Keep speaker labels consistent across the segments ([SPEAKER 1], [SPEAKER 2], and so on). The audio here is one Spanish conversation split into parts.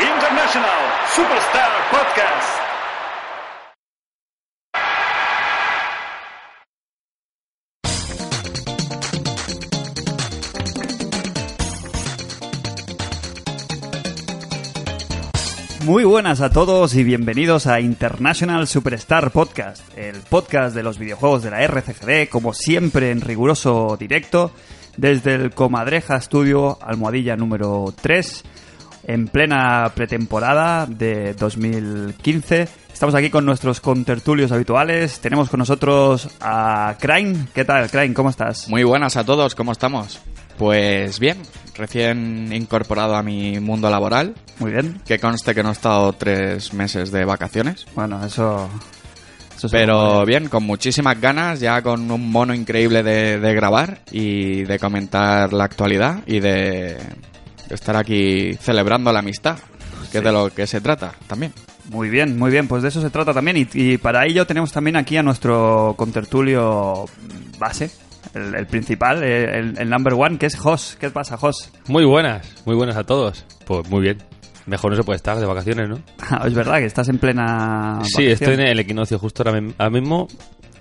[SPEAKER 1] International Superstar Podcast.
[SPEAKER 2] Muy buenas a todos y bienvenidos a International Superstar Podcast, el podcast de los videojuegos de la RCGD, como siempre en riguroso directo, desde el Comadreja Studio, almohadilla número 3, en plena pretemporada de 2015. Estamos aquí con nuestros contertulios habituales. Tenemos con nosotros a Crane. ¿Qué tal, Crane? ¿Cómo estás?
[SPEAKER 3] Muy buenas a todos, ¿cómo estamos? Pues bien, recién incorporado a mi mundo laboral,
[SPEAKER 2] Muy bien.
[SPEAKER 3] que conste que no he estado tres meses de vacaciones,
[SPEAKER 2] Bueno, eso... eso es
[SPEAKER 3] pero bien, con muchísimas ganas, ya con un mono increíble de, de grabar y de comentar la actualidad y de estar aquí celebrando la amistad, que es de lo que se trata también.
[SPEAKER 2] Muy bien, muy bien, pues de eso se trata también. Y, y para ello tenemos también aquí a nuestro contertulio base, el, el principal, el, el number one, que es Jos. ¿Qué pasa, Jos?
[SPEAKER 4] Muy buenas, muy buenas a todos. Pues muy bien. Mejor no se puede estar de vacaciones, ¿no?
[SPEAKER 2] Ah, es verdad que estás en plena.
[SPEAKER 4] Sí,
[SPEAKER 2] vacación.
[SPEAKER 4] estoy en el equinoccio justo ahora, mi- ahora mismo,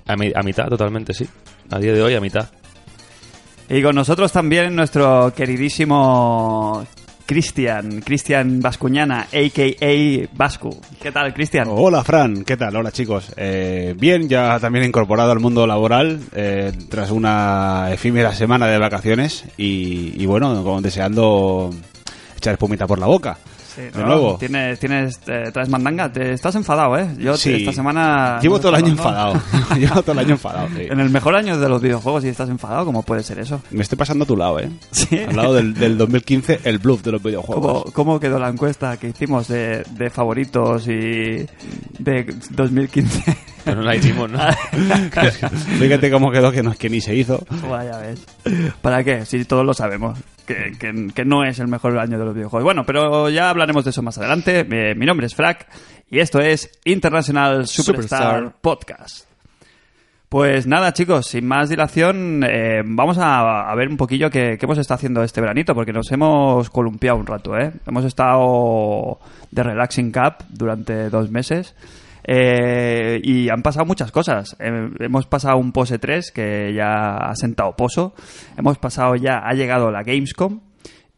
[SPEAKER 4] a, mi- a mitad totalmente, sí. A día de hoy a mitad.
[SPEAKER 2] Y con nosotros también nuestro queridísimo Cristian, Cristian Vascuñana, a.k.a. Vascu. ¿Qué tal, Cristian?
[SPEAKER 5] Hola Fran, ¿qué tal? Hola chicos. Eh, bien, ya también incorporado al mundo laboral eh, tras una efímera semana de vacaciones y, y bueno, como deseando echar espumita por la boca.
[SPEAKER 2] Sí,
[SPEAKER 5] de
[SPEAKER 2] ¿no?
[SPEAKER 5] nuevo.
[SPEAKER 2] Tienes, tienes, eh, traes mandanga. Te, estás enfadado, ¿eh? Yo
[SPEAKER 5] Sí.
[SPEAKER 2] esta semana...
[SPEAKER 5] Llevo todo el año
[SPEAKER 2] ¿no?
[SPEAKER 5] enfadado. Llevo todo el año enfadado. sí.
[SPEAKER 2] En el mejor año de los videojuegos y estás enfadado, ¿cómo puede ser eso?
[SPEAKER 5] Me estoy pasando a tu lado, ¿eh?
[SPEAKER 2] Sí.
[SPEAKER 5] Al lado del, del 2015, el bluff de los
[SPEAKER 2] ¿Cómo,
[SPEAKER 5] videojuegos.
[SPEAKER 2] cómo quedó la encuesta que hicimos de, de favoritos y de 2015?
[SPEAKER 4] Pero no la hicimos, ¿no?
[SPEAKER 5] Fíjate cómo quedó que, no, que ni se hizo.
[SPEAKER 2] Vaya ves. ¿Para qué? Si todos lo sabemos. Que, que- que no es el mejor año de los videojuegos. Bueno, pero ya hablaremos de eso más adelante. Eh, mi nombre es Frac y esto es International Superstar,
[SPEAKER 3] Superstar.
[SPEAKER 2] Podcast. Pues nada, chicos, sin más dilación, eh, vamos a, a ver un poquillo qué, qué hemos estado haciendo este veranito, porque nos hemos columpiado un rato, ¿eh? Hemos estado de Relaxing Cup durante dos meses eh, y han pasado muchas cosas. Eh, hemos pasado un Pose 3 que ya ha sentado poso, hemos pasado ya, ha llegado la Gamescom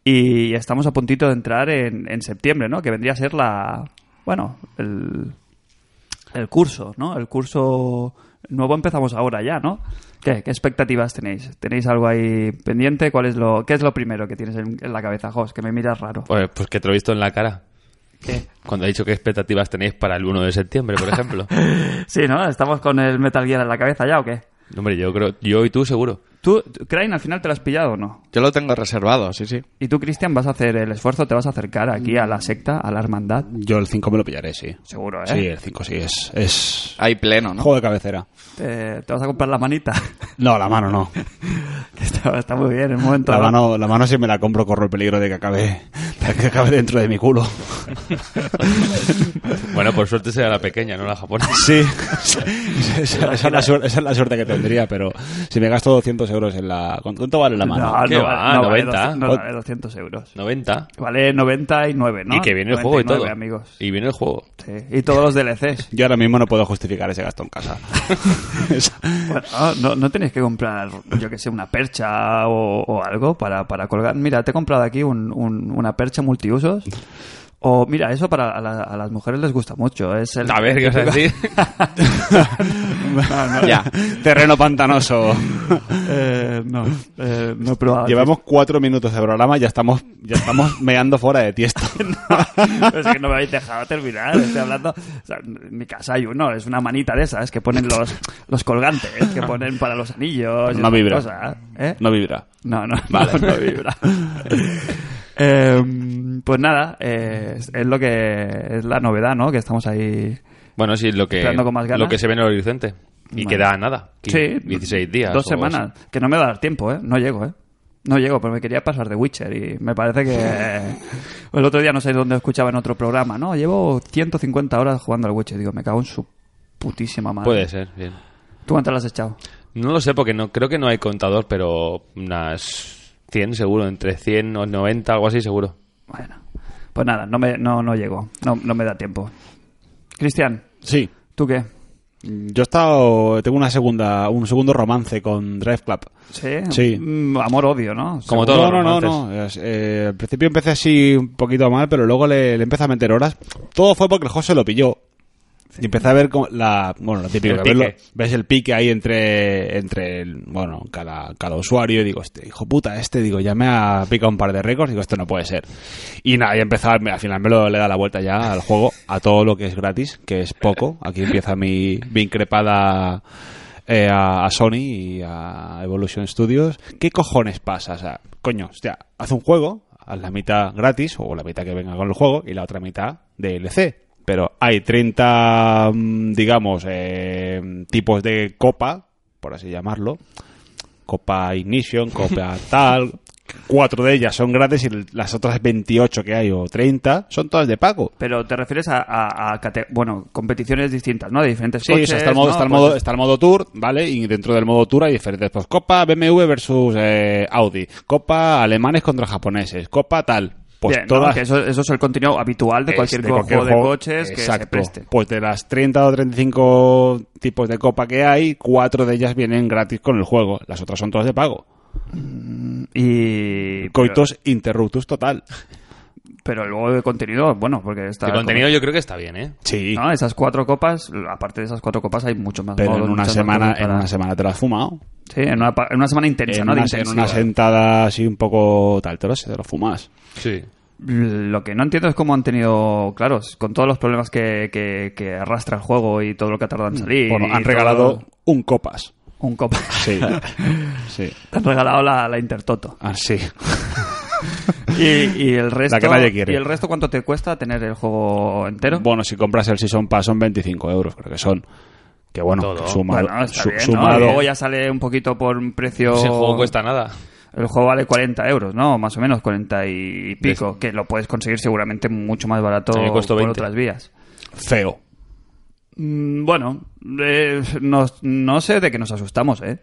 [SPEAKER 2] y estamos a puntito de entrar en, en septiembre, ¿no? Que vendría a ser la... bueno, el... El curso, ¿no? El curso nuevo empezamos ahora ya, ¿no? ¿Qué, qué expectativas tenéis? ¿Tenéis algo ahí pendiente? ¿Cuál es lo, ¿Qué es lo primero que tienes en, en la cabeza, Jos? Que me miras raro.
[SPEAKER 4] Pues, pues que te lo he visto en la cara.
[SPEAKER 2] ¿Qué?
[SPEAKER 4] Cuando he dicho qué expectativas tenéis para el 1 de septiembre, por ejemplo.
[SPEAKER 2] Sí, ¿no? ¿Estamos con el Metal Gear en la cabeza ya o qué?
[SPEAKER 4] Hombre, yo creo, yo y tú seguro.
[SPEAKER 2] ¿Tú, Crane, al final te lo has pillado o no?
[SPEAKER 3] Yo lo tengo reservado, sí, sí.
[SPEAKER 2] ¿Y tú, Cristian, vas a hacer el esfuerzo? ¿Te vas a acercar aquí a la secta, a la hermandad?
[SPEAKER 5] Yo el 5 me lo pillaré, sí.
[SPEAKER 2] Seguro, ¿eh?
[SPEAKER 5] Sí, el 5 sí. Es, es
[SPEAKER 3] Hay pleno, ¿no?
[SPEAKER 5] juego de cabecera.
[SPEAKER 2] ¿Te, te vas a comprar la manita?
[SPEAKER 5] No, la mano no.
[SPEAKER 2] que está, está muy bien, el momento.
[SPEAKER 5] La
[SPEAKER 2] ¿no?
[SPEAKER 5] mano, la mano si me la compro corro el peligro de que acabe, de que acabe dentro de mi culo.
[SPEAKER 4] Bueno, por suerte será la pequeña, no la japonesa.
[SPEAKER 5] Sí, esa, esa- esa es la suerte, esa es la suerte que tendría, pero si me gasto 200 euros en la... ¿cu- ¿Cuánto vale la mano?
[SPEAKER 2] No,
[SPEAKER 4] ¿Qué
[SPEAKER 2] no
[SPEAKER 4] va?
[SPEAKER 2] vale- no vale
[SPEAKER 4] 90.
[SPEAKER 2] doce- no vale 200 euros.
[SPEAKER 4] 90.
[SPEAKER 2] Vale 99, ¿no?
[SPEAKER 4] Y que viene el juego y
[SPEAKER 2] 99,
[SPEAKER 4] todo.
[SPEAKER 2] amigos.
[SPEAKER 4] Y viene el juego.
[SPEAKER 2] Sí, Y todos los DLCs.
[SPEAKER 5] Yo ahora mismo no puedo justificar ese gasto en casa. Es-
[SPEAKER 2] Bueno, Ah, no, no tenéis que comprar, yo que sé, una percha o, o algo para, para colgar. Mira, te he comprado aquí un- un- una percha multiusos. O mira, eso para a, la- a las mujeres les gusta mucho. Es el,
[SPEAKER 4] A ver, ¿qué vas a decir?
[SPEAKER 3] Ya.
[SPEAKER 5] Terreno pantanoso.
[SPEAKER 2] Eh, no, eh, no he probado.
[SPEAKER 5] Llevamos cuatro minutos de programa y ya estamos, ya estamos meando fuera de tiesto.
[SPEAKER 2] es que no me habéis dejado terminar. Estoy hablando. o sea, en mi casa hay uno, es una manita de esas que ponen los, los colgantes, que ponen para los anillos. y
[SPEAKER 5] No
[SPEAKER 2] esas
[SPEAKER 5] vibra.
[SPEAKER 2] cosas, ¿eh?
[SPEAKER 5] No vibra.
[SPEAKER 2] No, no, no, no vibra. Em, pues nada, eh, es, es lo que es la novedad, ¿no? Que estamos ahí.
[SPEAKER 4] Bueno, sí, lo que,
[SPEAKER 2] Esperando con más ganas.
[SPEAKER 4] lo que se ve en el horizonte. Y
[SPEAKER 2] Bueno.
[SPEAKER 4] queda nada.
[SPEAKER 2] Sí,
[SPEAKER 4] 16 días.
[SPEAKER 2] Dos
[SPEAKER 4] o algo así.
[SPEAKER 2] semanas. Que no me va a dar tiempo, ¿eh? No llego, ¿eh? No llego, pero me quería pasar de Witcher y me parece que. El otro día no sé dónde escuchaba en otro programa, ¿no? Llevo 150 horas jugando al Witcher. Digo, me cago en su putísima madre.
[SPEAKER 4] Puede ser, bien.
[SPEAKER 2] ¿Tú cuántas las has echado?
[SPEAKER 4] No lo sé porque no creo que no hay contador, pero unas 100 seguro, entre 100 o 90, algo así seguro.
[SPEAKER 2] Bueno. Pues nada, no, me, no, no llego. No, no me da tiempo. Cristian,
[SPEAKER 5] Sí.
[SPEAKER 2] ¿tú qué?
[SPEAKER 5] Yo he estado. Tengo una segunda, un segundo romance con Drive Club.
[SPEAKER 2] Sí.
[SPEAKER 5] Sí.
[SPEAKER 2] Mm, Amor-odio, ¿no?
[SPEAKER 4] Como
[SPEAKER 2] Seguro.
[SPEAKER 4] todos
[SPEAKER 5] no,
[SPEAKER 4] los
[SPEAKER 5] no,
[SPEAKER 4] romances.
[SPEAKER 5] no, no. Es- eh, al principio empecé así un poquito mal, pero luego le, le empecé a meter horas. Todo fue porque el José lo pilló. Y empecé a ver como la. Bueno, lo típico.
[SPEAKER 4] El
[SPEAKER 5] que ves
[SPEAKER 4] pique.
[SPEAKER 5] lo- ves el pique ahí entre. entre el- bueno, cada, cada usuario. Y digo, este hijo puta, este. Digo, ya me ha picado un par de récords. Digo, esto no puede ser. Y nada, y empezaba. Al final me lo le da la vuelta ya al juego. A todo lo que es gratis, que es poco. Aquí empieza mi, mi increpada. eh, a, a Sony y a Evolution Studios. ¿Qué cojones pasa? O sea, coño, hostia, haz un juego, haz la mitad gratis o la mitad que venga con el juego y la otra mitad DLC. Pero hay 30, mm, digamos, eh, tipos de copa, por así llamarlo. Copa Ignition, Copa tal. Cuatro de ellas son gratis y las otras 28 que hay o 30 son todas de pago.
[SPEAKER 2] Pero te refieres a, a- a cate- bueno, competiciones distintas, ¿no? De diferentes
[SPEAKER 5] Sí, o
[SPEAKER 2] coches,
[SPEAKER 5] sea, está el modo,
[SPEAKER 2] ¿no?
[SPEAKER 5] está el
[SPEAKER 2] Pues-
[SPEAKER 5] modo, está el modo Tour, ¿vale? Y dentro del modo Tour hay diferentes, pues Copa BMW versus eh, Audi, Copa alemanes contra japoneses, Copa tal. Pues
[SPEAKER 2] Bien, ¿no?
[SPEAKER 5] todas
[SPEAKER 2] Que eso, eso es el contenido habitual de cualquier,
[SPEAKER 5] de
[SPEAKER 2] co-
[SPEAKER 5] cualquier
[SPEAKER 2] juego de
[SPEAKER 5] juego.
[SPEAKER 2] coches que se
[SPEAKER 5] Exacto.
[SPEAKER 2] preste.
[SPEAKER 5] Pues de las 30 o 35 tipos de copa que hay, cuatro de ellas vienen gratis con el juego, las otras son todas de pago. Mm.
[SPEAKER 2] Y...
[SPEAKER 5] Coitos interruptus total.
[SPEAKER 2] Pero, pero el juego de contenido, bueno, porque está...
[SPEAKER 4] El contenido yo creo que está bien, ¿eh?
[SPEAKER 5] Sí.
[SPEAKER 2] ¿no? Esas cuatro copas, aparte de esas cuatro copas hay mucho más.
[SPEAKER 5] pero en
[SPEAKER 2] modos,
[SPEAKER 5] una
[SPEAKER 2] muchas más
[SPEAKER 5] semana,
[SPEAKER 2] cosas
[SPEAKER 5] en
[SPEAKER 2] para-
[SPEAKER 5] una semana te lo has fumado.
[SPEAKER 2] Sí, en una, pa- en una semana intensa,
[SPEAKER 5] En
[SPEAKER 2] ¿no? De
[SPEAKER 5] una, en
[SPEAKER 2] intensiva.
[SPEAKER 5] una sentada así un poco tal, te lo, te lo fumas.
[SPEAKER 4] Sí.
[SPEAKER 2] Lo que no entiendo es cómo han tenido, claro, con todos los problemas que, que- que arrastra el juego y todo lo que ha tardado en salir.
[SPEAKER 5] Mm. Bueno,
[SPEAKER 2] y
[SPEAKER 5] han regalado
[SPEAKER 2] todo-
[SPEAKER 5] un copas.
[SPEAKER 2] un copa.
[SPEAKER 5] Sí. sí.
[SPEAKER 2] Te han regalado la, la Intertoto.
[SPEAKER 5] Ah, sí.
[SPEAKER 2] Y, y el resto.
[SPEAKER 5] La que nadie quiere.
[SPEAKER 2] ¿Y el resto cuánto te cuesta tener el juego entero?
[SPEAKER 5] Bueno, si compras el Season Pass son 25 euros, creo que son. Que bueno,
[SPEAKER 4] Todo.
[SPEAKER 5] sumado.
[SPEAKER 2] Bueno, está
[SPEAKER 5] su-
[SPEAKER 2] bien, ¿no?
[SPEAKER 5] sumado
[SPEAKER 2] Y luego ya sale un poquito por un precio.
[SPEAKER 4] Ese Pues juego cuesta nada.
[SPEAKER 2] El juego vale 40 euros, ¿no? Más o menos, 40 y pico. Que lo puedes conseguir seguramente mucho más barato
[SPEAKER 4] A mí me costó
[SPEAKER 2] por
[SPEAKER 4] 20.
[SPEAKER 2] otras vías.
[SPEAKER 5] feo.
[SPEAKER 2] Mm, Bueno, eh, nos- no sé de qué nos asustamos, ¿eh?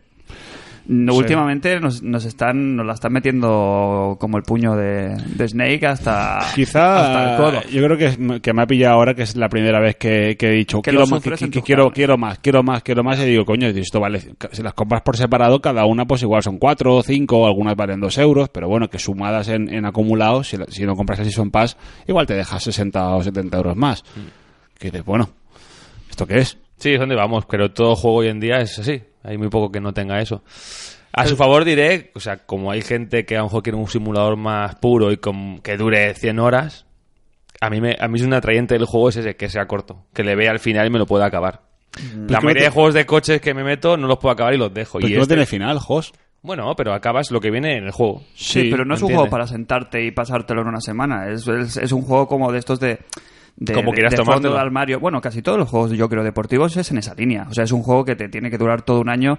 [SPEAKER 2] No, Últimamente nos, nos están nos la están metiendo como el puño de, de Snake hasta, hasta
[SPEAKER 5] Quizá eh,
[SPEAKER 2] el codo.
[SPEAKER 5] yo creo que, es- que me ha pillado ahora que es la primera vez que, que he dicho
[SPEAKER 2] Que
[SPEAKER 5] quiero
[SPEAKER 2] lo
[SPEAKER 5] más, que,
[SPEAKER 2] sufres en
[SPEAKER 5] que
[SPEAKER 2] tus
[SPEAKER 5] quiero,
[SPEAKER 2] carnes.
[SPEAKER 5] quiero más, quiero más, quiero más. Y digo, coño, esto vale. Si las compras por separado, cada una pues igual son 4, 5, algunas valen 2 euros. Pero bueno, que sumadas en, en acumulados, si, la- si no compras el Season Pass, igual te dejas 60 o 70 euros más.
[SPEAKER 2] Mm.
[SPEAKER 5] Que dices, bueno, ¿esto qué es?
[SPEAKER 4] Sí, es donde vamos, pero todo juego hoy en día es así. Hay muy poco que no tenga eso. A su favor diré, o sea, como hay gente que a lo mejor quiere un simulador más puro y con, que dure 100 horas, a mí, me, a mí es un atrayente del juego es ese, que sea corto, que le vea al final y me lo pueda acabar. La
[SPEAKER 5] que no
[SPEAKER 4] mayoría
[SPEAKER 5] te- pues
[SPEAKER 4] de juegos de coches que me meto no los puedo acabar y los dejo.
[SPEAKER 5] Pero
[SPEAKER 4] y
[SPEAKER 5] que no
[SPEAKER 4] este-
[SPEAKER 5] tiene final, Jos.
[SPEAKER 4] Bueno, pero acabas lo que viene en el juego.
[SPEAKER 2] Sí, pero no es un
[SPEAKER 4] ¿entiendes?
[SPEAKER 2] juego para sentarte y pasártelo en una semana. Es, es- es un juego como de estos de. De,
[SPEAKER 4] Como
[SPEAKER 2] de-
[SPEAKER 4] quieras
[SPEAKER 2] de fondo
[SPEAKER 4] tomártelo.
[SPEAKER 2] de armario. Bueno, casi todos los juegos, yo creo, deportivos es en esa línea. O sea, es un juego que te tiene que durar todo un año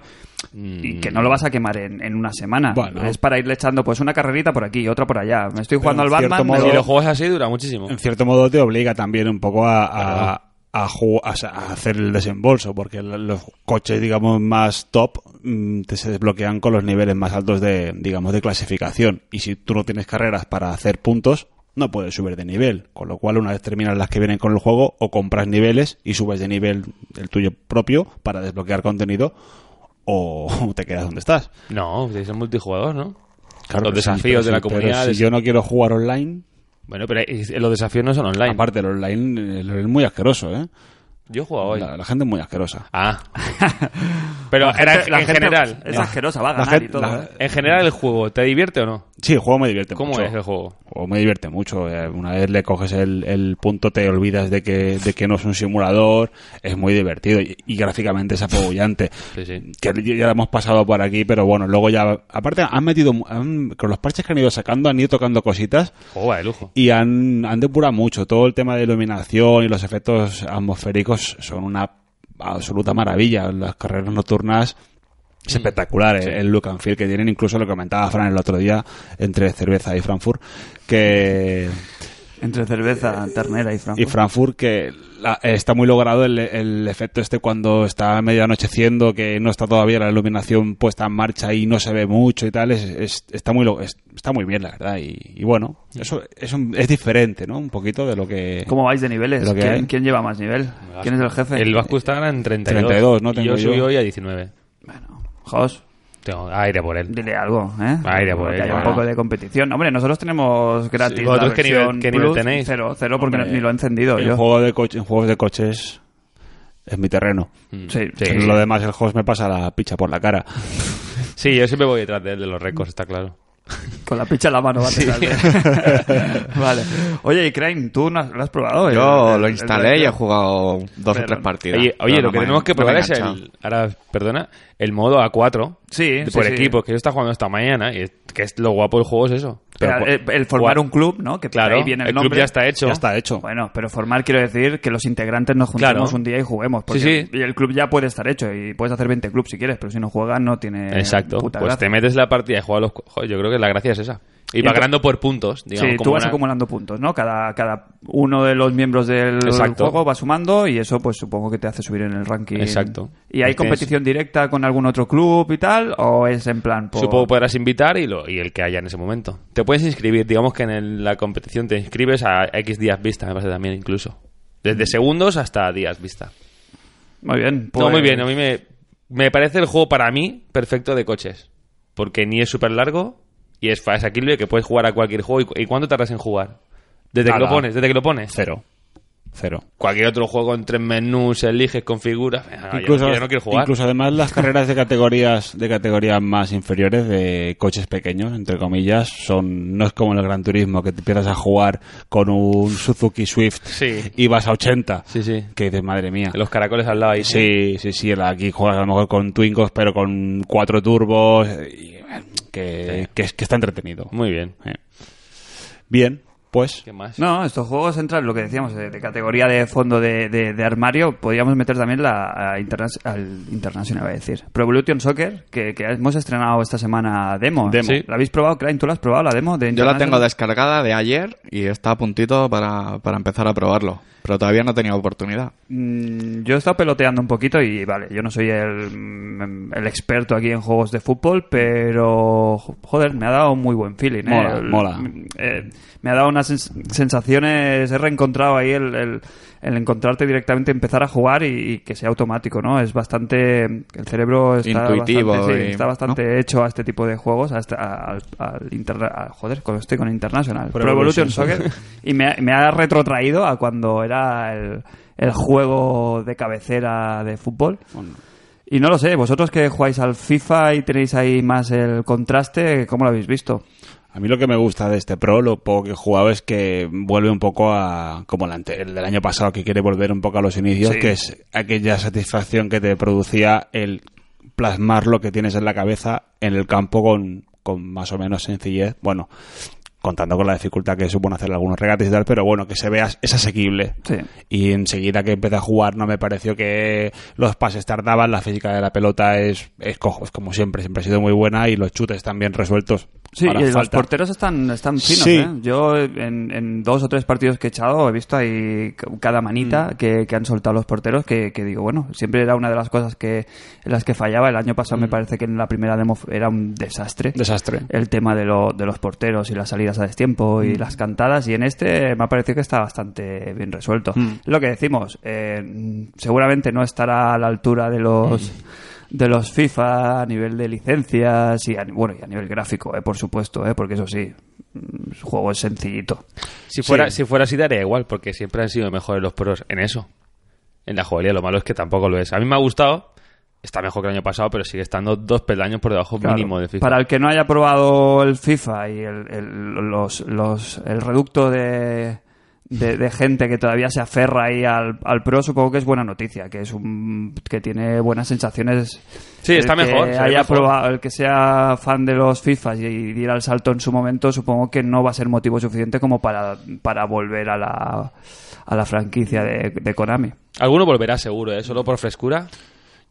[SPEAKER 2] y que no lo vas a quemar en, en una semana.
[SPEAKER 5] Bueno.
[SPEAKER 2] Es para irle echando pues una carrerita por aquí y otra por allá. Me estoy jugando
[SPEAKER 5] en
[SPEAKER 2] al
[SPEAKER 5] cierto
[SPEAKER 2] Batman. me
[SPEAKER 5] modo-
[SPEAKER 4] Si
[SPEAKER 2] lo-
[SPEAKER 4] lo juegas así dura muchísimo.
[SPEAKER 5] en cierto modo te obliga también un poco a, a, a ju- a sa- a hacer el desembolso, porque l- los coches, digamos, más top mm, te se desbloquean con los niveles más altos de, digamos, de clasificación. Y si tú no tienes carreras para hacer puntos, no puedes subir de nivel. Con lo cual, una vez terminas las que vienen con el juego, o compras niveles y subes de nivel el tuyo propio para desbloquear contenido, o te quedas donde estás.
[SPEAKER 4] No, es el multijugador, ¿no?
[SPEAKER 5] Claro
[SPEAKER 4] Los
[SPEAKER 5] que sí,
[SPEAKER 4] desafíos
[SPEAKER 5] pero
[SPEAKER 4] de la
[SPEAKER 5] si- pero
[SPEAKER 4] comunidad
[SPEAKER 5] si
[SPEAKER 4] es-
[SPEAKER 5] yo no quiero jugar online,
[SPEAKER 4] Bueno, pero eh, los desafíos no son online.
[SPEAKER 5] aparte, el online eh, lo es muy asqueroso, ¿eh?
[SPEAKER 4] Yo he
[SPEAKER 2] Pues
[SPEAKER 4] jugado hoy.
[SPEAKER 5] La, la gente es muy asquerosa.
[SPEAKER 4] Ah. Pero era en,
[SPEAKER 2] la
[SPEAKER 4] en
[SPEAKER 2] gente
[SPEAKER 4] general.
[SPEAKER 2] Es
[SPEAKER 4] en-
[SPEAKER 2] asquerosa, va a
[SPEAKER 5] La
[SPEAKER 2] ganar
[SPEAKER 5] gente-
[SPEAKER 2] y todo.
[SPEAKER 5] la-
[SPEAKER 2] ¿eh?
[SPEAKER 4] En general el juego, ¿te divierte o no?
[SPEAKER 5] Sí, el juego me divierte
[SPEAKER 4] ¿Cómo
[SPEAKER 5] mucho.
[SPEAKER 4] es el juego?
[SPEAKER 5] El juego me divierte mucho. Eh, Una vez le coges el, el punto, te olvidas de que, de que no es un simulador. Es muy divertido y, y gráficamente es apabullante.
[SPEAKER 4] Sí, sí.
[SPEAKER 5] Que ya lo hemos pasado por aquí, pero bueno, luego ya. Aparte, han metido. mu- han- con los parches que han ido sacando, han ido tocando cositas
[SPEAKER 4] Juego va de lujo.
[SPEAKER 5] y han, han depurado mucho. Todo el tema de iluminación y los efectos atmosféricos son una absoluta maravilla. Las carreras nocturnas es espectacular el, el look and feel que tienen. Incluso lo comentaba Fran el otro día entre cerveza y Frankfurt, que
[SPEAKER 2] Entre cerveza, ternera y franco.
[SPEAKER 5] y Frankfurt que la- está muy logrado el, el efecto este cuando está medio anocheciendo, que no está todavía la iluminación puesta en marcha y no se ve mucho y tal, es, es- está muy lo- es- está muy bien, la verdad. Y, y bueno, eso es, un- es diferente, ¿no? Un poquito de lo que...
[SPEAKER 2] ¿Cómo vais de niveles?
[SPEAKER 5] Lo que hay.
[SPEAKER 2] ¿Quién, quién lleva más nivel? ¿Quién es el jefe?
[SPEAKER 4] El Vasco está en 32.
[SPEAKER 5] 32, ¿no?
[SPEAKER 4] Y
[SPEAKER 5] Tengo
[SPEAKER 4] yo subí
[SPEAKER 5] yo.
[SPEAKER 4] hoy a 19.
[SPEAKER 2] Bueno, Jos,
[SPEAKER 4] Tengo aire por él.
[SPEAKER 2] dile algo, ¿eh?
[SPEAKER 4] Aire, pues,
[SPEAKER 2] Que haya un
[SPEAKER 4] bueno.
[SPEAKER 2] poco de competición. Hombre, nosotros tenemos gratis
[SPEAKER 4] Sí, ¿vosotros
[SPEAKER 2] la
[SPEAKER 4] qué nivel-
[SPEAKER 2] versión
[SPEAKER 4] qué nivel
[SPEAKER 2] Plus.
[SPEAKER 4] tenéis?
[SPEAKER 2] Cero, cero, porque
[SPEAKER 5] Hombre,
[SPEAKER 2] ni lo he encendido
[SPEAKER 5] El
[SPEAKER 2] yo.
[SPEAKER 5] juego de coche, en juegos de coches es mi terreno.
[SPEAKER 2] Sí.
[SPEAKER 4] Mm. Sí.
[SPEAKER 5] Lo demás, el host me pasa la picha por la cara.
[SPEAKER 4] Sí, yo siempre voy detrás de él, de los récords, está claro.
[SPEAKER 2] Con la picha en la mano va a tirar de- vale. Oye, y Crane, ¿tú no has- lo has probado? Oh, El-
[SPEAKER 3] Yo
[SPEAKER 2] el-
[SPEAKER 3] lo
[SPEAKER 2] el-
[SPEAKER 3] instalé y he jugado dos
[SPEAKER 2] Pero-
[SPEAKER 3] o tres partidas.
[SPEAKER 4] Oye,
[SPEAKER 3] Pero
[SPEAKER 4] oye, lo
[SPEAKER 3] no
[SPEAKER 4] que
[SPEAKER 3] me-
[SPEAKER 4] tenemos que
[SPEAKER 3] no me
[SPEAKER 4] probar
[SPEAKER 3] he
[SPEAKER 4] es
[SPEAKER 3] enganchado.
[SPEAKER 4] el, ahora, perdona, el modo A4
[SPEAKER 2] Sí, sí,
[SPEAKER 4] por
[SPEAKER 2] sí.
[SPEAKER 4] equipos, que yo estaba jugando esta mañana, y es- que es lo guapo del juego es eso.
[SPEAKER 2] Pero,
[SPEAKER 4] Pero
[SPEAKER 2] eh, el,
[SPEAKER 4] cu-
[SPEAKER 2] formar
[SPEAKER 4] cua-
[SPEAKER 2] un club, ¿no? Que
[SPEAKER 4] Claro,
[SPEAKER 2] ahí viene el,
[SPEAKER 4] el club
[SPEAKER 2] nombre.
[SPEAKER 4] ya está hecho.
[SPEAKER 5] Ya está hecho.
[SPEAKER 2] Bueno, pero formar quiero decir que los integrantes nos juntemos
[SPEAKER 4] Claro.
[SPEAKER 2] un día y juguemos. Porque
[SPEAKER 4] Sí, sí.
[SPEAKER 2] Y el club ya puede estar hecho y puedes hacer 20 clubs si quieres, pero si no juegas no tiene
[SPEAKER 4] Exacto.
[SPEAKER 2] eh, puta
[SPEAKER 4] pues
[SPEAKER 2] gracia.
[SPEAKER 4] te metes la partida y juegas los. cu- Joder, yo creo que la gracia es esa. Y,
[SPEAKER 2] Y
[SPEAKER 4] va
[SPEAKER 2] entonces-
[SPEAKER 4] ganando por puntos, digamos.
[SPEAKER 2] sí,
[SPEAKER 4] como
[SPEAKER 2] tú vas
[SPEAKER 4] una-
[SPEAKER 2] acumulando puntos, ¿no? Cada, cada uno de los miembros del
[SPEAKER 4] Exacto.
[SPEAKER 2] juego va sumando y eso pues supongo que te hace subir en el ranking.
[SPEAKER 4] Exacto.
[SPEAKER 2] ¿Y hay
[SPEAKER 4] Pues tienes-
[SPEAKER 2] competición directa con algún otro club y tal? ¿O es en plan por...
[SPEAKER 4] Supongo que podrás invitar y, lo, y el que haya en ese momento. Te puedes inscribir, digamos que en el- la competición te inscribes a X días vista, me parece también incluso. Desde segundos hasta días vista.
[SPEAKER 2] Muy bien.
[SPEAKER 4] No,
[SPEAKER 2] pues-
[SPEAKER 4] muy bien, a mí me, me parece el juego para mí perfecto de coches. Porque ni es súper largo y es fácil y que puedes jugar a cualquier juego. ¿Y, cu- y cuánto tardas en jugar? Desde que
[SPEAKER 5] Nada.
[SPEAKER 4] lo pones, desde que lo pones.
[SPEAKER 5] Cero. Cero.
[SPEAKER 4] Cualquier otro juego en tres menús, eliges, configuras. Ah, yo no quiero- yo no quiero jugar.
[SPEAKER 5] incluso además las carreras de categorías de categorías más inferiores de coches pequeños entre comillas son no es como en el Gran Turismo que te empiezas a jugar con un Suzuki Swift
[SPEAKER 4] Sí.
[SPEAKER 5] y vas a 80
[SPEAKER 4] Sí, sí.
[SPEAKER 5] que dices madre mía
[SPEAKER 4] Los caracoles al lado ahí.
[SPEAKER 5] sí sí sí el- aquí juegas a lo mejor con Twincos pero con cuatro turbos y, bueno, que, que es- que está entretenido
[SPEAKER 4] Muy bien.
[SPEAKER 5] Eh. bien pues
[SPEAKER 4] ¿Qué más?
[SPEAKER 2] No, estos juegos entran, lo que decíamos, de, de categoría de fondo de, de- de armario. Podríamos meter también la a interna- al International, iba a decir. Pro Evolution Soccer, que, que hemos estrenado esta semana demo.
[SPEAKER 4] Demo. Sí.
[SPEAKER 2] ¿La habéis probado, Crane? ¿Tú la has probado, la demo? De
[SPEAKER 3] Yo la
[SPEAKER 2] International?
[SPEAKER 3] tengo descargada de ayer y está a puntito para, para empezar a probarlo. Pero todavía no he tenido oportunidad.
[SPEAKER 2] Mm, Yo he estado peloteando un poquito y vale, yo no soy el, mm, el experto aquí en juegos de fútbol, pero jo- joder, me ha dado un muy buen feeling. ¿eh?
[SPEAKER 5] Mola,
[SPEAKER 2] El-
[SPEAKER 5] mola.
[SPEAKER 2] eh, me ha dado unas sens- sensaciones, he reencontrado ahí el, el- el encontrarte directamente, empezar a jugar y, y que sea automático, ¿no? Es bastante, el cerebro está
[SPEAKER 3] Intuitivo
[SPEAKER 2] bastante, sí,
[SPEAKER 3] y-
[SPEAKER 2] está bastante hecho a este tipo de juegos, hasta al, al interna- a- joder, con- estoy con International, Pro,
[SPEAKER 5] Pro
[SPEAKER 2] Evolution
[SPEAKER 5] Evolution
[SPEAKER 2] Soccer, y me ha, me ha retrotraído a cuando era el, el juego de cabecera de fútbol. Y no lo sé, vosotros que jugáis al FIFA y tenéis ahí más el contraste, ¿cómo lo habéis visto?
[SPEAKER 5] A mí lo que me gusta de este pro, lo poco que he jugado, es que vuelve un poco a. como el, ante- el del año pasado, que quiere volver un poco a los inicios,
[SPEAKER 2] Sí.
[SPEAKER 5] que es aquella satisfacción que te producía el plasmar lo que tienes en la cabeza en el campo con, con más o menos sencillez. Bueno, contando con la dificultad que supone hacer algunos regates y tal, pero bueno, que se vea, es asequible.
[SPEAKER 2] Sí.
[SPEAKER 5] Y enseguida que empecé a jugar no me pareció que los pases tardaban, la física de la pelota es, es cojo, es como siempre, siempre ha sido muy buena y los chutes también resueltos.
[SPEAKER 2] Sí,
[SPEAKER 5] Ahora
[SPEAKER 2] y los
[SPEAKER 5] falta-
[SPEAKER 2] porteros están, están finos,
[SPEAKER 5] Sí.
[SPEAKER 2] ¿eh? Yo en, en dos o tres partidos que he echado he visto ahí c- cada manita
[SPEAKER 5] Mm.
[SPEAKER 2] que, que han soltado los porteros que, que digo, bueno, siempre era una de las cosas que, en las que fallaba. El año pasado me parece que en la primera demo f- era un desastre.
[SPEAKER 5] Mm. Desastre.
[SPEAKER 4] eh,
[SPEAKER 2] El tema de, lo- de los porteros y las salidas a destiempo y las cantadas. Y en este me ha parecido que está bastante bien resuelto. Lo que decimos, eh, seguramente no estará a la altura de los... De los FIFA a nivel de licencias y a, bueno, y a nivel gráfico, eh, por supuesto, eh, porque eso sí, mm, el juego es sencillito.
[SPEAKER 4] Si fuera, si fuera así, daría igual, porque siempre han sido mejores los pros en eso. En la jugabilidad, lo malo es que tampoco lo es. A mí me ha gustado, está mejor que el año pasado, pero sigue estando dos peldaños por debajo
[SPEAKER 2] Claro.
[SPEAKER 4] mínimo de FIFA.
[SPEAKER 2] Para el que no haya probado el FIFA y el, el- los, los- el reducto de, de, de gente que todavía se aferra ahí al, al pro, supongo que es buena noticia, que es un que tiene buenas sensaciones.
[SPEAKER 4] Sí, está
[SPEAKER 2] el que
[SPEAKER 4] mejor, se ve
[SPEAKER 2] haya
[SPEAKER 4] mejor.
[SPEAKER 2] probado, el que sea fan de los FIFA y, y diera el salto en su momento, supongo que no va a ser motivo suficiente como para, para volver a la, a la franquicia de, de Konami.
[SPEAKER 4] Alguno volverá seguro, ¿eh? Solo por frescura.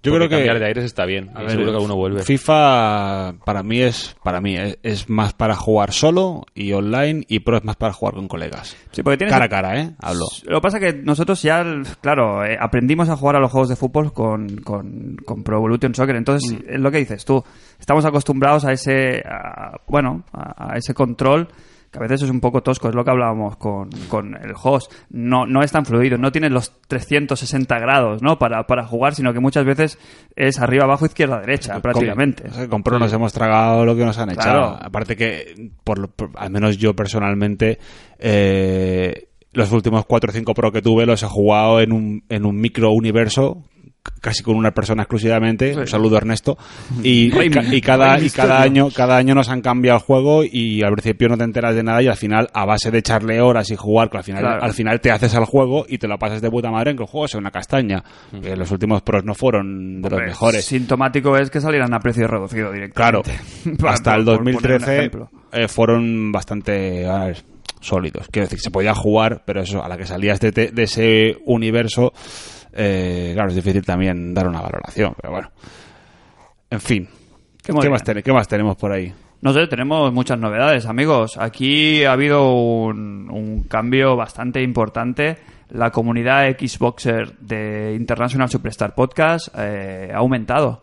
[SPEAKER 5] Yo
[SPEAKER 4] Porque
[SPEAKER 5] creo que-
[SPEAKER 4] cambiar de aires está bien.
[SPEAKER 5] A
[SPEAKER 4] y
[SPEAKER 5] ver,
[SPEAKER 4] seguro que alguno vuelve.
[SPEAKER 5] FIFA para mí es para mí es, es más para jugar solo y online y Pro es más para jugar con colegas.
[SPEAKER 2] Sí, porque tienes
[SPEAKER 5] Cara a cara, ¿eh? Hablo.
[SPEAKER 2] Lo que pasa es que nosotros ya, claro, eh, aprendimos a jugar a los juegos de fútbol con, con, con Pro Evolution Soccer. Entonces,
[SPEAKER 5] Mm.
[SPEAKER 2] es lo que dices tú. Estamos acostumbrados a ese, a- bueno, a, a ese control que a veces es un poco tosco. Es lo que hablábamos con, con el host. No, no es tan fluido. No tienes los 360 grados, ¿no? Para, para jugar, sino que muchas veces es arriba, abajo, izquierda, derecha, prácticamente.
[SPEAKER 5] Con, o sea, con Pro nos hemos tragado lo que nos han
[SPEAKER 2] Claro.
[SPEAKER 5] echado. Aparte que, por, lo- por- al menos yo personalmente, eh, los últimos 4 o 5 Pro que tuve los he jugado en un, en un micro universo c- casi con una persona exclusivamente, un saludo Ernesto, y,
[SPEAKER 2] Rey-
[SPEAKER 5] ca- y cada,
[SPEAKER 2] Rey
[SPEAKER 5] y cada
[SPEAKER 2] Misterio.
[SPEAKER 5] año cada año nos han cambiado el juego y al principio no te enteras de nada y al final a base de echarle horas y jugar, que al final,
[SPEAKER 2] Claro.
[SPEAKER 5] al final te haces al juego y te lo pasas de puta madre en que el juego sea una castaña. Eh, los últimos pros no fueron de
[SPEAKER 2] Mm. Hombre,
[SPEAKER 5] los mejores.
[SPEAKER 2] Sintomático es que salieran a precio reducido
[SPEAKER 5] Claro,
[SPEAKER 2] directamente.
[SPEAKER 5] hasta
[SPEAKER 2] Por-
[SPEAKER 5] el
[SPEAKER 2] por poner un
[SPEAKER 5] 2013
[SPEAKER 2] ejemplo.
[SPEAKER 5] eh, fueron bastante a ver, sólidos. Quiero decir, se podía jugar, pero eso, a la que salías de, te- de ese universo, eh, claro, es difícil también dar una valoración, pero bueno. En fin, ¿qué,
[SPEAKER 2] Muy
[SPEAKER 5] más,
[SPEAKER 2] bien.
[SPEAKER 5] ten- qué más tenemos por ahí?
[SPEAKER 2] No sé, tenemos muchas novedades, amigos. Aquí ha habido un, un cambio bastante importante. La comunidad Xboxer de International Superstar Podcast eh, ha aumentado.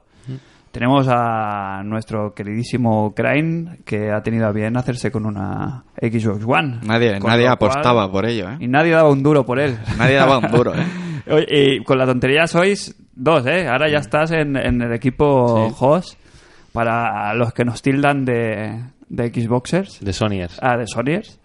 [SPEAKER 2] Tenemos a nuestro queridísimo Crane, que ha tenido a bien hacerse con una Xbox One.
[SPEAKER 3] Nadie,
[SPEAKER 2] Con
[SPEAKER 3] nadie
[SPEAKER 2] lo cual-
[SPEAKER 3] apostaba por ello, ¿eh?
[SPEAKER 2] Y nadie daba un duro por él.
[SPEAKER 3] Nadie daba un duro, ¿eh?
[SPEAKER 2] Oye, y con la tontería sois dos, ¿eh? Ahora ya estás en, en el equipo host para los que nos tildan de, de Xboxers,
[SPEAKER 4] De Sonyers.
[SPEAKER 2] ah, de Sonyers.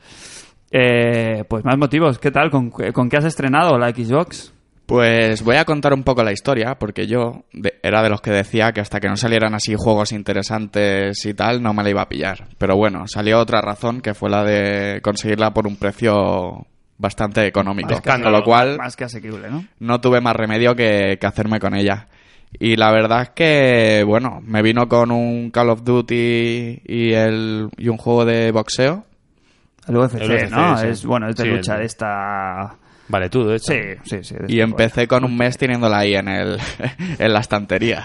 [SPEAKER 2] Eh, pues más motivos, ¿qué tal? ¿Con, con qué has estrenado la Xbox?
[SPEAKER 3] Pues voy a contar un poco la historia, porque yo de- era de los que decía que hasta que no salieran así juegos interesantes y tal, no me la iba a pillar. Pero bueno, salió otra razón, que fue la de conseguirla por un precio bastante económico.
[SPEAKER 2] Más que
[SPEAKER 3] con lo cual,
[SPEAKER 2] Más que asequible, ¿no?
[SPEAKER 3] no tuve más remedio que, que hacerme con ella. Y la verdad es que, bueno, me vino con un Call of Duty y, el, y un juego de boxeo.
[SPEAKER 2] El UFC,
[SPEAKER 4] El UFC,
[SPEAKER 2] ¿no?
[SPEAKER 4] sí.
[SPEAKER 2] Es, bueno, es de
[SPEAKER 4] Sí,
[SPEAKER 2] lucha
[SPEAKER 4] el-
[SPEAKER 2] de esta...
[SPEAKER 4] Vale, tú, de hecho.
[SPEAKER 2] Sí, sí, sí. de este
[SPEAKER 3] Y
[SPEAKER 2] esta-
[SPEAKER 3] empecé con un mes teniéndola ahí en, el, en la estantería,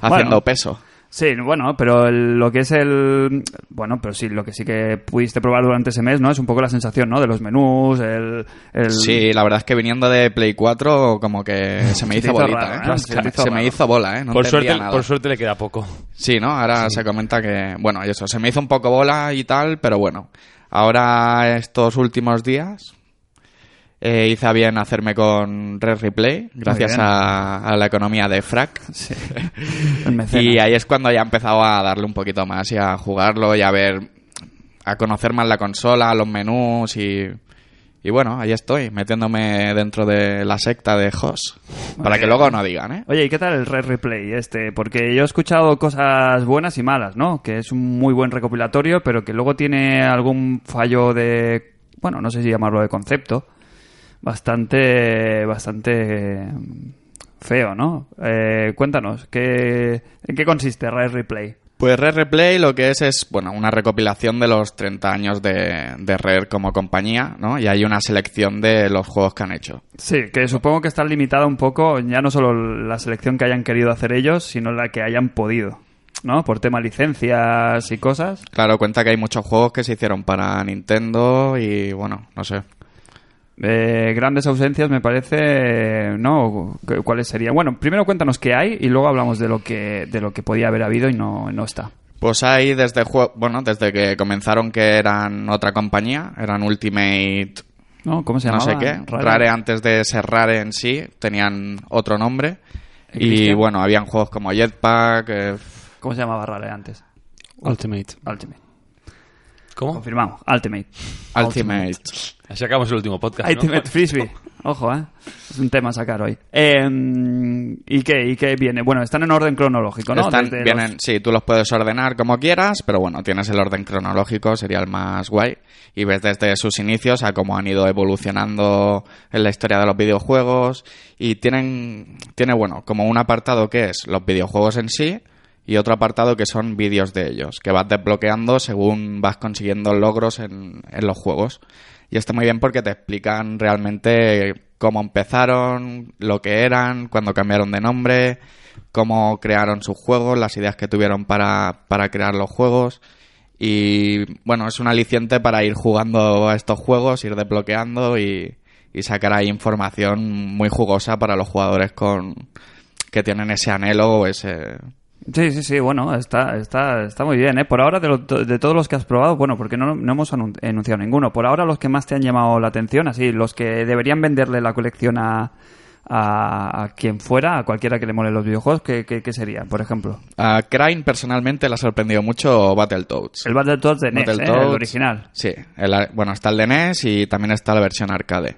[SPEAKER 3] haciendo
[SPEAKER 2] Bueno.
[SPEAKER 3] peso.
[SPEAKER 2] Sí, bueno, pero el- lo que es el... Bueno, pero sí, lo que sí que pudiste probar durante ese mes, ¿no? Es un poco la sensación, ¿no? De los menús, el... el-
[SPEAKER 3] Sí, la verdad es que viniendo de Play 4 como que se me
[SPEAKER 2] Se te
[SPEAKER 3] hizo
[SPEAKER 2] hizo
[SPEAKER 3] bolita,
[SPEAKER 2] raro,
[SPEAKER 3] ¿eh?
[SPEAKER 2] ¿no?
[SPEAKER 3] Se,
[SPEAKER 2] Se te hizo
[SPEAKER 3] se me
[SPEAKER 2] raro.
[SPEAKER 3] hizo bola, ¿eh? No
[SPEAKER 4] por,
[SPEAKER 3] entendía
[SPEAKER 4] suerte,
[SPEAKER 3] nada.
[SPEAKER 4] por suerte le queda poco.
[SPEAKER 3] Sí, ¿no? Ahora se comenta que, bueno, y eso, se me hizo un poco bola y tal, pero bueno, ahora estos últimos días eh, hice a bien hacerme con Red Replay, gracias
[SPEAKER 2] bien.
[SPEAKER 3] a, a la economía de Frac.
[SPEAKER 2] el mecenas.
[SPEAKER 3] Y ahí es cuando ya empezaba a darle un poquito más y a jugarlo y a ver, a conocer más la consola, los menús y... Y bueno, ahí estoy, metiéndome dentro de la secta de Hoss. Para que luego no digan, ¿eh?
[SPEAKER 2] Oye, ¿y qué tal el Red Replay este? Porque yo he escuchado cosas buenas y malas, ¿no? Que es un muy buen recopilatorio, pero que luego tiene algún fallo de... Bueno, no sé si llamarlo de concepto. Bastante... Bastante... mm, Feo, ¿no? Eh, cuéntanos, ¿qué, ¿en qué consiste Red Replay?
[SPEAKER 3] Pues Rare Replay lo que es es, bueno, una recopilación de los 30 años de, de Rare como compañía, ¿no? Y hay una selección de los juegos que han hecho.
[SPEAKER 2] Sí, que supongo que está limitada un poco, ya no solo la selección que hayan querido hacer ellos, sino la que hayan podido, ¿no? Por tema licencias y cosas.
[SPEAKER 3] Claro, cuenta que hay muchos juegos que se hicieron para Nintendo y, bueno, no sé.
[SPEAKER 2] Eh, grandes ausencias, me parece, ¿no? ¿Cu- ¿Cuáles serían? Bueno, primero cuéntanos qué hay y luego hablamos de lo que, de lo que podía haber habido y no, no está.
[SPEAKER 3] Pues hay desde, jue- bueno, desde que comenzaron que eran otra compañía, eran Ultimate
[SPEAKER 2] ¿No? ¿Cómo se
[SPEAKER 3] no
[SPEAKER 2] llamaba?
[SPEAKER 3] sé qué. Rare. antes de ser Rare en sí, tenían otro nombre. Y
[SPEAKER 2] Cristian?
[SPEAKER 3] bueno, habían juegos como Jetpack, eh,
[SPEAKER 2] ¿Cómo se llamaba Rare antes?
[SPEAKER 5] Ultimate.
[SPEAKER 2] Ultimate.
[SPEAKER 3] Oh.
[SPEAKER 4] ¿Cómo?
[SPEAKER 2] Confirmamos, Ultimate.
[SPEAKER 3] Ultimate.
[SPEAKER 4] Así acabamos el último podcast. ¿no?
[SPEAKER 2] Ultimate Frisbee. Ojo, ¿eh? Es un tema a sacar hoy. Eh, ¿Y qué? ¿Y qué viene? Bueno, están en orden cronológico, ¿no?
[SPEAKER 3] Están-
[SPEAKER 2] Desde los-
[SPEAKER 3] vienen, Sí, tú los puedes ordenar como quieras, pero bueno, tienes el orden cronológico, sería el más guay. Y ves desde sus inicios a cómo han ido evolucionando en la historia de los videojuegos. Y tienen, tiene, bueno, como un apartado que es los videojuegos en sí y otro apartado que son vídeos de ellos, que vas desbloqueando según vas consiguiendo logros en, en los juegos. Y está muy bien porque te explican realmente cómo empezaron, lo que eran, cuando cambiaron de nombre cómo crearon sus juegos, las ideas que tuvieron para, para crear los juegos. Y bueno, es un aliciente para ir jugando a estos juegos, ir desbloqueando y, y sacar ahí información muy jugosa para los jugadores con que tienen ese anhelo o ese...
[SPEAKER 2] Sí, sí, sí, bueno, está, está, está muy bien, ¿eh? Por ahora, de, lo- de todos los que has probado, bueno, porque no, no hemos anun- enunciado ninguno. Por ahora, los que más te han llamado la atención, así, los que deberían venderle la colección a, a, a quien fuera, a cualquiera que le mole los videojuegos, ¿qué, qué, qué sería, por ejemplo?
[SPEAKER 3] A Crane personalmente le ha sorprendido mucho Battletoads.
[SPEAKER 2] El Battletoads de NES, ¿eh?
[SPEAKER 3] Battletoads.
[SPEAKER 2] el original.
[SPEAKER 3] Sí, el- bueno, está el de NES y también está la versión arcade.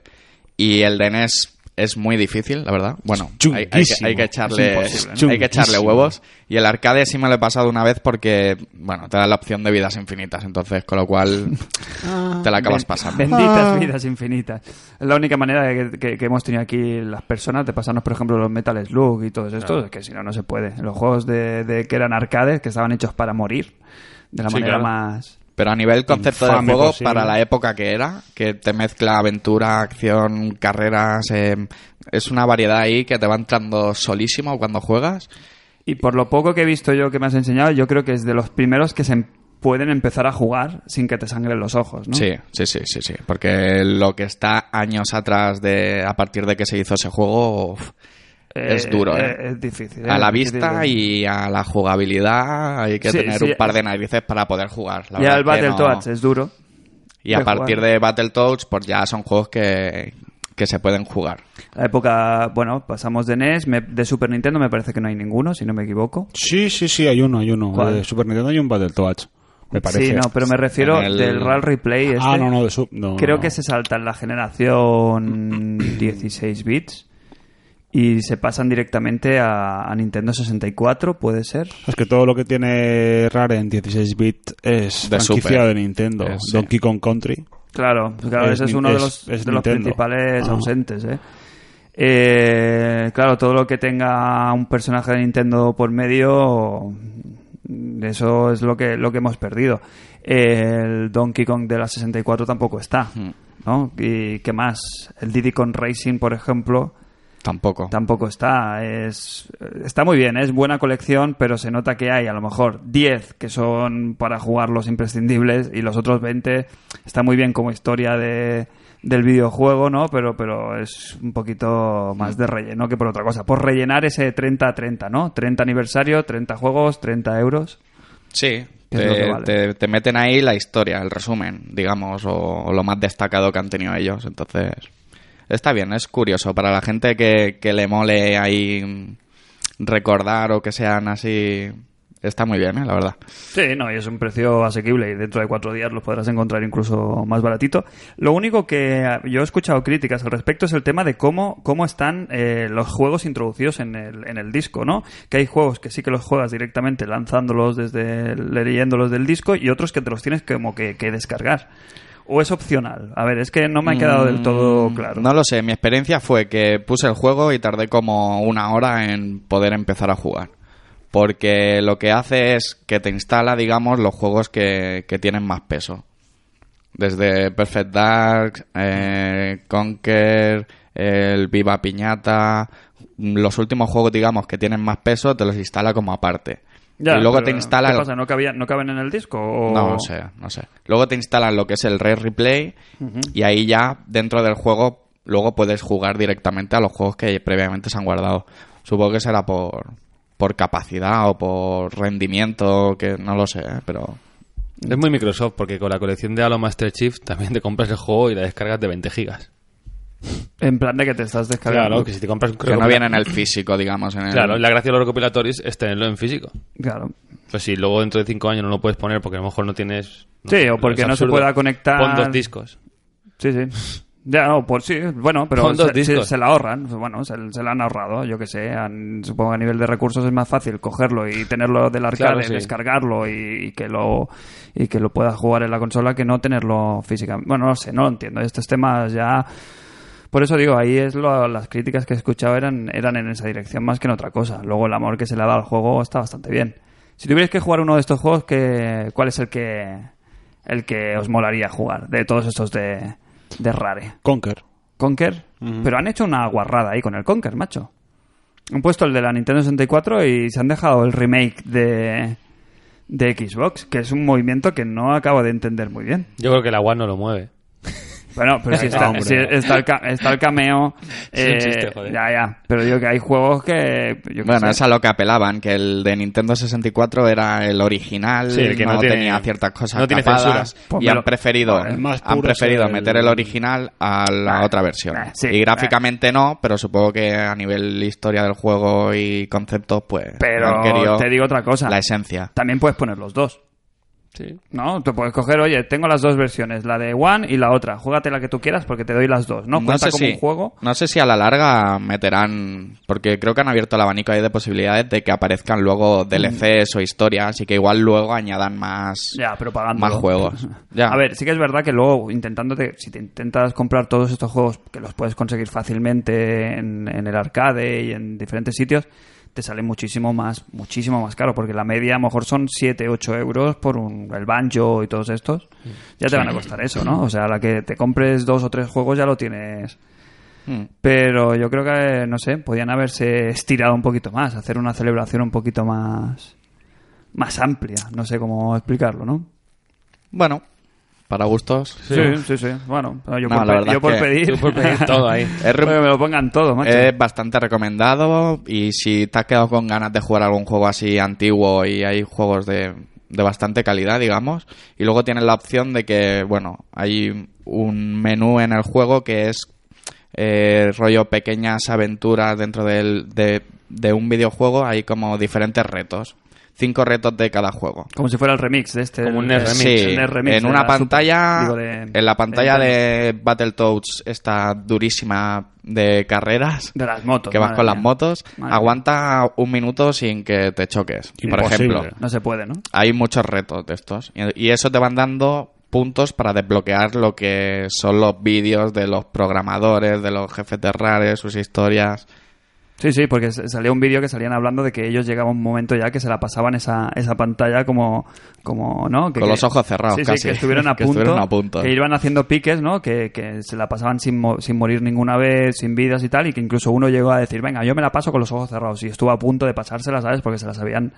[SPEAKER 3] Y el de NES es muy difícil, la verdad. Bueno, hay, hay que,
[SPEAKER 5] Chunguísimo.
[SPEAKER 3] hay que echarle,
[SPEAKER 2] Es imposible, ¿no?
[SPEAKER 3] hay que echarle
[SPEAKER 5] Chunguísimo.
[SPEAKER 3] huevos. Y el arcade sí me lo he pasado una vez porque, bueno, te da la opción de vidas infinitas, entonces, con lo cual te la acabas pasando.
[SPEAKER 2] Benditas vidas infinitas. Es la única manera de que, que- que hemos tenido aquí las personas de pasarnos, por ejemplo, los Metal Slug y todos estos, es que si no, no se puede. Los juegos de, de que eran arcades, que estaban hechos para morir, de la
[SPEAKER 4] Sí,
[SPEAKER 2] manera
[SPEAKER 4] claro.
[SPEAKER 2] más...
[SPEAKER 3] Pero a nivel concepto de
[SPEAKER 5] Infame
[SPEAKER 3] juego,
[SPEAKER 5] posible.
[SPEAKER 3] para la época que era, que te mezcla aventura, acción, carreras, eh, es una variedad ahí que te va entrando solísimo cuando juegas.
[SPEAKER 2] Y por lo poco que he visto yo que me has enseñado, yo creo que es de los primeros que se em- pueden empezar a jugar sin que te sangren los ojos, ¿no?
[SPEAKER 3] Sí, sí, sí, sí, sí. Porque lo que está años atrás de a partir de que se hizo ese juego uf,
[SPEAKER 2] Eh,
[SPEAKER 3] es duro, ¿eh?
[SPEAKER 2] Es difícil. ¿eh?
[SPEAKER 3] a la
[SPEAKER 2] Es difícil,
[SPEAKER 3] vista
[SPEAKER 2] ¿eh?
[SPEAKER 3] y a la jugabilidad hay que
[SPEAKER 2] Sí,
[SPEAKER 3] tener
[SPEAKER 2] sí.
[SPEAKER 3] un par de narices para poder jugar. la
[SPEAKER 2] Y
[SPEAKER 3] verdad
[SPEAKER 2] al
[SPEAKER 3] que no-
[SPEAKER 2] Battletoads es duro.
[SPEAKER 3] Y a
[SPEAKER 2] de
[SPEAKER 3] partir
[SPEAKER 2] jugar.
[SPEAKER 3] de Battletoads, pues ya son juegos que, que se pueden jugar.
[SPEAKER 2] La época, bueno, pasamos de NES, me- de Super Nintendo me parece que no hay ninguno, si no me equivoco.
[SPEAKER 5] Sí, sí, sí, hay uno, hay uno.
[SPEAKER 2] ¿Cuál?
[SPEAKER 5] De Super Nintendo hay un Battletoads, me parece.
[SPEAKER 2] Sí, no, pero me refiero
[SPEAKER 3] En el-
[SPEAKER 2] del Real Replay este.
[SPEAKER 5] Ah, no, no, de su... no,
[SPEAKER 2] Creo
[SPEAKER 5] no.
[SPEAKER 2] que se saltan la generación 16 bits y se pasan directamente a, a Nintendo 64, puede ser.
[SPEAKER 5] Es que todo lo que tiene Rare en 16 bits es
[SPEAKER 3] De
[SPEAKER 5] franquicia
[SPEAKER 3] Super.
[SPEAKER 5] de Nintendo.
[SPEAKER 3] Eh, sí.
[SPEAKER 5] Donkey Kong Country.
[SPEAKER 2] Claro, pues claro,
[SPEAKER 5] Es
[SPEAKER 2] ese es
[SPEAKER 5] Nin-
[SPEAKER 2] uno de
[SPEAKER 5] es-
[SPEAKER 2] los,
[SPEAKER 5] es
[SPEAKER 2] de los
[SPEAKER 5] Nintendo.
[SPEAKER 2] principales
[SPEAKER 5] Ah.
[SPEAKER 2] ausentes, ¿eh? Eh, Claro, todo lo que tenga un personaje de Nintendo por medio, mm, eso es lo que, lo que hemos perdido. El Donkey Kong de la 64 tampoco está, ¿no? ¿Y qué más? El Diddy Kong Racing, por ejemplo,
[SPEAKER 3] Tampoco.
[SPEAKER 2] tampoco está. Es, está muy bien, es buena colección, pero se nota que hay a lo mejor 10 que son para jugar los imprescindibles y los otros 20 está muy bien como historia de, del videojuego, ¿no? Pero, pero es un poquito más de relleno que por otra cosa. Por rellenar ese 30-30, ¿no? 30 aniversario, 30 juegos, 30 euros.
[SPEAKER 3] Sí,
[SPEAKER 2] ¿Qué es lo que
[SPEAKER 3] te,
[SPEAKER 2] vale?
[SPEAKER 3] te- te meten ahí la historia, el resumen, digamos, o, o lo más destacado que han tenido ellos. Entonces, está bien, es curioso. Para la gente que, que le mole ahí mm, recordar o que sean así, está muy bien, ¿eh? la verdad.
[SPEAKER 2] Sí, no, y es un precio asequible y dentro de cuatro días los podrás encontrar incluso más baratito. Lo único que ah, yo he escuchado críticas al respecto es el tema de cómo, cómo están eh, los juegos introducidos en el, en el disco, ¿no? Que hay juegos que sí que los juegas directamente lanzándolos desde, leyéndolos del disco y otros que te los tienes como que, que descargar. ¿O es opcional? A ver, es que no me ha quedado del todo claro.
[SPEAKER 3] Mm, No lo sé, mi experiencia fue que puse el juego y tardé como una hora en poder empezar a jugar. Porque lo que hace es que te instala, digamos, los juegos que, que tienen más peso. Desde Perfect Dark, eh, Conquer, el Viva Piñata, los últimos juegos, digamos, que tienen más peso, te los instala como aparte.
[SPEAKER 2] Ya,
[SPEAKER 3] y luego
[SPEAKER 2] pero,
[SPEAKER 3] te instala
[SPEAKER 2] ¿qué
[SPEAKER 3] el-
[SPEAKER 2] pasa? ¿No, cabía- ¿No caben en el disco? O...
[SPEAKER 3] no, no sé, no sé. Luego te instalan lo que es el Red Replay y ahí ya dentro del juego luego puedes jugar directamente a los juegos que previamente se han guardado. Supongo que será por, por capacidad o por rendimiento, que no lo sé, ¿eh? pero...
[SPEAKER 4] Es muy Microsoft porque con la colección de Halo Master Chief también te compras el juego y la descargas de 20 gigas.
[SPEAKER 2] En plan de que te estás descargando.
[SPEAKER 4] Claro, que si te compras un
[SPEAKER 3] Que no
[SPEAKER 4] recopila-
[SPEAKER 3] viene en el físico, digamos. En el-
[SPEAKER 4] Claro, la gracia de los recopilatorios es tenerlo en físico.
[SPEAKER 2] Claro.
[SPEAKER 4] Pues si luego dentro de 5 años no lo puedes poner porque a lo mejor no tienes... no
[SPEAKER 2] Sí,
[SPEAKER 4] sé,
[SPEAKER 2] o porque
[SPEAKER 4] es
[SPEAKER 2] no se
[SPEAKER 4] absurdo.
[SPEAKER 2] pueda conectar-
[SPEAKER 4] Pon dos discos.
[SPEAKER 2] Sí, sí. Ya, no, por sí, bueno, pero
[SPEAKER 4] Con dos
[SPEAKER 2] se, se,
[SPEAKER 4] discos.
[SPEAKER 2] se la ahorran, pues bueno, se, se la han ahorrado, yo que sé, han- supongo que a nivel de recursos es más fácil cogerlo y tenerlo del arcade,
[SPEAKER 4] Claro, sí.
[SPEAKER 2] descargarlo y, y que lo y que lo puedas jugar en la consola que no tenerlo físicamente. Bueno, no sé, no lo entiendo, estos temas ya por eso digo, ahí es lo- las críticas que he escuchado eran, eran en esa dirección más que en otra cosa. Luego el amor que se le ha dado al juego está bastante bien. Si tuvierais que jugar uno de estos juegos, ¿qué, ¿cuál es el que el que os molaría jugar? De todos estos de, de Rare.
[SPEAKER 5] Conquer.
[SPEAKER 2] ¿Conker? Pero han hecho una guarrada ahí con el Conker, macho. Han puesto el de la Nintendo 64 y se han dejado el remake de, de Xbox, que es un movimiento que no acabo de entender muy bien.
[SPEAKER 4] Yo creo que la One no lo mueve.
[SPEAKER 2] Bueno, pero si está,
[SPEAKER 4] hombre.
[SPEAKER 2] si está el, ca- está el cameo.
[SPEAKER 4] Es un
[SPEAKER 2] eh,
[SPEAKER 4] chiste, joder.
[SPEAKER 2] Ya, ya. Pero digo que hay juegos que. Yo qué
[SPEAKER 3] Bueno,
[SPEAKER 2] sé.
[SPEAKER 3] es a lo que apelaban, que el de Nintendo 64 era el original,
[SPEAKER 4] Sí, el que
[SPEAKER 3] no,
[SPEAKER 4] no tiene-
[SPEAKER 3] tenía ciertas cosas
[SPEAKER 4] no tiene
[SPEAKER 3] tapadas,
[SPEAKER 4] censura.
[SPEAKER 3] y
[SPEAKER 2] Pónmelo.
[SPEAKER 3] han preferido,
[SPEAKER 5] El más
[SPEAKER 3] han
[SPEAKER 5] puro es
[SPEAKER 3] preferido
[SPEAKER 5] el-
[SPEAKER 3] meter el original a la
[SPEAKER 2] Ah,
[SPEAKER 3] otra versión.
[SPEAKER 2] ah, sí,
[SPEAKER 3] y gráficamente no, pero supongo que a nivel historia del juego y conceptos, pues han
[SPEAKER 2] Pero
[SPEAKER 3] querido
[SPEAKER 2] te digo otra cosa.
[SPEAKER 3] la esencia.
[SPEAKER 2] También puedes poner los dos.
[SPEAKER 4] Sí.
[SPEAKER 2] ¿No? Te puedes coger, oye, tengo las dos versiones, la de One y la otra. Júgate la que tú quieras porque te doy las dos. No, cuenta como un juego.
[SPEAKER 3] no sé si a la larga meterán, porque creo que han abierto el abanico ahí de posibilidades de que aparezcan luego DLCs o historias y que igual luego añadan más,
[SPEAKER 2] Mm. Ya, pero pagando.
[SPEAKER 3] más juegos. Ya.
[SPEAKER 2] A ver, sí que es verdad que luego intentándote, si te intentas comprar todos estos juegos que los puedes conseguir fácilmente en, en el arcade y en diferentes sitios, te sale muchísimo más, muchísimo más caro, porque la media a lo mejor son 7, 8 euros por un, el banjo y todos estos. Ya te van a costar eso, ¿no? O sea, la que te compres dos o tres juegos ya lo tienes.
[SPEAKER 3] Mm.
[SPEAKER 2] Pero yo creo que, no sé, podían haberse estirado un poquito más, hacer una celebración un poquito más, más amplia. No sé cómo explicarlo, ¿no?
[SPEAKER 3] Bueno, para gustos.
[SPEAKER 2] Sí, sí, sí. Bueno, yo,
[SPEAKER 3] No,
[SPEAKER 2] por,
[SPEAKER 3] la
[SPEAKER 2] pe-
[SPEAKER 3] verdad
[SPEAKER 2] yo por
[SPEAKER 3] es que Eh,
[SPEAKER 2] pedir.
[SPEAKER 4] Tú por pedir todo ahí.
[SPEAKER 3] Es, re-
[SPEAKER 2] Pero que me lo pongan todo, macho.
[SPEAKER 3] es bastante recomendado y si te has quedado con ganas de jugar algún juego así antiguo y hay juegos de, de bastante calidad, digamos, y luego tienes la opción de que, bueno, hay un menú en el juego que es eh, rollo pequeñas aventuras dentro del- de, de un videojuego, hay como diferentes retos, cinco retos de cada juego.
[SPEAKER 2] Como si fuera el remix de este.
[SPEAKER 4] Como un
[SPEAKER 2] el-
[SPEAKER 4] NES remix.
[SPEAKER 3] Sí,
[SPEAKER 2] el NES remix
[SPEAKER 3] en
[SPEAKER 2] de
[SPEAKER 3] una
[SPEAKER 2] la Super-
[SPEAKER 3] pantalla,
[SPEAKER 2] digo, de-
[SPEAKER 3] en la pantalla
[SPEAKER 2] de,
[SPEAKER 3] de Battletoads, esta durísima de carreras,
[SPEAKER 2] de las motos.
[SPEAKER 3] que vas
[SPEAKER 2] madre
[SPEAKER 3] con las
[SPEAKER 2] mía.
[SPEAKER 3] motos,
[SPEAKER 2] Madre
[SPEAKER 3] aguanta un minuto sin que te choques. Por
[SPEAKER 5] Imposible.
[SPEAKER 3] ejemplo,
[SPEAKER 2] No se puede, ¿no?
[SPEAKER 3] hay muchos retos de estos. Y y eso te van dando puntos para desbloquear lo que son los vídeos de los programadores, de los jefes de rares, sus historias.
[SPEAKER 2] Sí, sí, porque s- salió un vídeo que salían hablando de que ellos llegaba un momento ya que se la pasaban esa, esa pantalla como, como ¿no? Que,
[SPEAKER 3] Con
[SPEAKER 2] que-
[SPEAKER 3] los ojos cerrados,
[SPEAKER 2] sí, sí,
[SPEAKER 3] casi.
[SPEAKER 2] que estuvieron a
[SPEAKER 3] Que
[SPEAKER 2] punto.
[SPEAKER 3] estuvieron a punto.
[SPEAKER 2] que iban haciendo piques, ¿no? Que, que se la pasaban sin, mo- sin morir ninguna vez, sin vidas y tal, y que incluso uno llegó a decir, venga, yo me la paso con los ojos cerrados. Y estuvo a punto de pasársela, ¿sabes? Porque se la sabían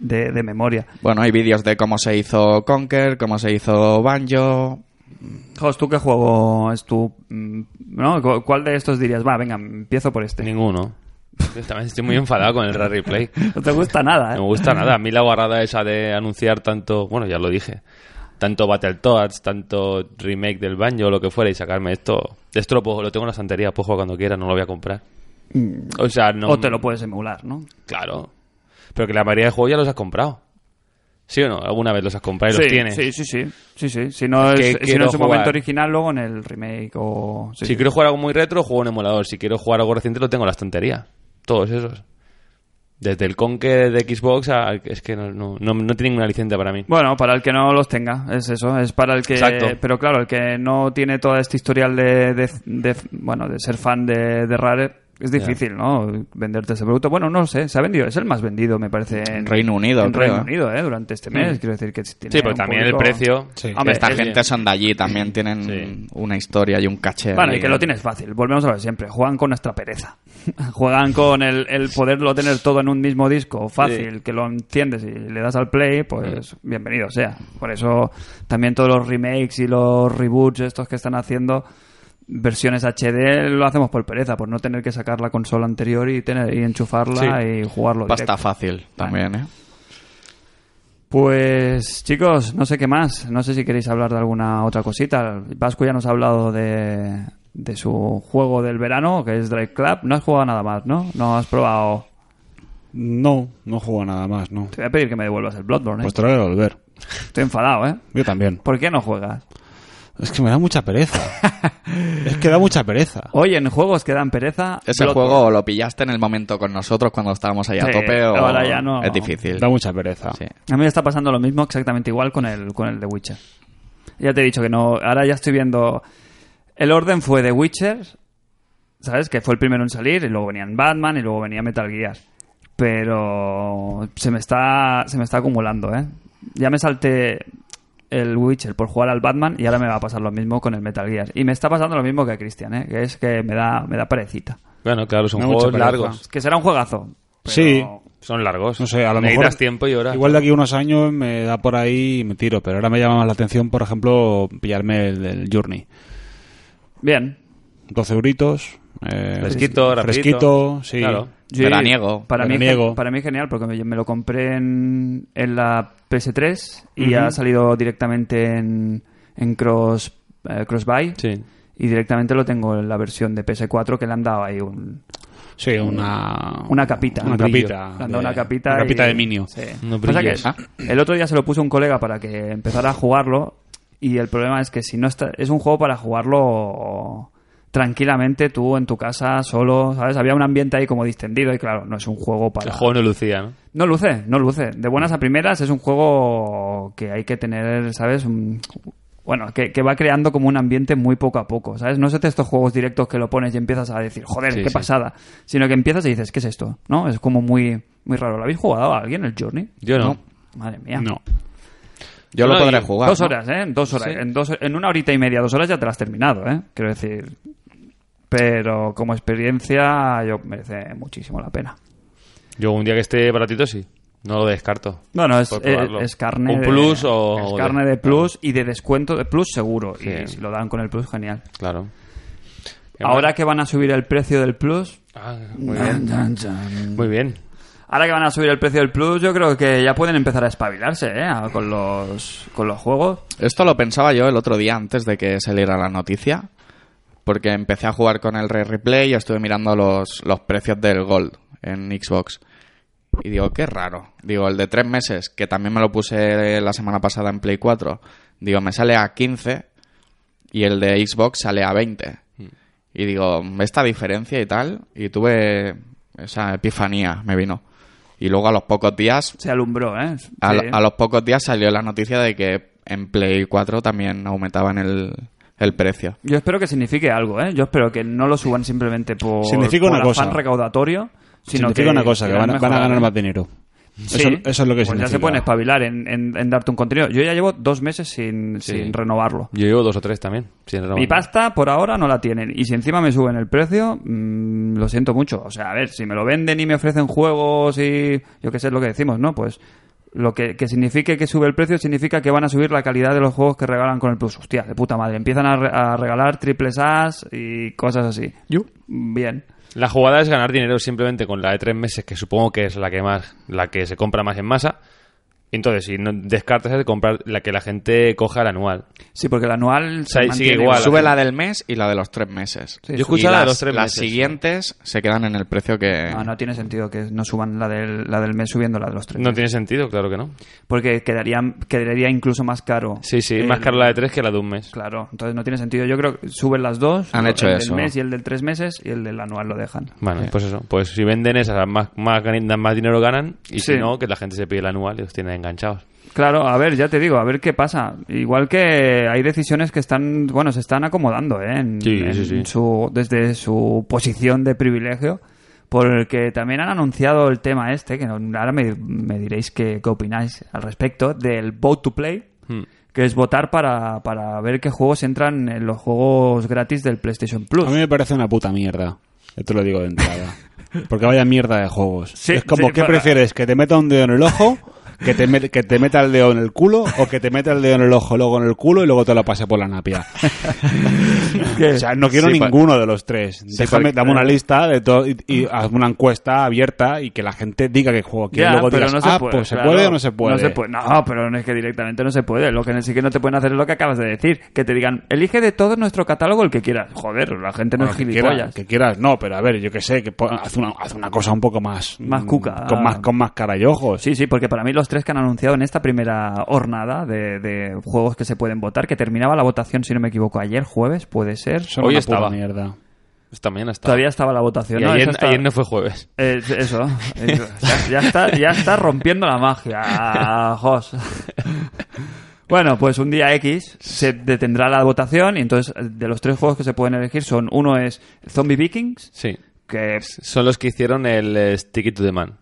[SPEAKER 2] de, de memoria.
[SPEAKER 3] Bueno, hay vídeos de cómo se hizo Conker, cómo se hizo Banjo.
[SPEAKER 2] Jos, ¿tú qué juego es tu... mm, ¿no? ¿Cu- ¿Cuál de estos dirías? Va, venga, empiezo por este.
[SPEAKER 4] Ninguno. Yo también estoy muy enfadado con el Rare Replay.
[SPEAKER 2] No te gusta nada, ¿eh?
[SPEAKER 4] No me gusta nada. A mí la guarrada esa de anunciar tanto, bueno, ya lo dije, tanto Battletoads, tanto remake del banjo, lo que fuera, y sacarme esto. Esto lo, puedo- lo tengo en la santería, puedo jugar cuando quiera, no lo voy a comprar. O sea, no.
[SPEAKER 2] Mm. O te lo puedes emular, ¿no?
[SPEAKER 4] Claro. Pero que la mayoría de juegos ya los has comprado. ¿Sí o no? Alguna vez los has comprado y los tienes.
[SPEAKER 2] Sí, sí, sí. sí, sí. Si no,
[SPEAKER 4] Es que
[SPEAKER 2] es, si
[SPEAKER 4] quiero
[SPEAKER 2] no en su
[SPEAKER 4] jugar.
[SPEAKER 2] momento original, luego en el remake o... sí,
[SPEAKER 4] si
[SPEAKER 2] sí.
[SPEAKER 4] quiero jugar algo muy retro, juego en emulador. Si quiero jugar algo reciente, lo tengo en la estantería. Todos esos. Desde el Conquer de Xbox, a- es que no, no, no- no tiene ninguna licencia para mí.
[SPEAKER 2] Bueno, para el que no los tenga, es eso, es para el que...
[SPEAKER 4] Exacto.
[SPEAKER 2] Pero claro, el que no tiene toda este historial de, de- de- bueno, de ser fan de, de Rare, es difícil, ¿no? Venderte ese producto. Bueno, no lo sé, se ha vendido, es el más vendido, me parece, en
[SPEAKER 3] Reino Unido,
[SPEAKER 2] en
[SPEAKER 3] creo,
[SPEAKER 2] Reino
[SPEAKER 3] ¿eh?
[SPEAKER 2] Unido, ¿eh? Durante este mes, quiero decir que tiene
[SPEAKER 4] Mm. Sí, pero
[SPEAKER 2] un
[SPEAKER 4] también el
[SPEAKER 2] público-
[SPEAKER 4] precio.
[SPEAKER 5] Sí.
[SPEAKER 2] Hombre,
[SPEAKER 3] Esta
[SPEAKER 2] es-
[SPEAKER 3] gente son de allí, también tienen
[SPEAKER 4] Sí.
[SPEAKER 3] una historia y un caché.
[SPEAKER 2] Bueno,
[SPEAKER 3] ahí,
[SPEAKER 2] y que
[SPEAKER 3] ¿eh?
[SPEAKER 2] lo tienes fácil. Volvemos a lo de siempre. Juegan con nuestra pereza. Juegan con el, el poderlo tener todo en un mismo disco fácil, que lo enciendes y le das al play, pues bienvenido sea. Por eso también todos los remakes y los reboots estos que están haciendo versiones HD lo hacemos por pereza, por no tener que sacar la consola anterior y tener y enchufarla
[SPEAKER 4] Sí.
[SPEAKER 2] y jugarlo
[SPEAKER 3] Pasta
[SPEAKER 2] directo.
[SPEAKER 3] fácil también, ¿eh?
[SPEAKER 2] Pues chicos, no sé qué más. No sé si queréis hablar de alguna otra cosita. Vasco ya nos ha hablado de, de su juego del verano, que es Drive Club. No has jugado nada más, ¿no? No has probado.
[SPEAKER 5] No, no juego a nada más, no.
[SPEAKER 2] Te voy a pedir que me devuelvas el Bloodborne. ¿eh?
[SPEAKER 5] Pues te lo voy a volver.
[SPEAKER 2] Estoy enfadado, ¿eh?
[SPEAKER 5] Yo también.
[SPEAKER 2] ¿Por qué no juegas?
[SPEAKER 5] Es que me da mucha pereza. es que da mucha pereza.
[SPEAKER 2] Hoy en juegos que dan pereza.
[SPEAKER 3] Ese
[SPEAKER 2] Bloodborne.
[SPEAKER 3] juego lo pillaste en el momento con nosotros cuando estábamos ahí a
[SPEAKER 2] Sí,
[SPEAKER 3] tope o
[SPEAKER 2] ahora ya no.
[SPEAKER 3] es difícil.
[SPEAKER 5] Da mucha pereza.
[SPEAKER 3] Sí.
[SPEAKER 2] A mí me está pasando lo mismo, exactamente igual con el, con el de Witcher. Ya te he dicho que no. Ahora ya estoy viendo. El orden fue de Witcher, ¿sabes? Que fue el primero en salir, y luego venían Batman y luego venía Metal Gear. Pero se me está, se me está acumulando, ¿eh? Ya me salté el Witcher por jugar al Batman y ahora me va a pasar lo mismo con el Metal Gear. Y me está pasando lo mismo que a Christian, ¿eh? Que es que me da, me da parecita.
[SPEAKER 4] Bueno, claro, son
[SPEAKER 2] No mucho,
[SPEAKER 4] juegos
[SPEAKER 2] pero,
[SPEAKER 4] largos.
[SPEAKER 2] Es Que será un juegazo. pero-
[SPEAKER 5] Sí.
[SPEAKER 4] Son largos.
[SPEAKER 5] No sé, a lo
[SPEAKER 4] Necesitas
[SPEAKER 5] mejor-
[SPEAKER 4] tiempo y horas.
[SPEAKER 5] Igual de aquí a unos años me da por ahí y me tiro, pero ahora me llama más la atención, por ejemplo, pillarme el, el Journey.
[SPEAKER 2] Bien.
[SPEAKER 5] 12 euritos. eh,
[SPEAKER 4] Fresquito, rapidito.
[SPEAKER 5] Fresquito, sí.
[SPEAKER 4] Claro.
[SPEAKER 2] Sí.
[SPEAKER 3] Veraniego.
[SPEAKER 2] Para mí,
[SPEAKER 5] Veraniego.
[SPEAKER 2] para mí genial, porque me, me lo compré en, en la PS3 y ha salido directamente en, en cross, eh, cross buy.
[SPEAKER 4] Sí.
[SPEAKER 2] Y directamente lo tengo en la versión de PS4 que le han dado ahí un,
[SPEAKER 5] Sí, una...
[SPEAKER 2] una capita.
[SPEAKER 5] Ah, Una
[SPEAKER 2] Un brillo.
[SPEAKER 5] capita.
[SPEAKER 2] Le han
[SPEAKER 5] de-
[SPEAKER 2] dado una capita.
[SPEAKER 5] Una capita
[SPEAKER 2] y-
[SPEAKER 5] de minio.
[SPEAKER 2] Sí.
[SPEAKER 4] Unos
[SPEAKER 2] Pasa que
[SPEAKER 4] brillos.
[SPEAKER 3] Ah.
[SPEAKER 2] El otro día se lo puse a un colega para que empezara a jugarlo y el problema es que si no está... Es un juego para jugarlo tranquilamente tú en tu casa, solo, ¿sabes? Había un ambiente ahí como distendido y claro, no es un juego para...
[SPEAKER 4] El juego no lucía, ¿no?
[SPEAKER 2] No luce, no luce. De buenas a primeras es un juego que hay que tener, ¿sabes? Un- Bueno, que, que va creando como un ambiente muy poco a poco, ¿sabes? No es de estos juegos directos que lo pones y empiezas a decir, joder,
[SPEAKER 4] Sí,
[SPEAKER 2] qué
[SPEAKER 4] sí.
[SPEAKER 2] pasada. Sino que empiezas y dices, ¿qué es esto? ¿No? Es como muy, muy raro. ¿Lo habéis jugado a alguien el Journey?
[SPEAKER 4] Yo no.
[SPEAKER 2] Madre mía.
[SPEAKER 5] No.
[SPEAKER 3] Yo
[SPEAKER 4] No,
[SPEAKER 3] lo podré
[SPEAKER 4] y-
[SPEAKER 3] jugar.
[SPEAKER 2] dos
[SPEAKER 3] ¿no?
[SPEAKER 2] horas, ¿eh? En Dos horas.
[SPEAKER 4] Sí.
[SPEAKER 2] En, dos, en una horita y media, dos horas ya te las has terminado, ¿eh? Quiero decir... Pero como experiencia, yo merece muchísimo la pena.
[SPEAKER 4] Yo un día que esté baratito, sí. No lo descarto.
[SPEAKER 2] Bueno, es,
[SPEAKER 4] Por
[SPEAKER 2] es,
[SPEAKER 4] probarlo.
[SPEAKER 2] es carne
[SPEAKER 4] ¿Un
[SPEAKER 2] de-
[SPEAKER 4] plus o...?
[SPEAKER 2] es
[SPEAKER 4] o
[SPEAKER 2] carne de plus y de descuento de plus seguro.
[SPEAKER 4] Sí.
[SPEAKER 2] Y si lo dan con el plus, genial.
[SPEAKER 4] Claro.
[SPEAKER 2] Ahora que van a subir el precio del plus...
[SPEAKER 4] Ah, muy bien. Muy bien.
[SPEAKER 2] Ahora que van a subir el precio del plus, yo creo que ya pueden empezar a espabilarse, ¿eh? A- Con los, con los juegos.
[SPEAKER 3] Esto lo pensaba yo el otro día antes de que saliera la noticia, porque empecé a jugar con el Re Replay y estuve mirando los, los precios del Gold en Xbox. Y digo, qué raro. Digo, el de tres meses, que también me lo puse la semana pasada en Play 4, digo, me sale a 15 y el de Xbox sale a 20. Y digo, esta diferencia y tal, y tuve esa epifanía, me vino. Y luego a los pocos días
[SPEAKER 2] Se alumbró, ¿eh? Sí.
[SPEAKER 3] al- a los pocos días salió la noticia de que en Play 4 también aumentaban el, el precio.
[SPEAKER 2] Yo espero que signifique algo, ¿eh? Yo espero que no lo suban simplemente por,
[SPEAKER 5] Significa
[SPEAKER 2] por
[SPEAKER 5] una cosa.
[SPEAKER 2] afán recaudatorio, sino
[SPEAKER 5] significa
[SPEAKER 2] que
[SPEAKER 5] una cosa, que
[SPEAKER 2] quieran
[SPEAKER 5] van, a- van a
[SPEAKER 2] mejorar.
[SPEAKER 5] ganar más dinero.
[SPEAKER 2] Sí.
[SPEAKER 5] Eso, eso es lo que
[SPEAKER 2] Pues ya
[SPEAKER 5] significa.
[SPEAKER 2] se pueden espabilar en, en- en darte un contenido. Yo ya llevo dos meses sin,
[SPEAKER 4] Sí.
[SPEAKER 2] sin renovarlo.
[SPEAKER 4] Yo llevo dos o tres también. sin
[SPEAKER 2] Mi
[SPEAKER 4] renovar.
[SPEAKER 2] pasta por ahora no la tienen. Y si encima me suben el precio, mm, lo siento mucho. O sea, a ver, si me lo venden y me ofrecen juegos y yo qué sé lo que decimos, ¿no? Pues lo que, que signifique que sube el precio significa que van a subir la calidad de los juegos que regalan con el Plus. Hostia, de puta madre. Empiezan a, re- a regalar triples As y cosas así. Bien.
[SPEAKER 4] La jugada es ganar dinero simplemente con la de tres meses, que supongo que es la que más, la que se compra más en masa. Entonces, si no descartas es de comprar la que la gente coja el anual.
[SPEAKER 2] Sí, porque el anual
[SPEAKER 4] sea, y sigue
[SPEAKER 2] mantiene- ¿eh?
[SPEAKER 4] igual.
[SPEAKER 3] Sube la del mes y la de los tres meses.
[SPEAKER 2] Sí,
[SPEAKER 4] Yo
[SPEAKER 3] Y
[SPEAKER 4] escuchaba la
[SPEAKER 3] las,
[SPEAKER 4] de los tres
[SPEAKER 3] las
[SPEAKER 4] meses.
[SPEAKER 3] siguientes se quedan en el precio que...
[SPEAKER 2] Ah, No, no tiene sentido que no suban la del, la del mes subiendo la de los tres.
[SPEAKER 4] No tiene sentido, claro que no.
[SPEAKER 2] Porque quedaría, quedaría incluso más caro.
[SPEAKER 4] Sí, sí,
[SPEAKER 2] el-
[SPEAKER 4] más caro la de tres que la de un mes.
[SPEAKER 2] Claro, entonces no tiene sentido. Yo creo que suben las dos.
[SPEAKER 3] Han
[SPEAKER 2] el
[SPEAKER 3] hecho
[SPEAKER 2] del
[SPEAKER 3] eso.
[SPEAKER 2] mes y el del tres meses y el del anual lo dejan.
[SPEAKER 4] Bueno, pues eso. Pues si venden esas, más, más, ganan- más dinero ganan. Y
[SPEAKER 2] Sí.
[SPEAKER 4] si no, que la gente se pide el anual y los tienen enganchados.
[SPEAKER 2] Claro, a ver, ya te digo, a ver qué pasa. Igual que hay decisiones que están, bueno, se están acomodando, ¿eh? En,
[SPEAKER 4] Sí,
[SPEAKER 2] en
[SPEAKER 4] sí, sí.
[SPEAKER 2] Su, desde su posición de privilegio. Porque también han anunciado el tema este, que no- ahora me, me diréis qué qué opináis al respecto, del vote to play.
[SPEAKER 4] Hmm.
[SPEAKER 2] que es votar para, para ver qué juegos entran en los juegos gratis del PlayStation Plus.
[SPEAKER 5] A mí me parece una puta mierda. Yo te lo digo de entrada. Porque vaya mierda de juegos.
[SPEAKER 2] Sí,
[SPEAKER 5] es como,
[SPEAKER 2] sí,
[SPEAKER 5] ¿qué
[SPEAKER 2] para-
[SPEAKER 5] prefieres? ¿Que te meta un dedo en el ojo? Que te, met- que te meta el dedo en el culo o que te meta el dedo en el ojo, luego en el culo y luego te lo pase por la napia. O sea, no quiero
[SPEAKER 3] Sí, pa-
[SPEAKER 5] ninguno de los tres. Déjame,
[SPEAKER 3] porque-
[SPEAKER 5] dame una lista de todo y, y haz una encuesta abierta y que la gente diga qué juego quiere.
[SPEAKER 2] Ya,
[SPEAKER 5] y luego
[SPEAKER 2] pero
[SPEAKER 5] digas,
[SPEAKER 2] no se
[SPEAKER 5] ah,
[SPEAKER 2] puede.
[SPEAKER 5] pues se
[SPEAKER 2] claro.
[SPEAKER 5] puede o no se puede.
[SPEAKER 2] No, No, pero no es que directamente no se puede. Lo que sí que no te pueden hacer es lo que acabas de decir. Que te digan, elige de todo nuestro catálogo el que quieras. Joder, la gente no
[SPEAKER 5] Bueno,
[SPEAKER 2] es
[SPEAKER 5] que, quieras,
[SPEAKER 2] gilipollas.
[SPEAKER 5] que quieras, no, pero a ver, yo que sé, que po- haz una, haz una cosa un poco más... mm,
[SPEAKER 2] Más cuca. ah.
[SPEAKER 5] Con más, con más cara y ojos.
[SPEAKER 2] Sí, sí, porque para mí los tres que han anunciado en esta primera hornada de, de juegos que se pueden votar, que terminaba la votación, si no me equivoco, ayer jueves, puede ser.
[SPEAKER 5] Son
[SPEAKER 4] Hoy
[SPEAKER 5] una puta
[SPEAKER 4] estaba.
[SPEAKER 5] mierda.
[SPEAKER 4] Esta mañana Pues está.
[SPEAKER 2] Todavía estaba la votación.
[SPEAKER 4] Y
[SPEAKER 2] ¿no?
[SPEAKER 4] ayer,
[SPEAKER 2] Eso está-
[SPEAKER 4] ayer no fue jueves.
[SPEAKER 2] Eh, eso, eso. Ya, ya está, ya está rompiendo la magia, Jos. Bueno, pues un día X se detendrá la votación y entonces eh, de los tres juegos que se pueden elegir son uno es Zombie Vikings,
[SPEAKER 4] Sí.
[SPEAKER 2] que
[SPEAKER 4] Son los que hicieron el eh, Sticky to the Man.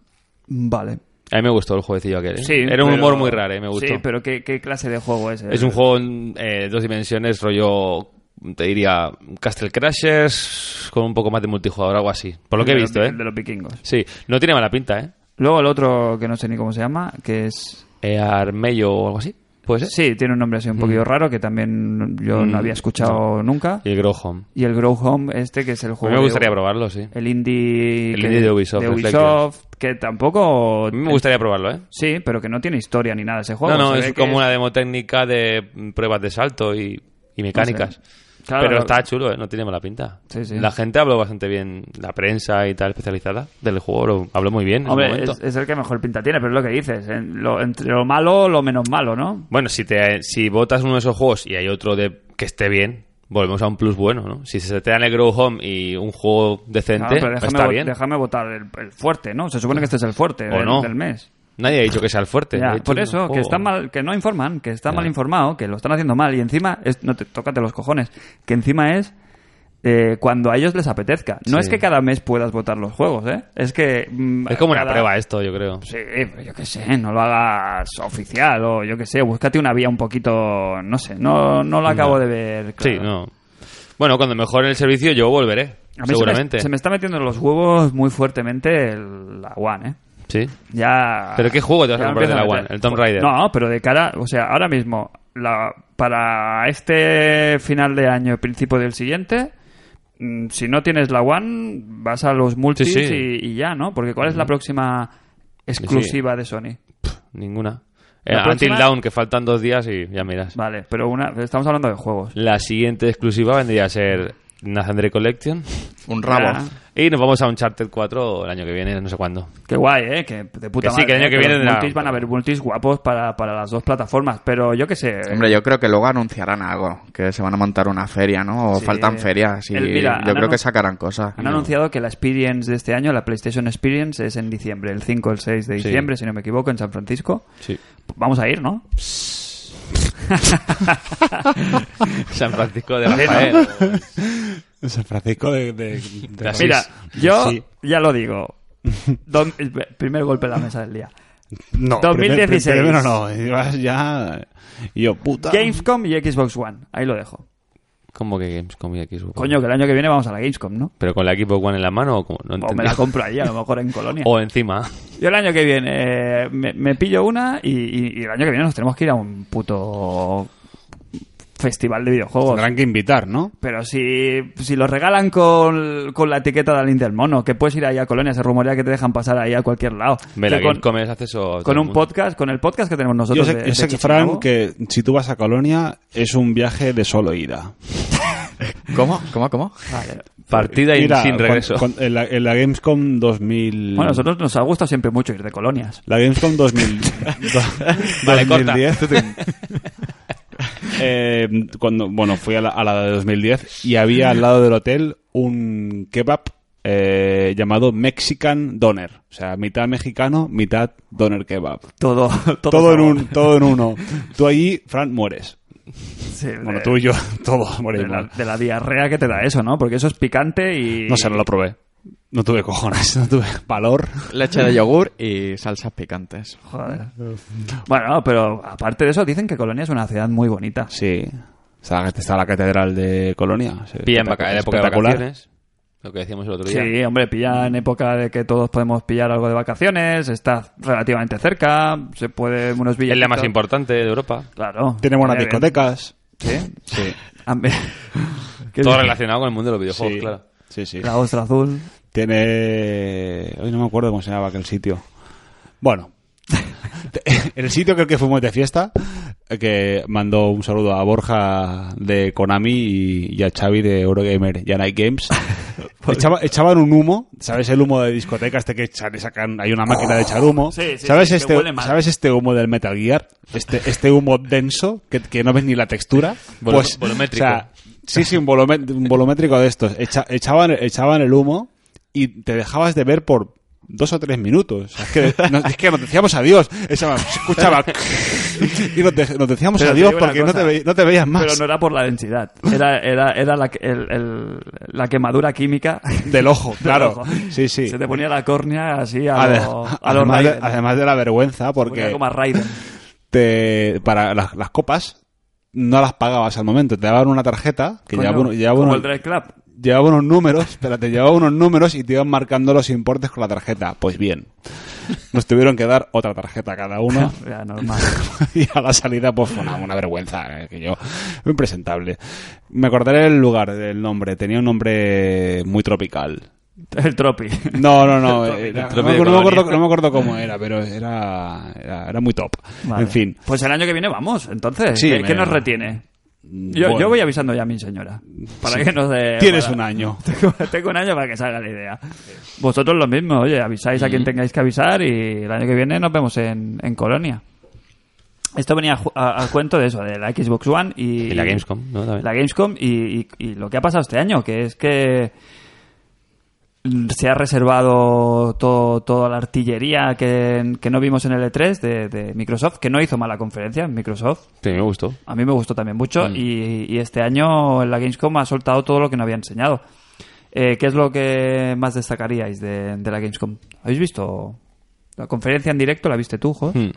[SPEAKER 2] vale.
[SPEAKER 4] A mí me gustó el jueguecillo aquel. ¿eh?
[SPEAKER 2] Sí,
[SPEAKER 4] Era un
[SPEAKER 2] pero-
[SPEAKER 4] humor muy raro, ¿eh? me gustó.
[SPEAKER 2] Sí, pero ¿qué, qué clase de juego es? eh?
[SPEAKER 4] Es un juego en eh, dos dimensiones, rollo te diría Castle Crashers con un poco más de multijugador, algo así. Por lo que he
[SPEAKER 2] De
[SPEAKER 4] visto,
[SPEAKER 2] los-
[SPEAKER 4] ¿eh?
[SPEAKER 2] De los vikingos.
[SPEAKER 4] Sí, no tiene mala pinta, ¿eh?
[SPEAKER 2] Luego el otro que no sé ni cómo se llama, que es...
[SPEAKER 4] Eh, Armello o algo así, ¿puede ser?
[SPEAKER 2] Sí, tiene un nombre así un poquito raro que también yo
[SPEAKER 4] Mm,
[SPEAKER 2] no había escuchado nunca.
[SPEAKER 4] Y el Grohom.
[SPEAKER 2] Y el Grow Home este, que es el
[SPEAKER 4] A mí
[SPEAKER 2] juego...
[SPEAKER 4] me
[SPEAKER 2] de-
[SPEAKER 4] gustaría probarlo, sí.
[SPEAKER 2] El indie...
[SPEAKER 4] El
[SPEAKER 2] que-
[SPEAKER 4] indie de Ubisoft,
[SPEAKER 2] de
[SPEAKER 4] Reflectors.
[SPEAKER 2] Ubisoft, que tampoco...
[SPEAKER 4] A mí me gustaría probarlo, ¿eh?
[SPEAKER 2] Sí, pero que no tiene historia ni nada ese juego.
[SPEAKER 4] No, no,
[SPEAKER 2] pues Se ve
[SPEAKER 4] es
[SPEAKER 2] que
[SPEAKER 4] como una demo técnica de mm, pruebas de salto y, y mecánicas.
[SPEAKER 2] Claro,
[SPEAKER 4] Pero
[SPEAKER 2] lo-
[SPEAKER 4] está chulo, ¿eh? no tiene mala pinta.
[SPEAKER 2] Sí, sí.
[SPEAKER 4] La gente habló bastante bien, la prensa y tal especializada del juego, lo- habló muy bien en el
[SPEAKER 2] Hombre,
[SPEAKER 4] momento.
[SPEAKER 2] es, es el que mejor pinta tiene, pero es lo que dices. en lo- entre lo malo, lo menos malo, ¿no?
[SPEAKER 4] Bueno, si te si votas uno de esos juegos y hay otro de que esté bien, volvemos a un plus bueno, ¿no? Si se te dan el Grow Home y un juego
[SPEAKER 2] Claro,
[SPEAKER 4] decente,
[SPEAKER 2] pero déjame,
[SPEAKER 4] está
[SPEAKER 2] vo-
[SPEAKER 4] bien.
[SPEAKER 2] déjame votar el, el fuerte, ¿no? Se supone que este es el fuerte
[SPEAKER 4] O
[SPEAKER 2] del,
[SPEAKER 4] no.
[SPEAKER 2] del mes.
[SPEAKER 4] Nadie ha dicho que sea el fuerte.
[SPEAKER 2] Ya,
[SPEAKER 4] ha dicho
[SPEAKER 2] por
[SPEAKER 4] un
[SPEAKER 2] eso, que
[SPEAKER 4] juego.
[SPEAKER 2] está mal, que no informan, que está
[SPEAKER 4] Ya.
[SPEAKER 2] mal informado, que lo están haciendo mal y encima, es, no te tócate los cojones, que encima es eh, cuando a ellos les apetezca. No
[SPEAKER 4] Sí.
[SPEAKER 2] es que cada mes puedas votar los juegos, ¿eh? Es que mm,
[SPEAKER 4] Es como una
[SPEAKER 2] cada-
[SPEAKER 4] prueba ¿eh? esto, yo creo.
[SPEAKER 2] Sí, pero yo qué sé, no lo hagas oficial o yo qué sé, búscate una vía un poquito, no sé, no, no lo acabo de ver. claro.
[SPEAKER 4] Sí, no. Bueno, cuando mejore el servicio yo volveré,
[SPEAKER 2] A mí se me-
[SPEAKER 4] seguramente.
[SPEAKER 2] Se me, está metiendo en los huevos muy fuertemente el- la One, ¿eh?
[SPEAKER 4] Sí.
[SPEAKER 2] Ya.
[SPEAKER 4] ¿Pero qué juego te vas a
[SPEAKER 2] ya
[SPEAKER 4] comprar de
[SPEAKER 2] empieza
[SPEAKER 4] la
[SPEAKER 2] a
[SPEAKER 4] One?
[SPEAKER 2] meter.
[SPEAKER 4] ¿El Tomb Raider?
[SPEAKER 2] No, pero de cara. O sea, ahora mismo, la, para este final de año, principio del siguiente. mm, Si no tienes la One, vas a los multis
[SPEAKER 4] Sí, sí.
[SPEAKER 2] Y, y ya, ¿no? Porque ¿cuál es la próxima exclusiva de Sony?
[SPEAKER 4] Ninguna.
[SPEAKER 2] La
[SPEAKER 4] Eh,
[SPEAKER 2] próxima-
[SPEAKER 4] Until Dawn, que faltan dos días y ya miras.
[SPEAKER 2] Vale, pero una estamos hablando de juegos.
[SPEAKER 4] La siguiente exclusiva vendría a ser Nazandre Collection.
[SPEAKER 3] Un rabo.
[SPEAKER 2] Ah,
[SPEAKER 4] Y nos vamos a Uncharted 4 el año que viene, no sé cuándo.
[SPEAKER 2] Qué guay, ¿eh? Que de puta
[SPEAKER 4] Que sí,
[SPEAKER 2] madre,
[SPEAKER 4] que el año
[SPEAKER 2] ¿eh?
[SPEAKER 4] que
[SPEAKER 2] los
[SPEAKER 4] viene de la-
[SPEAKER 2] multis van a haber multis guapos para, para las dos plataformas, pero yo qué sé.
[SPEAKER 3] Hombre, yo creo que luego anunciarán algo, que se van a montar una feria, ¿no? O
[SPEAKER 2] Sí.
[SPEAKER 3] faltan ferias y
[SPEAKER 2] El- mira,
[SPEAKER 3] yo
[SPEAKER 2] han
[SPEAKER 3] creo
[SPEAKER 2] anun-
[SPEAKER 3] que sacarán cosas.
[SPEAKER 2] Han anunciado que la Experience de este año, la PlayStation Experience, es en diciembre, el 5 o el 6 de
[SPEAKER 4] Sí.
[SPEAKER 2] diciembre, si no me equivoco, en San Francisco.
[SPEAKER 4] Sí.
[SPEAKER 2] Vamos a ir, ¿no?
[SPEAKER 4] San Francisco de Rafael.
[SPEAKER 5] San Francisco de... de- de-
[SPEAKER 4] Así
[SPEAKER 2] Mira,
[SPEAKER 4] es.
[SPEAKER 2] yo
[SPEAKER 5] Sí.
[SPEAKER 2] ya lo digo. Don- el primer golpe en la mesa del día.
[SPEAKER 5] No,
[SPEAKER 2] 2016.
[SPEAKER 5] Primero, no, ibas ya... y Yo, puta...
[SPEAKER 2] Gamescom y Xbox One. Ahí lo dejo.
[SPEAKER 4] ¿Cómo que Gamescom y Xbox?
[SPEAKER 2] Coño, que el año que viene vamos a la Gamescom, ¿no?
[SPEAKER 4] ¿Pero con la Xbox One en la mano o cómo? No
[SPEAKER 2] O
[SPEAKER 4] entendí.
[SPEAKER 2] me la compro ahí, a lo mejor en Colonia.
[SPEAKER 4] O encima.
[SPEAKER 2] Yo el año que viene eh, me, me pillo una y, y- y el año que viene nos tenemos que ir a un puto festival de videojuegos.
[SPEAKER 5] Tendrán que invitar, ¿no?
[SPEAKER 2] Pero si, si los regalan con, con la etiqueta de Alín del Mono, que puedes ir ahí a Colonia, se rumorea que te dejan pasar ahí a cualquier lado.
[SPEAKER 4] Ve, la
[SPEAKER 2] Que con,
[SPEAKER 4] Gamescom es acceso... a todo
[SPEAKER 2] con
[SPEAKER 4] el
[SPEAKER 2] un
[SPEAKER 4] mundo.
[SPEAKER 2] podcast, con el podcast que tenemos
[SPEAKER 5] Yo
[SPEAKER 2] nosotros.
[SPEAKER 5] sé,
[SPEAKER 2] de-
[SPEAKER 5] yo
[SPEAKER 2] de
[SPEAKER 5] sé que,
[SPEAKER 2] Chichinabo.
[SPEAKER 5] Fran, que si tú vas a Colonia, es un viaje de solo ida.
[SPEAKER 3] ¿Cómo? ¿Cómo? ¿Cómo?
[SPEAKER 2] Vale.
[SPEAKER 4] Partida y
[SPEAKER 5] Mira,
[SPEAKER 4] sin
[SPEAKER 5] cuan-
[SPEAKER 4] regreso.
[SPEAKER 5] cuan- en, la, en la Gamescom 2000...
[SPEAKER 2] Bueno, a nosotros nos ha gustado siempre mucho ir de colonias.
[SPEAKER 5] La Gamescom 2000, do-
[SPEAKER 4] Vale, corta.
[SPEAKER 5] 2010. eh, cuando, bueno, fui a la, a la de 2010 y había al lado del hotel un kebab eh, llamado Mexican Doner. O sea, mitad mexicano, mitad doner kebab.
[SPEAKER 2] Todo, todo,
[SPEAKER 5] Todo, en,
[SPEAKER 2] sabor.
[SPEAKER 5] un, todo en uno. Tú allí, Fran, mueres.
[SPEAKER 2] Sí, de-
[SPEAKER 5] Bueno, tú y yo, todos
[SPEAKER 2] de la,
[SPEAKER 5] morimos.
[SPEAKER 2] de la diarrea que te da eso, ¿no? Porque eso es picante y...
[SPEAKER 5] No sé, no lo probé. No tuve cojones, no tuve valor.
[SPEAKER 3] Leche de yogur y salsas picantes.
[SPEAKER 2] Joder. Bueno, pero aparte de eso, dicen que Colonia es una ciudad muy bonita.
[SPEAKER 5] Sí. Está, está la catedral de Colonia.
[SPEAKER 4] Pilla en, vaca- en época de
[SPEAKER 5] Espectacular.
[SPEAKER 4] vacaciones. Lo que decíamos el otro día.
[SPEAKER 2] Sí, hombre, pilla
[SPEAKER 4] Mm.
[SPEAKER 2] en época de que todos podemos pillar algo de vacaciones, está relativamente cerca, se puede unos billetes.
[SPEAKER 4] Es la más importante de Europa.
[SPEAKER 2] Claro.
[SPEAKER 5] Tiene buenas
[SPEAKER 2] Estaría
[SPEAKER 5] discotecas.
[SPEAKER 2] bien. Sí.
[SPEAKER 5] Sí.
[SPEAKER 2] Ah, me- ¿Qué
[SPEAKER 4] Todo
[SPEAKER 2] dices?
[SPEAKER 4] relacionado con el mundo de los videojuegos, claro.
[SPEAKER 5] Sí, sí.
[SPEAKER 2] La ostra azul.
[SPEAKER 5] Tiene. Hoy no me acuerdo cómo se llamaba aquel sitio. Bueno. el sitio creo que fuimos de fiesta. eh, Que mandó un saludo a Borja de Konami y, y a Xavi de Eurogamer y a Night Games.
[SPEAKER 2] Pues-
[SPEAKER 5] Echaba- echaban un humo, ¿sabes? El humo de discoteca, este que echan- sacan, hay una máquina de echar humo.
[SPEAKER 2] Sí, sí,
[SPEAKER 5] ¿Sabes,
[SPEAKER 2] sí, que
[SPEAKER 5] este,
[SPEAKER 2] huele mal.
[SPEAKER 5] ¿Sabes este humo del Metal Gear? Este, este humo denso que, que no ves ni la textura.
[SPEAKER 4] Volu-
[SPEAKER 5] Pues,
[SPEAKER 4] volumétrico.
[SPEAKER 5] o sea, Sí, sí, un, volumé- un volumétrico de estos. Echa- echaban, echaban el humo y te dejabas de ver por dos o tres minutos. Es que no- es que nos decíamos adiós. Esa- se escuchaba y nos, de- nos decíamos
[SPEAKER 2] Pero te digo
[SPEAKER 5] adiós
[SPEAKER 2] una
[SPEAKER 5] porque no
[SPEAKER 2] cosa.
[SPEAKER 5] te, ve- no te veías
[SPEAKER 2] Pero
[SPEAKER 5] más
[SPEAKER 2] no era por la densidad, era, era, era la, que- el- el- la quemadura química.
[SPEAKER 5] del ojo, claro.
[SPEAKER 2] Ojo.
[SPEAKER 5] Sí, sí.
[SPEAKER 2] Se te ponía la córnea así a,
[SPEAKER 5] Ade-
[SPEAKER 2] lo- a los
[SPEAKER 5] además, de,
[SPEAKER 2] Raiden.
[SPEAKER 5] además de la vergüenza
[SPEAKER 2] Ponía
[SPEAKER 5] porque
[SPEAKER 2] como a Raiden.
[SPEAKER 5] te- para las, las copas no las pagabas al momento. Te daban una tarjeta que
[SPEAKER 2] Coño,
[SPEAKER 5] llevaba, uno- llevaba
[SPEAKER 2] como
[SPEAKER 5] uno-
[SPEAKER 2] el Drive Club.
[SPEAKER 5] llevaba unos números, espérate, llevaba unos números y te iban marcando los importes con la tarjeta. Pues bien, nos tuvieron que dar otra tarjeta a cada uno.
[SPEAKER 2] Ya, normal.
[SPEAKER 5] y a la salida, pues fue una, una vergüenza, eh, que yo, impresentable. Me acordaré del lugar, del nombre, tenía un nombre muy tropical.
[SPEAKER 2] El Tropi.
[SPEAKER 5] No, no, no,
[SPEAKER 2] El
[SPEAKER 5] era- no,
[SPEAKER 4] tropi
[SPEAKER 5] me
[SPEAKER 4] de
[SPEAKER 5] acuerdo- no me
[SPEAKER 4] Colonia.
[SPEAKER 5] acuerdo, no me acuerdo cómo era, pero era, era, era muy top.
[SPEAKER 2] Vale.
[SPEAKER 5] En fin.
[SPEAKER 2] Pues el año que viene vamos, entonces.
[SPEAKER 5] Sí,
[SPEAKER 2] ¿Qué,
[SPEAKER 5] me-
[SPEAKER 2] qué nos retiene? Yo,
[SPEAKER 5] Bueno,
[SPEAKER 2] yo voy avisando ya a mi señora. Para que no se.
[SPEAKER 5] Tienes
[SPEAKER 2] para-
[SPEAKER 5] un año.
[SPEAKER 2] Tengo, tengo un año para que salga la idea. Vosotros lo mismo, oye, avisáis a quien tengáis que avisar y el año que viene nos vemos en, en Colonia. Esto venía a ju- a- al cuento de eso, de la Xbox One y,
[SPEAKER 4] Y la Gamescom, ¿no? También.
[SPEAKER 2] La Gamescom y, y- y lo que ha pasado este año, que es que se ha reservado todo, toda la artillería que, que no vimos en el E3 de, de Microsoft, que no hizo mala conferencia Microsoft.
[SPEAKER 4] Sí, me gustó.
[SPEAKER 2] A mí me gustó también mucho y, y este año en la Gamescom ha soltado todo lo que no había enseñado. Eh, ¿Qué es lo que más destacaríais de, de la Gamescom? ¿Habéis visto la conferencia en directo? ¿La viste tú, Jo?
[SPEAKER 4] Hmm.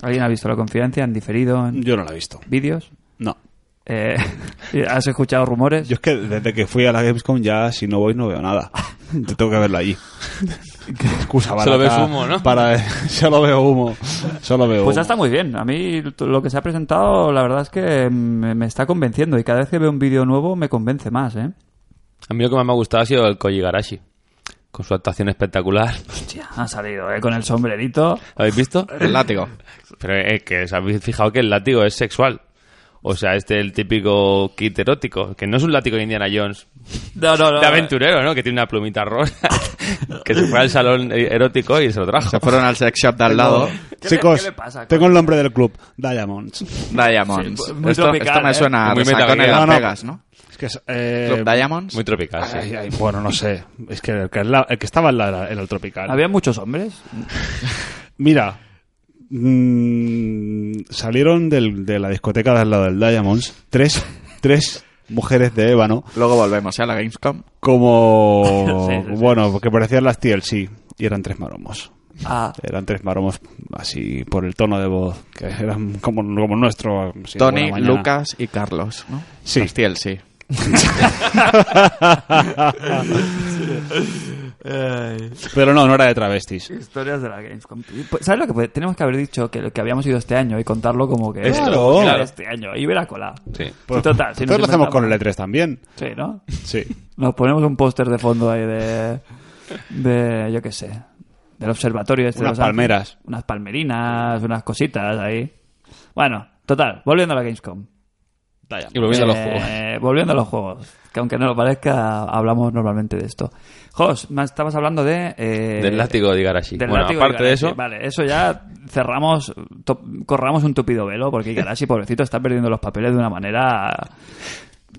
[SPEAKER 2] ¿Alguien ha visto la conferencia en diferido, en
[SPEAKER 5] Yo no la he visto.
[SPEAKER 2] vídeos?
[SPEAKER 5] No.
[SPEAKER 2] Eh, ¿Has escuchado rumores?
[SPEAKER 5] Yo es que desde que fui a la Gamescom ya si no voy no veo nada. Yo tengo que verlo allí. Excusa
[SPEAKER 4] Solo
[SPEAKER 5] barata
[SPEAKER 4] ves humo, ¿no?
[SPEAKER 5] Para, solo veo humo. Solo veo
[SPEAKER 2] Pues
[SPEAKER 5] humo.
[SPEAKER 2] ya está muy bien. A mí t- lo que se ha presentado, la verdad es que me, me está convenciendo y cada vez que veo un vídeo nuevo me convence más, ¿eh?
[SPEAKER 4] A mí lo que más me ha gustado ha sido el Koji Garashi. Con su actuación espectacular.
[SPEAKER 2] Hostia, ha salido, ¿eh? Con el sombrerito.
[SPEAKER 4] ¿Lo habéis visto?
[SPEAKER 3] El látigo.
[SPEAKER 4] Pero es que os habéis fijado que el látigo es sexual. O sea, este es el típico kit erótico. Que no es un látigo de Indiana Jones.
[SPEAKER 2] No, no,
[SPEAKER 4] De aventurero, ¿no? Que tiene una plumita rosa. que se fue al salón erótico y se lo trajo.
[SPEAKER 3] Se fueron al sex shop de al lado.
[SPEAKER 2] ¿Qué le-
[SPEAKER 5] Chicos,
[SPEAKER 2] qué le pasa,
[SPEAKER 5] tengo el nombre del club, Diamonds.
[SPEAKER 3] Diamonds.
[SPEAKER 2] Sí, muy
[SPEAKER 3] esto,
[SPEAKER 2] tropical,
[SPEAKER 3] esto me
[SPEAKER 2] ¿eh?
[SPEAKER 3] suena a
[SPEAKER 4] Muy
[SPEAKER 3] resacón en
[SPEAKER 4] metaguerra.
[SPEAKER 3] Las
[SPEAKER 5] No, no.
[SPEAKER 3] Vegas, ¿no?
[SPEAKER 5] Es que es, eh,
[SPEAKER 3] Club Diamonds.
[SPEAKER 4] Muy tropical, sí.
[SPEAKER 5] ay, ay, bueno, no sé. Es que el que, al lado- el que estaba al lado era el tropical.
[SPEAKER 2] Había muchos hombres.
[SPEAKER 5] Mira, mm, salieron del- de la discoteca de al lado del Diamonds tres, tres mujeres de ébano
[SPEAKER 3] Luego volvemos ¿eh? a la Gamescom.
[SPEAKER 5] como,
[SPEAKER 2] Sí, sí, sí.
[SPEAKER 5] bueno, que parecían las TLC y eran tres maromos.
[SPEAKER 2] Ah,
[SPEAKER 5] Eran tres maromos así por el tono de voz, que eran como, como el nuestro. así de
[SPEAKER 3] Tony,
[SPEAKER 5] buena mañana.
[SPEAKER 3] Lucas y Carlos, ¿no?
[SPEAKER 5] Sí.
[SPEAKER 3] Los TLC.
[SPEAKER 5] Pero no, no era de travestis.
[SPEAKER 2] historias de la Gamescom. Y, pues, ¿Sabes lo que puede- tenemos que haber dicho? Que, lo que habíamos ido este año y contarlo como que...
[SPEAKER 5] Claro.
[SPEAKER 2] que era este año. Y hubiera colado.
[SPEAKER 4] Sí.
[SPEAKER 5] Pues,
[SPEAKER 2] Total, si nos
[SPEAKER 5] entonces lo
[SPEAKER 2] inventamos.
[SPEAKER 5] hacemos con el E3 también.
[SPEAKER 2] Sí, ¿no?
[SPEAKER 5] Sí.
[SPEAKER 2] Nos ponemos un póster de fondo ahí de... De... Yo qué sé. Del observatorio este. de
[SPEAKER 5] Unas
[SPEAKER 2] Los Ángeles.
[SPEAKER 5] palmeras.
[SPEAKER 2] Unas palmerinas, unas cositas ahí. Bueno, total. Volviendo a la Gamescom.
[SPEAKER 4] Y volviendo a los
[SPEAKER 2] Eh,
[SPEAKER 4] juegos.
[SPEAKER 2] volviendo a los juegos. Que aunque no lo parezca, hablamos normalmente de esto. Jos, más estabas hablando de... eh,
[SPEAKER 4] Del látigo de Igarashi.
[SPEAKER 2] del
[SPEAKER 4] Bueno,
[SPEAKER 2] látigo
[SPEAKER 4] aparte de
[SPEAKER 2] Igarashi.
[SPEAKER 4] eso,
[SPEAKER 2] Vale, eso ya cerramos, to- corramos un tupido velo, porque Igarashi, pobrecito, está perdiendo los papeles de una manera.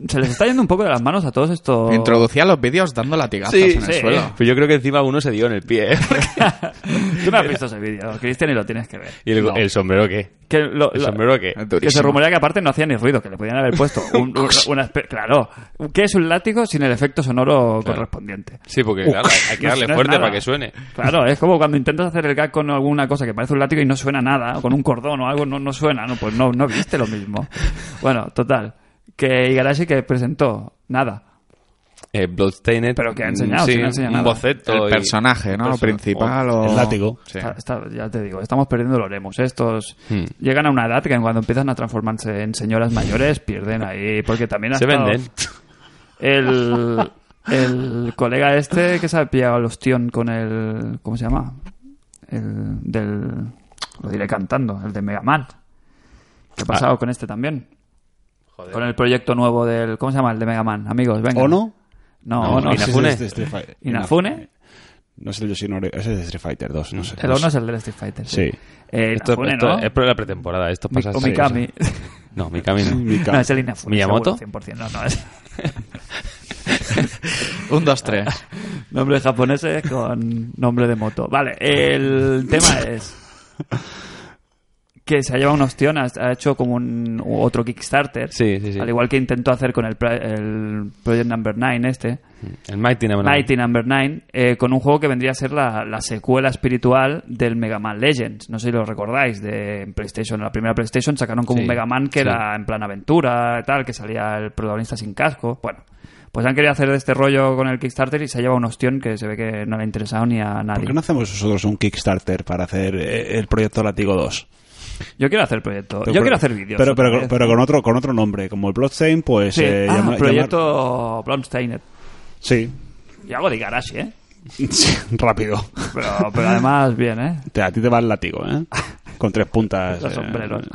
[SPEAKER 2] Se les está yendo un poco de las manos a todos estos.
[SPEAKER 3] Introducía los vídeos dando latigazos
[SPEAKER 4] Sí,
[SPEAKER 3] en el
[SPEAKER 2] sí.
[SPEAKER 3] suelo.
[SPEAKER 4] pues yo creo que encima uno se dio en el pie. ¿eh?
[SPEAKER 2] Tú no has visto ese vídeo, Cristian, y lo tienes que ver.
[SPEAKER 4] ¿Y el, el sombrero qué?
[SPEAKER 2] Que lo-
[SPEAKER 4] ¿El
[SPEAKER 2] lo-
[SPEAKER 4] sombrero qué?
[SPEAKER 2] que se
[SPEAKER 3] Ah, Durísimo.
[SPEAKER 2] rumorea que aparte no hacía ni ruido, que le podían haber puesto un- un- una espe- Claro, ¿qué es un látigo sin el efecto sonoro correspondiente?
[SPEAKER 4] Sí, porque claro, hay que
[SPEAKER 2] No-
[SPEAKER 4] darle
[SPEAKER 2] no es
[SPEAKER 4] fuerte
[SPEAKER 2] nada.
[SPEAKER 4] para que suene.
[SPEAKER 2] Claro, es como cuando intentas hacer el gag con alguna cosa que parece un látigo y no suena nada, o con un cordón o algo, no, no suena, no, pues no, no viste lo mismo. Bueno, total. Que Igarashi que presentó, nada.
[SPEAKER 4] Eh, Bloodstained.
[SPEAKER 2] Pero que ha enseñado,
[SPEAKER 4] sí,
[SPEAKER 2] si no ha enseñado
[SPEAKER 4] un
[SPEAKER 2] nada.
[SPEAKER 4] boceto.
[SPEAKER 3] El
[SPEAKER 4] y-
[SPEAKER 3] personaje, ¿no?
[SPEAKER 4] perso-
[SPEAKER 3] Principal o...
[SPEAKER 5] El látigo.
[SPEAKER 3] Sí.
[SPEAKER 2] Está- está- ya te digo, estamos perdiendo los lemos. Estos
[SPEAKER 4] Hmm.
[SPEAKER 2] llegan a una edad que cuando empiezan a transformarse en señoras mayores, pierden ahí, porque también ha
[SPEAKER 4] Se
[SPEAKER 2] estado-
[SPEAKER 4] venden.
[SPEAKER 2] El, el colega este que se ha pillado al ostión con el. ¿Cómo se llama? El del. Lo diré cantando, el de Mega Man. ¿Qué ha pasado con este también?
[SPEAKER 4] Joder.
[SPEAKER 2] Con el proyecto nuevo del. ¿Cómo se llama el de Mega Man? Amigos, venga.
[SPEAKER 5] ¿O no?
[SPEAKER 2] No,
[SPEAKER 4] No,
[SPEAKER 2] Ono
[SPEAKER 4] no,
[SPEAKER 2] es-
[SPEAKER 4] Inafune.
[SPEAKER 5] Ese es de Street Fighter.
[SPEAKER 2] Inafune.
[SPEAKER 5] No es el Yoshinori, ese es de Street Fighter 2, no sé.
[SPEAKER 2] El Ono es el del Street Fighter.
[SPEAKER 5] Sí.
[SPEAKER 2] Eh,
[SPEAKER 4] Esto,
[SPEAKER 2] Inafune,
[SPEAKER 4] esto
[SPEAKER 2] ¿no?
[SPEAKER 4] es por la pretemporada. Esto
[SPEAKER 2] Mi-
[SPEAKER 4] pasa
[SPEAKER 2] o
[SPEAKER 4] así.
[SPEAKER 2] Mikami.
[SPEAKER 4] No, Mikami no.
[SPEAKER 5] Mikami.
[SPEAKER 2] no, es el Inafune.
[SPEAKER 4] ¿Miyamoto?
[SPEAKER 2] seguro, 100%. No, no, es.
[SPEAKER 3] Un, dos, tres.
[SPEAKER 2] Nombres japoneses con nombre de moto. Vale, el tema es que se ha llevado un ostión, ha, ha hecho como un otro Kickstarter.
[SPEAKER 4] Sí, sí, sí.
[SPEAKER 2] Al igual que intentó hacer con el, pra- el Project Number 9 este,
[SPEAKER 4] El Mighty Number Nine.
[SPEAKER 2] Mighty Number 9, eh, con un juego que vendría a ser la, la secuela espiritual del Mega Man Legends. No sé si lo recordáis, de en PlayStation, en la primera PlayStation sacaron como
[SPEAKER 4] Sí,
[SPEAKER 2] un Mega Man que
[SPEAKER 4] sí.
[SPEAKER 2] era en plan aventura, tal, que salía el protagonista sin casco. Bueno, pues han querido hacer de este rollo con el Kickstarter y se ha llevado un ostión que se ve que no le ha interesado ni a nadie.
[SPEAKER 5] ¿Por qué no hacemos nosotros un Kickstarter para hacer eh, el proyecto Látigo 2?
[SPEAKER 2] Yo quiero hacer proyecto. Yo
[SPEAKER 5] Pero-
[SPEAKER 2] quiero hacer vídeos.
[SPEAKER 5] Pero,
[SPEAKER 2] otra
[SPEAKER 5] pero,
[SPEAKER 2] vez.
[SPEAKER 5] pero con otro con otro nombre, como el Bloodstain, pues...
[SPEAKER 2] Sí.
[SPEAKER 5] eh,
[SPEAKER 2] Ah,
[SPEAKER 5] llama- llamar-
[SPEAKER 2] proyecto Blondsteiner.
[SPEAKER 5] Sí,
[SPEAKER 2] Y algo de garage, ¿eh?
[SPEAKER 5] Sí, rápido.
[SPEAKER 2] Pero, pero además, bien, ¿eh?
[SPEAKER 5] Te- a ti te va el látigo, ¿eh? Con tres puntas.
[SPEAKER 2] Los
[SPEAKER 5] eh.
[SPEAKER 2] sombreros.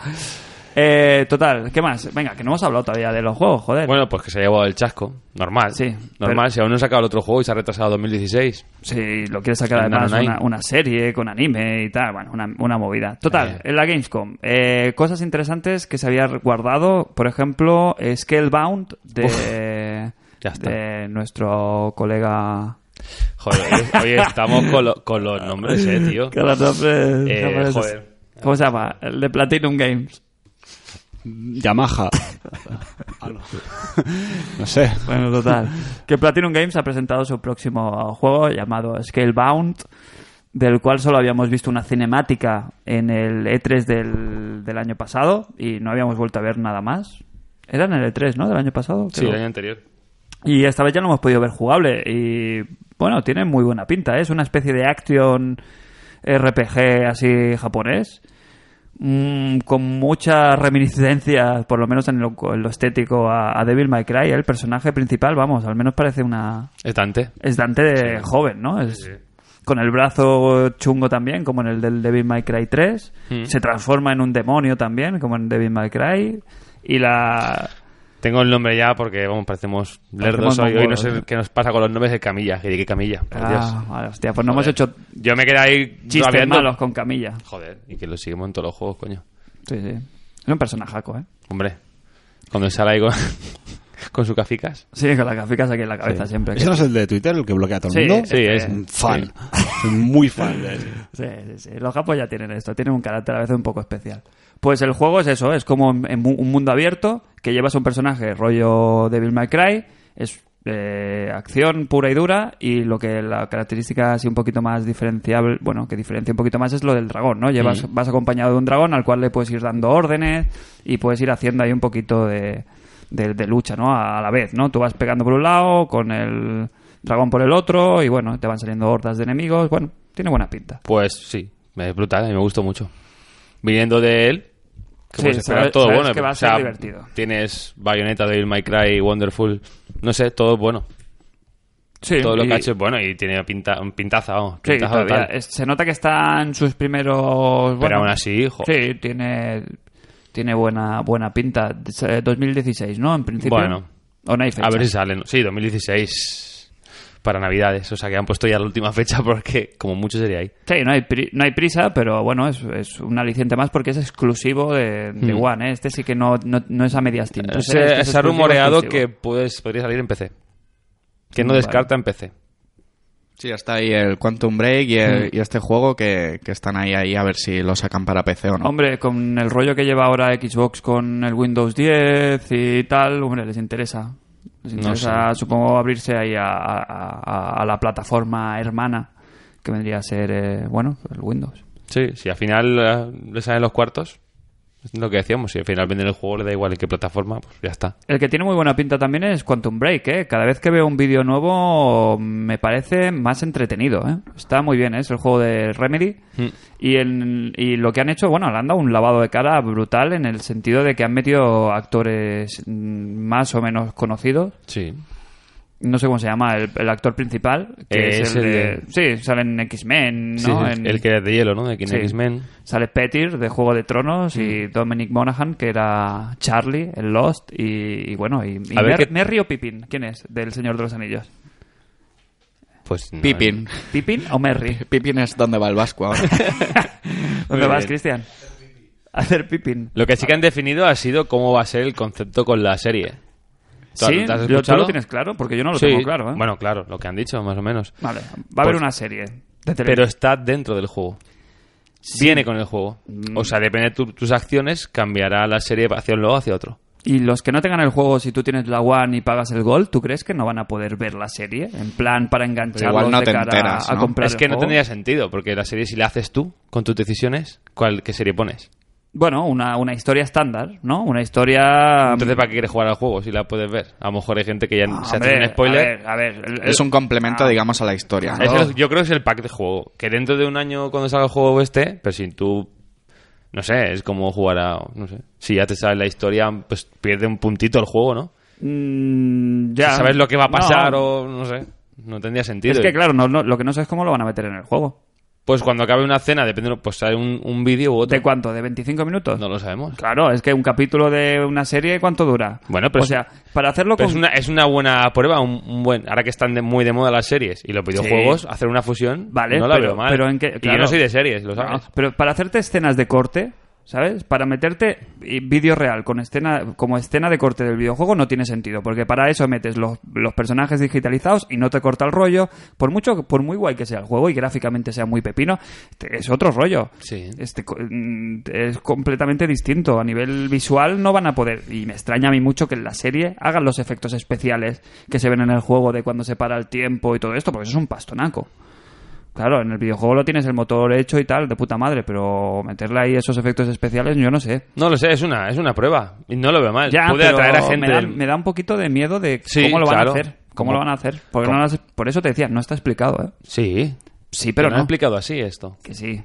[SPEAKER 2] Eh, total, ¿qué más? Venga, que no hemos hablado todavía de los juegos, joder.
[SPEAKER 4] Bueno, pues que se ha llevado el chasco. Normal.
[SPEAKER 2] Sí, pero-
[SPEAKER 4] Normal. Si aún no han sacado el otro juego y se ha retrasado a 2016.
[SPEAKER 2] si lo quieres sacar
[SPEAKER 4] el
[SPEAKER 2] además
[SPEAKER 4] Nanonine.
[SPEAKER 2] una, una serie con anime y tal, bueno, una, una movida. Total,
[SPEAKER 4] Eh.
[SPEAKER 2] en la Gamescom, eh, cosas interesantes que se había guardado, por ejemplo, Scalebound de,
[SPEAKER 4] ya está.
[SPEAKER 2] de nuestro colega...
[SPEAKER 4] Joder, oye, oye, estamos con, lo- con los nombres, eh, tío.
[SPEAKER 2] Que los nombres
[SPEAKER 4] Eh,
[SPEAKER 2] japoneses-
[SPEAKER 4] joder.
[SPEAKER 2] ¿Cómo se llama? El de Platinum Games.
[SPEAKER 5] Yamaha. Ah, no. no sé.
[SPEAKER 2] Bueno, total. que Platinum Games ha presentado su próximo juego llamado Scalebound, del cual solo habíamos visto una cinemática en el E3 del, del año pasado y no habíamos vuelto a ver nada más. Era en el E3, ¿no? Del año pasado.
[SPEAKER 4] Sí,
[SPEAKER 2] creo.
[SPEAKER 4] el año anterior.
[SPEAKER 2] Y esta vez ya lo hemos podido ver jugable. Y bueno, tiene muy buena pinta. ¿eh? Es una especie de action RPG así japonés. mm, con muchas reminiscencias, por lo menos en lo, en lo estético, a, a Devil May Cry. El personaje principal, vamos, al menos parece una.
[SPEAKER 4] Es Dante.
[SPEAKER 2] Es Dante de joven, ¿no? Es, Con el brazo chungo también, como en el del Devil May Cry 3.
[SPEAKER 4] Mm.
[SPEAKER 2] Se transforma en un demonio también, como en Devil May Cry. Y la.
[SPEAKER 4] Tengo el nombre ya porque, vamos, parecemos lerdos hoy. Hoy no sé
[SPEAKER 2] mongolos.
[SPEAKER 4] qué nos pasa con los nombres de Camilla. Que dije Camilla. Por
[SPEAKER 2] Ah, vale, hostia, pues no hemos hecho
[SPEAKER 4] Dios. Yo me quedé ahí
[SPEAKER 2] chistes
[SPEAKER 4] rabiando.
[SPEAKER 2] malos con Camilla.
[SPEAKER 4] Joder, y que lo seguimos en todos los juegos, coño.
[SPEAKER 2] Sí, sí. Es un personajaco, ¿eh?
[SPEAKER 4] Hombre, cuando sale ahí con, con su caficas.
[SPEAKER 2] Sí, con la caficas aquí en la cabeza siempre.
[SPEAKER 5] ¿Ese ¿Este no es el de Twitter, el que bloquea a todo el
[SPEAKER 2] Sí,
[SPEAKER 5] mundo?
[SPEAKER 4] Sí, es.
[SPEAKER 5] Un Fan. Soy Muy fan de él.
[SPEAKER 2] Sí, sí, sí. Los japos ya tienen esto, tienen un carácter a veces un poco especial. Pues el juego es eso, es como en- en mu- un mundo abierto que llevas a un personaje rollo Devil May Cry, es eh, acción pura y dura y lo que la característica así un poquito más diferenciable, bueno, que diferencia un poquito más es lo del dragón, ¿no? Llevas, vas acompañado de un dragón al cual le puedes ir dando órdenes y puedes ir haciendo ahí un poquito de, de- de lucha, ¿no? A, a la vez, ¿no? Tú vas pegando por un lado con el dragón por el otro y bueno, te van saliendo hordas de enemigos, bueno, tiene buena pinta.
[SPEAKER 4] Pues sí, es brutal, a mí me gustó mucho. Viniendo de él, que
[SPEAKER 2] Sí,
[SPEAKER 4] puedes esperar
[SPEAKER 2] sabes-
[SPEAKER 4] todo
[SPEAKER 2] sabes
[SPEAKER 4] bueno.
[SPEAKER 2] que va a
[SPEAKER 4] o sea,
[SPEAKER 2] ser divertido.
[SPEAKER 4] Tienes Bayonetta, Devil May Cry, Wonderful, no sé, todo bueno.
[SPEAKER 2] Sí,
[SPEAKER 4] todo lo
[SPEAKER 2] y-
[SPEAKER 4] que ha hecho es bueno y tiene pinta, un pintaza, vamos,
[SPEAKER 2] Sí,
[SPEAKER 4] pintaza
[SPEAKER 2] todavía.
[SPEAKER 4] total.
[SPEAKER 2] Es- se nota que están sus primeros.
[SPEAKER 4] Pero
[SPEAKER 2] bueno,
[SPEAKER 4] aún así, jo-
[SPEAKER 2] Sí, tiene, tiene buena, buena pinta. Es, eh, 2016, ¿no? En principio.
[SPEAKER 4] Bueno.
[SPEAKER 2] O no hay fecha.
[SPEAKER 4] a ver si sale. ¿no? Sí, 2016 para Navidades, o sea que han puesto ya la última fecha porque como mucho sería ahí.
[SPEAKER 2] Sí, no hay, pri- no hay prisa, pero bueno, es, es un aliciente más porque es exclusivo de, de One, ¿eh? Este sí que no, no, no es a medias tintas. ¿eh?
[SPEAKER 4] Hmm. se,
[SPEAKER 2] Este es
[SPEAKER 4] se ha
[SPEAKER 2] exclusivo,
[SPEAKER 4] rumoreado que
[SPEAKER 2] exclusivo.
[SPEAKER 4] puedes, podría salir en PC. Que no
[SPEAKER 2] Vale.
[SPEAKER 4] descarta en PC.
[SPEAKER 3] Sí, está ahí el Quantum Break y,
[SPEAKER 4] Mm.
[SPEAKER 3] el- y este juego que, que están ahí, ahí a ver si lo sacan para PC o no.
[SPEAKER 2] Hombre, con el rollo que lleva ahora Xbox con el Windows 10 y tal, hombre, les interesa. Les interesa, supongo, abrirse ahí a, a- a- a la plataforma hermana, que vendría a ser, eh, bueno, el Windows.
[SPEAKER 4] Sí, si al final eh, le salen los cuartos, es lo que decíamos, si al final venden el juego, le da igual en qué plataforma, pues ya está.
[SPEAKER 2] El que tiene muy buena pinta también es Quantum Break, ¿eh? Cada vez que veo un vídeo nuevo me parece más entretenido, ¿eh? Está muy bien, ¿eh? es el juego de Remedy. Y, en- y lo que han hecho, bueno, le han dado un lavado de cara brutal en el sentido de que han metido actores mm, más o menos conocidos.
[SPEAKER 4] Sí.
[SPEAKER 2] No sé cómo se llama, el, el actor principal. Que
[SPEAKER 4] Eh,
[SPEAKER 2] es,
[SPEAKER 4] es
[SPEAKER 2] el,
[SPEAKER 4] el
[SPEAKER 2] de- Sí, sale en X-Men, ¿no?
[SPEAKER 4] Sí, sí,
[SPEAKER 2] En-
[SPEAKER 4] El que es de hielo, ¿no? De King
[SPEAKER 2] Sí.
[SPEAKER 4] X-Men.
[SPEAKER 2] Sale Petir de Juego de Tronos
[SPEAKER 4] Mm.
[SPEAKER 2] y Dominic Monaghan, que era Charlie, el Lost, y, y bueno, y, y
[SPEAKER 4] A ver
[SPEAKER 2] Mer-
[SPEAKER 4] qué-
[SPEAKER 2] Merry o Pippin, ¿quién es? Del Señor de los Anillos.
[SPEAKER 4] Pues no,
[SPEAKER 3] Pippin.
[SPEAKER 2] ¿Pippin o Merry?
[SPEAKER 3] Pippin es donde va el vasco ahora.
[SPEAKER 2] ¿Dónde vas,
[SPEAKER 4] bien.
[SPEAKER 2] Cristian? A hacer Pippin.
[SPEAKER 4] Lo que sí que han definido ha sido cómo va a ser el concepto con la serie. ¿Tú-
[SPEAKER 2] ¿Sí?
[SPEAKER 4] ¿te has
[SPEAKER 2] ¿Lo- ¿Tú
[SPEAKER 4] escuchado?
[SPEAKER 2] lo tienes claro? Porque yo no lo
[SPEAKER 4] Sí.
[SPEAKER 2] tengo claro, ¿eh?
[SPEAKER 4] Bueno, claro, lo que han dicho, más o menos.
[SPEAKER 2] vale, va a haber
[SPEAKER 4] pues-
[SPEAKER 2] una serie de
[SPEAKER 4] Pero
[SPEAKER 2] televisión.
[SPEAKER 4] está dentro del juego. Viene con el juego.
[SPEAKER 2] Mm.
[SPEAKER 4] O sea, depende de tu- tus acciones, cambiará la serie hacia un lado o hacia otro.
[SPEAKER 2] Y los que no tengan el juego, si tú tienes la One y pagas el Gold, ¿tú crees que no van a poder ver la serie? En plan, para engancharlos
[SPEAKER 3] igual no
[SPEAKER 2] de
[SPEAKER 3] te
[SPEAKER 2] cara
[SPEAKER 3] enteras,
[SPEAKER 2] a
[SPEAKER 3] ¿no?
[SPEAKER 2] comprar
[SPEAKER 4] es
[SPEAKER 2] el
[SPEAKER 4] que no
[SPEAKER 2] juego.
[SPEAKER 4] tendría sentido, porque la serie, si la haces tú, con tus decisiones, ¿cuál, ¿qué serie pones?
[SPEAKER 2] Bueno, una, una historia estándar, ¿no? Una historia...
[SPEAKER 4] Entonces, ¿para qué quieres jugar al juego si la puedes ver? A lo mejor hay gente que ya
[SPEAKER 2] Ah,
[SPEAKER 4] se hace
[SPEAKER 2] hombre,
[SPEAKER 4] un
[SPEAKER 2] A
[SPEAKER 4] spoiler.
[SPEAKER 2] ver, a ver, el- el-
[SPEAKER 3] Es un complemento,
[SPEAKER 2] Ah.
[SPEAKER 3] digamos, a la historia. ¿no?
[SPEAKER 4] Es el- yo creo que es el pack de juego. Que dentro de un año, cuando salga el juego este, pero sin tú. No sé, es como jugar a. No sé. Si ya te sabes la historia, pues pierde un puntito el juego, ¿no?
[SPEAKER 2] Mm, ya.
[SPEAKER 4] Si sabes lo que va a pasar
[SPEAKER 2] No,
[SPEAKER 4] o. No sé. No tendría sentido.
[SPEAKER 2] Es que, claro, no- no- lo que no sé es cómo lo van a meter en el juego.
[SPEAKER 4] Pues cuando acabe una cena, depende. Pues sale un, un vídeo u otro.
[SPEAKER 2] ¿De cuánto? ¿De 25 minutos?
[SPEAKER 4] No lo sabemos.
[SPEAKER 2] Claro, es que un capítulo de una serie, ¿cuánto dura?
[SPEAKER 4] Bueno, pero
[SPEAKER 2] O
[SPEAKER 4] es-
[SPEAKER 2] sea, para hacerlo
[SPEAKER 4] Pero
[SPEAKER 2] con...
[SPEAKER 4] es, una, es una buena prueba, un, un buen. Ahora que están de- muy de moda las series y los videojuegos, hacer una fusión.
[SPEAKER 2] Vale,
[SPEAKER 4] no la
[SPEAKER 2] pero-
[SPEAKER 4] veo mal.
[SPEAKER 2] pero en qué-
[SPEAKER 4] Y yo
[SPEAKER 2] claro. Ah.
[SPEAKER 4] no soy de series, lo
[SPEAKER 2] No,
[SPEAKER 4] sabes.
[SPEAKER 2] pero para hacerte escenas de corte, ¿sabes? Para meterte eh, vídeo real con escena, como escena de corte del videojuego no tiene sentido, porque para eso metes los, los personajes digitalizados y no te corta el rollo. Por mucho, por muy guay que sea el juego y gráficamente sea muy pepino, este, es otro rollo.
[SPEAKER 4] Sí.
[SPEAKER 2] Este, co- mm, es completamente distinto. A nivel visual no van a poder. Y me extraña a mí mucho que en la serie hagan los efectos especiales que se ven en el juego de cuando se para el tiempo y todo esto, porque eso es un pastonaco. Claro, en el videojuego lo tienes el motor hecho y tal, de puta madre, pero meterle ahí esos efectos especiales, yo no sé.
[SPEAKER 4] No lo sé, es una, es una prueba. Y no lo veo mal.
[SPEAKER 2] Ya,
[SPEAKER 4] Puede
[SPEAKER 2] pero
[SPEAKER 4] atraer a gente.
[SPEAKER 2] me, da,
[SPEAKER 4] del-
[SPEAKER 2] me da un poquito de miedo de
[SPEAKER 4] Sí,
[SPEAKER 2] cómo lo van
[SPEAKER 4] claro.
[SPEAKER 2] a hacer. ¿Cómo
[SPEAKER 4] ¿Cómo?
[SPEAKER 2] lo van a hacer? Porque no
[SPEAKER 4] ¿Cómo?
[SPEAKER 2] lo has- por eso te decía, no está explicado, ¿eh?
[SPEAKER 4] Sí,
[SPEAKER 2] Sí, pero
[SPEAKER 4] no, han
[SPEAKER 2] no.
[SPEAKER 4] explicado así esto.
[SPEAKER 2] Que sí.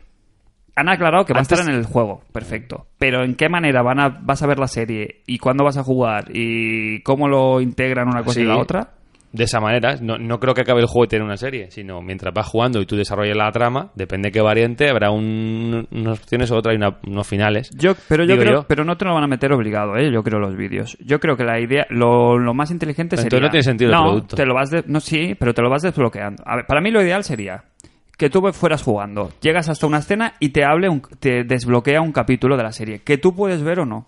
[SPEAKER 2] Han aclarado que va a
[SPEAKER 4] Antes-
[SPEAKER 2] estar en el juego, perfecto. Pero ¿en qué manera van a, vas a ver la serie? ¿Y cuándo vas a jugar? ¿Y cómo lo integran una cosa y
[SPEAKER 4] Sí.
[SPEAKER 2] la otra?
[SPEAKER 4] De esa manera, no, no creo que acabe el juego y tener una serie, sino mientras vas jugando y tú desarrollas la trama, depende de qué variante, habrá un- unas opciones u otras y una- unos finales.
[SPEAKER 2] Yo, pero yo
[SPEAKER 4] Digo
[SPEAKER 2] creo,
[SPEAKER 4] yo.
[SPEAKER 2] pero no te lo van a meter obligado, ¿eh? Yo creo los vídeos. Yo creo que la idea, lo, lo más inteligente
[SPEAKER 4] Entonces
[SPEAKER 2] sería.
[SPEAKER 4] no tiene sentido el
[SPEAKER 2] No,
[SPEAKER 4] producto.
[SPEAKER 2] Te lo vas de- no, sí, pero te lo vas desbloqueando. A ver, para mí lo ideal sería que tú fueras jugando, llegas hasta una escena y te hable, un- te desbloquea un capítulo de la serie que tú puedes ver o no.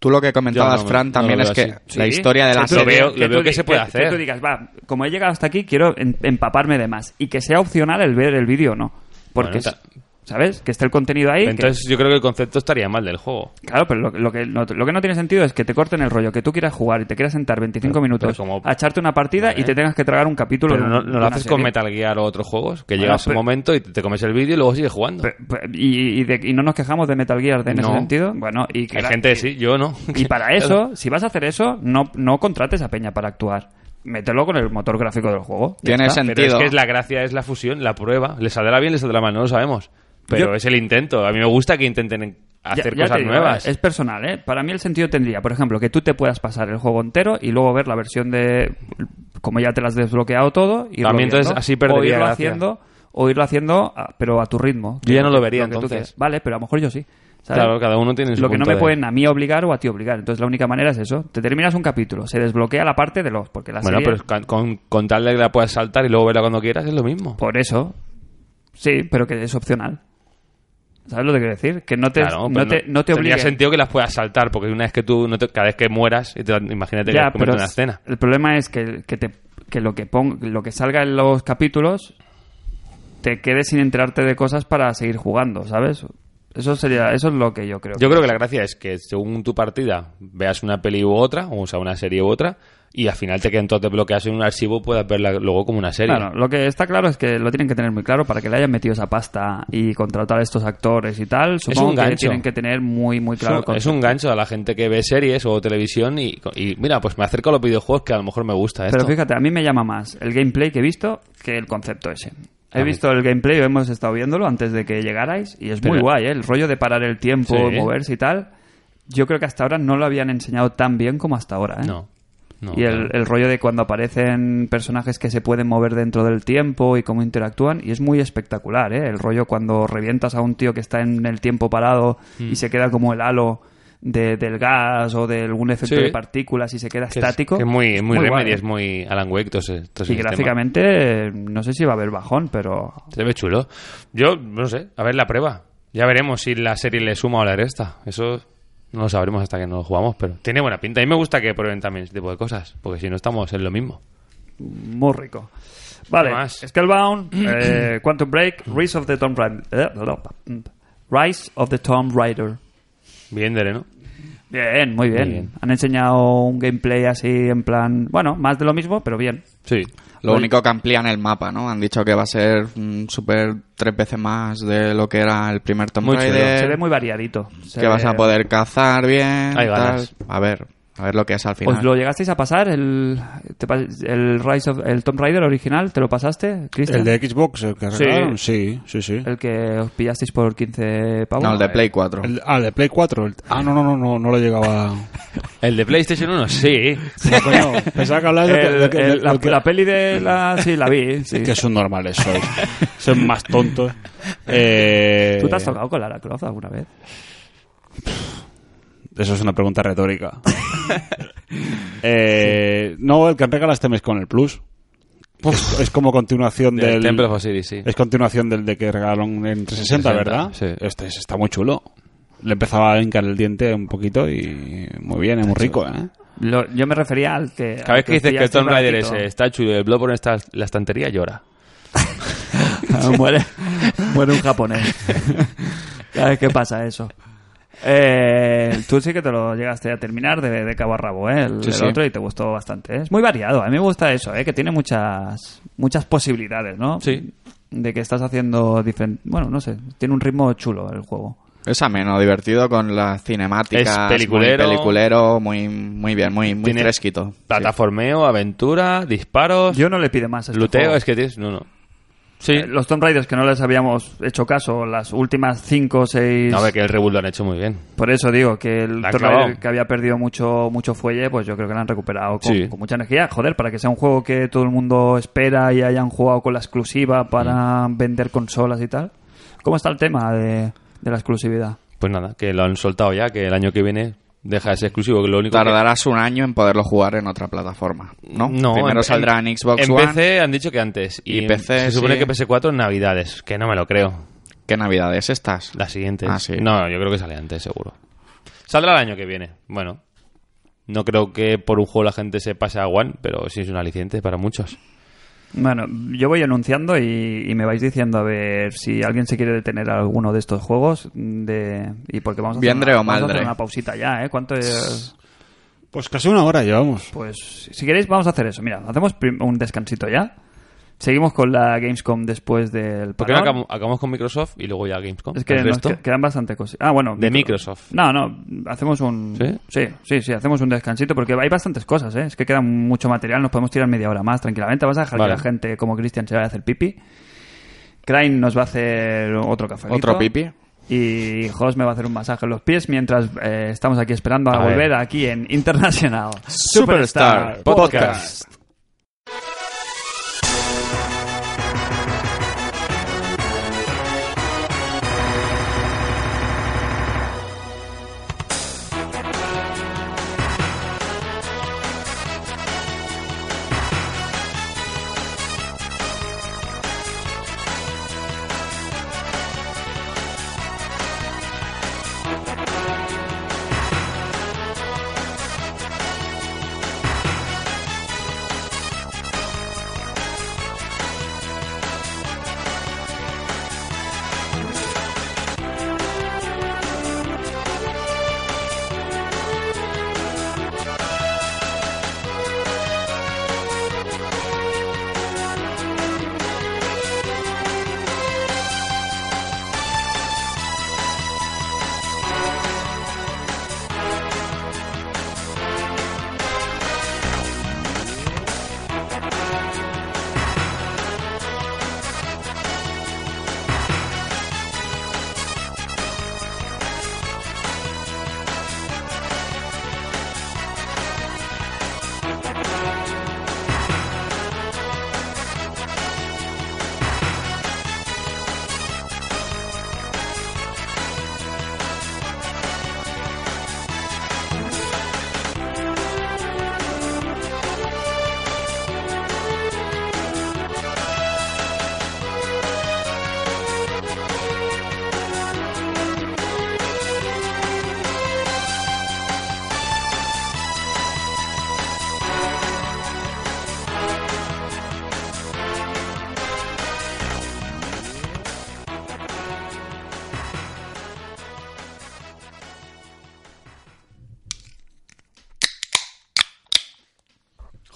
[SPEAKER 3] Tú lo que comentabas,
[SPEAKER 4] Yo no-
[SPEAKER 3] Fran,
[SPEAKER 4] no
[SPEAKER 3] también
[SPEAKER 4] lo
[SPEAKER 3] es
[SPEAKER 4] veo
[SPEAKER 3] que
[SPEAKER 4] así.
[SPEAKER 3] la
[SPEAKER 2] Sí.
[SPEAKER 3] historia de la
[SPEAKER 4] Lo
[SPEAKER 2] tú-
[SPEAKER 3] serie...
[SPEAKER 4] veo- lo veo
[SPEAKER 2] tú
[SPEAKER 4] que
[SPEAKER 2] di-
[SPEAKER 4] se puede hacer.
[SPEAKER 2] tú digas, va, como he llegado hasta aquí, quiero en- empaparme de más. Y que sea opcional el ver el vídeo o no. Porque,
[SPEAKER 4] Bueno, ta-
[SPEAKER 2] es- ¿sabes? Que esté el contenido ahí. que-
[SPEAKER 4] Entonces yo creo que el concepto estaría mal del juego.
[SPEAKER 2] Claro, pero lo, lo que, no, lo que no tiene sentido es que te corten el rollo, que tú quieras jugar y te quieras sentar 25
[SPEAKER 4] Pero-
[SPEAKER 2] minutos
[SPEAKER 4] pero como-
[SPEAKER 2] a echarte una partida
[SPEAKER 4] Vale.
[SPEAKER 2] y te tengas que tragar un capítulo. de
[SPEAKER 4] Pero
[SPEAKER 2] un-
[SPEAKER 4] no,
[SPEAKER 2] de
[SPEAKER 4] no lo
[SPEAKER 2] una
[SPEAKER 4] haces con
[SPEAKER 2] serie.
[SPEAKER 4] Metal Gear o otros juegos, que
[SPEAKER 2] Bueno,
[SPEAKER 4] llegas
[SPEAKER 2] pero-
[SPEAKER 4] un momento y te te comes el vídeo y luego sigues jugando.
[SPEAKER 2] Pe- pe- Y, y de- y no nos quejamos de Metal Gear de en ese
[SPEAKER 4] No.
[SPEAKER 2] sentido. Bueno, y que
[SPEAKER 4] Hay
[SPEAKER 2] la-
[SPEAKER 4] gente, sí, yo no.
[SPEAKER 2] Y para eso, si vas a hacer eso, no, no contrates a Peña para actuar. Mételo con el motor gráfico del juego. ya
[SPEAKER 3] Tiene
[SPEAKER 2] está.
[SPEAKER 3] sentido.
[SPEAKER 4] Pero es que es la gracia es la fusión, la prueba. Le saldrá bien, le saldrá mal, no lo sabemos. Pero
[SPEAKER 2] Yo-
[SPEAKER 4] es el intento. A mí me gusta que intenten
[SPEAKER 2] Ya-
[SPEAKER 4] hacer
[SPEAKER 2] ya
[SPEAKER 4] cosas
[SPEAKER 2] te digo,
[SPEAKER 4] nuevas.
[SPEAKER 2] Es personal, ¿eh? Para mí el sentido tendría, por ejemplo, que tú te puedas pasar el juego entero y luego ver la versión de... Como ya te la has desbloqueado todo, y
[SPEAKER 4] También entonces así perdería
[SPEAKER 2] O irlo
[SPEAKER 4] gracia.
[SPEAKER 2] haciendo, o irlo haciendo a- pero a tu ritmo.
[SPEAKER 4] Yo ya no lo vería,
[SPEAKER 2] que tú
[SPEAKER 4] entonces.
[SPEAKER 2] quieras. Vale, pero a lo mejor yo sí. ¿sabes?
[SPEAKER 4] Claro, cada uno tiene su
[SPEAKER 2] Lo que no
[SPEAKER 4] punto
[SPEAKER 2] me
[SPEAKER 4] de-
[SPEAKER 2] pueden a mí obligar o a ti obligar. Entonces la única manera es eso. Te terminas un capítulo, se desbloquea la parte de los... Porque la
[SPEAKER 4] Bueno,
[SPEAKER 2] serie-
[SPEAKER 4] pero es con- con, con tal de que la puedas saltar y luego verla cuando quieras, es lo mismo.
[SPEAKER 2] Por eso. Sí, pero que es opcional. ¿Sabes lo que quiero decir? Que no te,
[SPEAKER 4] Claro,
[SPEAKER 2] no
[SPEAKER 4] pero
[SPEAKER 2] te, no te
[SPEAKER 4] Tendría
[SPEAKER 2] obliguen.
[SPEAKER 4] sentido que las puedas saltar, porque una vez que tú, no te- cada vez que mueras, y te- imagínate
[SPEAKER 2] Ya,
[SPEAKER 4] que cometes
[SPEAKER 2] pero
[SPEAKER 4] una escena.
[SPEAKER 2] El problema es que, que te- que lo que pon- lo que salga en los capítulos te quedes sin enterarte de cosas para seguir jugando, ¿sabes? Eso sería, eso es lo que yo creo.
[SPEAKER 4] Yo creo que la gracia es que según tu partida veas una peli u otra, o sea, una serie u otra, y al final te queden todos desbloqueados en un archivo, puedas verla luego como una serie.
[SPEAKER 2] Claro, lo que está claro es que lo tienen que tener muy claro para que le hayan metido esa pasta y contratar a estos actores y tal. Supongo
[SPEAKER 4] un
[SPEAKER 2] que
[SPEAKER 4] gancho.
[SPEAKER 2] tienen que tener muy, muy claro.
[SPEAKER 4] es,
[SPEAKER 2] el
[SPEAKER 4] un, es un gancho a la gente que ve series o televisión y, y mira, pues me acerco a los videojuegos que a lo mejor me gusta esto.
[SPEAKER 2] Pero fíjate, a mí me llama más el gameplay que he visto que el concepto ese.
[SPEAKER 4] A
[SPEAKER 2] He
[SPEAKER 4] mí-
[SPEAKER 2] visto el gameplay, hemos estado viéndolo antes de que llegarais y es muy
[SPEAKER 4] Pero-
[SPEAKER 2] guay, ¿eh? el rollo de parar el tiempo,
[SPEAKER 4] Sí.
[SPEAKER 2] moverse y tal. Yo creo que hasta ahora no lo habían enseñado tan bien como hasta ahora. ¿eh?
[SPEAKER 4] No. no,
[SPEAKER 2] y el,
[SPEAKER 4] claro.
[SPEAKER 2] el rollo de cuando aparecen personajes que se pueden mover dentro del tiempo y cómo interactúan, y es muy espectacular, ¿eh? El rollo cuando revientas a un tío que está en el tiempo parado
[SPEAKER 4] Mm.
[SPEAKER 2] y se queda como el halo de- del gas o de algún efecto
[SPEAKER 4] Sí.
[SPEAKER 2] de partículas y se queda
[SPEAKER 4] Que es-
[SPEAKER 2] estático.
[SPEAKER 4] que es muy, muy,
[SPEAKER 2] guay,
[SPEAKER 4] Remedy,
[SPEAKER 2] ¿eh?
[SPEAKER 4] es muy Alan Wake, todo ese- todo ese
[SPEAKER 2] Y
[SPEAKER 4] sistema.
[SPEAKER 2] gráficamente, eh, no sé si va a haber bajón, pero.
[SPEAKER 4] Se ve chulo. Yo, no sé, a ver la prueba. Ya veremos si la serie le suma o le resta. Eso no lo sabremos hasta que no lo jugamos, pero tiene buena este pinta. A mí me gusta que prueben también ese tipo de cosas, porque si no estamos en lo mismo.
[SPEAKER 2] Muy rico. Vale,
[SPEAKER 4] ¿Qué más?
[SPEAKER 2] Scalebound, eh, Quantum Break, Rise of the Tomb Raider. eh, Rise of the Tomb Raider.
[SPEAKER 4] Bien, Dere, ¿no?
[SPEAKER 2] Bien, muy bien.
[SPEAKER 4] Muy bien.
[SPEAKER 2] Han enseñado un gameplay así en plan, bueno, más de lo mismo, pero bien.
[SPEAKER 4] Sí.
[SPEAKER 3] Lo único que amplían el mapa, ¿no? Han dicho que va a ser mm, súper tres veces más de lo que era el primer Tomb
[SPEAKER 4] Muy chulo.
[SPEAKER 3] Raider.
[SPEAKER 2] Se ve muy variadito. Se
[SPEAKER 3] que vas a
[SPEAKER 2] ve-
[SPEAKER 3] poder cazar bien.
[SPEAKER 4] Hay ganas.
[SPEAKER 3] tal. A ver, a ver lo que es al final.
[SPEAKER 2] ¿Os Pues lo llegasteis a pasar? ¿El, te pa- el, Rise of, el Tomb Raider original? ¿Te lo pasaste, Cristian?
[SPEAKER 5] ¿El de Xbox el que
[SPEAKER 2] Sí.
[SPEAKER 5] regalaron? Sí, sí, sí.
[SPEAKER 2] El que os pillasteis por 15 pavos.
[SPEAKER 3] No, el de Play 4.
[SPEAKER 5] El- ah, el de Play 4. el- ah, no, no, no, no, no lo llegaba.
[SPEAKER 4] ¿El de PlayStation 1? Sí.
[SPEAKER 5] No, coño, pensaba que hablabas
[SPEAKER 2] El-
[SPEAKER 5] de, de- de-
[SPEAKER 2] el- la,
[SPEAKER 5] del que-
[SPEAKER 2] la peli de la... Sí, la vi. sí.
[SPEAKER 5] que son normales sois. son más tontos. Eh,
[SPEAKER 2] ¿Tú te has tocado con Lara Croft alguna vez?
[SPEAKER 5] Eso es una pregunta retórica. Eh, No, el que regala este mes con el Plus. Es, es como continuación
[SPEAKER 4] Del
[SPEAKER 5] del...
[SPEAKER 4] Temple of Osiris, sí.
[SPEAKER 5] Es continuación del de que regalaron en 360,
[SPEAKER 4] 360,
[SPEAKER 5] ¿verdad?
[SPEAKER 4] sí.
[SPEAKER 5] Este es- está muy chulo. Le empezaba a hincar el diente un poquito y muy bien, es muy rico, ¿eh?
[SPEAKER 2] Lo- yo me refería al que...
[SPEAKER 4] Cada vez que dices que el Tomb Raider este.
[SPEAKER 2] es
[SPEAKER 4] ese está chulo y el Bloodborne está en la estantería, llora.
[SPEAKER 2] Ah, muere, muere un japonés. Cada vez que pasa eso. Eh, tú sí que te lo llegaste a terminar de, de cabo a rabo, ¿eh? El,
[SPEAKER 3] Sí,
[SPEAKER 2] el
[SPEAKER 3] sí.
[SPEAKER 2] otro y te gustó bastante. ¿eh? Es muy variado. A mí me gusta eso, ¿eh? Que tiene muchas, muchas posibilidades, ¿no?
[SPEAKER 4] Sí.
[SPEAKER 2] De que estás haciendo diferente... Bueno, no sé. Tiene un ritmo chulo el juego.
[SPEAKER 3] Es ameno, divertido con las cinemáticas.
[SPEAKER 4] Es peliculero.
[SPEAKER 3] Muy peliculero, muy, muy bien, muy, muy
[SPEAKER 4] Tiene
[SPEAKER 3] fresquito.
[SPEAKER 4] Plataformeo, aventura, disparos,
[SPEAKER 2] Yo no le pide más a este
[SPEAKER 4] luteo,
[SPEAKER 2] juego.
[SPEAKER 4] es que tienes... No, no. Sí.
[SPEAKER 2] Eh, Los Tomb Raiders que no les habíamos hecho caso, las últimas 5 o 6...
[SPEAKER 4] No, a ver, que el reboot lo han hecho muy bien.
[SPEAKER 2] Por eso digo que el
[SPEAKER 4] La han
[SPEAKER 2] Tomb
[SPEAKER 4] clavado.
[SPEAKER 2] Raider que había perdido mucho, mucho fuelle, pues yo creo que lo han recuperado con,
[SPEAKER 4] Sí.
[SPEAKER 2] con mucha energía. Joder, para que sea un juego que todo el mundo espera y hayan jugado con la exclusiva para
[SPEAKER 4] Mm.
[SPEAKER 2] vender consolas y tal. ¿Cómo está el tema de, de la exclusividad?
[SPEAKER 4] Pues nada, que lo han soltado ya, que el año que viene deja ese exclusivo, que lo único que...
[SPEAKER 3] Tardarás un año en poderlo jugar en otra plataforma, ¿no? Primero
[SPEAKER 4] en-
[SPEAKER 3] saldrá en Xbox
[SPEAKER 4] en
[SPEAKER 3] One.
[SPEAKER 4] PC han dicho que antes. Y,
[SPEAKER 3] Y PC,
[SPEAKER 4] Se supone
[SPEAKER 3] sí.
[SPEAKER 4] que PS4 en Navidades, que no me lo creo.
[SPEAKER 3] ¿Qué navidades estas?
[SPEAKER 4] La siguiente.
[SPEAKER 3] Ah, sí.
[SPEAKER 4] No, yo creo que sale antes, seguro. Saldrá el año que viene. Bueno, no creo que por un juego la gente se pase a One, pero sí es un aliciente para muchos.
[SPEAKER 2] Bueno, yo voy anunciando y, y me vais diciendo a ver si alguien se quiere detener a alguno de estos juegos. De, y porque vamos a, hacer
[SPEAKER 3] Viendre
[SPEAKER 2] una,
[SPEAKER 3] o
[SPEAKER 2] vamos a
[SPEAKER 3] maldre.
[SPEAKER 2] hacer una pausita ya, ¿eh? ¿Cuánto es?
[SPEAKER 5] Pues casi una hora llevamos.
[SPEAKER 2] Pues si queréis vamos a hacer eso. Mira, hacemos prim- un descansito ya. Seguimos con la Gamescom después del...
[SPEAKER 4] ¿Por qué
[SPEAKER 2] parón.
[SPEAKER 4] no acabamos, acabamos con Microsoft y luego ya Gamescom?
[SPEAKER 2] Es que
[SPEAKER 4] ¿El
[SPEAKER 2] nos
[SPEAKER 4] resto?
[SPEAKER 2] que- quedan bastante cosas. Ah, bueno.
[SPEAKER 4] De
[SPEAKER 2] micro-
[SPEAKER 4] Microsoft.
[SPEAKER 2] No, no. Hacemos un.
[SPEAKER 4] ¿Sí?
[SPEAKER 2] Sí, sí, sí, Hacemos un descansito porque hay bastantes cosas, ¿eh? Es que queda mucho material. Nos podemos tirar media hora más tranquilamente. Vas a dejar
[SPEAKER 4] Vale.
[SPEAKER 2] que la gente como Cristian se vaya a hacer pipi. Crane nos va a hacer otro café.
[SPEAKER 3] ¿Otro pipi?
[SPEAKER 2] Y Jos me va a hacer un masaje en los pies mientras eh, estamos aquí esperando a,
[SPEAKER 4] A ver.
[SPEAKER 2] volver aquí en International
[SPEAKER 3] Superstar Podcast.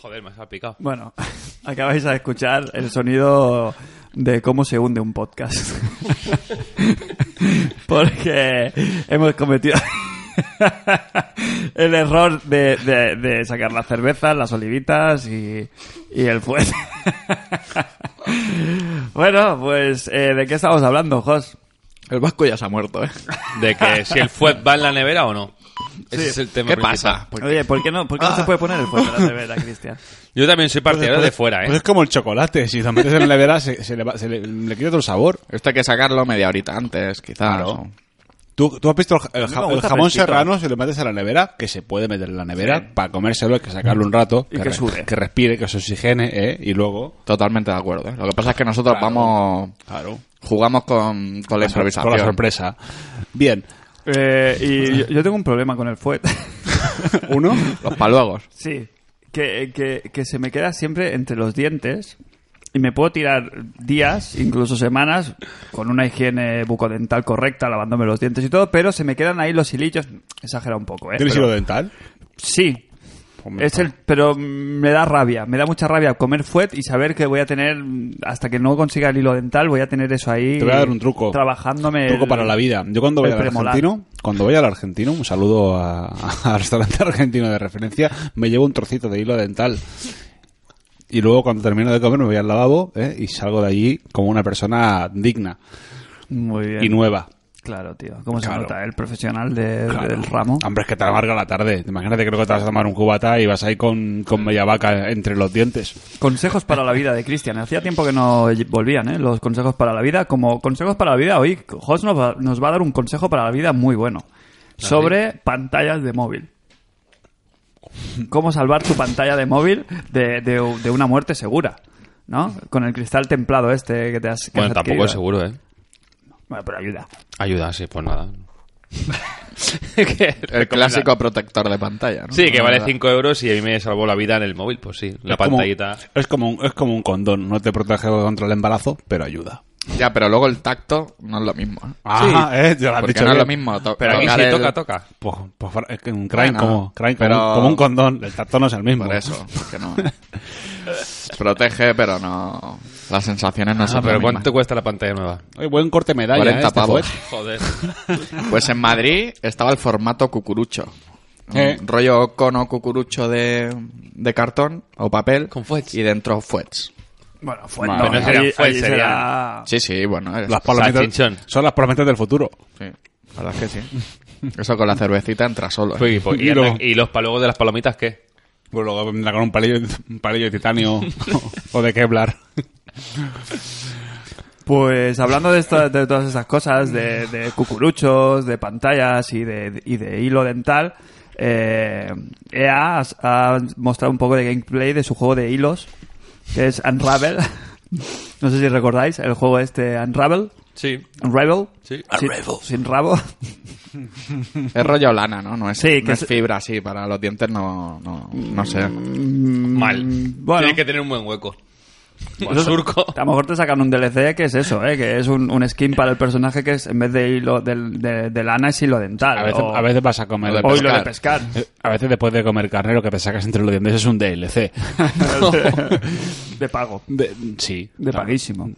[SPEAKER 4] Joder, me has salpicado.
[SPEAKER 2] Bueno, acabáis de escuchar el sonido de cómo se hunde un podcast. Porque hemos cometido el error de, de- de sacar las cervezas, las olivitas y, y el fuet. bueno, pues, eh, ¿de qué estamos hablando, Jos?
[SPEAKER 3] El vasco ya se ha muerto, ¿eh?
[SPEAKER 4] De que si el fuet va en la nevera o no. Ese es el tema
[SPEAKER 3] ¿Qué
[SPEAKER 4] principal.
[SPEAKER 3] pasa? Porque
[SPEAKER 2] Oye, ¿por qué no, por qué no se puede poner el fuet a la nevera, Cristian?
[SPEAKER 4] Yo también soy partidario de fuera,
[SPEAKER 5] Pues
[SPEAKER 4] ¿eh?
[SPEAKER 5] es como el chocolate, si lo metes en la nevera se, se le, va- se le- le quita otro sabor.
[SPEAKER 3] Esto hay que sacarlo media horita antes, quizás.
[SPEAKER 5] Claro.
[SPEAKER 3] o-
[SPEAKER 5] ¿Tú, tú has visto el, ja- el
[SPEAKER 2] me
[SPEAKER 5] ja- el
[SPEAKER 2] gusta
[SPEAKER 5] jamón
[SPEAKER 2] fresquito.
[SPEAKER 5] serrano, si lo metes en la nevera, que se puede meter en la nevera, para comérselo hay que sacarlo un rato,
[SPEAKER 2] Y que
[SPEAKER 5] re-
[SPEAKER 2] sude.
[SPEAKER 5] que respire, que se oxigene, ¿eh? y luego...
[SPEAKER 3] Totalmente de acuerdo. ¿eh? Lo que pasa es que nosotros
[SPEAKER 5] Claro.
[SPEAKER 3] vamos...
[SPEAKER 5] Claro.
[SPEAKER 3] Jugamos con, con la
[SPEAKER 5] Con
[SPEAKER 3] improvisación.
[SPEAKER 5] la sorpresa. Bien.
[SPEAKER 2] Eh, y yo- yo tengo un problema con el fuet.
[SPEAKER 5] Uno.
[SPEAKER 3] Los paluegos.
[SPEAKER 2] Sí, que, que- que se me queda siempre entre los dientes y me puedo tirar días, incluso semanas, con una higiene bucodental correcta, lavándome los dientes y todo, pero se me quedan ahí los hilillos. Exagera un poco, ¿eh?
[SPEAKER 5] ¿Tienes
[SPEAKER 2] Pero-
[SPEAKER 5] hilo dental?
[SPEAKER 2] sí. Es el, pero me da rabia, me da mucha rabia comer fuet y saber que voy a tener, hasta que no consiga el hilo dental, voy a tener eso ahí.
[SPEAKER 5] Te voy a dar un truco.
[SPEAKER 2] Trabajándome.
[SPEAKER 5] Un truco
[SPEAKER 2] el-
[SPEAKER 5] para la vida. Yo cuando voy
[SPEAKER 2] el
[SPEAKER 5] al
[SPEAKER 2] premolar.
[SPEAKER 5] argentino, cuando voy al argentino, un saludo a- al restaurante argentino de referencia, me llevo un trocito de hilo dental. Y luego cuando termino de comer me voy al lavabo ¿eh? y salgo de allí como una persona digna
[SPEAKER 2] Muy bien.
[SPEAKER 5] y nueva.
[SPEAKER 2] Claro, tío. ¿Cómo se
[SPEAKER 5] Claro.
[SPEAKER 2] nota? El profesional de- del ramo.
[SPEAKER 5] Hombre, es que te amarga la tarde. Imagínate que luego te vas a tomar un cubata y vas ahí con, con media vaca entre los dientes.
[SPEAKER 2] Consejos para la vida de Cristian. Hacía tiempo que no volvían, ¿eh? Los consejos para la vida. Como consejos para la vida, hoy Jos nos va, nos va a dar un consejo para la vida muy bueno. Sobre pantallas de móvil. Cómo salvar tu pantalla de móvil de, de- de una muerte segura, ¿no? Con el cristal templado este que te has que
[SPEAKER 4] Bueno,
[SPEAKER 2] has adquirido.
[SPEAKER 4] tampoco es seguro, ¿eh?
[SPEAKER 2] Bueno, pero ayuda.
[SPEAKER 4] Ayuda, sí, pues nada. Que
[SPEAKER 3] El clásico protector de pantalla, ¿no?
[SPEAKER 4] Sí, que vale 5 euros y a mí me salvó la vida en el móvil, pues sí. La
[SPEAKER 5] Es como-
[SPEAKER 4] pantallita.
[SPEAKER 5] es, como un, es como un condón. No te protege contra el embarazo, pero ayuda.
[SPEAKER 3] Ya, pero luego el tacto no es lo mismo. ¿eh?
[SPEAKER 5] Ah, ¿eh? Ya lo has
[SPEAKER 3] Porque
[SPEAKER 5] dicho
[SPEAKER 3] no es lo
[SPEAKER 5] bien.
[SPEAKER 3] mismo. to-
[SPEAKER 4] Pero aquí
[SPEAKER 3] tocar
[SPEAKER 4] sí,
[SPEAKER 3] el-
[SPEAKER 4] toca, toca.
[SPEAKER 5] Pues, pues, es que un crane
[SPEAKER 3] Bueno,
[SPEAKER 5] como, crane como,
[SPEAKER 3] pero-
[SPEAKER 5] un, como un condón. El tacto no es el mismo.
[SPEAKER 3] Por eso, que no. Protege, pero no. Las sensaciones no
[SPEAKER 4] Ah,
[SPEAKER 3] son
[SPEAKER 4] pero
[SPEAKER 3] las
[SPEAKER 4] ¿cuánto te
[SPEAKER 3] mismas.
[SPEAKER 4] cuesta la pantalla nueva?
[SPEAKER 5] Oye, buen corte medalla.
[SPEAKER 3] 40
[SPEAKER 5] ¿eh? Este
[SPEAKER 3] pavos.
[SPEAKER 5] fue.
[SPEAKER 4] Joder.
[SPEAKER 3] Pues en Madrid estaba el formato cucurucho. Un
[SPEAKER 5] Eh.
[SPEAKER 3] Rollo cono cucurucho de, de cartón o papel.
[SPEAKER 4] Con fuets.
[SPEAKER 3] Y dentro fuets.
[SPEAKER 2] Bueno, fue
[SPEAKER 5] Bueno,
[SPEAKER 2] no,
[SPEAKER 5] no
[SPEAKER 4] será
[SPEAKER 2] ahí-
[SPEAKER 4] fue,
[SPEAKER 2] ahí
[SPEAKER 4] sería-
[SPEAKER 2] será-
[SPEAKER 3] Sí, sí, bueno. es-
[SPEAKER 5] Las palomitas,
[SPEAKER 4] Salchichón.
[SPEAKER 5] son las palomitas del futuro.
[SPEAKER 3] sí, la verdad es que sí. Eso con la cervecita entra solo. ¿eh?
[SPEAKER 4] Fui, pues,
[SPEAKER 5] Y
[SPEAKER 4] ¿Y,
[SPEAKER 5] luego-
[SPEAKER 4] y los palugos de las palomitas qué?
[SPEAKER 5] Pues luego vendrá con un palillo, un palillo de titanio o de Kevlar.
[SPEAKER 2] Pues hablando de, esta- de todas esas cosas, de, de cucuruchos, de pantallas y de, y de hilo dental, eh, EA has- ha mostrado un poco de gameplay de su juego de hilos, que es Unravel. No sé si recordáis el juego este Unravel.
[SPEAKER 4] Sí.
[SPEAKER 2] Unravel.
[SPEAKER 4] Sí.
[SPEAKER 2] Sin, sin rabo.
[SPEAKER 3] Es rollo lana, ¿no? No es,
[SPEAKER 2] Sí,
[SPEAKER 3] no
[SPEAKER 2] que
[SPEAKER 3] es
[SPEAKER 2] es-
[SPEAKER 3] fibra, sí. Para los dientes no, no, no sé.
[SPEAKER 5] Mm,
[SPEAKER 4] Mal.
[SPEAKER 2] Mm, bueno.
[SPEAKER 4] Tiene que tener un buen hueco. Un surco.
[SPEAKER 2] A lo mejor te sacan un DLC que es eso, ¿eh? que es un, un skin para el personaje que es en vez de hilo del- de, de lana es hilo dental.
[SPEAKER 5] A veces,
[SPEAKER 2] o-
[SPEAKER 5] a veces vas a comer.
[SPEAKER 3] o de
[SPEAKER 2] o hilo de
[SPEAKER 3] pescar.
[SPEAKER 2] pescar.
[SPEAKER 5] Eh, A veces después de comer carne lo que te sacas entre los dientes es un DLC.
[SPEAKER 2] de pago.
[SPEAKER 5] De- sí.
[SPEAKER 2] De paguísimo.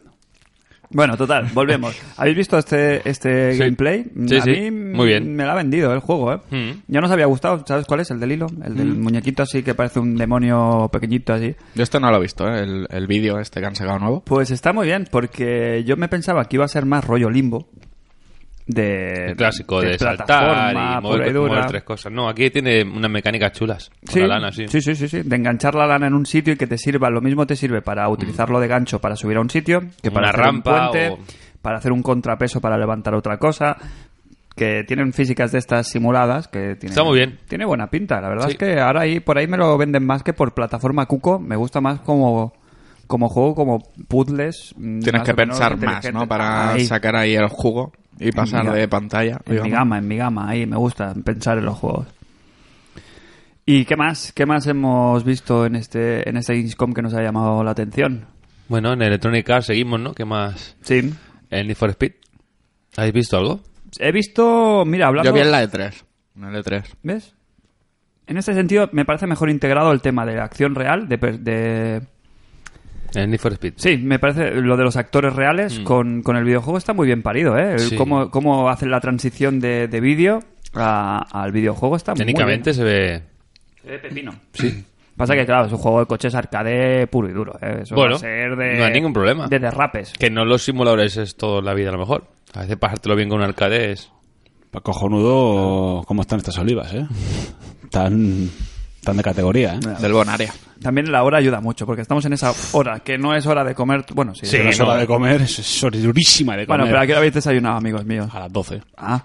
[SPEAKER 2] Bueno, total, volvemos. ¿Habéis visto este, este
[SPEAKER 4] Sí.
[SPEAKER 2] gameplay?
[SPEAKER 4] Sí,
[SPEAKER 2] a
[SPEAKER 4] sí,
[SPEAKER 2] mí
[SPEAKER 4] muy bien.
[SPEAKER 2] me lo ha vendido el juego, ¿eh?
[SPEAKER 4] Mm.
[SPEAKER 2] Ya nos había gustado, ¿sabes cuál es? El del hilo, el del muñequito así que parece un demonio pequeñito así.
[SPEAKER 3] Yo este no lo he visto, ¿eh? el, el vídeo este que han sacado nuevo.
[SPEAKER 2] Pues está muy bien, porque yo me pensaba que iba a ser más rollo limbo. De,
[SPEAKER 4] El clásico de, saltar
[SPEAKER 2] plataforma,
[SPEAKER 4] y
[SPEAKER 2] pura
[SPEAKER 4] mover,
[SPEAKER 2] dura.
[SPEAKER 4] mover tres cosas. No, aquí tiene unas mecánicas chulas. Con
[SPEAKER 2] Sí,
[SPEAKER 4] la lana, sí.
[SPEAKER 2] sí, sí, sí, sí. De enganchar la lana en un sitio y que te sirva. Lo mismo te sirve para utilizarlo de gancho para subir a un sitio, que para
[SPEAKER 4] Una
[SPEAKER 2] hacer un
[SPEAKER 4] rampa
[SPEAKER 2] puente,
[SPEAKER 4] o-
[SPEAKER 2] para hacer un contrapeso para levantar otra cosa. Que tienen físicas de estas simuladas que tiene,
[SPEAKER 4] Está muy bien.
[SPEAKER 2] Tiene buena pinta. La verdad
[SPEAKER 4] Sí.
[SPEAKER 2] es que ahora ahí, por ahí me lo venden más que por plataforma Cuco. Me gusta más como, como juego, como puzzles. mm,
[SPEAKER 3] Tienes
[SPEAKER 2] más
[SPEAKER 3] que
[SPEAKER 2] o menos
[SPEAKER 3] pensar más, ¿no?
[SPEAKER 2] inteligentes.
[SPEAKER 3] Para
[SPEAKER 2] Ahí,
[SPEAKER 3] sacar ahí el jugo y pasar
[SPEAKER 2] mi ga-
[SPEAKER 3] de pantalla.
[SPEAKER 2] En mi
[SPEAKER 3] digamos.
[SPEAKER 2] gama, en mi gama. Ahí me gusta pensar en los juegos. ¿Y qué más? ¿Qué más hemos visto en este en este Gamescom que nos ha llamado la atención?
[SPEAKER 4] Bueno, en Electronic Arts seguimos, ¿no? ¿Qué más?
[SPEAKER 2] Sí.
[SPEAKER 4] En Need for Speed. ¿Habéis visto algo?
[SPEAKER 3] E
[SPEAKER 2] He visto, mira, hablando
[SPEAKER 3] Yo vi en la E3. En el E3.
[SPEAKER 2] ¿Ves? En este sentido, me parece mejor integrado el tema de acción real, de, per- de-
[SPEAKER 4] El Need for Speed.
[SPEAKER 2] Sí, me parece lo de los actores reales con, con el videojuego está muy bien parido, ¿eh? El
[SPEAKER 4] Sí.
[SPEAKER 2] cómo, cómo hacen la transición de, de vídeo a- al videojuego está muy bien.
[SPEAKER 4] Técnicamente se ve...
[SPEAKER 2] Se ve pepino. Sí. Pasa que, claro, es un juego de coches arcade puro y duro. ¿eh? Eso
[SPEAKER 4] Bueno,
[SPEAKER 2] va a ser de,
[SPEAKER 4] no hay ningún problema.
[SPEAKER 2] De derrapes.
[SPEAKER 4] Que no los simuladores es toda la vida a lo mejor. A veces pasártelo bien con un arcade es...
[SPEAKER 5] Pa' Pues Cojonudo, ¿cómo están estas olivas, eh? Tan, tan de categoría, eh.
[SPEAKER 3] Del Bonaria.
[SPEAKER 2] También la hora ayuda mucho, porque estamos en esa hora, que no es hora de comer. Bueno, sí.
[SPEAKER 4] Sí.
[SPEAKER 2] es
[SPEAKER 5] Pero
[SPEAKER 2] hora-
[SPEAKER 5] es hora de comer, es, es hora durísima de comer.
[SPEAKER 2] Bueno, pero aquí lo habéis desayunado, amigos míos.
[SPEAKER 5] A las 12.
[SPEAKER 2] Ah.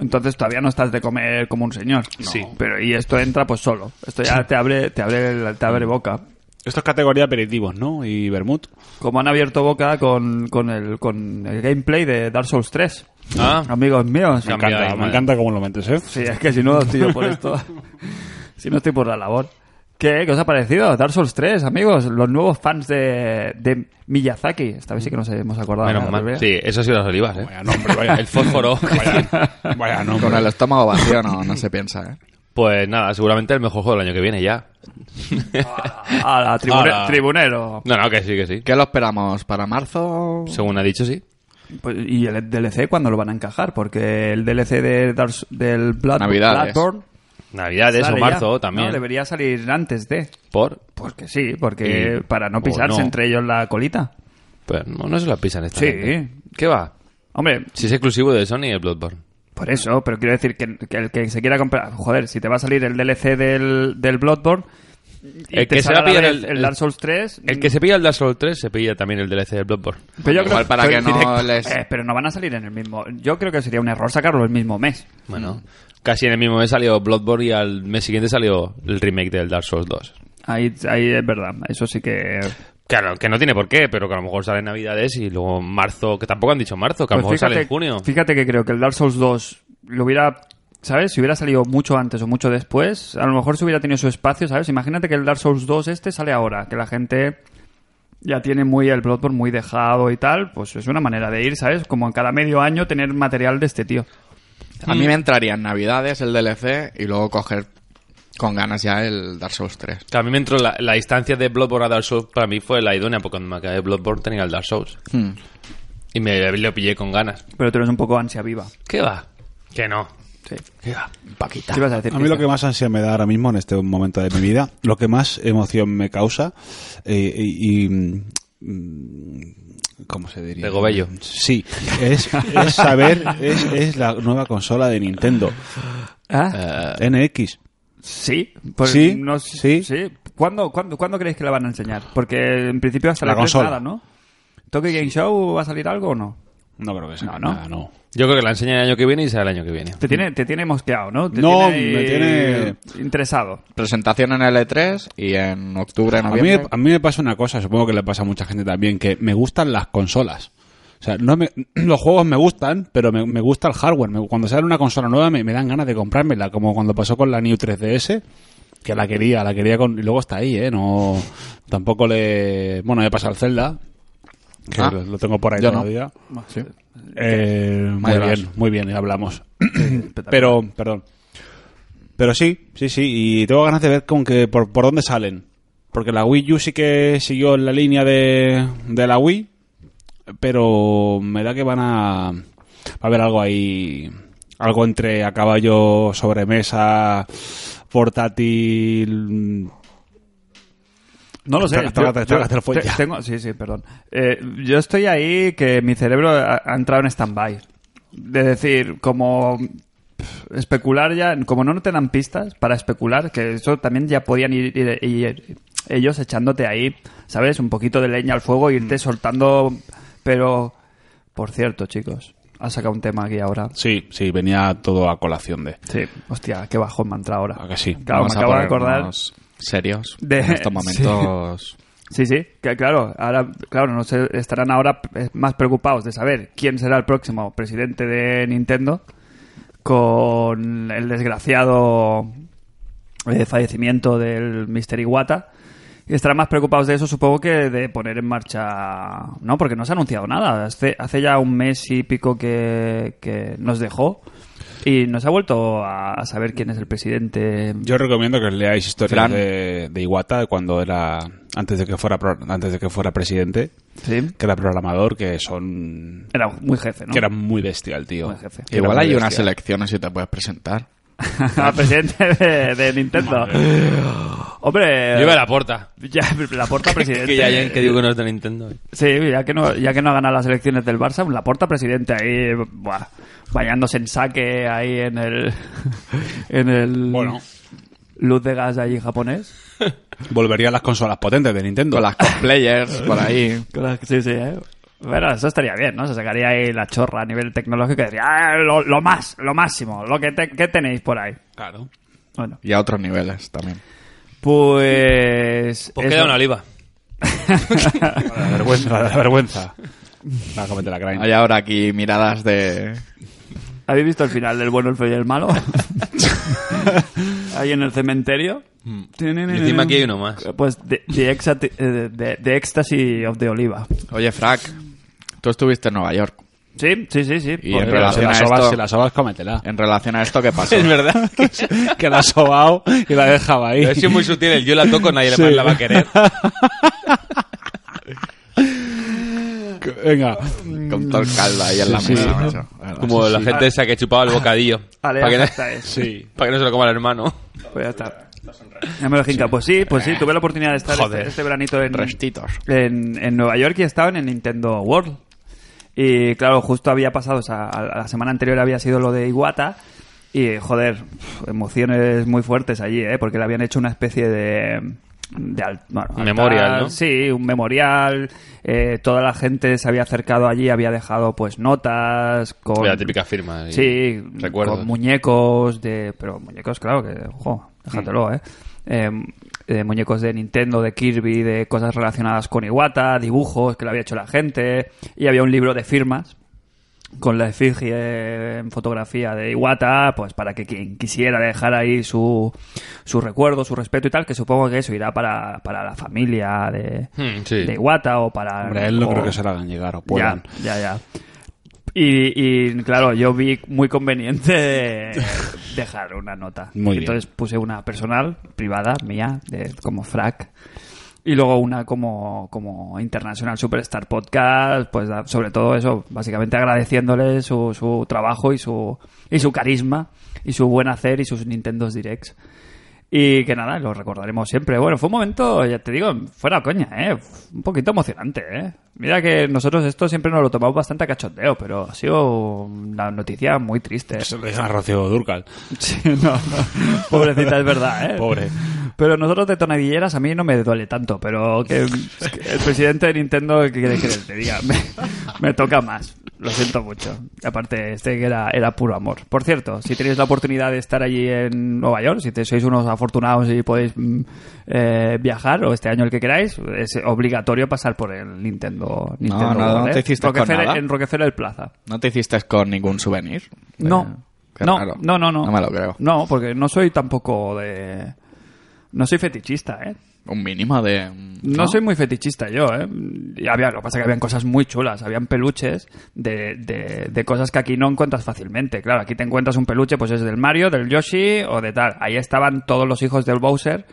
[SPEAKER 2] Entonces todavía no estás de comer como un señor.
[SPEAKER 4] Sí.
[SPEAKER 2] Pero, y esto entra pues solo. Esto ya te abre, te abre, la- te abre boca.
[SPEAKER 5] Esto es categoría aperitivos, ¿no? Y vermut.
[SPEAKER 2] Como han abierto boca con, con, el, con el gameplay de Dark Souls 3.
[SPEAKER 4] Ah.
[SPEAKER 2] Amigos míos.
[SPEAKER 4] Me
[SPEAKER 5] Me
[SPEAKER 4] Cambia
[SPEAKER 5] encanta,
[SPEAKER 4] ahí,
[SPEAKER 5] me
[SPEAKER 4] madre.
[SPEAKER 5] encanta cómo lo metes, ¿eh?
[SPEAKER 2] Sí, es que si no estoy yo por esto. si no estoy por la labor. ¿Qué? ¿Qué os ha parecido? Dark Souls 3, amigos. Los nuevos fans de, de Miyazaki. Esta vez sí que nos hemos acordado.
[SPEAKER 4] Menos
[SPEAKER 2] ¿eh?
[SPEAKER 4] mal. Sí, eso ha sido las olivas, ¿eh?
[SPEAKER 5] Vaya nombre, vaya.
[SPEAKER 4] El fósforo.
[SPEAKER 5] Vaya, vaya
[SPEAKER 3] Con
[SPEAKER 5] nombre.
[SPEAKER 3] el estómago vacío no, no se piensa, ¿eh?
[SPEAKER 4] Pues nada, seguramente el mejor juego del año que viene ya.
[SPEAKER 2] A la tribune-
[SPEAKER 4] Ala.
[SPEAKER 2] tribunero.
[SPEAKER 4] No, no, que sí, que sí.
[SPEAKER 3] ¿Qué lo esperamos? ¿Para marzo?
[SPEAKER 4] Según ha dicho, sí.
[SPEAKER 2] Pues, ¿Y el DLC cuándo lo van a encajar? Porque el DLC de Dark S- del Blood-
[SPEAKER 3] Navidades.
[SPEAKER 2] Bloodborne.
[SPEAKER 4] Navidades o
[SPEAKER 2] sale
[SPEAKER 4] marzo
[SPEAKER 2] ya.
[SPEAKER 4] también.
[SPEAKER 2] No, debería salir antes de.
[SPEAKER 4] Por.
[SPEAKER 2] Pues que sí, porque
[SPEAKER 4] Y-
[SPEAKER 2] para no
[SPEAKER 4] o
[SPEAKER 2] pisarse
[SPEAKER 4] no.
[SPEAKER 2] entre ellos la colita.
[SPEAKER 4] Pero no, no se la pisan esta
[SPEAKER 2] Sí.
[SPEAKER 4] gente. ¿Qué va?
[SPEAKER 2] Hombre,
[SPEAKER 4] Si es exclusivo de Sony el Bloodborne.
[SPEAKER 2] Por eso, pero quiero decir que, que el que se quiera comprar. Joder, si te va a salir el DLC del, del Bloodborne. y
[SPEAKER 4] El
[SPEAKER 2] te
[SPEAKER 4] que se
[SPEAKER 2] sale
[SPEAKER 4] va a pillar
[SPEAKER 2] la vez
[SPEAKER 4] el-
[SPEAKER 2] el Dark Souls 3.
[SPEAKER 4] El que se pilla el Dark Souls 3 se pilla también el DLC del Bloodborne.
[SPEAKER 2] Pero yo
[SPEAKER 3] Igual
[SPEAKER 2] creo-
[SPEAKER 3] para
[SPEAKER 2] pero
[SPEAKER 3] que
[SPEAKER 2] en
[SPEAKER 3] no
[SPEAKER 2] directo-
[SPEAKER 3] les...
[SPEAKER 2] eh, pero no van a salir en el mismo. Yo creo que sería un error sacarlo el mismo mes.
[SPEAKER 4] Bueno, Mm. casi en el mismo mes salió Bloodborne y al mes siguiente salió el remake del Dark Souls 2.
[SPEAKER 2] Ahí, ahí es verdad. Eso sí que.
[SPEAKER 4] Claro, que no tiene por qué, pero que a lo mejor sale en Navidades y luego en marzo, que tampoco han dicho marzo, que a lo mejor
[SPEAKER 2] Pues
[SPEAKER 4] sale en junio.
[SPEAKER 2] Fíjate que creo que el Dark Souls 2 lo hubiera. ¿Sabes? Si hubiera salido mucho antes o mucho después, a lo mejor se hubiera tenido su espacio, ¿sabes? Imagínate que el Dark Souls 2 este sale ahora, que la gente ya tiene muy el Bloodborne muy dejado y tal, pues es una manera de ir, ¿sabes? Como en cada medio año tener material de este tío.
[SPEAKER 3] A mí me entraría en Navidades el DLC y luego coger con ganas ya el Dark Souls 3.
[SPEAKER 4] Que a mí me entró la, la distancia de Bloodborne a Dark Souls para mí fue la idónea, porque cuando me acabé Bloodborne tenía el Dark Souls.
[SPEAKER 3] Hmm.
[SPEAKER 4] Y me lo pillé con ganas.
[SPEAKER 2] Pero tú eres un poco ansia viva.
[SPEAKER 4] ¿Qué va? Que no.
[SPEAKER 2] Sí.
[SPEAKER 4] ¿Qué va?
[SPEAKER 3] Paquita.
[SPEAKER 2] ¿Qué ibas a decir?
[SPEAKER 5] A mí lo que
[SPEAKER 2] Cristian?
[SPEAKER 5] más ansia me da ahora mismo en este momento de mi vida, lo que más emoción me causa eh, y... y, mm, ¿Cómo se diría?
[SPEAKER 4] De Gobello.
[SPEAKER 5] Sí, es, es saber, es, es la nueva consola de Nintendo,
[SPEAKER 2] ¿Ah?
[SPEAKER 5] NX.
[SPEAKER 2] sí. Pues
[SPEAKER 5] sí,
[SPEAKER 2] no-
[SPEAKER 5] sí.
[SPEAKER 2] ¿Cuándo, cuándo, cuándo creéis que la van a enseñar? Porque en principio hasta
[SPEAKER 5] La
[SPEAKER 2] la, tres
[SPEAKER 5] consola.
[SPEAKER 2] nada, ¿no? ¿Tokyo Game Show va a salir algo o no?
[SPEAKER 5] No creo que sea
[SPEAKER 2] No, no.
[SPEAKER 5] nada, no.
[SPEAKER 4] Yo creo que la enseñan el año que viene y sale el año que viene.
[SPEAKER 2] Te tiene, te tiene mosqueado, ¿no? Te
[SPEAKER 5] No,
[SPEAKER 2] tiene
[SPEAKER 5] me tiene-
[SPEAKER 2] Interesado.
[SPEAKER 3] Presentación en L3 y en octubre,
[SPEAKER 2] Ah,
[SPEAKER 5] A mí,
[SPEAKER 3] noviembre.
[SPEAKER 5] a mí me pasa una cosa, supongo que le pasa a mucha gente también, que me gustan las consolas. O sea, no me- los juegos me gustan, pero me, me gusta el hardware. Me- cuando sale una consola nueva me, me dan ganas de comprármela, como cuando pasó con la New 3DS, que la quería, la quería con... Y luego está ahí, ¿eh? No, tampoco le... Bueno, me pasa al Zelda, que
[SPEAKER 3] Ah.
[SPEAKER 5] lo, lo tengo por ahí
[SPEAKER 3] Yo no.
[SPEAKER 5] todavía. Eh, muy
[SPEAKER 3] Madre
[SPEAKER 5] bien, muy bien, hablamos. Pero, perdón. Pero sí, sí, sí, y tengo ganas de ver con que por, por dónde salen. Porque la Wii U sí que siguió en la línea de, de la Wii, pero me da que van a, va a haber algo ahí, algo entre a caballo, sobremesa, portátil... mm,
[SPEAKER 2] No lo sé.
[SPEAKER 5] Trágate, trágate, trágate el fuelle.
[SPEAKER 2] te- tengo, sí, sí, perdón. Eh, yo estoy ahí que mi cerebro ha, ha entrado en stand-by. De decir, como pff, especular ya, como no te dan pistas para especular, que eso también ya podían ir, ir- ir ellos echándote ahí, ¿sabes? Un poquito de leña al fuego, irte
[SPEAKER 5] Mm.
[SPEAKER 2] soltando. Pero, por cierto, chicos, ha sacado un tema aquí ahora.
[SPEAKER 5] Sí, sí, venía todo a colación de...
[SPEAKER 2] Sí, hostia, qué bajón me ha entrado ahora.
[SPEAKER 5] ¿A Ah, que sí?
[SPEAKER 2] Claro,
[SPEAKER 3] Vamos
[SPEAKER 2] me
[SPEAKER 3] a
[SPEAKER 2] acabo de
[SPEAKER 3] ponernos
[SPEAKER 2] acordar.
[SPEAKER 3] Serios.
[SPEAKER 2] De-
[SPEAKER 3] En estos
[SPEAKER 2] sí.
[SPEAKER 3] momentos.
[SPEAKER 2] Sí, sí, que claro, ahora, claro, no sé, estarán ahora eh, más preocupados de saber quién será el próximo presidente de Nintendo con el desgraciado eh, fallecimiento del Mr. Iwata. Y estarán más preocupados de eso, supongo, que de poner en marcha. No, porque no se ha anunciado nada. Hace, hace ya un mes y pico que, que nos dejó. Y no se ha vuelto a a saber quién es el presidente.
[SPEAKER 5] Yo recomiendo que leáis historias
[SPEAKER 3] Fran.
[SPEAKER 5] de, de Iwata cuando era antes de que fuera pro- antes de que fuera presidente,
[SPEAKER 2] Sí.
[SPEAKER 5] que era programador, que son
[SPEAKER 2] Era muy jefe, ¿no?
[SPEAKER 5] que era muy bestia el tío.
[SPEAKER 2] Muy jefe.
[SPEAKER 5] Que era
[SPEAKER 3] Igual
[SPEAKER 5] muy
[SPEAKER 3] hay unas
[SPEAKER 5] bestia.
[SPEAKER 3] elecciones y te puedes presentar.
[SPEAKER 2] Al presidente de, de Nintendo. Hombre,
[SPEAKER 4] Yo iba a la porta.
[SPEAKER 2] ya, la porta presidente.
[SPEAKER 4] Que ya, ya que digo que no es de Nintendo.
[SPEAKER 2] Sí, ya que no, ya que no ha ganado las elecciones del Barça, la porta presidente ahí, buah, bañándose en saque ahí en el en el
[SPEAKER 5] Bueno.
[SPEAKER 2] luz de gas allí japonés.
[SPEAKER 5] Volvería a las consolas potentes de Nintendo.
[SPEAKER 3] Con las cosplayers por ahí.
[SPEAKER 2] Claro, Sí, sí, eh. Bueno, eso estaría bien, ¿no? Se sacaría ahí la chorra a nivel tecnológico y diría, "Ah, lo, lo más, lo máximo, lo que te- ¿qué tenéis por ahí.
[SPEAKER 4] Claro.
[SPEAKER 2] Bueno,
[SPEAKER 3] Y a otros niveles también.
[SPEAKER 2] pues...
[SPEAKER 4] Pues
[SPEAKER 2] eso.
[SPEAKER 4] queda una oliva.
[SPEAKER 5] La vergüenza, la vergüenza. La comete la crane.
[SPEAKER 3] Hay ahora aquí miradas de...
[SPEAKER 2] ¿Habéis visto el final del bueno, el feo y el malo? Ahí en el cementerio. Y
[SPEAKER 4] Hmm. encima aquí hay uno más.
[SPEAKER 2] Pues The, the Exat- eh, the- the Ecstasy of the Oliva.
[SPEAKER 3] Oye, Frac, tú estuviste en Nueva York.
[SPEAKER 2] Sí, sí, sí, sí.
[SPEAKER 3] Y
[SPEAKER 2] Pues,
[SPEAKER 3] en
[SPEAKER 5] Pero
[SPEAKER 3] relación a
[SPEAKER 5] si la
[SPEAKER 3] esto-
[SPEAKER 5] sobas, si la sobas, cómetela.
[SPEAKER 3] En relación a esto, ¿qué pasó?
[SPEAKER 5] verdad que, que la ha sobado y la dejaba ahí.
[SPEAKER 4] Pero ha sido muy sutil. el Yo la toco, nadie
[SPEAKER 5] Sí.
[SPEAKER 4] más la va a querer.
[SPEAKER 5] Venga.
[SPEAKER 2] Mm.
[SPEAKER 3] Con todo el caldo ahí en la
[SPEAKER 5] Sí, sí.
[SPEAKER 3] mesa. macho.
[SPEAKER 4] Como la gente esa que chupaba el bocadillo.
[SPEAKER 2] Vale,
[SPEAKER 4] para,
[SPEAKER 2] ya
[SPEAKER 4] que no,
[SPEAKER 2] está, es.
[SPEAKER 5] Sí.
[SPEAKER 4] para que no se lo coma el hermano.
[SPEAKER 2] Pues ya está. Ya me lo jinca. Pues sí, pues sí, tuve la oportunidad de estar
[SPEAKER 4] Joder.
[SPEAKER 2] este, este veranito en,
[SPEAKER 3] Restitos.
[SPEAKER 2] en, en Nueva York y he estado en el Nintendo World. Y claro, justo había pasado, o sea, a la semana anterior había sido lo de Iwata. Y joder, pf, emociones muy fuertes allí, ¿eh? Porque le habían hecho una especie de. de al- bueno, altar,
[SPEAKER 4] Memorial, ¿no?
[SPEAKER 2] Sí, un memorial. eh, toda la gente se había acercado allí, había dejado pues notas. Con,
[SPEAKER 4] La típica firma. y-
[SPEAKER 2] Sí,
[SPEAKER 4] recuerdos.
[SPEAKER 2] con muñecos de... Pero muñecos, claro, que... Jo,
[SPEAKER 4] Mm.
[SPEAKER 2] déjatelo, ¿eh? Eh, eh, muñecos de Nintendo, de Kirby, de cosas relacionadas con Iwata, dibujos que le había hecho la gente. Y había un libro de firmas con la efigie en fotografía de Iwata, pues para que quien quisiera dejar ahí su, su recuerdo, su respeto y tal, que supongo que eso irá para, para la familia de,
[SPEAKER 4] Hmm, sí.
[SPEAKER 2] de Iwata o para...
[SPEAKER 5] Hombre, a él no
[SPEAKER 2] o-
[SPEAKER 5] creo que se la hagan llegar o puedan.
[SPEAKER 2] ya, ya, ya. Y, y, claro, yo vi muy conveniente dejar una nota.
[SPEAKER 5] Muy bien.
[SPEAKER 2] Entonces puse una personal, privada, mía, de, como frac. Y luego una como, como International Superstar Podcast, pues da- sobre todo eso, básicamente agradeciéndole su, su trabajo y su, y su carisma y su buen hacer y sus Nintendos Directs. Y que nada, lo recordaremos siempre. Bueno, fue un momento, ya te digo, fuera coña, ¿eh? Un poquito emocionante, ¿eh? Mira que nosotros esto siempre nos lo tomamos bastante a cachondeo, pero ha sido una noticia muy triste.
[SPEAKER 5] Se lo dicen a Rocío Durcal.
[SPEAKER 2] Sí, no, no. Pobrecita, es verdad, ¿eh?
[SPEAKER 5] Pobre.
[SPEAKER 2] Pero nosotros de tonadilleras a mí no me duele tanto, pero que, que el presidente de Nintendo, ¿qué quiere que te diga? Me, me toca más. Lo siento mucho. Y Aparte, este que era, era puro amor. Por cierto, si tenéis la oportunidad de estar allí en Nueva York, si te- sois unos afortunados y podéis mm, eh, viajar, o este año el que queráis, es obligatorio pasar por el Nintendo. Nintendo
[SPEAKER 3] no,
[SPEAKER 2] World,
[SPEAKER 3] no
[SPEAKER 2] ¿eh?
[SPEAKER 3] te hiciste con
[SPEAKER 2] Rockefeller-
[SPEAKER 3] nada.
[SPEAKER 2] En Rockefeller Plaza.
[SPEAKER 3] ¿No te hiciste con ningún souvenir?
[SPEAKER 2] No.
[SPEAKER 3] Eh, qué
[SPEAKER 2] No,
[SPEAKER 3] raro.
[SPEAKER 2] no, no, no.
[SPEAKER 3] No me lo creo.
[SPEAKER 2] No, porque no soy tampoco de... No soy fetichista, ¿eh?
[SPEAKER 3] Un mínimo de...
[SPEAKER 2] No, soy muy fetichista yo, ¿eh? Y había, lo que pasa es que habían cosas muy chulas, habían peluches de, de, de cosas que aquí no encuentras fácilmente. Claro, aquí te encuentras un peluche, pues es del Mario, del Yoshi o de tal. Ahí estaban todos los hijos del Bowser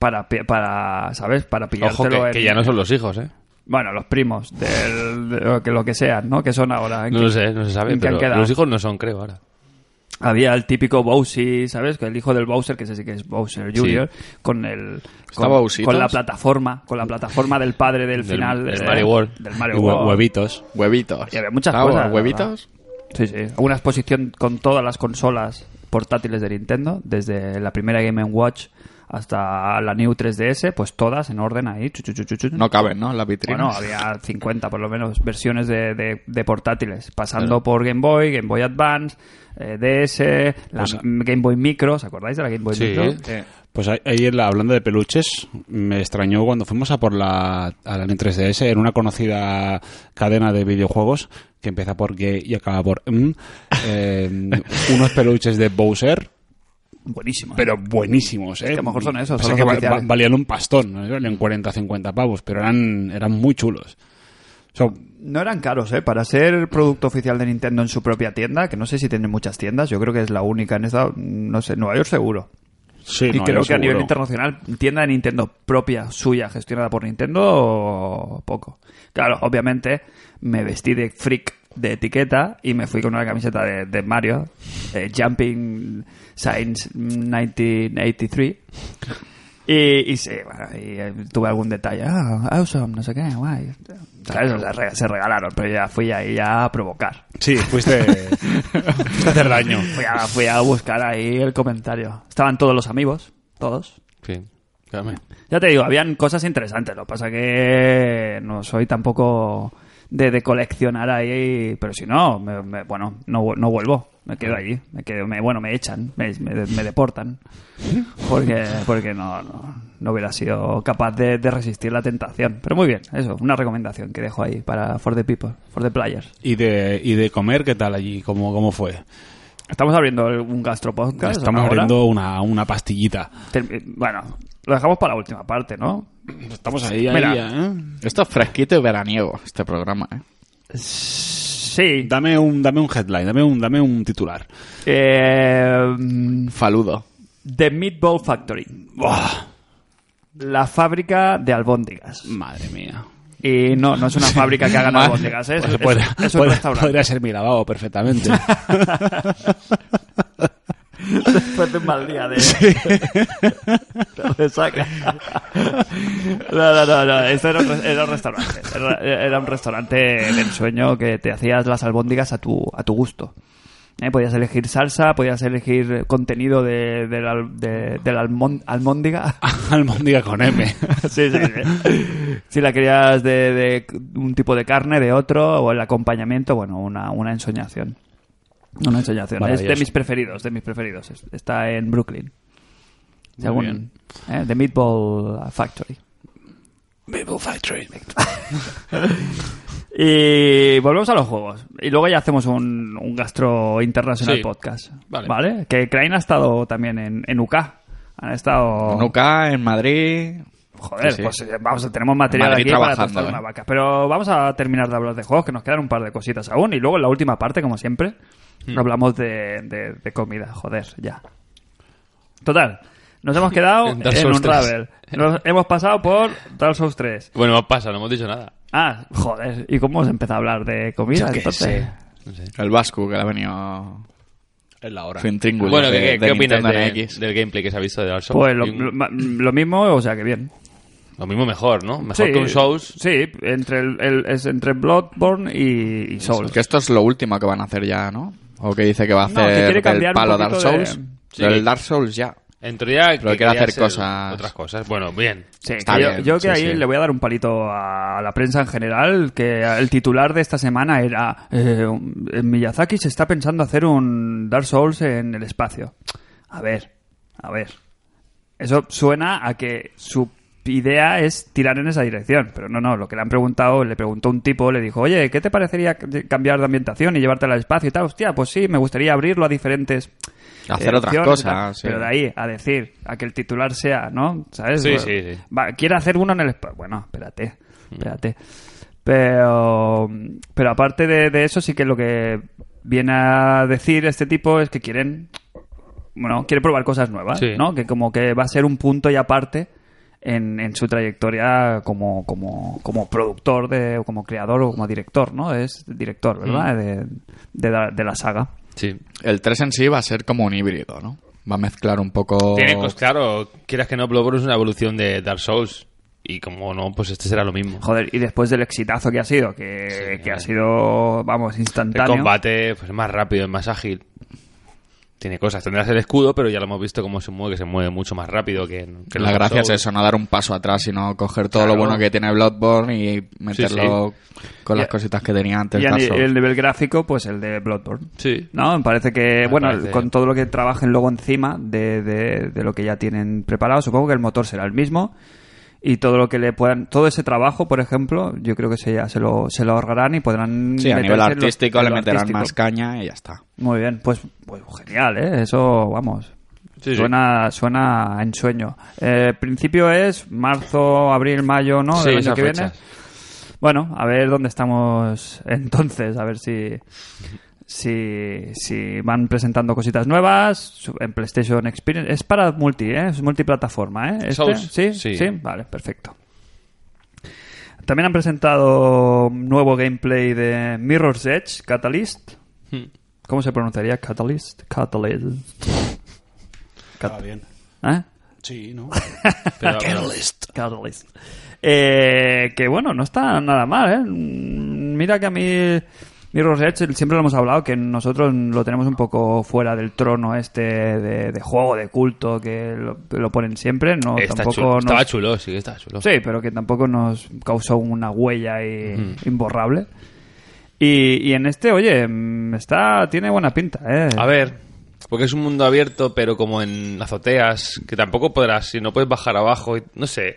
[SPEAKER 2] para, pi- para ¿sabes? Para
[SPEAKER 4] Ojo,
[SPEAKER 2] pillártelo
[SPEAKER 4] que,
[SPEAKER 2] en-
[SPEAKER 4] que ya no son los hijos, ¿eh?
[SPEAKER 2] Bueno, los primos, del, de lo que, lo que sean, ¿no? Que son ahora. ¿eh? ¿en
[SPEAKER 4] No
[SPEAKER 2] qué-
[SPEAKER 4] lo sé, no se sabe.
[SPEAKER 2] en qué han
[SPEAKER 4] Pero
[SPEAKER 2] quedado?
[SPEAKER 4] los hijos no son, creo, ahora.
[SPEAKER 2] Había el típico Bowsy, ¿sabes? Que El hijo del Bowser, que ese sí que es Bowser Jr., con el con,
[SPEAKER 3] ¿Estaba Bowsitos?
[SPEAKER 2] con la plataforma, con la plataforma del padre del,
[SPEAKER 4] Del-
[SPEAKER 2] final
[SPEAKER 4] del
[SPEAKER 2] de-
[SPEAKER 4] Mario World.
[SPEAKER 2] del
[SPEAKER 5] Y
[SPEAKER 2] Mario
[SPEAKER 5] hue-
[SPEAKER 2] World.
[SPEAKER 5] huevitos.
[SPEAKER 3] Huevitos.
[SPEAKER 2] Y había muchas
[SPEAKER 3] Claro,
[SPEAKER 2] cosas, la
[SPEAKER 3] ¿Huevitos?
[SPEAKER 2] Sí, sí. Una exposición con todas las consolas portátiles de Nintendo, desde la primera Game Watch hasta la New 3DS, pues todas en orden ahí. chu, chu, chu, chu, chu.
[SPEAKER 3] No caben, ¿no? En las vitrinas.
[SPEAKER 2] Bueno, había 50 por lo menos versiones de, de- de portátiles, pasando por Game Boy, Game Boy Advance, eh, DS, la m- Game Boy Micro, ¿os acordáis de la Game Boy
[SPEAKER 4] Sí. Eh,
[SPEAKER 2] Micro? Eh,
[SPEAKER 3] Sí.
[SPEAKER 5] Pues ahí, ahí en la- hablando de peluches, me extrañó cuando fuimos a por la, a la N 3DS en una conocida cadena de videojuegos que empieza por gay y acaba por mm, eh, unos peluches de Bowser,
[SPEAKER 2] Buenísimo.
[SPEAKER 5] pero buenísimos, ¿eh?
[SPEAKER 2] que a lo mejor son esos,
[SPEAKER 5] O sea
[SPEAKER 2] son
[SPEAKER 5] que
[SPEAKER 2] los
[SPEAKER 5] va-
[SPEAKER 2] oficiales.
[SPEAKER 5] va- valían un pastón, ¿no? valían 40 50 pavos, pero eran, eran muy chulos. O sea,
[SPEAKER 2] no eran caros, ¿eh? Para ser producto oficial de Nintendo en su propia tienda, que no sé si tienen muchas tiendas, yo creo que es la única en esta, no sé, Nueva York seguro.
[SPEAKER 5] Sí,
[SPEAKER 2] y
[SPEAKER 5] no, yo
[SPEAKER 2] creo que a nivel
[SPEAKER 5] seguro.
[SPEAKER 2] internacional, tienda de Nintendo propia, suya, gestionada por Nintendo, poco. Claro, obviamente me vestí de freak de etiqueta y me fui con una camiseta de, de Mario, eh, Jumping Science 1983. Y, y sí, bueno, y eh, tuve algún detalle. Ah, awesome, no sé qué, guay. ¿Sabes? O sea, re- se regalaron, pero ya fui ahí ya a provocar.
[SPEAKER 5] Sí, fuiste, fuiste a hacer daño.
[SPEAKER 2] Fui a, fui a buscar ahí el comentario. Estaban todos los amigos, todos.
[SPEAKER 4] Sí. Espérame.
[SPEAKER 2] Ya te digo, habían cosas interesantes. Lo que pasa que no soy tampoco de, de coleccionar ahí. Pero si no, me- me- bueno, no, vu- no vuelvo. Me quedo
[SPEAKER 5] Ah.
[SPEAKER 2] allí. Me quedo, me- bueno, me echan, me, me- me deportan. Porque, porque no, no, no hubiera sido capaz de, de resistir la tentación. Pero muy bien, eso, una recomendación que dejo ahí para For the People, For the Players.
[SPEAKER 5] ¿Y de, ¿Y de comer qué tal allí? ¿Cómo, cómo fue?
[SPEAKER 2] Estamos abriendo el- un gastropodcast.
[SPEAKER 5] Estamos
[SPEAKER 2] ahora.
[SPEAKER 5] abriendo una, una pastillita.
[SPEAKER 2] Termi- Bueno, lo dejamos para la última parte, ¿no?
[SPEAKER 5] Estamos ahí, ahí,
[SPEAKER 2] Mira.
[SPEAKER 5] ¿eh?
[SPEAKER 3] Esto es fresquito y veraniego, este programa, ¿eh?
[SPEAKER 2] Sí.
[SPEAKER 5] Dame un, dame un headline, dame un, dame un titular.
[SPEAKER 2] Eh, mm,
[SPEAKER 3] Faludo.
[SPEAKER 2] The Meatball Factory.
[SPEAKER 5] Buah,
[SPEAKER 2] La fábrica de albóndigas.
[SPEAKER 5] madre mía.
[SPEAKER 2] Y no, no es una fábrica que hagan albóndigas, ¿eh? es, es-
[SPEAKER 5] Pues Puede-
[SPEAKER 2] es un
[SPEAKER 5] puede-
[SPEAKER 2] restaurante.
[SPEAKER 5] podría ser mi lavabo perfectamente.
[SPEAKER 2] Después de un mal día de... de saca. No, no, no, no. Esto era un, re- era un restaurante. Era, era un restaurante de ensueño que te hacías las albóndigas a tu, a tu gusto. Eh, Podías elegir salsa, podías elegir contenido de, de la, de- de la almón- almóndiga.
[SPEAKER 5] Almóndiga con M.
[SPEAKER 2] sí, sí, sí. Si la querías de, de un tipo de carne, de otro, o el acompañamiento, bueno, una, una ensoñación. Una ensoñación. Es de
[SPEAKER 5] Maravilloso.
[SPEAKER 2] mis preferidos, de mis preferidos. Es- Está en Brooklyn. Si
[SPEAKER 5] Muy
[SPEAKER 2] algún-
[SPEAKER 5] bien.
[SPEAKER 2] eh, The Meatball Factory.
[SPEAKER 5] People Factory.
[SPEAKER 2] Y volvemos a los juegos. Y luego ya hacemos un, un gastro internacional
[SPEAKER 4] Sí.
[SPEAKER 2] podcast.
[SPEAKER 4] Vale.
[SPEAKER 2] Que Crane ha estado también en, en UK. Han estado...
[SPEAKER 3] En Oh. Nuca, en Madrid.
[SPEAKER 2] Joder,
[SPEAKER 3] Sí, sí.
[SPEAKER 2] pues eh, vamos a, tenemos material
[SPEAKER 3] Madrid
[SPEAKER 2] aquí para
[SPEAKER 3] trabajando,
[SPEAKER 2] tostar
[SPEAKER 3] ¿eh?
[SPEAKER 2] una vaca. Pero vamos a terminar de hablar de juegos, que nos quedan un par de cositas aún. Y luego en la última parte, como siempre,
[SPEAKER 4] Hmm.
[SPEAKER 2] hablamos de, de- de comida. Joder, ya. Total, nos hemos quedado
[SPEAKER 4] En
[SPEAKER 2] en,
[SPEAKER 4] Dark Souls
[SPEAKER 2] un
[SPEAKER 4] 3.
[SPEAKER 2] Ravel. Nos hemos pasado por Dark Souls 3.
[SPEAKER 4] Bueno, no pasa, no hemos dicho nada.
[SPEAKER 2] Ah, joder, ¿y cómo hemos empezado a hablar de comida
[SPEAKER 4] Yo qué
[SPEAKER 2] entonces?
[SPEAKER 4] sé. No sé.
[SPEAKER 3] El Vasco, que le ha venido
[SPEAKER 5] Es la hora.
[SPEAKER 3] fintríngulo
[SPEAKER 4] Bueno,
[SPEAKER 3] de,
[SPEAKER 4] ¿qué, qué-
[SPEAKER 3] de
[SPEAKER 4] qué opinas
[SPEAKER 3] Nintendo
[SPEAKER 4] de-
[SPEAKER 3] NX.
[SPEAKER 4] del gameplay que se ha visto de Dark Souls?
[SPEAKER 2] Pues lo,
[SPEAKER 4] Y-
[SPEAKER 2] lo- ma- lo mismo, o sea que bien.
[SPEAKER 4] lo mismo mejor, ¿no? Mejor
[SPEAKER 2] Sí,
[SPEAKER 4] que un Souls.
[SPEAKER 2] Sí, entre, el, el- es entre Bloodborne y, y Souls.
[SPEAKER 3] Que esto es lo último que van a hacer ya, ¿no? O que dice que va a
[SPEAKER 2] No, que
[SPEAKER 3] hacer
[SPEAKER 2] quiere cambiar
[SPEAKER 3] el
[SPEAKER 2] un
[SPEAKER 3] palo
[SPEAKER 2] poquito
[SPEAKER 3] Dark Souls.
[SPEAKER 2] de-
[SPEAKER 4] Sí.
[SPEAKER 3] Pero el Dark Souls ya.
[SPEAKER 4] En teoría, que
[SPEAKER 3] quiere
[SPEAKER 4] quería
[SPEAKER 3] hacer cosas-
[SPEAKER 4] Otras cosas. Bueno, bien.
[SPEAKER 2] Sí,
[SPEAKER 3] Está
[SPEAKER 2] que yo-
[SPEAKER 3] bien,
[SPEAKER 2] yo, que
[SPEAKER 3] sí,
[SPEAKER 2] ahí
[SPEAKER 3] sí.
[SPEAKER 2] le voy a dar un palito a la prensa en general, que el titular de esta semana era eh, un- Miyazaki se está pensando hacer un Dark Souls en el espacio. A ver, a ver. Eso suena a que su idea es tirar en esa dirección, pero no, no, lo que le han preguntado, le preguntó un tipo, le dijo, oye, ¿qué te parecería c- cambiar de ambientación y llevártela al espacio y tal? Hostia, pues sí, me gustaría abrirlo a diferentes...
[SPEAKER 3] Hacer
[SPEAKER 2] eh,
[SPEAKER 3] otras
[SPEAKER 2] opciones y tal".
[SPEAKER 3] cosas, sí.
[SPEAKER 2] Pero de ahí a decir, a que el titular sea, ¿no? ¿Sabes?
[SPEAKER 4] Sí,
[SPEAKER 2] Bueno,
[SPEAKER 4] sí, sí.
[SPEAKER 2] Va, quiere hacer uno en el espacio. Bueno, espérate, espérate. Pero, pero aparte de, de eso, sí que lo que viene a decir este tipo es que quieren, bueno, quiere probar cosas nuevas,
[SPEAKER 4] Sí.
[SPEAKER 2] ¿no? Que como que va a ser un punto y aparte en, en su trayectoria como, como, como productor, de, o como creador o como director, ¿no? Es director, ¿verdad?
[SPEAKER 4] Mm.
[SPEAKER 2] De, de la, de la saga.
[SPEAKER 4] Sí.
[SPEAKER 3] El 3 en sí va a ser como un híbrido, ¿no? Va a mezclar un poco...
[SPEAKER 4] Tiene, pues claro, quieras que no, Bloodborne es una evolución de Dark Souls. Y como no, pues este será lo mismo.
[SPEAKER 2] Joder, y después del exitazo que ha sido, que,
[SPEAKER 4] Sí,
[SPEAKER 2] que ha
[SPEAKER 4] eh.
[SPEAKER 2] sido, vamos,
[SPEAKER 4] El
[SPEAKER 2] instantáneo.
[SPEAKER 4] combate pues, es más rápido, es más ágil. Tiene cosas. Tendrás el escudo, pero ya lo hemos visto cómo se mueve, que se mueve mucho más rápido que, en- que en
[SPEAKER 3] la
[SPEAKER 4] Dark
[SPEAKER 3] gracia es
[SPEAKER 4] Souls.
[SPEAKER 3] eso, no dar un paso atrás, sino coger todo
[SPEAKER 4] Claro.
[SPEAKER 3] lo bueno que tiene Bloodborne y meterlo con las cositas que tenía antes
[SPEAKER 2] Y a
[SPEAKER 3] Dark
[SPEAKER 2] ni-
[SPEAKER 3] Souls.
[SPEAKER 2] el nivel gráfico, pues el de Bloodborne.
[SPEAKER 4] Sí.
[SPEAKER 2] No, me parece que,
[SPEAKER 4] Me
[SPEAKER 2] bueno,
[SPEAKER 4] parece-
[SPEAKER 2] con todo lo que trabajen luego encima de, de- de lo que ya tienen preparado, supongo que el motor será el mismo. Y todo lo que le puedan, todo ese trabajo, por ejemplo, yo creo que se, ya se, lo, se lo ahorrarán y podrán.
[SPEAKER 3] Sí, a
[SPEAKER 2] meterse
[SPEAKER 3] nivel
[SPEAKER 2] en lo-
[SPEAKER 3] artístico
[SPEAKER 2] en
[SPEAKER 3] le
[SPEAKER 2] lo
[SPEAKER 3] meterán
[SPEAKER 2] artístico.
[SPEAKER 3] más caña y ya está.
[SPEAKER 2] Muy bien, pues, pues genial, ¿eh? Eso, vamos.
[SPEAKER 4] Sí, sí.
[SPEAKER 2] suena, suena a ensueño. Eh, principio es marzo, abril, mayo, ¿no?
[SPEAKER 4] Sí,
[SPEAKER 2] Del año
[SPEAKER 4] esas
[SPEAKER 2] que viene.
[SPEAKER 4] fechas.
[SPEAKER 2] Bueno, a ver dónde estamos entonces, a ver si, si, si van presentando cositas nuevas su- en PlayStation Experience. Es para multi, ¿eh? es multiplataforma. ¿eh? ¿Este?
[SPEAKER 4] Souls,
[SPEAKER 2] ¿Sí?
[SPEAKER 4] sí.
[SPEAKER 2] vale, perfecto. También han presentado un nuevo gameplay de Mirror's Edge, Catalyst.
[SPEAKER 4] Hmm.
[SPEAKER 2] ¿Cómo se pronunciaría Catalyst? Catalyst.
[SPEAKER 5] Está bien.
[SPEAKER 2] ¿Eh?
[SPEAKER 5] Sí, ¿no?
[SPEAKER 4] Pero-
[SPEAKER 2] Catalyst. Eh, que bueno, no está nada mal, ¿eh? Mm, Mira que a mí Mirror's Edge siempre lo hemos hablado, que nosotros lo tenemos un poco fuera del trono este de, de juego de culto que lo, lo ponen siempre. No,
[SPEAKER 4] Está
[SPEAKER 2] tampoco
[SPEAKER 4] chulo.
[SPEAKER 2] nos-
[SPEAKER 4] Estaba chulo, sí, estaba chulo.
[SPEAKER 2] Sí, pero que tampoco nos causó una huella ahí imborrable. Y, y en este, oye, mm, está tiene buena pinta, ¿eh?
[SPEAKER 4] A ver, porque es un mundo abierto, pero como en azoteas, que tampoco podrás, si no puedes bajar abajo, y, no sé.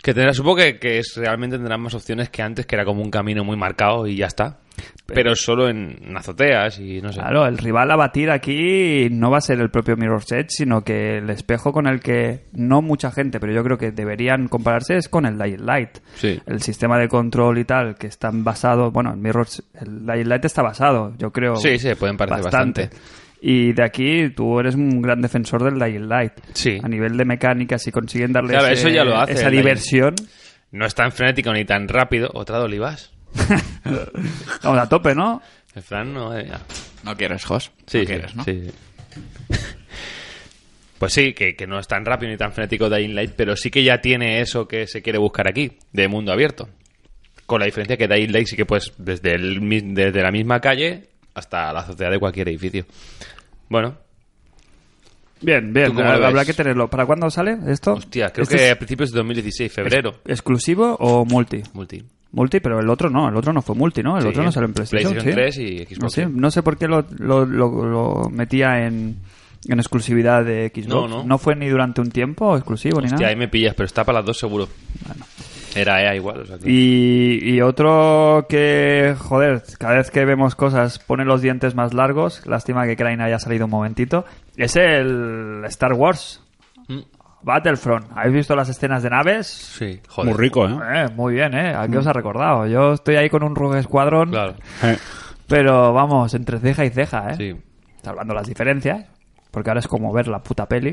[SPEAKER 4] Que tendrás, supongo que, que es- realmente tendrás más opciones que antes, que era como un camino muy marcado y ya está. Pero solo en, en azoteas y no sé.
[SPEAKER 2] Claro, el rival a batir aquí no va a ser el propio Mirror's Edge, sino que el espejo con el que no mucha gente, pero yo creo que deberían compararse es con el Dying Light.
[SPEAKER 4] Sí.
[SPEAKER 2] El sistema de control y tal que están basados, bueno, el Mirror's el Dying Light está basado, yo creo.
[SPEAKER 4] Sí, sí, pueden parecer bastante.
[SPEAKER 2] Y de aquí tú eres un gran defensor del Dying Light.
[SPEAKER 4] Sí.
[SPEAKER 2] A nivel de mecánica, si consiguen darle
[SPEAKER 4] Claro,
[SPEAKER 2] ese-
[SPEAKER 4] eso ya lo hace
[SPEAKER 2] esa
[SPEAKER 4] el Dying-
[SPEAKER 2] diversión,
[SPEAKER 4] No es tan frenético ni tan rápido. Otra de olivas.
[SPEAKER 2] vamos a tope, ¿no?
[SPEAKER 4] El Fran no. eh, ya.
[SPEAKER 3] No quieres, Jos.
[SPEAKER 4] Sí,
[SPEAKER 3] no
[SPEAKER 4] sí,
[SPEAKER 3] quieres, ¿no?
[SPEAKER 4] sí, sí. Pues sí, que, que no es tan rápido ni tan frenético Dying Light, pero sí que ya tiene eso que se quiere buscar aquí, de mundo abierto. Con la diferencia que Dying Light sí que puedes desde, el, mi- desde la misma calle hasta la azotea de cualquier edificio. Bueno,
[SPEAKER 2] Bien, bien.
[SPEAKER 4] ¿Tú cómo lo
[SPEAKER 2] Habrá
[SPEAKER 4] ves?
[SPEAKER 2] que tenerlo. ¿Para cuándo sale esto?
[SPEAKER 4] hostia, creo
[SPEAKER 2] Este
[SPEAKER 4] que
[SPEAKER 2] es-
[SPEAKER 4] a principios de 2016, febrero.
[SPEAKER 2] ¿Exclusivo o multi?
[SPEAKER 4] Multi.
[SPEAKER 2] Multi, pero el otro no, el otro no fue multi, ¿no? El
[SPEAKER 4] Sí,
[SPEAKER 2] otro no salió en PlayStation,
[SPEAKER 4] PlayStation
[SPEAKER 2] sí.
[SPEAKER 4] 3 y Xbox.
[SPEAKER 2] Sí, no sé por qué lo, lo- lo- lo metía en, en exclusividad de Xbox.
[SPEAKER 4] No, no.
[SPEAKER 2] fue ni durante un tiempo exclusivo ni
[SPEAKER 4] Hostia,
[SPEAKER 2] nada.
[SPEAKER 4] ahí me pillas, pero está para las dos seguro. Era EA igual. o sea que-
[SPEAKER 2] Y, y otro que, joder, cada vez que vemos cosas pone los dientes más largos. Lástima que Crane haya salido un momentito. Es el Star Wars
[SPEAKER 4] Mm,
[SPEAKER 2] Battlefront. ¿Habéis visto las escenas de naves?
[SPEAKER 4] Sí, joder.
[SPEAKER 5] Muy rico, ¿eh?
[SPEAKER 2] Eh, muy bien, ¿eh? ¿A qué os ha recordado? Yo estoy ahí con un Rogue Squadron,
[SPEAKER 4] Claro,
[SPEAKER 5] Eh,
[SPEAKER 2] pero vamos, entre ceja y ceja, ¿eh?
[SPEAKER 4] sí.
[SPEAKER 2] Está hablando las diferencias, porque ahora es como ver la puta peli.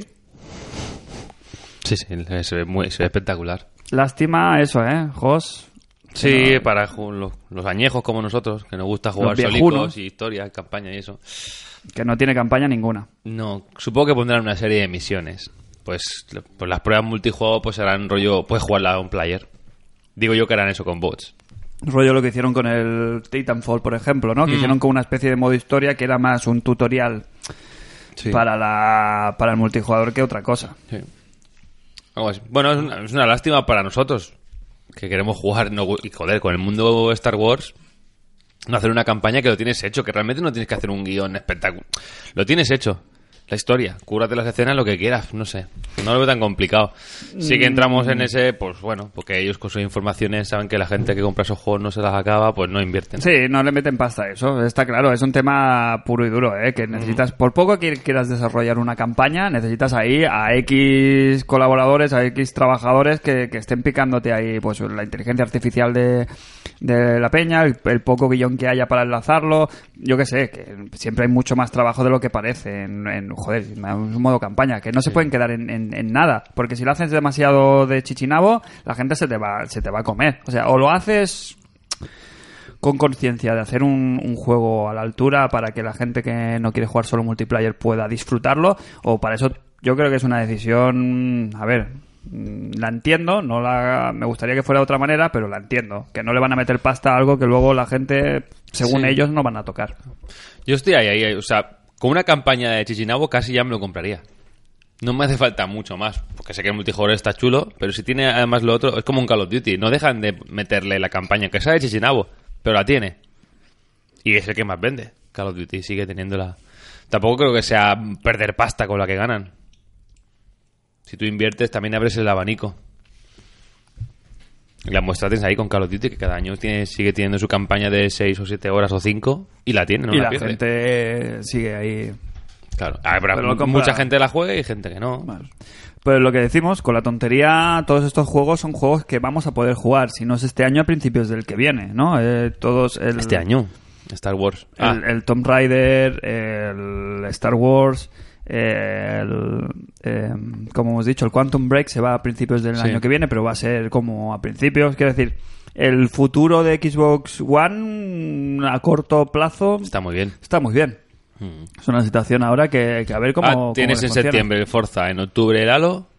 [SPEAKER 4] Sí, sí, se ve, muy, se ve espectacular.
[SPEAKER 2] Lástima eso, ¿eh? Jos,
[SPEAKER 4] Sí, para ju- los, los añejos como nosotros, que nos gusta jugar
[SPEAKER 2] Los
[SPEAKER 4] solicos
[SPEAKER 2] viejunos.
[SPEAKER 4] y historia, campaña y eso.
[SPEAKER 2] que no tiene campaña ninguna.
[SPEAKER 4] No, supongo que pondrán una serie de misiones. Pues, lo- pues las pruebas multijuego pues harán rollo, puedes jugarla a un player. Digo yo que harán eso con bots.
[SPEAKER 2] Rollo lo que hicieron con el Titanfall, por ejemplo, ¿no? Que hicieron con una especie de modo historia que era más un tutorial para, la, para el multijugador que otra cosa.
[SPEAKER 4] Sí. Algo así. Bueno, es una, es una lástima para nosotros que queremos jugar no, y joder, con el mundo Star Wars no hacer una campaña que lo tienes hecho, que realmente no tienes que hacer un guión espectacular. Lo tienes hecho. La historia, cúrate las escenas lo que quieras, no sé. No lo veo tan complicado. Sí que entramos en ese, pues bueno, porque ellos con sus informaciones saben que la gente que compra esos juegos no se las acaba, pues no invierten.
[SPEAKER 2] Sí, no le meten pasta a eso, está claro. Es un tema puro y duro, ¿eh? Que necesitas, por poco que quieras desarrollar una campaña, necesitas ahí a X colaboradores, a X trabajadores que, que estén picándote ahí, pues, la inteligencia artificial de, de la peña, el, el poco guión que haya para enlazarlo. Yo qué sé, que siempre hay mucho más trabajo de lo que parece en, en- joder, en un modo campaña, que no se pueden quedar en, en- en nada. Porque si lo haces demasiado de chichinabo, la gente se te va, se te va a comer. O sea, o lo haces con conciencia de hacer un, un juego a la altura para que la gente que no quiere jugar solo multiplayer pueda disfrutarlo o para eso yo creo que es una decisión a ver mm, la entiendo no la me gustaría que fuera de otra manera pero la entiendo que no le van a meter pasta a algo que luego la gente según
[SPEAKER 4] Sí.
[SPEAKER 2] ellos no van a tocar
[SPEAKER 4] Yo estoy ahí, ahí, ahí. O sea, con una campaña de Chichinabo casi ya me lo compraría. No me hace falta mucho más, porque sé que el multijugador está chulo, pero si tiene además lo otro, es como un Call of Duty. No dejan de meterle la campaña, que sea de Chichinabo, pero la tiene. Y es el que más vende. Call of Duty sigue teniéndola. Tampoco creo que sea perder pasta con la que ganan. Si tú inviertes, también abres el abanico. Y La muestra tienes ahí con Call of Duty, que cada año tiene, sigue teniendo su campaña de 6 o 7 horas o 5, y la tiene, no
[SPEAKER 2] y
[SPEAKER 4] la,
[SPEAKER 2] la
[SPEAKER 4] pierde.
[SPEAKER 2] gente sigue ahí
[SPEAKER 4] Claro, habrá
[SPEAKER 2] Pero lo
[SPEAKER 4] mu-
[SPEAKER 2] compra-
[SPEAKER 4] mucha gente la juega y gente que no.
[SPEAKER 2] Bueno. Pero Pues lo que decimos, con la tontería, todos estos juegos son juegos que vamos a poder jugar, si no es este año, a principios del que viene, ¿no? Eh, todos el,
[SPEAKER 4] Este año, Star Wars.
[SPEAKER 2] el,
[SPEAKER 4] Ah,
[SPEAKER 2] el Tomb Raider, el Star Wars, el, eh, como hemos dicho, el Quantum Break se va a principios del
[SPEAKER 4] Sí.
[SPEAKER 2] año que viene, pero va a ser como a principios, quiero decir, el futuro de Xbox One a corto plazo
[SPEAKER 4] está muy bien.
[SPEAKER 2] está muy bien.
[SPEAKER 4] Mm.
[SPEAKER 2] Es una situación ahora que, que a ver cómo...
[SPEAKER 4] Ah,
[SPEAKER 2] cómo
[SPEAKER 4] tienes
[SPEAKER 2] les
[SPEAKER 4] en
[SPEAKER 2] funciona.
[SPEAKER 4] septiembre el Forza, en octubre el Halo.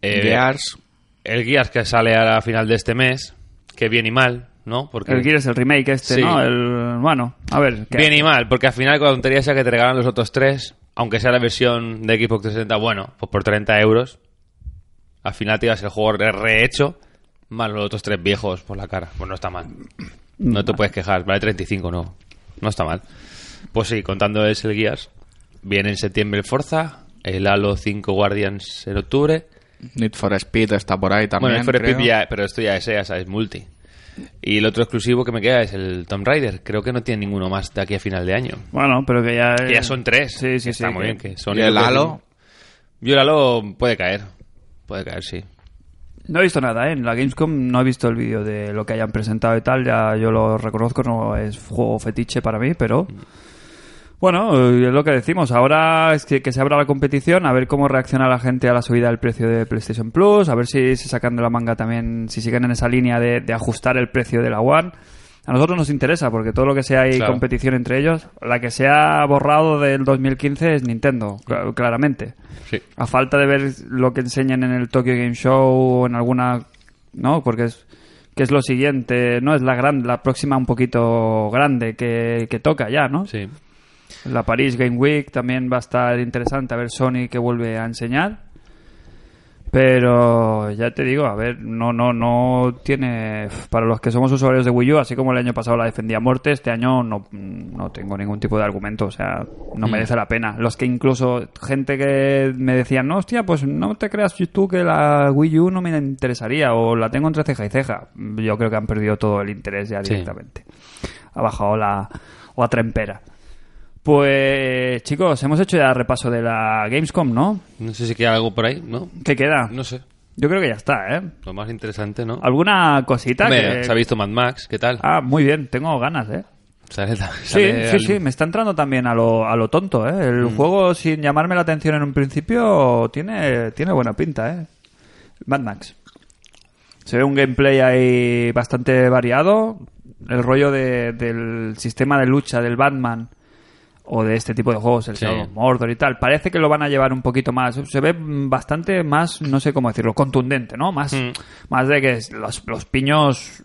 [SPEAKER 4] eh,
[SPEAKER 3] Gears,
[SPEAKER 4] El Gears que sale a la final de este mes, que bien y mal, ¿no? Porque
[SPEAKER 2] El Gears, el remake este,
[SPEAKER 4] Sí.
[SPEAKER 2] ¿no? El, bueno, a ver. que-
[SPEAKER 4] Bien y mal, porque al final con la tontería esa que te regalan los otros tres, aunque sea la versión de Xbox 360, bueno, pues por 30 euros, al final te llevas el juego re- rehecho, más los otros tres viejos por la cara. Pues no está mal. No te puedes quejar, vale 35, no. No está mal. Pues sí, contando es el Gears. Viene en septiembre el Forza, el Halo 5 Guardians en octubre.
[SPEAKER 3] Need for Speed está por ahí también.
[SPEAKER 4] bueno, el For Speed
[SPEAKER 3] creo.
[SPEAKER 4] ya- pero esto ya es EA, ¿sabes? Multi. Y el otro exclusivo que me queda es el Tomb Raider. Creo que no tiene ninguno más de aquí a final de año.
[SPEAKER 2] Bueno, pero que ya...
[SPEAKER 4] Que ya son tres.
[SPEAKER 2] Eh, Sí, sí,
[SPEAKER 4] Está
[SPEAKER 2] sí,
[SPEAKER 4] muy
[SPEAKER 2] que-
[SPEAKER 4] bien. Que son
[SPEAKER 3] Y el Halo,
[SPEAKER 4] Yo el Halo puede caer. Puede caer, sí.
[SPEAKER 2] No he visto nada, ¿eh? En la Gamescom no he visto el vídeo de lo que hayan presentado y tal. Ya yo lo reconozco, no es juego fetiche para mí, pero... Bueno, eh, es lo que decimos. Ahora es que, que se abra la competición, a ver cómo reacciona la gente a la subida del precio de PlayStation Plus, a ver si se sacan de la manga también, si siguen en esa línea de, de ajustar el precio de la One. A nosotros nos interesa, porque todo lo que sea hay
[SPEAKER 4] Claro.
[SPEAKER 2] competición entre ellos, la que se ha borrado del 2015 es Nintendo, cl- claramente.
[SPEAKER 4] Sí.
[SPEAKER 2] A falta de ver lo que enseñan en el Tokyo Game Show o en alguna... ¿No? Porque es que es lo siguiente, ¿no? Es la gran, la próxima un poquito grande que, que toca ya, ¿no?
[SPEAKER 4] Sí.
[SPEAKER 2] La Paris Game Week también va a estar interesante a ver Sony que vuelve a enseñar. Pero ya te digo, a ver, no, no, no tiene. Para los que somos usuarios de Wii U, así como el año pasado la defendía a muerte, este año no, no tengo ningún tipo de argumento, o sea, no merece la pena. Los que incluso, gente que me decían, no, hostia, pues no te creas tú que la Wii U no me interesaría, o la tengo entre ceja y ceja. Yo creo que han perdido todo el interés ya
[SPEAKER 4] Sí.
[SPEAKER 2] directamente. Ha bajado la, la trempera. Pues chicos, hemos hecho ya repaso de la Gamescom, ¿no?
[SPEAKER 4] No sé si queda algo por ahí, ¿no?
[SPEAKER 2] ¿Qué queda?
[SPEAKER 4] No sé.
[SPEAKER 2] Yo creo que ya está, ¿eh?
[SPEAKER 4] Lo más interesante, ¿no?
[SPEAKER 2] ¿Alguna cosita?
[SPEAKER 4] Hombre,
[SPEAKER 2] que-
[SPEAKER 4] Se ha visto Mad Max, ¿qué tal?
[SPEAKER 2] Ah, muy bien, tengo ganas, ¿eh?
[SPEAKER 4] Sale-
[SPEAKER 2] Sí,
[SPEAKER 4] sale
[SPEAKER 2] sí,
[SPEAKER 4] al- Mm.
[SPEAKER 2] sí, me está entrando también a lo, a lo tonto, ¿eh? El juego, sin llamarme la atención en un principio, tiene, tiene buena pinta, ¿eh? Mad Max. Se ve un gameplay ahí bastante variado. El rollo de- del sistema de lucha del Batman o de este tipo de juegos, el
[SPEAKER 4] Sí.
[SPEAKER 2] Shadow of Mordor y tal, parece que lo van a llevar un poquito más. Se ve bastante más, no sé cómo decirlo, contundente, ¿no? Más,
[SPEAKER 4] Mm.
[SPEAKER 2] más de que los, los piños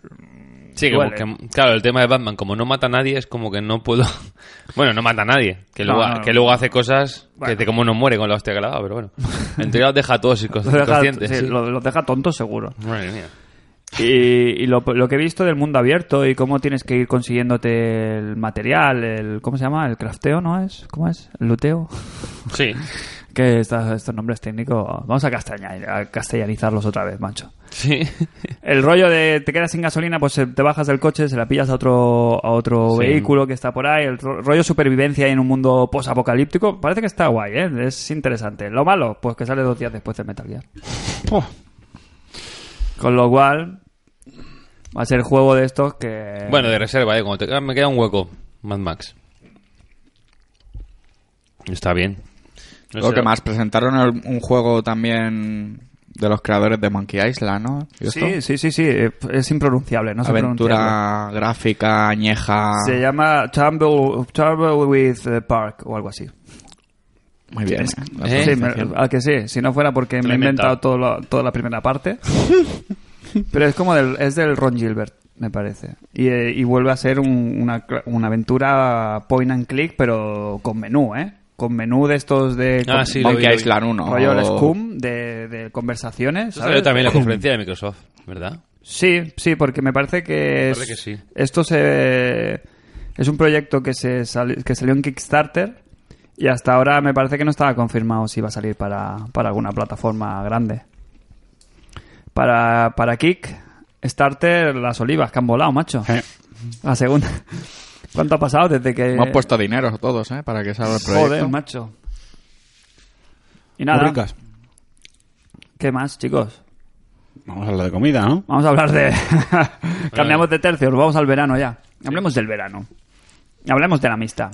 [SPEAKER 4] Sí, que-
[SPEAKER 2] Duele.
[SPEAKER 4] que- claro, el tema de Batman, como no mata a nadie, es como que no puedo. Bueno, no mata a nadie. Que,
[SPEAKER 2] No,
[SPEAKER 4] luego,
[SPEAKER 2] no, no.
[SPEAKER 4] que luego hace cosas
[SPEAKER 2] Bueno.
[SPEAKER 4] que te- como no muere con la hostia que le ha dado, pero bueno. Entonces los deja todos
[SPEAKER 2] los deja,
[SPEAKER 4] inconscientes.
[SPEAKER 2] sí,
[SPEAKER 4] sí.
[SPEAKER 2] los- los deja tontos seguro.
[SPEAKER 4] Madre mía.
[SPEAKER 2] Y, y lo, lo que he visto del mundo abierto y cómo tienes que ir consiguiéndote el material, el ¿cómo se llama? El crafteo, ¿no es? ¿Cómo es? El luteo.
[SPEAKER 4] Sí,
[SPEAKER 2] Que esta- estos nombres técnicos... Vamos a, castaña- a castellanizarlos otra vez, mancho.
[SPEAKER 4] sí.
[SPEAKER 2] El rollo de te quedas sin gasolina, pues eh, te bajas del coche, se la pillas a otro, a otro
[SPEAKER 4] Sí.
[SPEAKER 2] vehículo que está por ahí. El ro- rollo supervivencia en un mundo posapocalíptico. Parece que está guay, ¿eh? Es interesante. Lo malo, pues que sale dos días después del Metal Gear. Con lo cual, va a ser juego de estos que...
[SPEAKER 4] Bueno, de reserva, ¿eh? Como te- ah, me queda un hueco. Mad Max. Está bien. No
[SPEAKER 3] lo
[SPEAKER 4] sé,
[SPEAKER 3] que más presentaron el- un juego también de los creadores de Monkey Island, ¿no? ¿Y esto?
[SPEAKER 2] Sí, sí, sí, sí. eh, Es impronunciable, no sé pronunciarlo.
[SPEAKER 3] Aventura gráfica, añeja.
[SPEAKER 2] Se llama Tumble, Tumble with eh, Park o algo así.
[SPEAKER 3] Muy bien. ¿eh? La
[SPEAKER 4] ¿Eh?
[SPEAKER 2] Sí, me- ah,
[SPEAKER 3] presentación.
[SPEAKER 2] a que sí, si no fuera porque
[SPEAKER 4] lo
[SPEAKER 2] me he
[SPEAKER 4] he
[SPEAKER 2] inventado
[SPEAKER 4] inventado.
[SPEAKER 2] todo lo- toda la primera parte. Pero es como del, es del Ron Gilbert, me parece. Y, eh, y vuelve a ser un- una, cla- una aventura point and click, pero con menú, ¿eh? Con menú de estos de...
[SPEAKER 4] Ah,
[SPEAKER 2] con-
[SPEAKER 4] sí, lo vi, lo
[SPEAKER 3] Monkey
[SPEAKER 4] vi.
[SPEAKER 3] Island 1.
[SPEAKER 2] rollo el
[SPEAKER 3] o-
[SPEAKER 2] Scum de, de conversaciones.
[SPEAKER 4] Eso
[SPEAKER 2] ¿sabes?
[SPEAKER 4] salió también en la conferencia de Microsoft, ¿verdad?
[SPEAKER 2] Sí, sí, porque me parece que, es-
[SPEAKER 4] parece que sí.
[SPEAKER 2] esto se es un proyecto que se sali- que salió en Kickstarter y hasta ahora me parece que no estaba confirmado si iba a salir para, para alguna plataforma grande. Para, para Kick, Starter, las olivas que han volado, macho.
[SPEAKER 5] Eh.
[SPEAKER 2] La segunda. ¿Cuánto ha pasado desde que...
[SPEAKER 3] Hemos puesto dinero todos, ¿eh? Para que salga el proyecto.
[SPEAKER 2] Joder, macho. Y
[SPEAKER 5] Muy
[SPEAKER 2] nada,
[SPEAKER 5] ricas.
[SPEAKER 2] ¿Qué más, chicos?
[SPEAKER 5] Vamos a hablar de comida, ¿no?
[SPEAKER 2] Vamos a hablar de... Cambiamos de tercios, vamos al verano ya. Hablemos del verano. Hablemos de la amistad.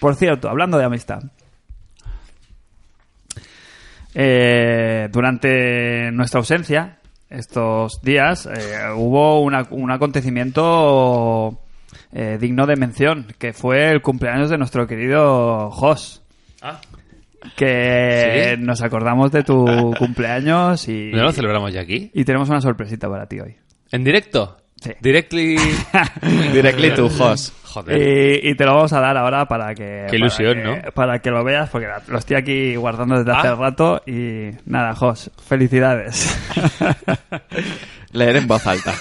[SPEAKER 2] Por cierto, hablando de amistad. Eh, durante nuestra ausencia, estos días, eh, hubo una- un acontecimiento eh, digno de mención, que fue el cumpleaños de nuestro querido Jos.
[SPEAKER 4] Ah.
[SPEAKER 2] Que
[SPEAKER 4] ¿Sí?
[SPEAKER 2] nos acordamos de tu cumpleaños y,
[SPEAKER 4] ¿No lo celebramos ya aquí?
[SPEAKER 2] y tenemos una sorpresita para ti hoy.
[SPEAKER 4] ¿En directo?
[SPEAKER 2] Sí.
[SPEAKER 4] Directly...
[SPEAKER 3] Directly to host.
[SPEAKER 4] Joder.
[SPEAKER 2] Eh, Y, y te lo vamos a dar ahora para que.
[SPEAKER 4] Qué ilusión,
[SPEAKER 2] para que-
[SPEAKER 4] ¿no?
[SPEAKER 2] Para que lo veas, porque la- lo estoy aquí guardando desde hace
[SPEAKER 4] Ah.
[SPEAKER 2] rato. Y nada, Jos, felicidades.
[SPEAKER 3] Leer en voz alta.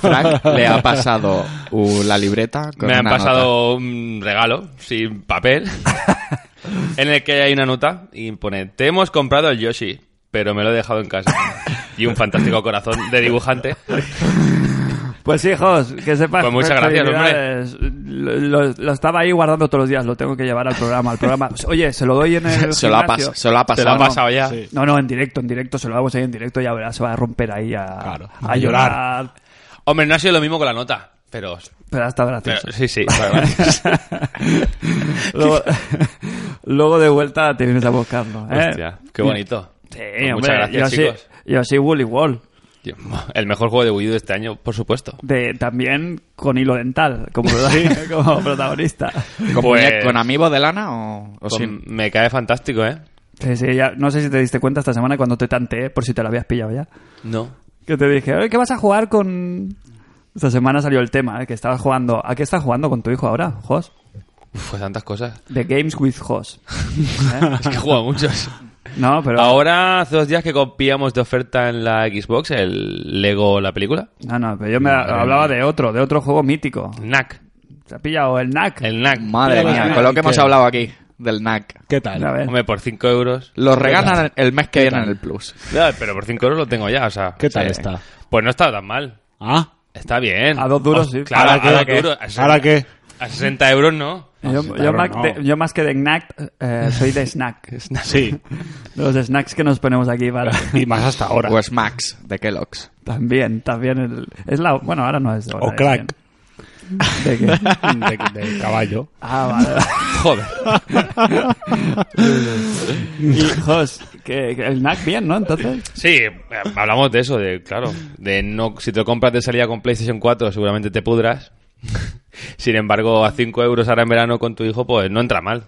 [SPEAKER 3] Frank le ha pasado uh, la libreta. Con
[SPEAKER 4] Me han
[SPEAKER 3] una nota.
[SPEAKER 4] pasado un regalo sin papel en el que hay una nota y pone: Te hemos comprado el Yoshi, pero me lo he dejado en casa. Y un fantástico corazón de dibujante.
[SPEAKER 2] pues sí, Jos, que sepas.
[SPEAKER 4] Pues muchas gracias, hombre.
[SPEAKER 2] felicidades. Lo, lo- lo estaba ahí guardando todos los días, lo tengo que llevar al programa. Al programa. Oye, se lo doy en el.
[SPEAKER 3] Se lo, ha pas-
[SPEAKER 2] gimnasio.
[SPEAKER 3] se lo ha
[SPEAKER 4] Te lo
[SPEAKER 3] pasado.
[SPEAKER 4] ha pasado ya.
[SPEAKER 5] Sí.
[SPEAKER 2] No, no, en directo, en directo, se lo damos ahí en directo, ya verás, se va a romper ahí a,
[SPEAKER 5] Claro,
[SPEAKER 2] a
[SPEAKER 5] a llorar.
[SPEAKER 2] llorar.
[SPEAKER 4] Hombre, no ha sido lo mismo con la nota, pero.
[SPEAKER 2] Pero ha estado
[SPEAKER 4] pero-
[SPEAKER 2] gracioso.
[SPEAKER 4] sí, sí. vale, vale.
[SPEAKER 2] ¿Eh? luego, luego de vuelta te vienes a buscarlo. ¿eh?
[SPEAKER 4] Hostia, qué bonito.
[SPEAKER 2] Sí, hombre,
[SPEAKER 4] Pues muchas
[SPEAKER 2] yo
[SPEAKER 4] gracias,
[SPEAKER 2] sí,
[SPEAKER 4] chicos.
[SPEAKER 2] yo sí, Wally Wall.
[SPEAKER 4] El mejor juego de Wii U de este año, por supuesto.
[SPEAKER 2] De, también con hilo dental, como, como protagonista.
[SPEAKER 3] ¿Con,
[SPEAKER 4] Pues-
[SPEAKER 3] muñe- con amigo de lana o, o
[SPEAKER 4] Pues
[SPEAKER 3] sin?
[SPEAKER 4] Me cae fantástico, ¿eh?
[SPEAKER 2] Sí, sí, ya- no sé si te diste cuenta esta semana cuando te tanteé, por si te lo habías pillado ya.
[SPEAKER 4] No.
[SPEAKER 2] Que te dije, "Oye, ¿qué vas a jugar con...? Esta semana salió el tema, ¿eh? que estabas jugando... ¿A qué estás jugando con tu hijo ahora, Jos?
[SPEAKER 4] Uf, pues tantas cosas.
[SPEAKER 2] The Games with Jos.
[SPEAKER 4] Es que he jugado muchos.
[SPEAKER 2] No, pero...
[SPEAKER 4] Ahora, hace dos días que copiamos de oferta en la Xbox el Lego, la película.
[SPEAKER 2] No, no, pero yo me hablaba de otro, de otro juego mítico.
[SPEAKER 4] Knack.
[SPEAKER 2] Se ha pillado el NAC.
[SPEAKER 4] El Knack.
[SPEAKER 3] Madre
[SPEAKER 5] Mira,
[SPEAKER 3] mía,
[SPEAKER 5] mira,
[SPEAKER 3] con lo que
[SPEAKER 5] ¿qué?
[SPEAKER 3] hemos hablado aquí del NAC.
[SPEAKER 5] ¿Qué tal?
[SPEAKER 2] A ver.
[SPEAKER 4] Hombre, por 5 euros.
[SPEAKER 3] Lo regalan el mes que viene en el Plus.
[SPEAKER 4] Ya, pero por 5 euros lo tengo ya, o sea.
[SPEAKER 5] ¿Qué tal
[SPEAKER 4] sí.
[SPEAKER 5] está?
[SPEAKER 4] Pues no está tan mal.
[SPEAKER 5] Ah,
[SPEAKER 4] Está bien.
[SPEAKER 2] A dos duros, sí.
[SPEAKER 4] Claro,
[SPEAKER 5] ¿Ahora qué?
[SPEAKER 4] a dos
[SPEAKER 5] ¿Ahora qué?
[SPEAKER 4] duros. A se-
[SPEAKER 5] ¿Ahora qué?
[SPEAKER 4] A 60 euros no.
[SPEAKER 2] Yo,
[SPEAKER 5] sí,
[SPEAKER 2] yo
[SPEAKER 5] claro,
[SPEAKER 2] más
[SPEAKER 5] no.
[SPEAKER 2] de- yo más que de snack, eh, soy de snack.
[SPEAKER 5] sí.
[SPEAKER 2] De los snacks que nos ponemos aquí para...
[SPEAKER 5] Y más hasta ahora.
[SPEAKER 3] Pues Max, de Kellogg's.
[SPEAKER 2] También, también el... Es la... Bueno, ahora no es... de hora,
[SPEAKER 5] O
[SPEAKER 2] es
[SPEAKER 5] crack.
[SPEAKER 2] bien. ¿De qué?
[SPEAKER 5] De, de caballo.
[SPEAKER 2] Ah, vale.
[SPEAKER 4] Joder.
[SPEAKER 2] Y, Jos, que, que el snack bien, ¿no? Entonces...
[SPEAKER 4] Sí, eh, hablamos de eso, de claro. De no, si te lo compras de salida con PlayStation 4, seguramente te pudras. Sin embargo, a 5 euros ahora en verano con tu hijo, pues no entra mal.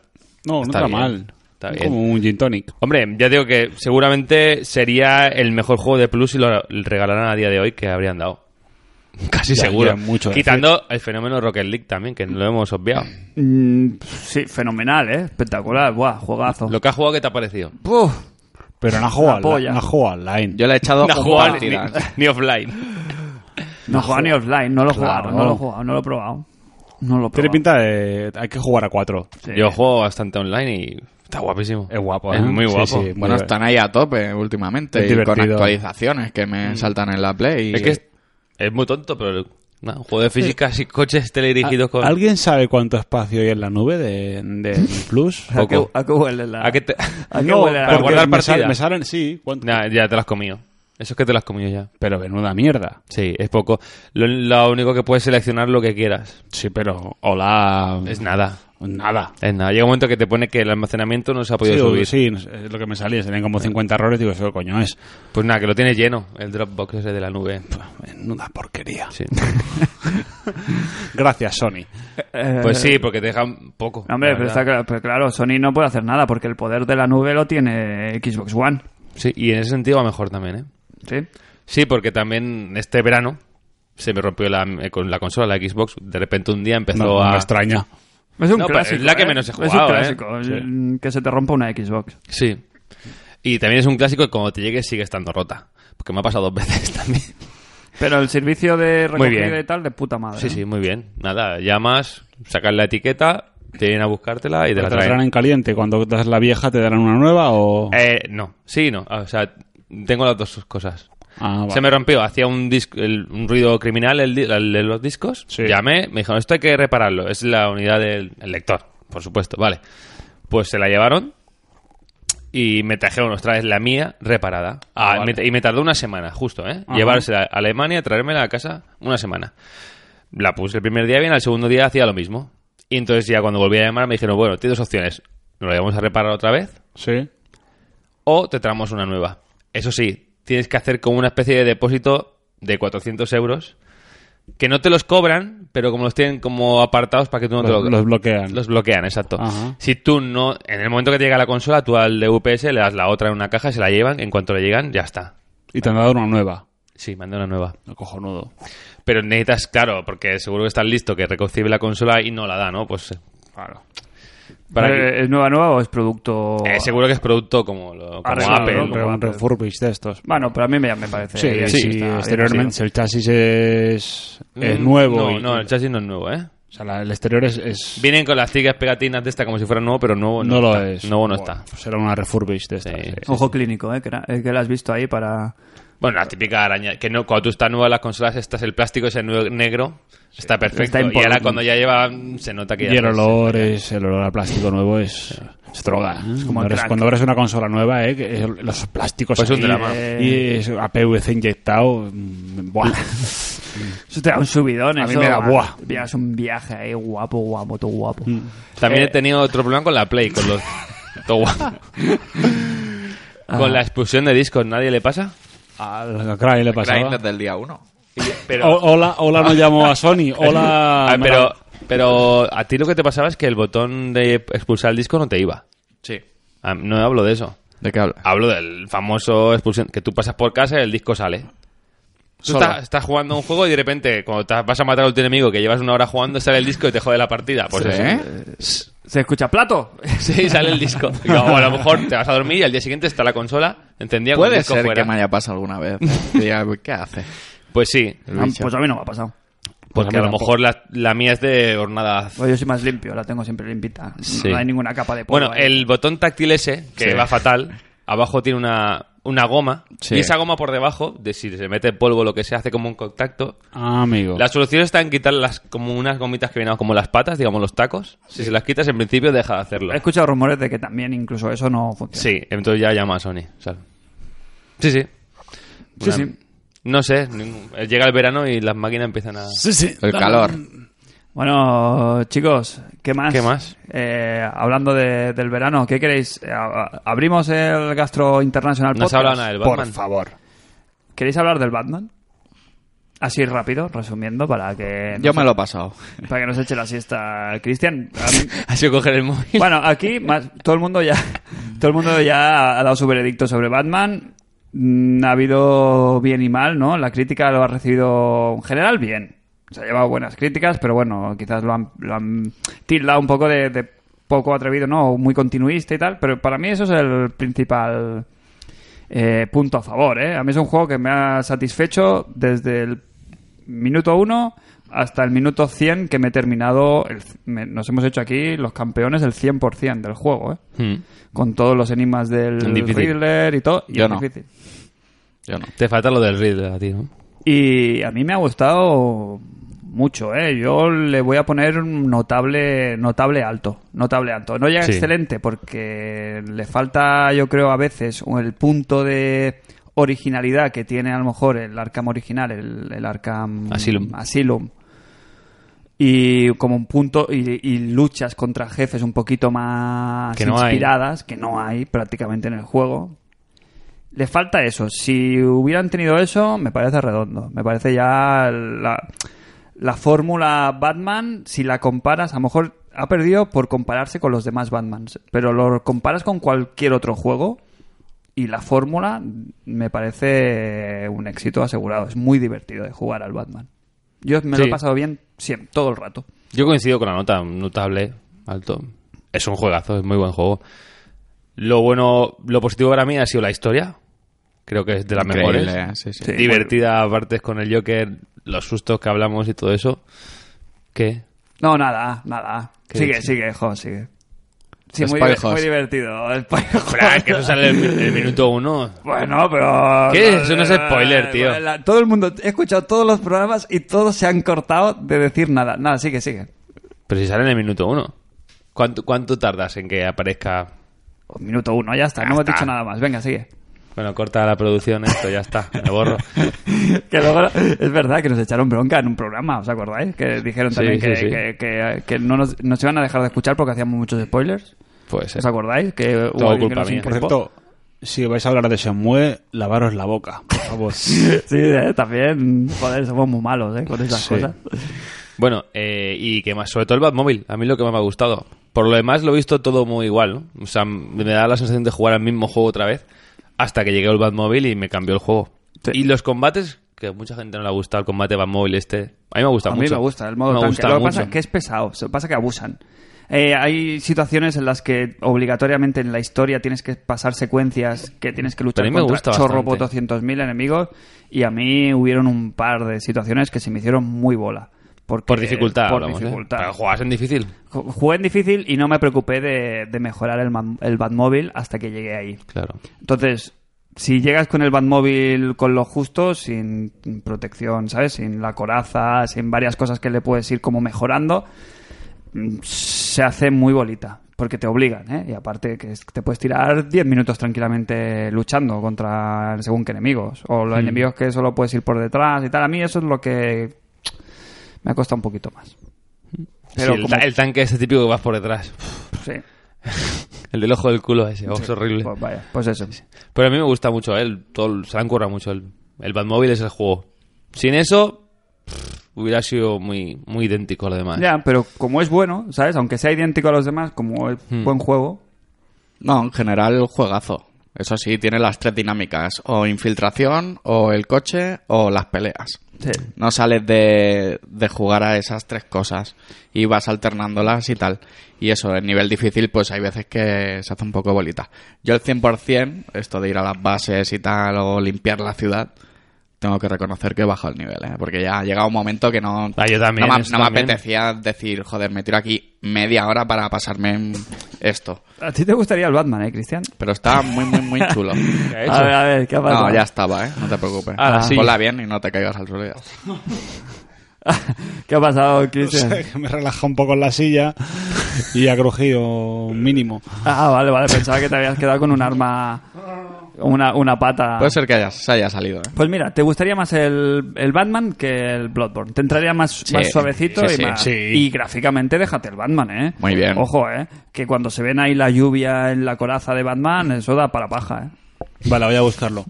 [SPEAKER 5] No, no
[SPEAKER 4] Está
[SPEAKER 5] está,
[SPEAKER 4] bien.
[SPEAKER 5] mal.
[SPEAKER 4] Está
[SPEAKER 5] Es
[SPEAKER 4] bien.
[SPEAKER 5] Como un gin tonic.
[SPEAKER 4] Hombre, ya digo que seguramente sería el mejor juego de Plus si lo regalaran a día de hoy que habrían dado. Casi
[SPEAKER 5] Ya,
[SPEAKER 4] seguro.
[SPEAKER 5] ya mucho decir.
[SPEAKER 4] Quitando el fenómeno Rocket League también, que lo hemos obviado.
[SPEAKER 2] mm, sí, fenomenal, ¿eh? Espectacular. Buah, juegazo.
[SPEAKER 4] Lo que has jugado, ¿qué te ha parecido?
[SPEAKER 2] Uf,
[SPEAKER 5] Pero no ha jugado,
[SPEAKER 2] Una polla.
[SPEAKER 5] online, no ha jugado online.
[SPEAKER 3] Yo le he echado
[SPEAKER 4] No has
[SPEAKER 3] un
[SPEAKER 4] jugado ni,
[SPEAKER 3] partidas.
[SPEAKER 4] ni offline.
[SPEAKER 2] no he jugado ni offline, no lo he
[SPEAKER 5] Claro.
[SPEAKER 2] jugado, no lo he jugado, no lo he probado. No lo he probado.
[SPEAKER 5] Tiene pinta de... Hay que jugar a cuatro.
[SPEAKER 2] Sí.
[SPEAKER 4] Yo juego bastante online y está guapísimo.
[SPEAKER 5] Es guapo,
[SPEAKER 4] Es
[SPEAKER 5] ¿eh?
[SPEAKER 4] muy
[SPEAKER 5] Sí,
[SPEAKER 4] guapo.
[SPEAKER 5] sí, muy
[SPEAKER 3] Bueno,
[SPEAKER 5] bien.
[SPEAKER 3] están ahí a tope últimamente.
[SPEAKER 5] Es
[SPEAKER 3] y con
[SPEAKER 5] divertido.
[SPEAKER 3] actualizaciones que me saltan en la Play. y-
[SPEAKER 4] Mm. Es que es, es muy tonto, pero no, un juego de físicas y coches teledirigidos con... ¿Eh?
[SPEAKER 5] ¿Alguien sabe cuánto espacio hay en la nube de, de Plus?
[SPEAKER 2] ¿A qué,
[SPEAKER 4] poco.
[SPEAKER 2] a qué huele la...?
[SPEAKER 4] ¿A qué te-
[SPEAKER 2] a qué
[SPEAKER 5] No,
[SPEAKER 2] huele la-
[SPEAKER 5] porque
[SPEAKER 4] guardar
[SPEAKER 5] me sal-
[SPEAKER 4] partida.
[SPEAKER 5] Me salen, sí. ¿cuánto?
[SPEAKER 4] Nah, ya te lo has comido. Eso es que te lo has comido ya.
[SPEAKER 5] Pero menuda mierda.
[SPEAKER 4] Sí, es poco. Lo, lo único que puedes seleccionar lo que quieras.
[SPEAKER 5] Sí, pero hola...
[SPEAKER 4] Es nada.
[SPEAKER 5] Nada.
[SPEAKER 4] Es nada. Llega un momento que te pone que el almacenamiento no se ha podido
[SPEAKER 5] Sí, o-
[SPEAKER 4] subir.
[SPEAKER 5] sí, no sé, es lo que me salía. Serían como 50 errores. Digo, eso coño es.
[SPEAKER 4] Pues nada, que lo tienes lleno, el Dropbox ese de la nube.
[SPEAKER 5] Menuda porquería.
[SPEAKER 4] Sí.
[SPEAKER 5] Gracias, Sony.
[SPEAKER 2] Eh,
[SPEAKER 4] Pues sí, porque te dejan poco.
[SPEAKER 2] No, Hombre,
[SPEAKER 4] la
[SPEAKER 2] pero,
[SPEAKER 4] verdad.
[SPEAKER 2] está claro, pero claro, Sony no puede hacer nada porque el poder de la nube lo tiene Xbox One.
[SPEAKER 4] Sí, y en ese sentido va mejor también, ¿eh?
[SPEAKER 2] ¿sí?
[SPEAKER 4] Sí, porque también este verano se me rompió la, eh, con la consola, la Xbox. De repente un día empezó
[SPEAKER 5] No, no
[SPEAKER 4] a...
[SPEAKER 5] me extraña.
[SPEAKER 2] Es un
[SPEAKER 4] No, pero es
[SPEAKER 2] clásico.
[SPEAKER 4] la que
[SPEAKER 2] ¿eh?
[SPEAKER 4] menos he
[SPEAKER 2] Es un
[SPEAKER 4] jugado, ¿eh?
[SPEAKER 2] clásico. mm, Que se te rompa una Xbox.
[SPEAKER 4] Sí. Y también es un clásico que cuando te llegue sigue estando rota. Porque me ha pasado dos veces también.
[SPEAKER 2] Pero el servicio de
[SPEAKER 4] Muy bien.
[SPEAKER 2] recogida y tal, de puta madre.
[SPEAKER 4] Sí, sí, muy bien. Nada, llamas, sacas la etiqueta, te vienen a buscártela y te la
[SPEAKER 5] ¿Te la traerán
[SPEAKER 4] traen.
[SPEAKER 5] en caliente? Cuando das la vieja, ¿te darán una nueva o...?
[SPEAKER 4] Eh, no, sí, no. O sea, tengo las dos cosas.
[SPEAKER 5] Ah,
[SPEAKER 4] Se me rompió, hacía un, dis- el- un ruido criminal el, di- el de los discos.
[SPEAKER 5] Sí.
[SPEAKER 4] Llamé, me dijeron, esto hay que repararlo. Es la unidad del el lector, por supuesto. Vale. Pues se la llevaron y me trajeron otra vez la mía reparada.
[SPEAKER 2] Ah,
[SPEAKER 4] Ah,
[SPEAKER 2] vale.
[SPEAKER 4] me- y me tardó una semana, justo, ¿eh?
[SPEAKER 2] Ajá.
[SPEAKER 4] Llevársela a Alemania, traérmela a casa, una semana. La puse el primer día bien, al segundo día hacía lo mismo. Y entonces ya cuando volví a llamar me dijeron, bueno, tienes dos opciones. Nos la llevamos a reparar otra vez
[SPEAKER 5] Sí.
[SPEAKER 4] o te traemos una nueva. Eso sí, tienes que hacer como una especie de depósito de 400 euros que no te los cobran, pero como los tienen como apartados para que tú no te
[SPEAKER 5] Los,
[SPEAKER 4] lo-
[SPEAKER 5] los bloquean.
[SPEAKER 4] los bloquean, exacto.
[SPEAKER 5] Ajá.
[SPEAKER 4] Si tú no, en el momento que te llega la consola, tú al de UPS le das la otra en una caja, se la llevan, en cuanto le llegan, ya está.
[SPEAKER 5] Y te han dado una nueva.
[SPEAKER 4] Sí, manda una nueva.
[SPEAKER 5] Cojonudo.
[SPEAKER 4] Pero necesitas, claro, porque seguro que estás listo, que recibe la consola y no la da, ¿no? Pues eh,
[SPEAKER 5] Claro.
[SPEAKER 4] para
[SPEAKER 2] Pero, Eh, ¿Es nueva nueva o es producto...?
[SPEAKER 5] Oh.
[SPEAKER 4] que- eh, seguro que es producto como, lo- como
[SPEAKER 2] Arreglado,
[SPEAKER 4] Apple.
[SPEAKER 2] ¿no?
[SPEAKER 4] como-
[SPEAKER 5] un
[SPEAKER 2] Apple.
[SPEAKER 5] refurbish de estos.
[SPEAKER 2] Bueno, pero a mí me, me parece...
[SPEAKER 5] Sí,
[SPEAKER 2] bien,
[SPEAKER 5] sí,
[SPEAKER 2] está bien,
[SPEAKER 5] exteriormente
[SPEAKER 2] sí.
[SPEAKER 5] el chasis es, es
[SPEAKER 4] Mm,
[SPEAKER 5] nuevo.
[SPEAKER 4] No,
[SPEAKER 5] y-
[SPEAKER 4] no, el chasis no es nuevo, ¿eh?
[SPEAKER 5] O sea, la- el exterior es... es-
[SPEAKER 4] Vienen con las típicas pegatinas de esta como si fuera nuevo, pero nuevo no,
[SPEAKER 5] no, lo
[SPEAKER 4] está.
[SPEAKER 5] es.
[SPEAKER 4] Nuevo no
[SPEAKER 5] Bueno,
[SPEAKER 4] está.
[SPEAKER 5] pues Será una refurbish de estas.
[SPEAKER 4] Sí.
[SPEAKER 5] sí.
[SPEAKER 2] Ojo clínico, ¿eh? Que, la- eh, que la has visto ahí para...
[SPEAKER 4] Bueno, la típica araña, que no, cuando tú estás nueva en las consolas, estás el plástico ese nue- negro, está perfecto.
[SPEAKER 2] Está
[SPEAKER 4] y ahora
[SPEAKER 2] impoluto.
[SPEAKER 4] cuando ya lleva, mm, se nota que ya
[SPEAKER 5] Y el
[SPEAKER 4] estás-
[SPEAKER 5] olor, es, el olor a plástico nuevo es, es
[SPEAKER 4] Mm,
[SPEAKER 5] droga. ¿eh?
[SPEAKER 2] como
[SPEAKER 5] cuando, abres,
[SPEAKER 2] crack.
[SPEAKER 5] cuando abres una consola nueva, ¿eh? que el- los plásticos
[SPEAKER 4] Pues es un
[SPEAKER 5] aquí,
[SPEAKER 4] drama.
[SPEAKER 5] y es a PVC inyectado, mm, buah.
[SPEAKER 2] Eso te da un subidón.
[SPEAKER 5] A mí
[SPEAKER 2] eso,
[SPEAKER 5] me da
[SPEAKER 2] ah,
[SPEAKER 5] buah.
[SPEAKER 2] te pegas un viaje ahí guapo, guapo, todo guapo.
[SPEAKER 4] También
[SPEAKER 2] Eh,
[SPEAKER 4] he tenido otro problema con la Play, con los... todo guapo. Con la expulsión de discos, ¿nadie le pasa?
[SPEAKER 5] al Cry le
[SPEAKER 3] Crying
[SPEAKER 5] pasaba.
[SPEAKER 3] desde el día uno.
[SPEAKER 4] Pero,
[SPEAKER 5] O- hola, hola, no llamo a Sony. Hola.
[SPEAKER 4] Ah,
[SPEAKER 5] me
[SPEAKER 4] pero,
[SPEAKER 5] la-
[SPEAKER 4] pero a ti lo que te pasaba es que el botón de expulsar el disco no te iba.
[SPEAKER 3] Sí.
[SPEAKER 4] Ah, No hablo de eso.
[SPEAKER 3] ¿De qué hablas?
[SPEAKER 4] Hablo del famoso expulsión, que tú pasas por casa y el disco sale. Tú
[SPEAKER 5] Solo.
[SPEAKER 4] estás, estás jugando un juego y de repente, cuando te vas a matar a tu enemigo que llevas una hora jugando, sale el disco y te jode la partida. Pues eso.
[SPEAKER 3] ¿Eh?
[SPEAKER 2] ¿Se escucha plato?
[SPEAKER 4] Sí, sale el disco. Y como a lo mejor te vas a dormir y al día siguiente está la consola encendida con el
[SPEAKER 3] Puede
[SPEAKER 4] disco
[SPEAKER 3] ser
[SPEAKER 4] fuera.
[SPEAKER 3] que me haya pasado alguna vez. Diga, ¿Qué hace?
[SPEAKER 4] Pues sí,
[SPEAKER 2] Ah, pues a mí no me ha pasado.
[SPEAKER 4] porque a lo mejor la, la mía es de hornada.
[SPEAKER 2] Pues yo soy más limpio, la tengo siempre limpita.
[SPEAKER 4] Sí.
[SPEAKER 2] No hay ninguna capa de polvo.
[SPEAKER 4] Bueno,
[SPEAKER 2] ahí.
[SPEAKER 4] el botón táctil ese, que
[SPEAKER 3] Sí.
[SPEAKER 4] va fatal, abajo tiene una, una goma.
[SPEAKER 3] Sí.
[SPEAKER 4] Y esa goma por debajo, de si se mete polvo o lo que sea, hace como un contacto.
[SPEAKER 5] Ah, amigo.
[SPEAKER 4] La solución está en quitar las, como unas gomitas que vienen como las patas, digamos los tacos. Si se las quitas, en principio deja de hacerlo.
[SPEAKER 2] He escuchado rumores de que también incluso eso no funciona.
[SPEAKER 4] Sí, entonces ya llama a Sony. o sea. Sí, sí.
[SPEAKER 2] Sí,
[SPEAKER 4] Una-
[SPEAKER 2] sí.
[SPEAKER 4] No sé, ningún- eh, llega el verano y las máquinas empiezan a...
[SPEAKER 5] Sí, sí.
[SPEAKER 3] El calor.
[SPEAKER 2] Bueno, chicos, ¿qué más?
[SPEAKER 4] ¿Qué más?
[SPEAKER 2] Eh, hablando de- del verano, ¿qué queréis? Eh, a- ¿Abrimos el Gastro Internacional
[SPEAKER 4] No
[SPEAKER 2] Podcast?
[SPEAKER 4] se habla nada del Batman.
[SPEAKER 5] Por favor.
[SPEAKER 2] ¿Queréis hablar del Batman? Así rápido, resumiendo, para que
[SPEAKER 3] Yo
[SPEAKER 2] nos,
[SPEAKER 3] me lo he pasado.
[SPEAKER 2] para que nos eche la siesta. Cristian, a mí-
[SPEAKER 4] Ha sido coger el móvil.
[SPEAKER 2] Bueno, aquí más, todo el mundo ya todo el mundo ya ha dado su veredicto sobre Batman. Mm, Ha habido bien y mal, ¿no? La crítica lo ha recibido en general bien. Se ha llevado buenas críticas, pero bueno, quizás lo han, lo han tildado un poco de, de poco atrevido, ¿no? O Muy continuista y tal, pero para mí eso es el principal eh, punto a favor, ¿eh? A mí es un juego que me ha satisfecho desde el minuto 1 hasta el minuto 100 que me he terminado, el- me- nos hemos hecho aquí los campeones el 100% del juego, ¿eh?
[SPEAKER 4] Hmm.
[SPEAKER 2] Con todos los enigmas del
[SPEAKER 4] Difícil.
[SPEAKER 2] Riddler y todo. Y
[SPEAKER 3] Yo
[SPEAKER 2] es
[SPEAKER 3] no.
[SPEAKER 2] difícil.
[SPEAKER 3] Yo no.
[SPEAKER 4] Te falta lo del Riddler a ti, ¿no?
[SPEAKER 2] Y a mí me ha gustado mucho, ¿eh? Yo le voy a poner un notable, notable alto. Notable alto. No ya
[SPEAKER 4] Sí.
[SPEAKER 2] excelente, porque le falta, yo creo, a veces el punto de originalidad que tiene a lo mejor el Arkham original, el, el Arkham
[SPEAKER 4] Asylum.
[SPEAKER 2] Asylum. Y como un punto, y, y luchas contra jefes un poquito más
[SPEAKER 4] Que no hay.
[SPEAKER 2] inspiradas, que no hay prácticamente en el juego. Le falta eso. Si hubieran tenido eso, me parece redondo. Me parece ya la, la fórmula Batman, si la comparas, a lo mejor ha perdido por compararse con los demás Batmans. Pero lo comparas con cualquier otro juego y la fórmula me parece un éxito asegurado. Es muy divertido de jugar al Batman. Yo me lo he
[SPEAKER 4] Sí.
[SPEAKER 2] pasado bien siempre, todo el rato.
[SPEAKER 4] Yo coincido con la nota, notable, alto. Es un juegazo, es muy buen juego. Lo bueno, lo positivo para mí ha sido la historia. Creo que es de las
[SPEAKER 3] Increíble,
[SPEAKER 4] mejores.
[SPEAKER 3] ¿eh? Sí, sí.
[SPEAKER 2] Sí.
[SPEAKER 4] Divertida, aparte con el Joker, los sustos que hablamos y todo eso. ¿Qué?
[SPEAKER 2] No, nada, nada.
[SPEAKER 4] ¿Qué
[SPEAKER 2] Sigue,
[SPEAKER 4] dices?
[SPEAKER 2] sigue, jo, sigue. Sí, muy,
[SPEAKER 3] Spoil
[SPEAKER 2] diver-
[SPEAKER 3] host.
[SPEAKER 2] muy divertido. el spoil host.
[SPEAKER 4] Frank, que eso sale en el, minuto uno.
[SPEAKER 2] Bueno, pero... eh,
[SPEAKER 4] ¿Qué? Eso no es spoiler, tío.
[SPEAKER 2] La- Todo el mundo... He escuchado todos los programas y todos se han cortado de decir nada. Nada, sigue, sigue.
[SPEAKER 4] Pero si sale en el minuto uno. ¿Cuánto, cuánto tardas en que aparezca
[SPEAKER 2] Oh, Minuto uno, ya está, no hemos dicho nada más. Venga, sigue.
[SPEAKER 4] Bueno, corta la producción esto, ya está, me borro.
[SPEAKER 2] que luego, es verdad que nos echaron bronca en un programa, ¿os acordáis? Que dijeron
[SPEAKER 4] Sí,
[SPEAKER 2] también que,
[SPEAKER 4] sí, sí.
[SPEAKER 2] que- que- que no nos, nos iban a dejar de escuchar porque hacíamos muchos spoilers.
[SPEAKER 4] Pues
[SPEAKER 2] ¿Os acordáis? Que hubo
[SPEAKER 4] Todo
[SPEAKER 2] alguien que
[SPEAKER 4] culpa
[SPEAKER 2] nos
[SPEAKER 4] mía.
[SPEAKER 5] Por
[SPEAKER 2] increpó.
[SPEAKER 5] cierto, si vais a hablar de Shenmue, lavaros la boca, por favor.
[SPEAKER 2] Sí, eh, también, joder, somos muy malos eh, con esas
[SPEAKER 5] Sí.
[SPEAKER 2] cosas.
[SPEAKER 4] Bueno, eh, y que más, sobre todo el Batmóvil, a mí es lo que más me ha gustado. Por lo demás lo he visto todo muy igual, ¿no? O sea, me da la sensación de jugar al mismo juego otra vez, hasta que llegué al Batmóvil y me cambió el juego.
[SPEAKER 2] Sí.
[SPEAKER 4] Y los combates, que a mucha gente no le ha gustado el combate Batmóvil este, a mí me ha
[SPEAKER 2] A
[SPEAKER 4] gustado
[SPEAKER 2] mí
[SPEAKER 4] mucho.
[SPEAKER 2] me gusta el modo
[SPEAKER 4] me ha
[SPEAKER 2] tanque.
[SPEAKER 4] gustado
[SPEAKER 2] Lo que pasa
[SPEAKER 4] mucho.
[SPEAKER 2] es que es pesado, lo que pasa es que abusan. Eh, hay situaciones en las que obligatoriamente en la historia tienes que pasar secuencias que tienes que luchar
[SPEAKER 4] Pero a mí me
[SPEAKER 2] contra
[SPEAKER 4] gusta
[SPEAKER 2] chorro
[SPEAKER 4] bastante.
[SPEAKER 2] 800.000 enemigos y a mí hubieron un par de situaciones que se me hicieron muy bola. Porque-
[SPEAKER 4] Por dificultad,
[SPEAKER 2] por
[SPEAKER 4] hablamos, ¿eh?
[SPEAKER 2] dificultad.
[SPEAKER 4] Pero jugabas en difícil.
[SPEAKER 2] Ju- Jugué en difícil y no me preocupé de, de mejorar el, man- el Batmóvil hasta que llegué ahí.
[SPEAKER 4] Claro.
[SPEAKER 2] Entonces, si llegas con el Batmóvil con lo justo, sin protección, ¿sabes? Sin la coraza, sin varias cosas que le puedes ir como mejorando, mm, se hace muy bolita. Porque te obligan, ¿eh? Y aparte que es- te puedes tirar 10 minutos tranquilamente luchando contra según qué enemigos. O los enemigos que solo puedes ir por detrás y tal. A mí eso es lo que me ha costado un poquito más. Pero
[SPEAKER 4] Sí, el,
[SPEAKER 2] como-
[SPEAKER 4] ta- el tanque ese típico que vas por detrás.
[SPEAKER 2] Sí.
[SPEAKER 4] El del ojo del culo ese, oh, es horrible.
[SPEAKER 2] Pues vaya, pues eso.
[SPEAKER 4] Pero a mí me gusta mucho él, todo, el- se le han currado mucho el, el Batmóvil es el juego. Sin eso pff, hubiera sido muy muy idéntico a lo demás.
[SPEAKER 2] Ya, pero como es bueno, ¿sabes? Aunque sea idéntico a los demás, como es buen juego,
[SPEAKER 3] No, en general, juegazo. Eso sí, tiene las tres dinámicas: o infiltración, o el coche, o las peleas.
[SPEAKER 2] sí.
[SPEAKER 3] No sales de, de jugar a esas tres cosas y vas alternándolas y tal. Y eso, en nivel difícil, pues hay veces que se hace un poco bolita. Yo el 100%, esto de ir a las bases y tal, o limpiar la ciudad, tengo que reconocer que he bajado el nivel, ¿eh? Porque ya ha llegado un momento que no...
[SPEAKER 4] Ah, yo también,
[SPEAKER 3] no me,
[SPEAKER 4] eso
[SPEAKER 3] no me
[SPEAKER 4] también.
[SPEAKER 3] apetecía decir, joder, me tiro aquí media hora para pasarme esto.
[SPEAKER 2] A ti te gustaría el Batman, ¿eh, Cristian?
[SPEAKER 3] Pero está muy, muy, muy chulo.
[SPEAKER 4] ¿Qué ha hecho?
[SPEAKER 2] A ver, a ver, ¿qué ha pasado?
[SPEAKER 3] No, ya estaba, ¿eh? No te preocupes.
[SPEAKER 4] Ahora sí.
[SPEAKER 3] Ponla bien y no te caigas al suelo y ya está.
[SPEAKER 2] ¿Qué ha pasado,
[SPEAKER 5] O sea,
[SPEAKER 2] Cristian?
[SPEAKER 5] que me relaja un poco en la silla y ha crujido mínimo.
[SPEAKER 2] Ah, vale, vale, pensaba que te habías quedado con un arma, una, una
[SPEAKER 4] Ah.
[SPEAKER 2] pata.
[SPEAKER 3] Puede ser que haya- se haya salido, ¿eh?
[SPEAKER 2] Pues mira, te gustaría más el, el Batman que el Bloodborne. Te entraría más, más suavecito
[SPEAKER 3] sí,
[SPEAKER 2] y
[SPEAKER 3] sí,
[SPEAKER 2] más.
[SPEAKER 5] sí.
[SPEAKER 2] Y gráficamente, déjate el Batman, ¿eh?
[SPEAKER 3] Muy bien.
[SPEAKER 2] Ojo, ¿eh? Que cuando se ven ahí la lluvia en la coraza de Batman, eso da para paja, ¿eh?
[SPEAKER 5] Vale, voy a buscarlo.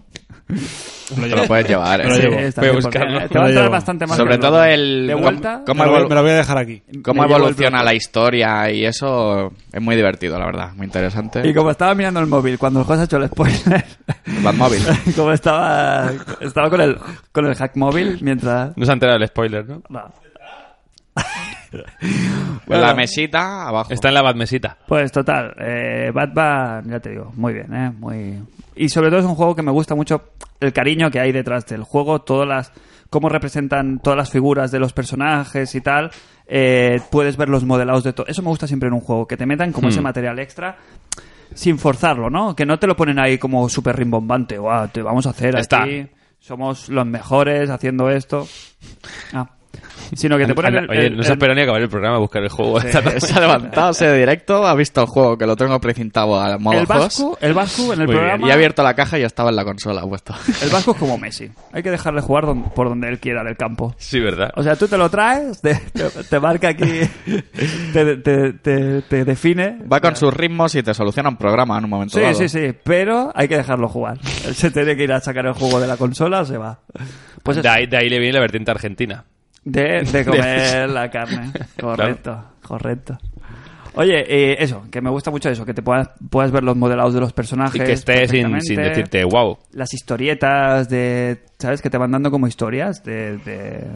[SPEAKER 5] Me lo
[SPEAKER 3] Te lo puedes llevar,
[SPEAKER 5] Me lo
[SPEAKER 3] ¿eh?
[SPEAKER 5] llevo.
[SPEAKER 2] está
[SPEAKER 4] Voy a
[SPEAKER 2] bien, porque,
[SPEAKER 4] buscarlo.
[SPEAKER 2] eh, Te va a
[SPEAKER 5] Me lo
[SPEAKER 2] entrar
[SPEAKER 5] llevo.
[SPEAKER 2] bastante más.
[SPEAKER 3] Sobre
[SPEAKER 2] que
[SPEAKER 3] todo el...
[SPEAKER 2] De vuelta.
[SPEAKER 3] ¿Cómo,
[SPEAKER 5] Me lo
[SPEAKER 3] evol-
[SPEAKER 5] voy- me lo voy a dejar aquí.
[SPEAKER 3] cómo
[SPEAKER 2] Me llevo el
[SPEAKER 3] evoluciona
[SPEAKER 2] Bloodborne.
[SPEAKER 3] la historia y eso es muy divertido, la verdad. Muy interesante.
[SPEAKER 2] Y como estaba mirando el móvil, cuando el juez ha hecho el spoiler,
[SPEAKER 3] Batmóvil.
[SPEAKER 2] como estaba, estaba con, el, con el hack móvil mientras...
[SPEAKER 4] No se ha enterado el spoiler, ¿no?
[SPEAKER 2] no.
[SPEAKER 3] En la mesita, abajo.
[SPEAKER 4] Está en la Batmesita.
[SPEAKER 2] Pues total, eh, Batman, ya te digo, muy bien, ¿eh? Muy... Y sobre todo es un juego que me gusta mucho el cariño que hay detrás del juego, todas las... cómo representan todas las figuras de los personajes y tal, eh, puedes ver los modelados de todo. Eso me gusta siempre en un juego, que te metan como
[SPEAKER 4] Hmm.
[SPEAKER 2] ese material extra sin forzarlo, ¿no? Que no te lo ponen ahí como súper rimbombante, guau, te vamos a hacer
[SPEAKER 4] Está.
[SPEAKER 2] aquí, somos los mejores haciendo esto. Ah. Sino que te ponen el-
[SPEAKER 4] Oye,
[SPEAKER 2] el-
[SPEAKER 4] no se ha
[SPEAKER 2] el-
[SPEAKER 4] esperado ni acabar el programa a buscar el juego.
[SPEAKER 3] Se ha levantado, se ha directo, ha visto el juego, que lo tengo precintado al modo
[SPEAKER 2] el
[SPEAKER 3] host.
[SPEAKER 2] vasco, el vasco en el
[SPEAKER 4] Muy bien,
[SPEAKER 2] programa
[SPEAKER 3] Y ha abierto la caja y estaba en la consola puesto.
[SPEAKER 2] El vasco es como Messi. Hay que dejarle jugar don- por donde él quiera del campo.
[SPEAKER 4] Sí, ¿verdad?
[SPEAKER 2] O sea, tú te lo traes, te, te- te marca aquí, te, te- te- te define.
[SPEAKER 3] Va con sus ritmos y te soluciona un programa en un momento
[SPEAKER 2] Sí,
[SPEAKER 3] dado.
[SPEAKER 2] sí, sí, pero hay que dejarlo jugar. Él se tiene que ir a sacar el juego de la consola o se va. Pues
[SPEAKER 4] de,
[SPEAKER 2] eso,
[SPEAKER 4] ahí, de ahí le viene la vertiente argentina.
[SPEAKER 2] de, de comer la carne. Correcto, correcto. Oye, eh, eso, que me gusta mucho eso, que te puedas, puedas ver los modelados de los personajes.
[SPEAKER 4] Y que esté sin, sin
[SPEAKER 2] perfectamente.
[SPEAKER 4] decirte, wow.
[SPEAKER 2] las historietas de sabes que te van dando como historias de, de-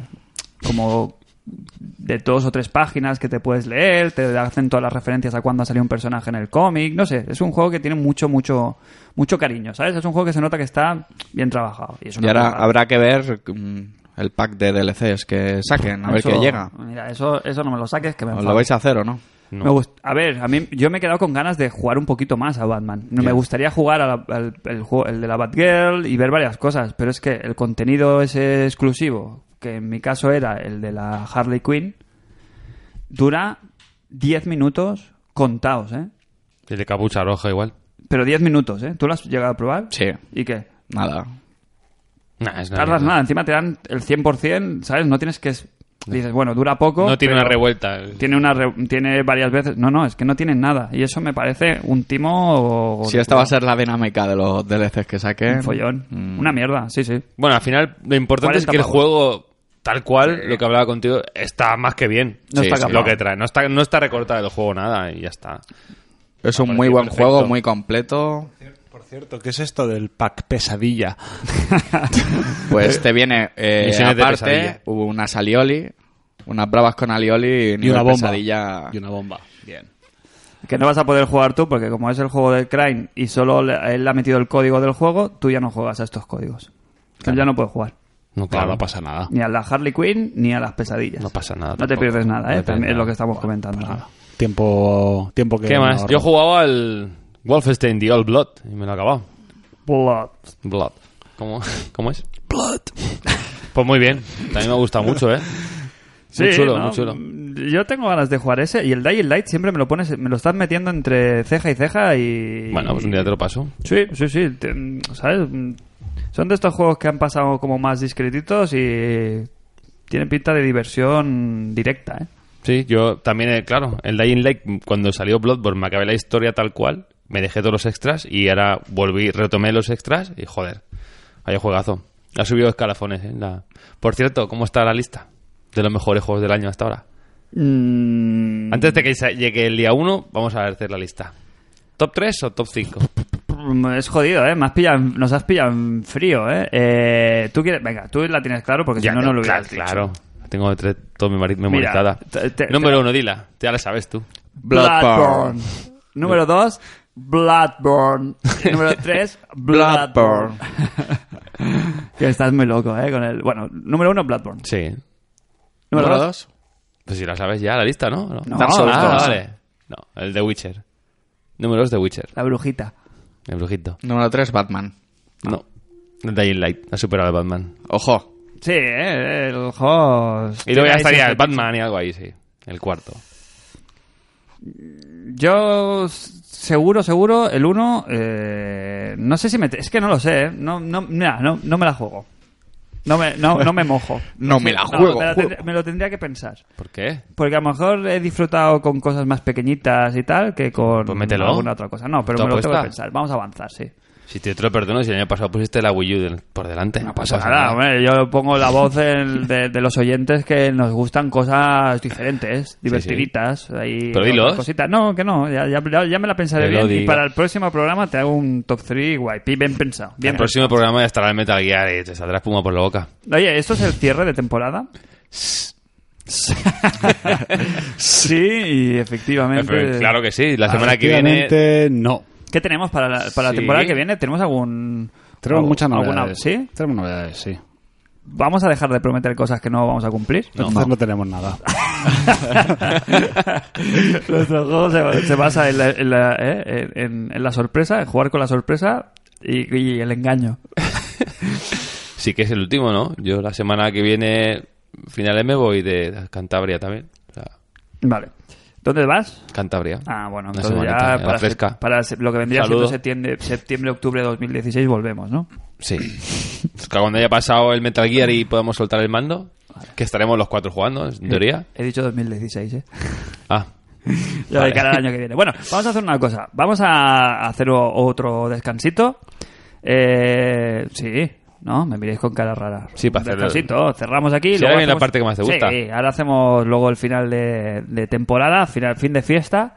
[SPEAKER 2] como de dos o tres páginas que te puedes leer te hacen todas las referencias a cuándo ha salido un personaje en el cómic no sé es un juego que tiene mucho mucho mucho cariño sabes es un juego que se nota que está bien trabajado y, es
[SPEAKER 3] Y
[SPEAKER 2] una
[SPEAKER 3] ahora
[SPEAKER 2] pasada.
[SPEAKER 3] habrá que ver mm, el pack de DLCs que saquen, a ver
[SPEAKER 2] Eso-
[SPEAKER 3] qué llega.
[SPEAKER 2] mira eso eso no me lo saques que me
[SPEAKER 3] ¿Os
[SPEAKER 2] enfado.
[SPEAKER 3] lo vais a hacer o no?
[SPEAKER 4] No.
[SPEAKER 2] Me gust- a ver, a mí yo me he quedado con ganas de jugar un poquito más a Batman. Me gustaría jugar a la- al el juego, el de la Batgirl y ver varias cosas, pero es que el contenido ese exclusivo, que en mi caso era el de la Harley Quinn, dura 10 minutos contados, ¿eh?
[SPEAKER 4] El de capucha roja igual.
[SPEAKER 2] Pero 10 minutos, ¿eh? ¿Tú lo has llegado a probar?
[SPEAKER 3] Sí.
[SPEAKER 2] ¿Y qué?
[SPEAKER 3] Nada.
[SPEAKER 4] Nah, es una
[SPEAKER 2] Tardas
[SPEAKER 4] mierda.
[SPEAKER 2] nada, encima te dan el 100%, ¿sabes? No tienes que... es- Dices, bueno, dura poco.
[SPEAKER 4] No tiene
[SPEAKER 2] pero
[SPEAKER 4] una revuelta.
[SPEAKER 2] Tiene, una re- tiene varias veces... No, no, es que no tienen nada. Y eso me parece un timo...
[SPEAKER 3] Si esta va a ser la dinámica de los DLCs que saquen.
[SPEAKER 2] Pues Un follón.
[SPEAKER 3] Mm.
[SPEAKER 2] Una mierda, sí, sí.
[SPEAKER 4] Bueno, al final lo importante es
[SPEAKER 2] 40
[SPEAKER 4] que el
[SPEAKER 2] pavos.
[SPEAKER 4] juego, tal cual, lo que hablaba contigo, está más que bien.
[SPEAKER 2] No
[SPEAKER 3] Sí,
[SPEAKER 2] está
[SPEAKER 3] sí.
[SPEAKER 2] capaz.
[SPEAKER 4] Lo que trae. No está, no está recortado el juego nada y ya está.
[SPEAKER 3] Es un
[SPEAKER 4] Me
[SPEAKER 3] muy
[SPEAKER 4] parece
[SPEAKER 3] buen
[SPEAKER 4] perfecto.
[SPEAKER 3] juego, muy completo.
[SPEAKER 5] Por cierto, ¿qué es esto del pack pesadilla?
[SPEAKER 3] Pues te viene, eh,
[SPEAKER 4] Misiones de pesadilla.
[SPEAKER 3] aparte, hubo una alioli, unas bravas con alioli y,
[SPEAKER 5] Y una bomba.
[SPEAKER 3] pesadilla.
[SPEAKER 5] Y una bomba. Bien.
[SPEAKER 2] Que no vas a poder jugar tú, porque como es el juego de Crane y solo le- él ha metido el código del juego, tú ya no juegas a estos códigos. Tú ya no puedes jugar.
[SPEAKER 4] No,
[SPEAKER 5] Claro, no pasa nada.
[SPEAKER 2] Ni a la Harley Quinn, ni a las pesadillas.
[SPEAKER 4] No pasa nada
[SPEAKER 2] No te
[SPEAKER 4] tampoco.
[SPEAKER 2] pierdes nada,
[SPEAKER 4] No
[SPEAKER 2] ¿eh?
[SPEAKER 4] te pierdes
[SPEAKER 2] También es lo
[SPEAKER 4] nada.
[SPEAKER 2] que estamos comentando.
[SPEAKER 5] Tiempo, tiempo que...
[SPEAKER 4] ¿Qué más? Yo jugaba al Wolfenstein The Old Blood y me lo he acabado.
[SPEAKER 2] Blood.
[SPEAKER 4] Blood. ¿Cómo, cómo es? Blood. Pues muy bien. También me gusta mucho, ¿eh?
[SPEAKER 2] Sí,
[SPEAKER 4] muy chulo,
[SPEAKER 2] ¿no?
[SPEAKER 4] muy chulo.
[SPEAKER 2] Yo tengo ganas de jugar ese y el Dying Light siempre me lo pones, me lo estás metiendo entre ceja y ceja y...
[SPEAKER 4] Bueno, pues un día te lo paso.
[SPEAKER 2] Sí, sí, sí. te- ¿Sabes? Son de estos juegos que han pasado como más discretitos y tienen pinta de diversión directa, ¿eh?
[SPEAKER 4] Sí, yo también, eh, claro, el Dying Light, mm, cuando salió Bloodborne, me acabé la historia tal cual, me dejé todos los extras y ahora volví, retomé los extras y joder, hay juegazo. Ha subido escalafones, ¿eh? La... Por cierto, ¿cómo está la lista de los mejores juegos del año hasta ahora?
[SPEAKER 2] Mm,
[SPEAKER 4] Antes de que sa- llegue el día 1, vamos a hacer la lista. ¿Top 3 o top 5?
[SPEAKER 2] Es jodido, ¿eh? Me has pillado en- nos has pillado en frío, ¿eh? Eh, Tú quieres... Venga, tú la tienes claro porque si no, no lo hubieras dicho.
[SPEAKER 4] Claro, tengo tres, todo memori- memorizada.
[SPEAKER 2] te- te-
[SPEAKER 4] Número 1, dila, ya la sabes tú.
[SPEAKER 2] Bloodborne.
[SPEAKER 3] Bloodborne.
[SPEAKER 2] Número 2, Bloodborne. Número 3, Bloodborne. que estás muy loco, ¿eh? Con el... Bueno, número 1, Bloodborne.
[SPEAKER 4] Sí.
[SPEAKER 2] Número 2,
[SPEAKER 3] dos.
[SPEAKER 4] Pues si la sabes ya, la lista, ¿no?
[SPEAKER 2] No,
[SPEAKER 3] Dark Souls
[SPEAKER 4] Ah,
[SPEAKER 3] dos.
[SPEAKER 4] vale. No, el de Witcher. Número 2 de Witcher,
[SPEAKER 2] la brujita.
[SPEAKER 4] el brujito.
[SPEAKER 3] Número 3, Batman.
[SPEAKER 4] No. Dying Light, ha superado al Batman.
[SPEAKER 3] Ojo.
[SPEAKER 2] Sí, ¿eh? el juego...
[SPEAKER 4] Y luego
[SPEAKER 2] Ahí
[SPEAKER 4] ya
[SPEAKER 2] sí
[SPEAKER 4] estaría
[SPEAKER 2] que-
[SPEAKER 4] el Batman y algo ahí, sí. El cuarto.
[SPEAKER 2] Yo s- seguro, seguro, el 1... eh, no sé si me... Es que no lo sé, ¿eh? No, no, mira, no, no me la juego. No me, no, no me mojo.
[SPEAKER 3] No me la
[SPEAKER 2] No,
[SPEAKER 3] juego.
[SPEAKER 2] me, la
[SPEAKER 3] juego.
[SPEAKER 2] tendría- me lo tendría que pensar.
[SPEAKER 4] ¿Por qué?
[SPEAKER 2] Porque a lo mejor he disfrutado con cosas más pequeñitas y tal que con
[SPEAKER 4] Pues mételo.
[SPEAKER 2] alguna otra cosa. No, pero
[SPEAKER 4] ¿Tu
[SPEAKER 2] me lo tengo que
[SPEAKER 4] apuesta?
[SPEAKER 2] pensar. Vamos a avanzar, sí.
[SPEAKER 4] Si te, te lo perdono, si el año pasado pusiste la Wii U del- por delante.
[SPEAKER 2] No pasa Pues nada,
[SPEAKER 4] ¿eh?
[SPEAKER 2] hombre. Yo pongo la voz del- de, de los oyentes que nos gustan cosas diferentes, divertiditas. Ahí
[SPEAKER 4] Pero
[SPEAKER 2] otras
[SPEAKER 4] dilos.
[SPEAKER 2] cositas. No, que no. Ya, ya- ya me la pensaré
[SPEAKER 4] Que lo
[SPEAKER 2] bien. Y
[SPEAKER 4] diga.
[SPEAKER 2] para el próximo programa te hago un top 3 guay. pi- Bien pensado.
[SPEAKER 4] Bien,
[SPEAKER 2] Bien
[SPEAKER 4] el próximo programa ya estará el Metal Gear y te saldrá espuma por la boca.
[SPEAKER 2] pensado. Oye, ¿esto es el cierre de temporada? sí, y efectivamente.
[SPEAKER 4] Claro que sí, la semana que viene...
[SPEAKER 5] Efectivamente, no.
[SPEAKER 2] ¿Qué tenemos para la, para la
[SPEAKER 4] Sí.
[SPEAKER 2] temporada que viene? ¿Tenemos algún.?
[SPEAKER 5] Tenemos
[SPEAKER 2] algún-
[SPEAKER 5] muchas
[SPEAKER 2] alguna-
[SPEAKER 5] novedades.
[SPEAKER 2] ¿Sí?
[SPEAKER 5] Tenemos novedades, sí.
[SPEAKER 2] ¿Vamos a dejar de prometer cosas que no vamos a cumplir?
[SPEAKER 5] Entonces no, tenemos nada.
[SPEAKER 2] Nuestro juego se, se basa en la, en, la, eh, en- en la sorpresa, en jugar con la sorpresa y, y el engaño.
[SPEAKER 4] Sí que es el último, ¿no? Yo la semana que viene, finales me voy de Cantabria también. O sea,
[SPEAKER 2] Vale. ¿Dónde vas?
[SPEAKER 4] Cantabria.
[SPEAKER 2] Ah, bueno,
[SPEAKER 4] Una
[SPEAKER 2] entonces ya
[SPEAKER 4] semanita, a la
[SPEAKER 2] para,
[SPEAKER 4] fresca.
[SPEAKER 2] se- para se- lo que vendría siendo
[SPEAKER 4] Saludo.
[SPEAKER 2] septiembre, septiembre, octubre de 2016 volvemos, ¿no?
[SPEAKER 4] Sí. Es que cuando haya pasado el Metal Gear y podamos soltar el mando, que estaremos los cuatro jugando, en teoría.
[SPEAKER 2] He dicho 2016, ¿eh?
[SPEAKER 4] Ah,
[SPEAKER 2] Ya de cara al año que viene. Bueno, vamos a hacer una cosa. Vamos a hacer o- otro descansito. Eh, sí, ¿no? Me miréis con cara rara.
[SPEAKER 4] Sí, para
[SPEAKER 2] Un
[SPEAKER 4] hacer-
[SPEAKER 2] Descansito, cerramos aquí.
[SPEAKER 4] Sí,
[SPEAKER 2] luego
[SPEAKER 4] ahora viene la
[SPEAKER 2] hacemos-
[SPEAKER 4] parte que más te gusta.
[SPEAKER 2] Sí, ahora hacemos luego el final de, de temporada, final, fin de fiesta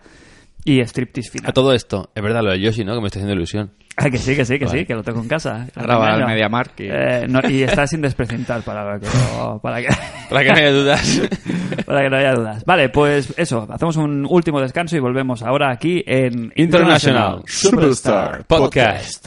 [SPEAKER 2] y striptease
[SPEAKER 4] a
[SPEAKER 2] final.
[SPEAKER 4] todo esto, es verdad lo de Yoshi, ¿no? Que me está haciendo ilusión.
[SPEAKER 2] Ah, que sí, que sí, que sí,
[SPEAKER 4] Vale.
[SPEAKER 2] que lo tengo en casa.
[SPEAKER 3] Ahora va al
[SPEAKER 2] Año.
[SPEAKER 3] MediaMarkt y-
[SPEAKER 2] Eh, no, y está sin desprecintar para que... lo- Para que...
[SPEAKER 4] Para que no haya dudas.
[SPEAKER 2] Para que no haya dudas. Vale, pues eso, hacemos un último descanso y volvemos ahora aquí en
[SPEAKER 4] International
[SPEAKER 3] Superstar
[SPEAKER 4] Podcast.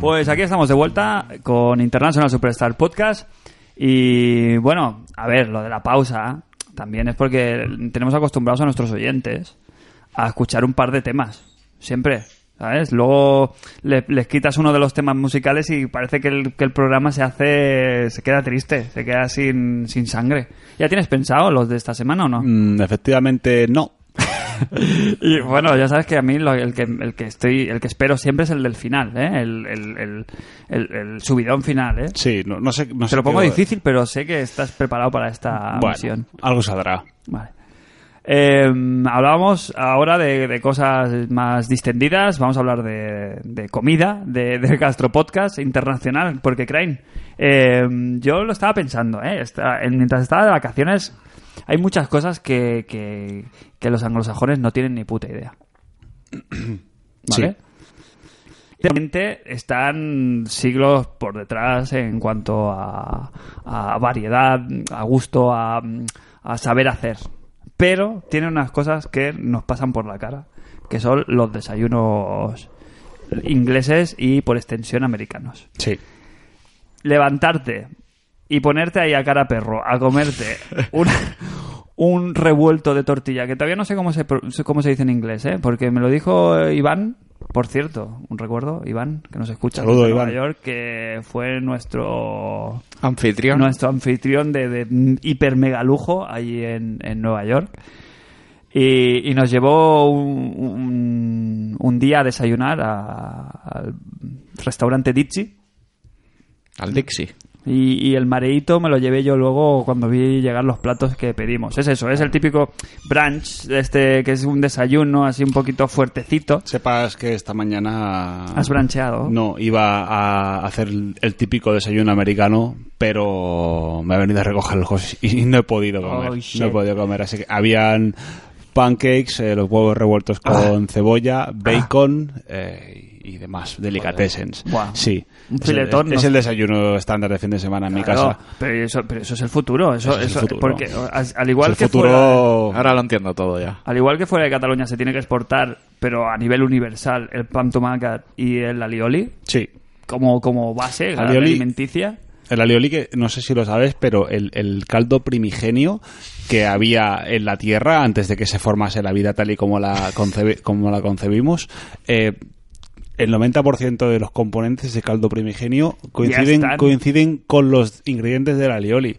[SPEAKER 2] Pues aquí estamos de vuelta con International Superstar Podcast. Y bueno, a ver, lo de la pausa también es porque tenemos acostumbrados a nuestros oyentes a escuchar un par de temas. Siempre, ¿sabes? Luego le- les quitas uno de los temas musicales y parece que el, que el programa se hace. se queda triste, se queda sin, sin sangre. ¿Ya tienes pensado los de esta semana o no?
[SPEAKER 5] Mm, efectivamente, no.
[SPEAKER 2] Y bueno, ya sabes que a mí lo- el, que, el que estoy, el que espero siempre es el del final, ¿eh? El, el- el- el- el subidón final, ¿eh?
[SPEAKER 5] Sí, no, no sé. No
[SPEAKER 2] Se lo pongo difícil, pero sé que estás preparado para esta
[SPEAKER 5] Bueno,
[SPEAKER 2] misión.
[SPEAKER 5] algo saldrá.
[SPEAKER 2] Vale. Eh, hablábamos ahora de, de cosas más distendidas. Vamos a hablar de, de comida, de, de Gastro Podcast internacional, porque Crane, eh, yo lo estaba pensando, ¿eh? Está- en- mientras estaba de vacaciones, hay muchas cosas que, que, que los anglosajones no tienen ni puta idea. ¿Vale?
[SPEAKER 5] Sí.
[SPEAKER 2] Realmente están siglos por detrás en cuanto a, a variedad, a gusto, a, a saber hacer. Pero tienen unas cosas que nos pasan por la cara, que son los desayunos ingleses y por extensión americanos.
[SPEAKER 5] Sí.
[SPEAKER 2] Levantarte y ponerte ahí a cara a perro a comerte un, un revuelto de tortilla, que todavía no sé cómo se, pro- cómo se dice en inglés, ¿eh? porque me lo dijo eh, Iván, por cierto, un recuerdo, Iván, que nos escucha
[SPEAKER 5] Saludo,
[SPEAKER 2] desde Nueva
[SPEAKER 5] Iván.
[SPEAKER 2] York, que fue nuestro
[SPEAKER 3] Anfitrión.
[SPEAKER 2] nuestro anfitrión de, de hiper mega lujo allí en, en Nueva York. Y, y nos llevó un, un- un día a desayunar a- al restaurante Dizzy.
[SPEAKER 3] Al Dixie.
[SPEAKER 2] Y, y el mareíto me lo llevé yo luego cuando vi llegar los platos que pedimos. Es eso, es el típico brunch, este que es un desayuno así un poquito fuertecito.
[SPEAKER 5] Sepas que esta mañana.
[SPEAKER 2] Has brancheado.
[SPEAKER 5] No, iba a hacer el el típico desayuno americano, pero me ha venido a recoger los ojos y no he podido comer.
[SPEAKER 2] Oh, shit.
[SPEAKER 5] no he podido comer, así que habían pancakes, eh, los huevos revueltos
[SPEAKER 2] Ah.
[SPEAKER 5] con cebolla, bacon eh, y demás, delicatessens.
[SPEAKER 2] Guau.
[SPEAKER 5] Sí.
[SPEAKER 2] Un
[SPEAKER 5] Es el-
[SPEAKER 2] filetón,
[SPEAKER 5] Es,
[SPEAKER 2] ¿no?
[SPEAKER 5] es el desayuno estándar de fin de semana en mi
[SPEAKER 2] Claro,
[SPEAKER 5] casa.
[SPEAKER 2] Pero eso, pero eso es el futuro. Eso,
[SPEAKER 5] Eso es el
[SPEAKER 2] eso-
[SPEAKER 5] futuro.
[SPEAKER 2] Porque al, al igual
[SPEAKER 5] Es
[SPEAKER 2] que
[SPEAKER 5] el
[SPEAKER 2] fuera-
[SPEAKER 5] futuro...
[SPEAKER 3] Ahora lo entiendo todo ya.
[SPEAKER 2] Al igual que fuera de Cataluña se tiene que exportar, pero a nivel universal, el pan tomacat y el alioli
[SPEAKER 5] Sí.
[SPEAKER 2] como, como base la
[SPEAKER 5] Alioli.
[SPEAKER 2] alimenticia.
[SPEAKER 5] El alioli, que no sé si lo sabes, pero el, el caldo primigenio que había en la Tierra antes de que se formase la vida tal y como la, concebe- como la concebimos, eh, el 90% de los componentes de caldo primigenio coinciden,
[SPEAKER 2] están.
[SPEAKER 5] coinciden con los ingredientes del alioli.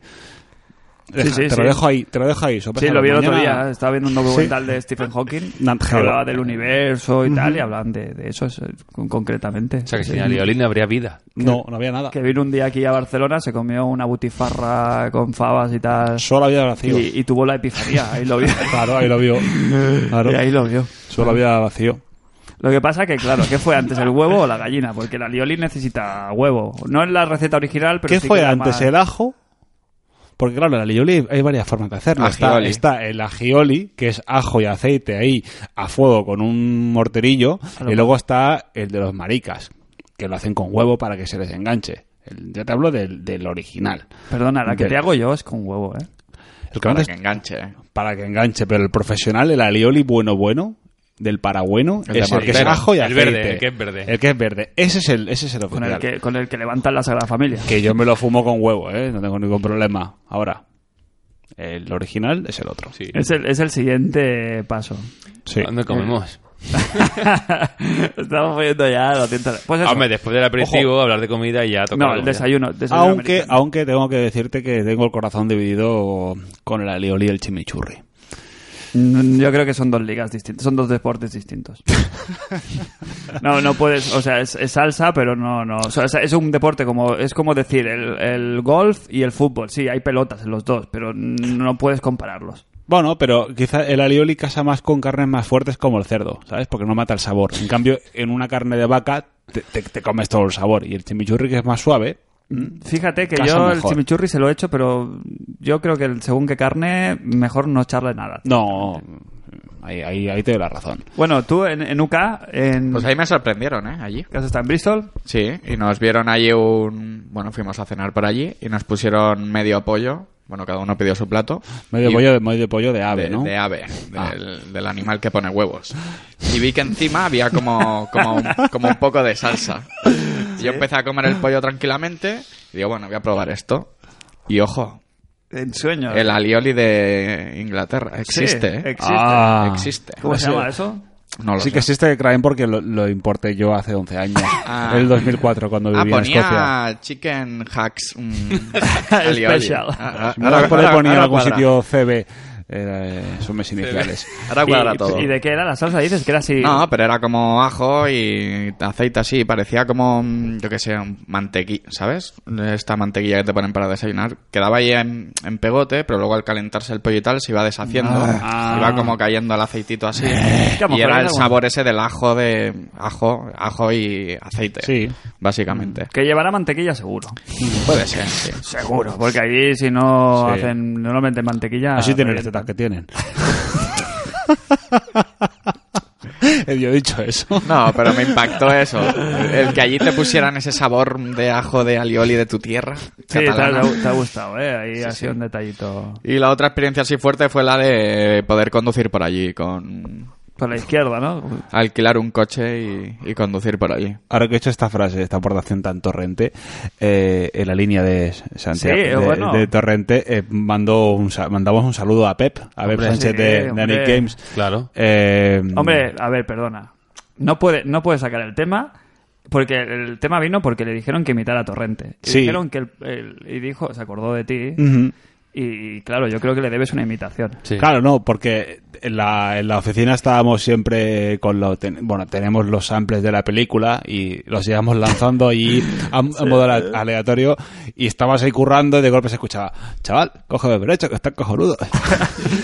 [SPEAKER 5] Deja-
[SPEAKER 2] sí,
[SPEAKER 5] te
[SPEAKER 2] sí.
[SPEAKER 5] lo dejo ahí, te lo dejo ahí.
[SPEAKER 2] Sí,
[SPEAKER 5] sopésalo.
[SPEAKER 2] lo vi el otro
[SPEAKER 5] Mañana-
[SPEAKER 2] día. Estaba viendo un documental de Stephen Hawking
[SPEAKER 5] Nat
[SPEAKER 2] que hablaba
[SPEAKER 5] Geo.
[SPEAKER 2] del universo y tal, y hablaban de, de eso es- con- concretamente.
[SPEAKER 4] O sea, que
[SPEAKER 2] Sí.
[SPEAKER 4] sin alioli no habría vida.
[SPEAKER 5] No, no había nada.
[SPEAKER 2] Que vino un día aquí a Barcelona, se comió una butifarra con fabas y tal,
[SPEAKER 5] Solo había vacío.
[SPEAKER 2] y, y tuvo la epifanía. Ahí lo vio.
[SPEAKER 5] Claro, ahí lo vio. Claro.
[SPEAKER 2] Y ahí lo vio.
[SPEAKER 5] Solo había vacío.
[SPEAKER 2] Lo que pasa que, claro, ¿qué fue antes, el huevo o la gallina? Porque el alioli necesita huevo. No es la receta original, pero
[SPEAKER 5] ¿Qué
[SPEAKER 2] sí
[SPEAKER 5] fue
[SPEAKER 2] que era
[SPEAKER 5] antes, eh?
[SPEAKER 2] más-
[SPEAKER 5] el ajo Porque claro, la alioli hay varias formas de hacerlo. Está,
[SPEAKER 3] Agioli.
[SPEAKER 5] está el agioli, que es ajo y aceite ahí a fuego con un morterillo. Y luego está el de los maricas, que lo hacen con huevo para que se les enganche. El- ya te hablo del, del original.
[SPEAKER 2] Perdona, la que
[SPEAKER 5] Del-
[SPEAKER 2] te hago yo es con huevo, ¿eh?
[SPEAKER 5] El que
[SPEAKER 3] Para
[SPEAKER 5] antes-
[SPEAKER 3] que enganche, ¿eh?
[SPEAKER 5] para que enganche, pero el profesional, el alioli bueno bueno, del parabueno,
[SPEAKER 3] El de
[SPEAKER 5] es el que es
[SPEAKER 3] mortero.
[SPEAKER 5] ajo y
[SPEAKER 4] El
[SPEAKER 5] aceite.
[SPEAKER 4] verde, el que es verde.
[SPEAKER 5] El que es verde. Ese es el, ese es el
[SPEAKER 2] Con
[SPEAKER 5] oficial.
[SPEAKER 2] el que, con el que levantan la Sagrada Familia.
[SPEAKER 5] Pues Que yo me lo fumo con huevo, ¿eh? No tengo ningún problema. Ahora, el original es el otro.
[SPEAKER 4] Sí.
[SPEAKER 2] Es el, es el siguiente paso.
[SPEAKER 5] Sí.
[SPEAKER 4] ¿Dónde comemos?
[SPEAKER 2] Estamos poniendo ya lo siento. Pues eso.
[SPEAKER 4] Hombre, después del aperitivo, hablar de comida y ya tocar
[SPEAKER 2] no,
[SPEAKER 4] la
[SPEAKER 2] el
[SPEAKER 4] comida.
[SPEAKER 2] desayuno. desayuno
[SPEAKER 5] Aunque,
[SPEAKER 2] americano.
[SPEAKER 5] aunque tengo que decirte que tengo el corazón dividido con el alioli y el chimichurri.
[SPEAKER 2] Mm, Yo creo que son dos ligas distintas, son dos deportes distintos. no, no puedes, o sea, es, es salsa, pero no, no, o sea, es- es un deporte como, es como decir el, el golf y el fútbol. Sí, hay pelotas en los dos, pero no puedes compararlos.
[SPEAKER 5] Bueno, pero quizá el alioli casa más con carnes más fuertes como el cerdo, ¿sabes? Porque no mata el sabor. En cambio, en una carne de vaca te, te- te comes todo el sabor. Y el chimichurri, que es más suave,
[SPEAKER 2] Fíjate que
[SPEAKER 5] Casa
[SPEAKER 2] yo el
[SPEAKER 5] mejor.
[SPEAKER 2] chimichurri se lo he hecho, pero yo creo que el- según qué carne, mejor no echarle nada.
[SPEAKER 5] no. Ahí, ahí, ahí te doy la razón.
[SPEAKER 2] Bueno, tú en, en UK,
[SPEAKER 5] Mm.
[SPEAKER 2] en,
[SPEAKER 3] Pues ahí me sorprendieron, ¿eh? Allí.
[SPEAKER 2] ¿qué has estado? ¿En Bristol,
[SPEAKER 3] Sí, y nos vieron allí un... Bueno, fuimos a cenar por allí y nos pusieron medio pollo. Bueno, cada uno pidió su plato.
[SPEAKER 5] Medio
[SPEAKER 3] Y-
[SPEAKER 5] pollo, de- medio pollo de ave,
[SPEAKER 3] de,
[SPEAKER 5] ¿no?
[SPEAKER 3] de ave,
[SPEAKER 5] Ah.
[SPEAKER 3] del, del animal que pone huevos. Y vi que encima había como, como, un, como un poco de salsa. Y Yo empecé a comer el pollo tranquilamente y digo, bueno, voy a probar esto. Y ojo,
[SPEAKER 2] en sueño.
[SPEAKER 3] el alioli de Inglaterra
[SPEAKER 2] Sí,
[SPEAKER 3] existe, ¿eh?
[SPEAKER 2] existe.
[SPEAKER 5] Ah.
[SPEAKER 3] Existe.
[SPEAKER 2] ¿Cómo se
[SPEAKER 5] Sí.
[SPEAKER 2] llama eso?
[SPEAKER 3] No lo
[SPEAKER 5] Sí que
[SPEAKER 3] sé.
[SPEAKER 5] existe Crime porque lo, lo importé yo hace 11 años.
[SPEAKER 3] Ah.
[SPEAKER 5] El 2004, cuando
[SPEAKER 3] Ah,
[SPEAKER 5] vivía en Escocia.
[SPEAKER 3] ponía chicken hacks mm, alioli.
[SPEAKER 2] Special.
[SPEAKER 3] Ah, ah,
[SPEAKER 5] Me acuerdo que
[SPEAKER 3] ahora-
[SPEAKER 5] ponía en
[SPEAKER 3] ahora
[SPEAKER 5] algún
[SPEAKER 3] cuadra.
[SPEAKER 5] sitio CB. eh, son mis iniciales.
[SPEAKER 3] Ahora cuadra
[SPEAKER 2] ¿Y-
[SPEAKER 3] todo.
[SPEAKER 2] ¿Y de qué era la salsa? Dices que era así.
[SPEAKER 3] No, pero era como ajo y aceite así. Parecía como, mm, yo qué sé, mantequilla, ¿sabes? Esta mantequilla que te ponen para desayunar. Quedaba ahí en, en pegote, pero luego al calentarse el pollo y tal se iba deshaciendo.
[SPEAKER 2] Ah.
[SPEAKER 3] Iba como cayendo el aceitito así.
[SPEAKER 2] que a lo
[SPEAKER 3] y
[SPEAKER 2] mejor
[SPEAKER 3] era el
[SPEAKER 2] era un-
[SPEAKER 3] sabor ese del ajo de ajo, ajo y aceite.
[SPEAKER 5] Sí.
[SPEAKER 3] Básicamente.
[SPEAKER 2] Que llevará mantequilla seguro.
[SPEAKER 3] Puede ser, sí.
[SPEAKER 2] Seguro, porque allí si no
[SPEAKER 5] Sí.
[SPEAKER 2] hacen normalmente
[SPEAKER 3] Ah,
[SPEAKER 2] mantequilla.
[SPEAKER 5] Así tienen las
[SPEAKER 2] pero-
[SPEAKER 5] tetas que tienen. Yo he dicho eso.
[SPEAKER 3] No, pero me impactó eso. El que allí te pusieran ese sabor de ajo de alioli de tu tierra.
[SPEAKER 2] Sí, te ha,
[SPEAKER 3] catalana.
[SPEAKER 2] te ha- te ha gustado, ¿eh? Ahí ha sido un detallito.
[SPEAKER 3] Y la otra experiencia así fuerte fue la de poder conducir por allí, con
[SPEAKER 2] Por la izquierda, ¿no?
[SPEAKER 5] Mm.
[SPEAKER 3] alquilar un coche y, y conducir por allí.
[SPEAKER 5] Ahora que he hecho esta frase, esta aportación tan torrente, eh, en la línea de Santiago
[SPEAKER 2] Sí,
[SPEAKER 5] de,
[SPEAKER 2] bueno.
[SPEAKER 5] de Torrente, eh, mandó un sa- mandamos un saludo a Pep, a Pep
[SPEAKER 2] Hombre,
[SPEAKER 5] Sánchez
[SPEAKER 2] sí,
[SPEAKER 5] de, de Nick
[SPEAKER 2] hombre.
[SPEAKER 5] Games.
[SPEAKER 4] Claro.
[SPEAKER 5] Eh,
[SPEAKER 2] Hombre, a ver, perdona. No puede, no puede sacar el tema. Porque el tema vino porque le dijeron que imitara a Torrente. Y
[SPEAKER 5] Sí. Mm.
[SPEAKER 2] dijeron que el, el- y dijo, se acordó de ti.
[SPEAKER 5] ujú.
[SPEAKER 2] Y claro, yo creo que le debes una imitación.
[SPEAKER 4] Sí.
[SPEAKER 5] Claro, no, porque en la, en la oficina estábamos siempre con lo... ten- bueno, tenemos los samples de la película y los íbamos lanzando allí a, a modo ale- aleatorio y estabas ahí currando y de golpe se escuchaba, chaval, coge de derecho que están cojonudos.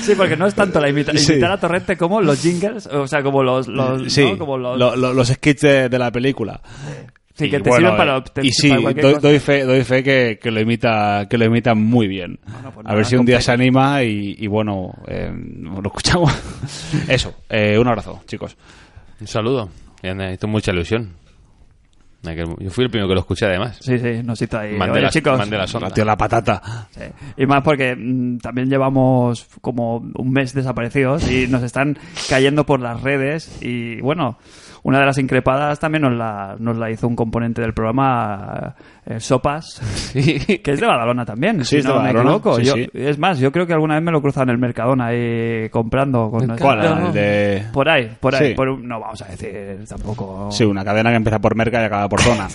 [SPEAKER 2] Sí, porque no es tanto la imita
[SPEAKER 5] Sí.
[SPEAKER 2] imitar a Torrente como los jingles, o sea, como los, los,
[SPEAKER 5] sí,
[SPEAKER 2] ¿no? como los,
[SPEAKER 5] lo- lo- los skits de, de la película.
[SPEAKER 2] sí, que
[SPEAKER 5] Y
[SPEAKER 2] te
[SPEAKER 5] bueno,
[SPEAKER 2] sirven para,
[SPEAKER 5] eh,
[SPEAKER 2] te-
[SPEAKER 5] y sí,
[SPEAKER 2] para cualquier
[SPEAKER 5] doy,
[SPEAKER 2] cosa.
[SPEAKER 5] doy fe, doy fe que, que lo imita, que lo imita muy bien.
[SPEAKER 2] pues
[SPEAKER 5] a
[SPEAKER 2] nada,
[SPEAKER 5] ver si un día
[SPEAKER 2] completo.
[SPEAKER 5] se anima y, y bueno, eh, lo escuchamos. Eso, eh, un abrazo, chicos.
[SPEAKER 4] Un saludo. Ya me hizo mucha ilusión. Aquel- Yo fui el primero que lo escuché, además.
[SPEAKER 2] Sí, sí, nos cita ahí.
[SPEAKER 4] Mandé
[SPEAKER 2] Oye,
[SPEAKER 4] las-
[SPEAKER 2] chicos.
[SPEAKER 4] mandé las ondas.
[SPEAKER 5] Tío, la patata.
[SPEAKER 2] Sí. Y más porque mm, también llevamos como un mes desaparecidos y nos están cayendo por las redes. Y bueno, una de las increpadas también nos la, nos la hizo un componente del programa, eh, Sopas, que es de Badalona también.
[SPEAKER 5] Sí,
[SPEAKER 2] si
[SPEAKER 5] es de
[SPEAKER 2] no me
[SPEAKER 5] Badalona.
[SPEAKER 2] equivoco.
[SPEAKER 5] Sí,
[SPEAKER 2] Yo-
[SPEAKER 5] sí.
[SPEAKER 2] Es más, yo creo que alguna vez me lo cruzan en el Mercadona ahí comprando. Con nuestra-
[SPEAKER 5] ¿Cuál? El de-
[SPEAKER 2] Por ahí, por ahí.
[SPEAKER 5] Sí.
[SPEAKER 2] por un- No vamos a decir tampoco.
[SPEAKER 5] Sí, una cadena que empieza por merca y acaba por zona.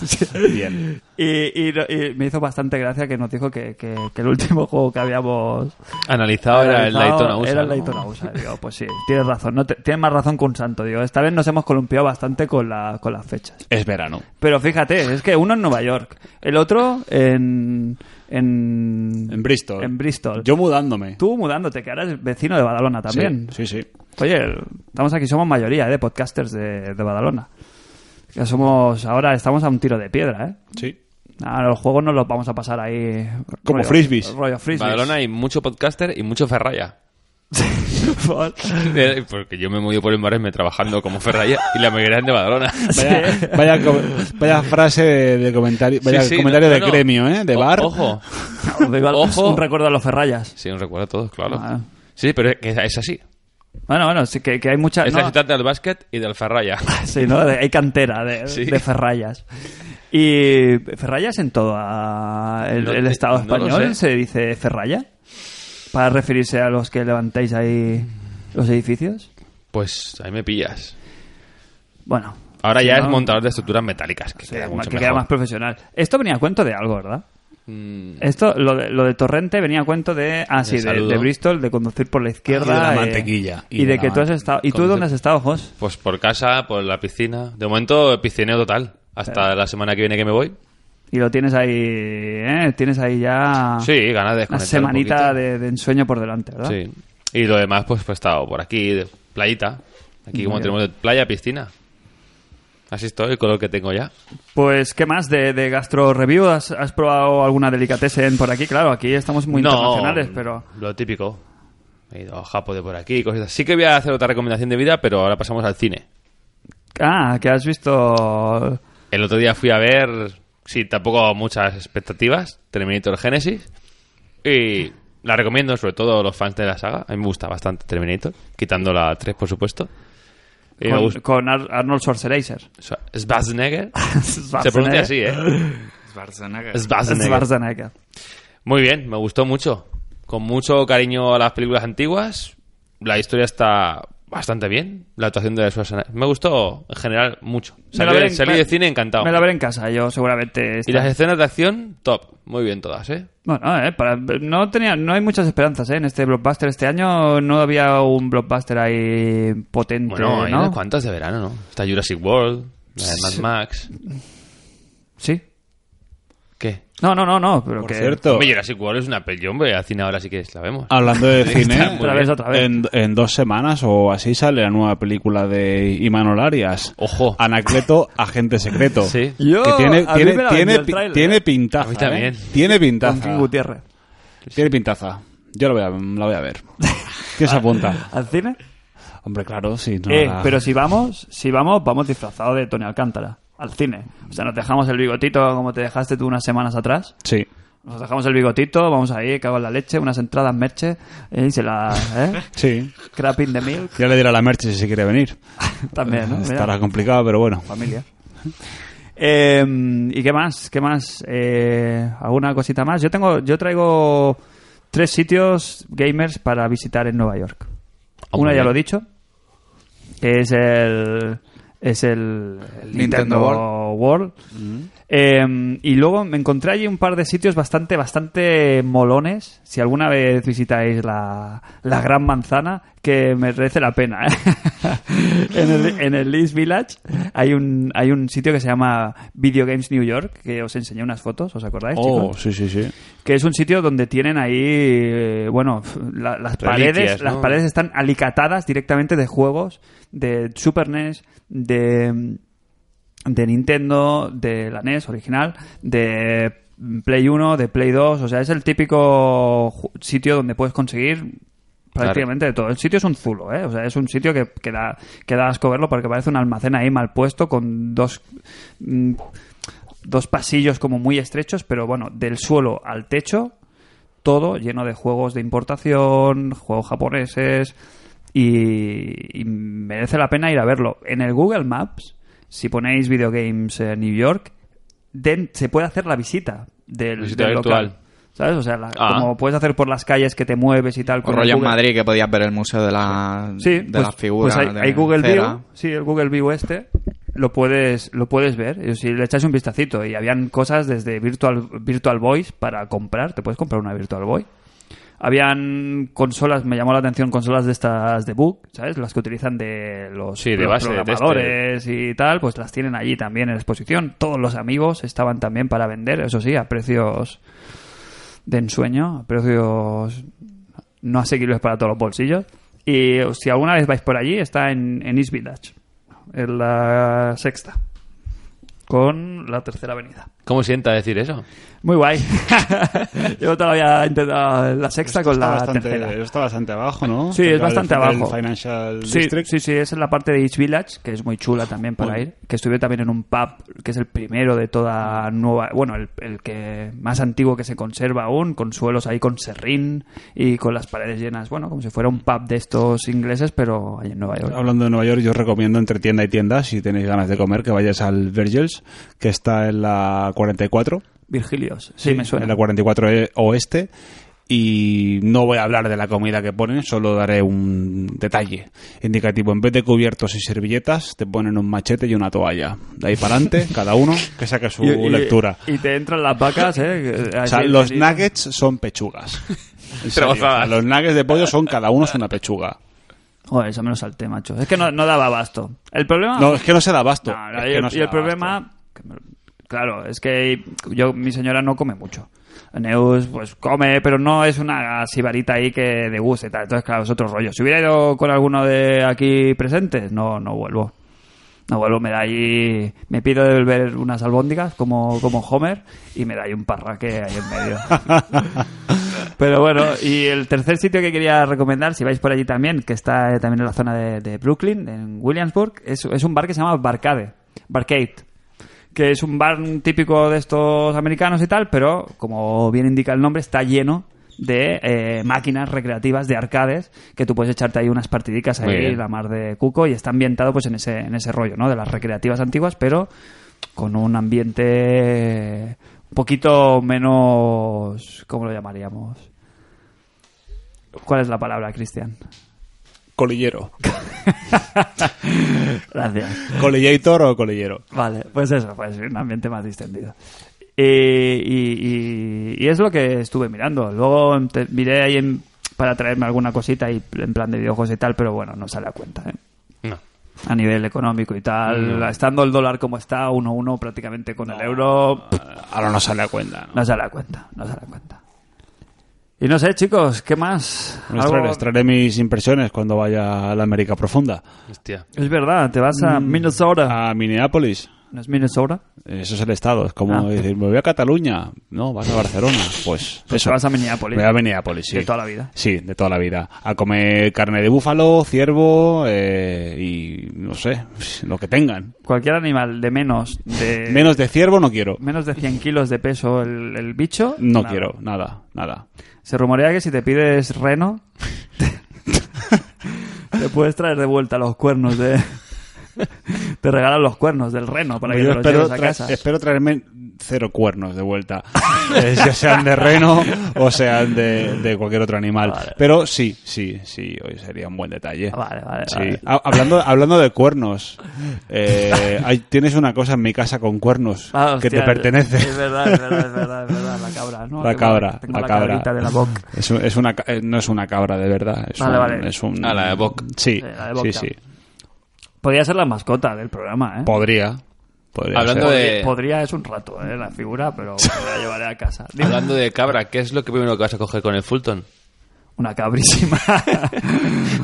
[SPEAKER 5] Bien.
[SPEAKER 2] Y, y lo- y me hizo bastante gracia que nos dijo que, que- que el último juego que habíamos
[SPEAKER 4] Analizado Ah, era el
[SPEAKER 2] analizado
[SPEAKER 4] Daytona USA.
[SPEAKER 2] era el
[SPEAKER 4] ¿no?
[SPEAKER 2] Daytona USA. Digo, pues sí, tienes razón. No te- tienes más razón que un santo. Digo, esta vez nos hemos columpiado bastante con, la- con las fechas.
[SPEAKER 5] Es verano.
[SPEAKER 2] Pero fíjate, es que uno en Nueva York, el otro en. En,
[SPEAKER 5] En Bristol.
[SPEAKER 2] En Bristol.
[SPEAKER 5] Yo mudándome.
[SPEAKER 2] Tú mudándote, que ahora eres vecino de Badalona
[SPEAKER 5] Sí,
[SPEAKER 2] también.
[SPEAKER 5] Sí, sí.
[SPEAKER 2] Oye, el- estamos aquí, somos mayoría ¿eh? de podcasters de, de Badalona. Que somos. Ahora estamos a un tiro de piedra, ¿eh?
[SPEAKER 5] Sí.
[SPEAKER 2] Ah, los juegos nos los vamos a pasar ahí.
[SPEAKER 5] Como
[SPEAKER 2] rollo-
[SPEAKER 5] frisbees.
[SPEAKER 2] Rollo
[SPEAKER 4] En
[SPEAKER 2] frisbees.
[SPEAKER 4] Badalona hay mucho podcaster y mucho ferraya. Eh, Porque yo me he movido por el maresme trabajando como ferraya y la mayoría eran de Badalona.
[SPEAKER 5] Vaya, vaya, co- vaya frase de, de comentario, vaya
[SPEAKER 4] Sí, sí,
[SPEAKER 5] comentario
[SPEAKER 4] no,
[SPEAKER 5] de
[SPEAKER 4] no, no.
[SPEAKER 5] gremio, ¿eh? De
[SPEAKER 4] O-
[SPEAKER 5] bar.
[SPEAKER 4] Ojo.
[SPEAKER 2] Ojo.
[SPEAKER 4] Ojo.
[SPEAKER 2] Un recuerdo a los Ferrayas.
[SPEAKER 4] Sí, un recuerdo a todos, claro.
[SPEAKER 2] Ah.
[SPEAKER 4] Sí, pero es, que es así.
[SPEAKER 2] Bueno, bueno, sí que, que hay muchas.
[SPEAKER 4] Es
[SPEAKER 2] no,
[SPEAKER 4] la ciudad del básquet y del ferraya.
[SPEAKER 2] Sí, ¿no? De- hay cantera de,
[SPEAKER 4] Sí.
[SPEAKER 2] de Ferrayas. Y Ferrayas en todo ah, el,
[SPEAKER 4] No
[SPEAKER 2] el
[SPEAKER 4] te-
[SPEAKER 2] Estado
[SPEAKER 4] no lo
[SPEAKER 2] español
[SPEAKER 4] sé.
[SPEAKER 2] se dice Ferraya para referirse a los que levantáis ahí los edificios.
[SPEAKER 4] Pues ahí me pillas.
[SPEAKER 2] Bueno,
[SPEAKER 4] Ahora ya
[SPEAKER 2] No.
[SPEAKER 4] es montador de estructuras metálicas, que
[SPEAKER 2] sí,
[SPEAKER 4] queda
[SPEAKER 2] más-
[SPEAKER 4] mucho
[SPEAKER 2] que
[SPEAKER 4] mejor.
[SPEAKER 2] queda más profesional. Esto venía a cuento de algo, ¿verdad?
[SPEAKER 4] Mm,
[SPEAKER 2] Esto, lo de, lo de Torrente venía a cuento de, ah, sí, de,
[SPEAKER 4] saludo. Ah,
[SPEAKER 2] de Bristol, de conducir por la izquierda.
[SPEAKER 5] Y de la
[SPEAKER 2] eh,
[SPEAKER 5] mantequilla,
[SPEAKER 2] Y,
[SPEAKER 5] y
[SPEAKER 2] de,
[SPEAKER 5] de la
[SPEAKER 2] que tú has
[SPEAKER 5] man-
[SPEAKER 2] estado... ¿Y tú
[SPEAKER 4] conducir-
[SPEAKER 2] dónde has estado, Jos?
[SPEAKER 4] Pues por casa, por la piscina. De momento, piscineo total. Hasta la semana que viene que me voy.
[SPEAKER 2] Y lo tienes ahí, ¿eh? Tienes ahí ya...
[SPEAKER 4] Sí, ganas de
[SPEAKER 2] Ah. Una
[SPEAKER 4] desconectar un
[SPEAKER 2] semanita
[SPEAKER 4] poquito.
[SPEAKER 2] de, de ensueño por delante, ¿verdad?
[SPEAKER 4] Sí. Y lo demás, pues, pues he estado por aquí, de playita. Aquí como
[SPEAKER 2] Muy bien.
[SPEAKER 4] tenemos de playa, piscina. Así estoy, con lo que tengo ya.
[SPEAKER 2] Pues, ¿qué más de, de gastro review? ¿Has, has probado alguna delicatessen por aquí? Claro, aquí estamos muy
[SPEAKER 4] No,
[SPEAKER 2] internacionales, pero...
[SPEAKER 4] Lo típico. He ido a Japo de por aquí, cosas así. Sí que voy a hacer otra recomendación de vida, pero ahora pasamos al cine.
[SPEAKER 2] Ah, que has visto...
[SPEAKER 4] El otro día fui a ver, sí, tampoco muchas expectativas, Terminator Genesis. Y la recomiendo, sobre todo a los fans de la saga. A mí me gusta bastante Terminator, quitando la 3, por supuesto. Y me
[SPEAKER 2] Con,
[SPEAKER 4] gusta-
[SPEAKER 2] con Ar- Arnold Schwarzenegger.
[SPEAKER 4] Schwarzenegger. Se pronuncia así, ¿eh? Schwarzenegger.
[SPEAKER 2] Schwarzenegger.
[SPEAKER 4] Muy bien, me gustó mucho. Con mucho cariño a las películas antiguas. La historia está bastante bien. La actuación de Schwarzenegger. Me gustó en general mucho.
[SPEAKER 2] Me la
[SPEAKER 4] Salí,
[SPEAKER 2] veré
[SPEAKER 4] de,
[SPEAKER 2] en-
[SPEAKER 4] salí
[SPEAKER 2] me-
[SPEAKER 4] de cine encantado.
[SPEAKER 2] Me la veré en casa, yo seguramente...
[SPEAKER 4] Y
[SPEAKER 2] esta-
[SPEAKER 4] las escenas de acción, top. Muy bien todas, ¿eh?
[SPEAKER 2] Bueno, eh, para- no tenía, no hay muchas esperanzas eh, en este blockbuster. Este año no había un blockbuster ahí potente,
[SPEAKER 4] Bueno, hay
[SPEAKER 2] ¿no?
[SPEAKER 4] unas cuantas de verano, ¿no? Está Jurassic World, la de Mad Max.
[SPEAKER 2] Sí.
[SPEAKER 4] ¿Qué?
[SPEAKER 2] No, no, no, no. Pero
[SPEAKER 5] Por
[SPEAKER 2] que...
[SPEAKER 5] cierto,
[SPEAKER 4] Hombre, Jurassic World es una peli, hombre. Al cine ahora sí que la vemos.
[SPEAKER 2] Ah.
[SPEAKER 5] hablando de cine,
[SPEAKER 2] Otra vez, otra vez.
[SPEAKER 5] En, en dos semanas o así sale la nueva película de Imanol Arias.
[SPEAKER 4] Ojo.
[SPEAKER 5] Anacleto, agente secreto.
[SPEAKER 4] Sí.
[SPEAKER 2] Yo-
[SPEAKER 5] que tiene,
[SPEAKER 2] a mí
[SPEAKER 5] tiene,
[SPEAKER 2] me la vendió
[SPEAKER 5] tiene,
[SPEAKER 2] el
[SPEAKER 5] pi-
[SPEAKER 2] tráiler,
[SPEAKER 5] tiene
[SPEAKER 2] eh.
[SPEAKER 5] pintaza.
[SPEAKER 4] A mí también.
[SPEAKER 5] ¿eh? Tiene
[SPEAKER 2] Con
[SPEAKER 5] pintaza.
[SPEAKER 2] King Gutiérrez.
[SPEAKER 5] Tiene pintaza. Yo la voy a, la voy a ver. ¿Qué se apunta?
[SPEAKER 2] ¿Al cine?
[SPEAKER 5] Hombre, claro, sí. no
[SPEAKER 2] Eh,
[SPEAKER 5] la-
[SPEAKER 2] pero si vamos, si vamos, vamos disfrazados de Tony Alcántara. Al cine. O sea, nos dejamos el bigotito como te dejaste tú unas semanas atrás.
[SPEAKER 5] Sí.
[SPEAKER 2] Nos dejamos el bigotito, vamos ahí, cago en la leche, unas entradas merche, eh, y se la... ¿eh?
[SPEAKER 5] Sí.
[SPEAKER 2] Crapping the milk,
[SPEAKER 5] Ya le diré a la merche si quiere venir.
[SPEAKER 2] también, Eh, ¿no? Mira.
[SPEAKER 5] Estará complicado, pero bueno.
[SPEAKER 2] familia. Eh, ¿Y qué más? ¿Qué más? Eh, ¿Alguna cosita más? Yo tengo, yo traigo tres sitios gamers para visitar en Nueva York.
[SPEAKER 4] Ah, muy
[SPEAKER 2] Uno ya
[SPEAKER 4] bien.
[SPEAKER 2] lo he dicho, que es el es el, el Nintendo,
[SPEAKER 3] Nintendo
[SPEAKER 2] World. Eh, y luego me encontré allí un par de sitios bastante, bastante molones. Si alguna vez visitáis la, la Gran Manzana, que merece la pena. ¿eh? en, el, en el East Village hay un, hay un sitio que se llama Video Games New York, que os enseñé unas fotos, ¿os acordáis?
[SPEAKER 5] Oh,
[SPEAKER 2] chicos?
[SPEAKER 5] sí, sí, sí.
[SPEAKER 2] que es un sitio donde tienen ahí, eh, bueno, f- la- las
[SPEAKER 4] Reliquias,
[SPEAKER 2] paredes,
[SPEAKER 4] ¿no?
[SPEAKER 2] las paredes están alicatadas directamente de juegos de Super NES, de de Nintendo, de la NES original, de mm, Play 1, de Play 2, o sea, es el típico ju- sitio donde puedes conseguir prácticamente de todo. El sitio es un zulo, ¿eh? O sea, es un sitio que, que, da, que da asco verlo porque parece un almacén ahí mal puesto con dos... mm, dos pasillos como muy estrechos, pero bueno, del suelo al techo, todo lleno de juegos de importación, juegos japoneses, y, y merece la pena ir a verlo. En el Google Maps, si ponéis Video Games eh, New York, den- se puede hacer la visita del,
[SPEAKER 4] Visita
[SPEAKER 2] del
[SPEAKER 4] virtual.
[SPEAKER 2] local. ¿Sabes? O sea, la-
[SPEAKER 4] Ah.
[SPEAKER 2] como puedes hacer por las calles que te mueves y tal.
[SPEAKER 3] O
[SPEAKER 2] con el
[SPEAKER 3] rollo en
[SPEAKER 2] Google-
[SPEAKER 3] Madrid que podías ver el museo de la,
[SPEAKER 2] Sí,
[SPEAKER 3] de
[SPEAKER 2] pues,
[SPEAKER 3] las figuras.
[SPEAKER 2] pues hay,
[SPEAKER 3] de
[SPEAKER 2] hay Google
[SPEAKER 3] cera.
[SPEAKER 2] View, sí, el Google View este, lo puedes, lo puedes ver. Y Si le echas un vistacito y habían cosas desde Virtual, Virtual Boys para comprar, te puedes comprar una Virtual Boy. Habían consolas, me llamó la atención consolas de estas de bug, ¿sabes? Las que utilizan de los,
[SPEAKER 4] Sí, de
[SPEAKER 2] los
[SPEAKER 4] base, de este.
[SPEAKER 2] programadores y tal, pues las tienen allí también en exposición. Todos los amigos estaban también para vender, eso sí, a precios de ensueño, a precios no asequibles para todos los bolsillos. Y si alguna vez vais por allí, está en, en East Village, en la sexta, con la tercera avenida.
[SPEAKER 4] ¿Cómo sienta decir eso?
[SPEAKER 2] Muy guay. Yo todavía he intentado la sexta con la
[SPEAKER 5] bastante,
[SPEAKER 2] tercera.
[SPEAKER 5] está bastante abajo, ¿no?
[SPEAKER 2] Sí, es bastante
[SPEAKER 5] del- del
[SPEAKER 2] abajo.
[SPEAKER 5] Financial
[SPEAKER 2] Sí,
[SPEAKER 5] District.
[SPEAKER 2] sí, sí, es en la parte de East Village, que es muy chula también para ir. Que estuve también en un pub, que es el primero de toda nueva, bueno, el, el que más antiguo que se conserva aún, con suelos ahí con serrín y con las paredes llenas, bueno, como si fuera un pub de estos ingleses, pero ahí en Nueva York.
[SPEAKER 5] Hablando de Nueva York, yo os recomiendo entre tienda y tienda, si tenéis ganas de comer, que vayáis al Virgil's, que está en la 44.
[SPEAKER 2] Virgilios, sí, me suena.
[SPEAKER 5] En la 44 e- Oeste. Y no voy a hablar de la comida que ponen, solo daré un detalle indicativo. En vez de cubiertos y servilletas, te ponen un machete y una toalla. De ahí para adelante, cada uno que saque su
[SPEAKER 2] Y- y-
[SPEAKER 5] lectura.
[SPEAKER 2] Y, te entran las vacas, ¿eh?
[SPEAKER 5] O sea,
[SPEAKER 2] Así-
[SPEAKER 5] los
[SPEAKER 2] así-
[SPEAKER 5] nuggets son pechugas. En serio, o sea,
[SPEAKER 4] Trozadas.
[SPEAKER 5] los nuggets de pollo son cada uno es una pechuga.
[SPEAKER 2] Joder, eso me lo salté, macho. Es que no, no daba abasto. El problema...
[SPEAKER 5] No, es que no se da abasto.
[SPEAKER 2] Ah. No,
[SPEAKER 5] Es
[SPEAKER 2] no,
[SPEAKER 5] que
[SPEAKER 2] y el,
[SPEAKER 5] no se
[SPEAKER 2] y el
[SPEAKER 5] da abasto.
[SPEAKER 2] problema, que me- claro, es que yo mi señora no come mucho. Neus, pues come, pero no es una sibarita ahí que deguste. y Tal. Entonces, claro, es otro rollo. Si hubiera ido con alguno de aquí presentes, no, no vuelvo. No vuelvo, me da ahí. Me pido de beber unas albóndigas como, como Homer y me da ahí un parraque ahí en medio. Pero bueno, y el tercer sitio que quería recomendar, si vais por allí también, que está eh, también en la zona de, de Brooklyn, en Williamsburg, es, es un bar que se llama Barcade, Barcade, que es un bar típico de estos americanos y tal, pero como bien indica el nombre, está lleno de eh, máquinas recreativas de arcades que tú puedes echarte ahí unas partidicas
[SPEAKER 4] Muy
[SPEAKER 2] ahí
[SPEAKER 4] bien.
[SPEAKER 2] la mar de cuco y está ambientado pues en ese en ese rollo no de las recreativas antiguas pero con un ambiente un poquito menos cómo lo llamaríamos ¿Cuál es la palabra, Cristian?
[SPEAKER 5] Colillero.
[SPEAKER 2] Gracias.
[SPEAKER 5] ¿Colillator o colillero?
[SPEAKER 2] Vale, pues eso, pues un ambiente más distendido. Y, y- y- y es lo que estuve mirando. Luego te- miré ahí en- para traerme alguna cosita y en plan de videojuegos y tal, pero bueno, no sale a cuenta. ¿eh?
[SPEAKER 4] No.
[SPEAKER 2] A nivel económico y tal, estando el dólar como está, 1-1 prácticamente con el euro, pff,
[SPEAKER 5] Ahora no sale a cuenta. ¿no?
[SPEAKER 2] no sale a cuenta, no sale a cuenta. Y no sé, chicos, ¿qué más?
[SPEAKER 5] Os
[SPEAKER 2] Algo-
[SPEAKER 5] traeré, os traeré mis impresiones cuando vaya a la América Profunda.
[SPEAKER 4] Hostia.
[SPEAKER 2] Es verdad, te vas
[SPEAKER 5] Mm.
[SPEAKER 2] a Minnesota.
[SPEAKER 5] A Minneapolis.
[SPEAKER 2] ¿No es Minnesota?
[SPEAKER 5] Eso es el estado. Es como
[SPEAKER 2] Ah.
[SPEAKER 5] decir, me voy a Cataluña. No, vas a Barcelona. Pues,
[SPEAKER 2] Pues
[SPEAKER 5] eso.
[SPEAKER 2] te vas a Minneapolis.
[SPEAKER 5] Me voy a Minneapolis, sí.
[SPEAKER 2] De toda la vida.
[SPEAKER 5] Sí, de toda la vida. A comer carne de búfalo, ciervo eh, y no sé, lo que tengan.
[SPEAKER 2] Cualquier animal de menos de
[SPEAKER 5] Menos de ciervo no quiero.
[SPEAKER 2] menos de 100 kilos de peso el, el bicho.
[SPEAKER 5] No
[SPEAKER 2] nada.
[SPEAKER 5] quiero, nada, nada.
[SPEAKER 2] Se rumorea que si te pides reno, te puedes traer de vuelta los cuernos de. te regalan los cuernos del reno para que
[SPEAKER 5] Yo
[SPEAKER 2] te los
[SPEAKER 5] espero,
[SPEAKER 2] lleves a
[SPEAKER 5] tra-
[SPEAKER 2] casa.
[SPEAKER 5] espero traerme cero cuernos de vuelta, Eh, ya sean de reno o sean de, de cualquier otro animal.
[SPEAKER 2] Vale.
[SPEAKER 5] Pero sí, sí, sí, hoy sería un buen detalle.
[SPEAKER 2] Ah, Vale, vale,
[SPEAKER 5] Sí.
[SPEAKER 2] vale.
[SPEAKER 5] Ha- Hablando, hablando de cuernos, eh, hay- tienes una cosa en mi casa con cuernos
[SPEAKER 2] Ah,
[SPEAKER 5] que
[SPEAKER 2] hostia,
[SPEAKER 5] te pertenece.
[SPEAKER 2] Es verdad, es verdad, es verdad, es verdad, la cabra, ¿no?
[SPEAKER 5] La
[SPEAKER 2] Que
[SPEAKER 5] cabra,
[SPEAKER 2] tengo
[SPEAKER 5] la
[SPEAKER 2] la
[SPEAKER 5] cabra.
[SPEAKER 2] cabrita de la boca.
[SPEAKER 5] Es, un- es una, ca- eh, no es una cabra de verdad, es
[SPEAKER 2] Vale,
[SPEAKER 5] un,
[SPEAKER 2] vale.
[SPEAKER 5] es un-
[SPEAKER 4] Ah, la de Bock.
[SPEAKER 5] Sí,
[SPEAKER 2] Sí, la de
[SPEAKER 5] sí,
[SPEAKER 2] Bock,
[SPEAKER 5] sí.
[SPEAKER 2] Podría ser la mascota del programa, ¿eh?
[SPEAKER 5] Podría. podría
[SPEAKER 4] Hablando
[SPEAKER 5] ser.
[SPEAKER 4] de,
[SPEAKER 2] Podría es un rato, ¿eh? La figura, pero me la llevaré a casa. Dime.
[SPEAKER 4] hablando de cabra, ¿qué es lo que primero que vas a coger con el Fulton?
[SPEAKER 2] Una cabrísima.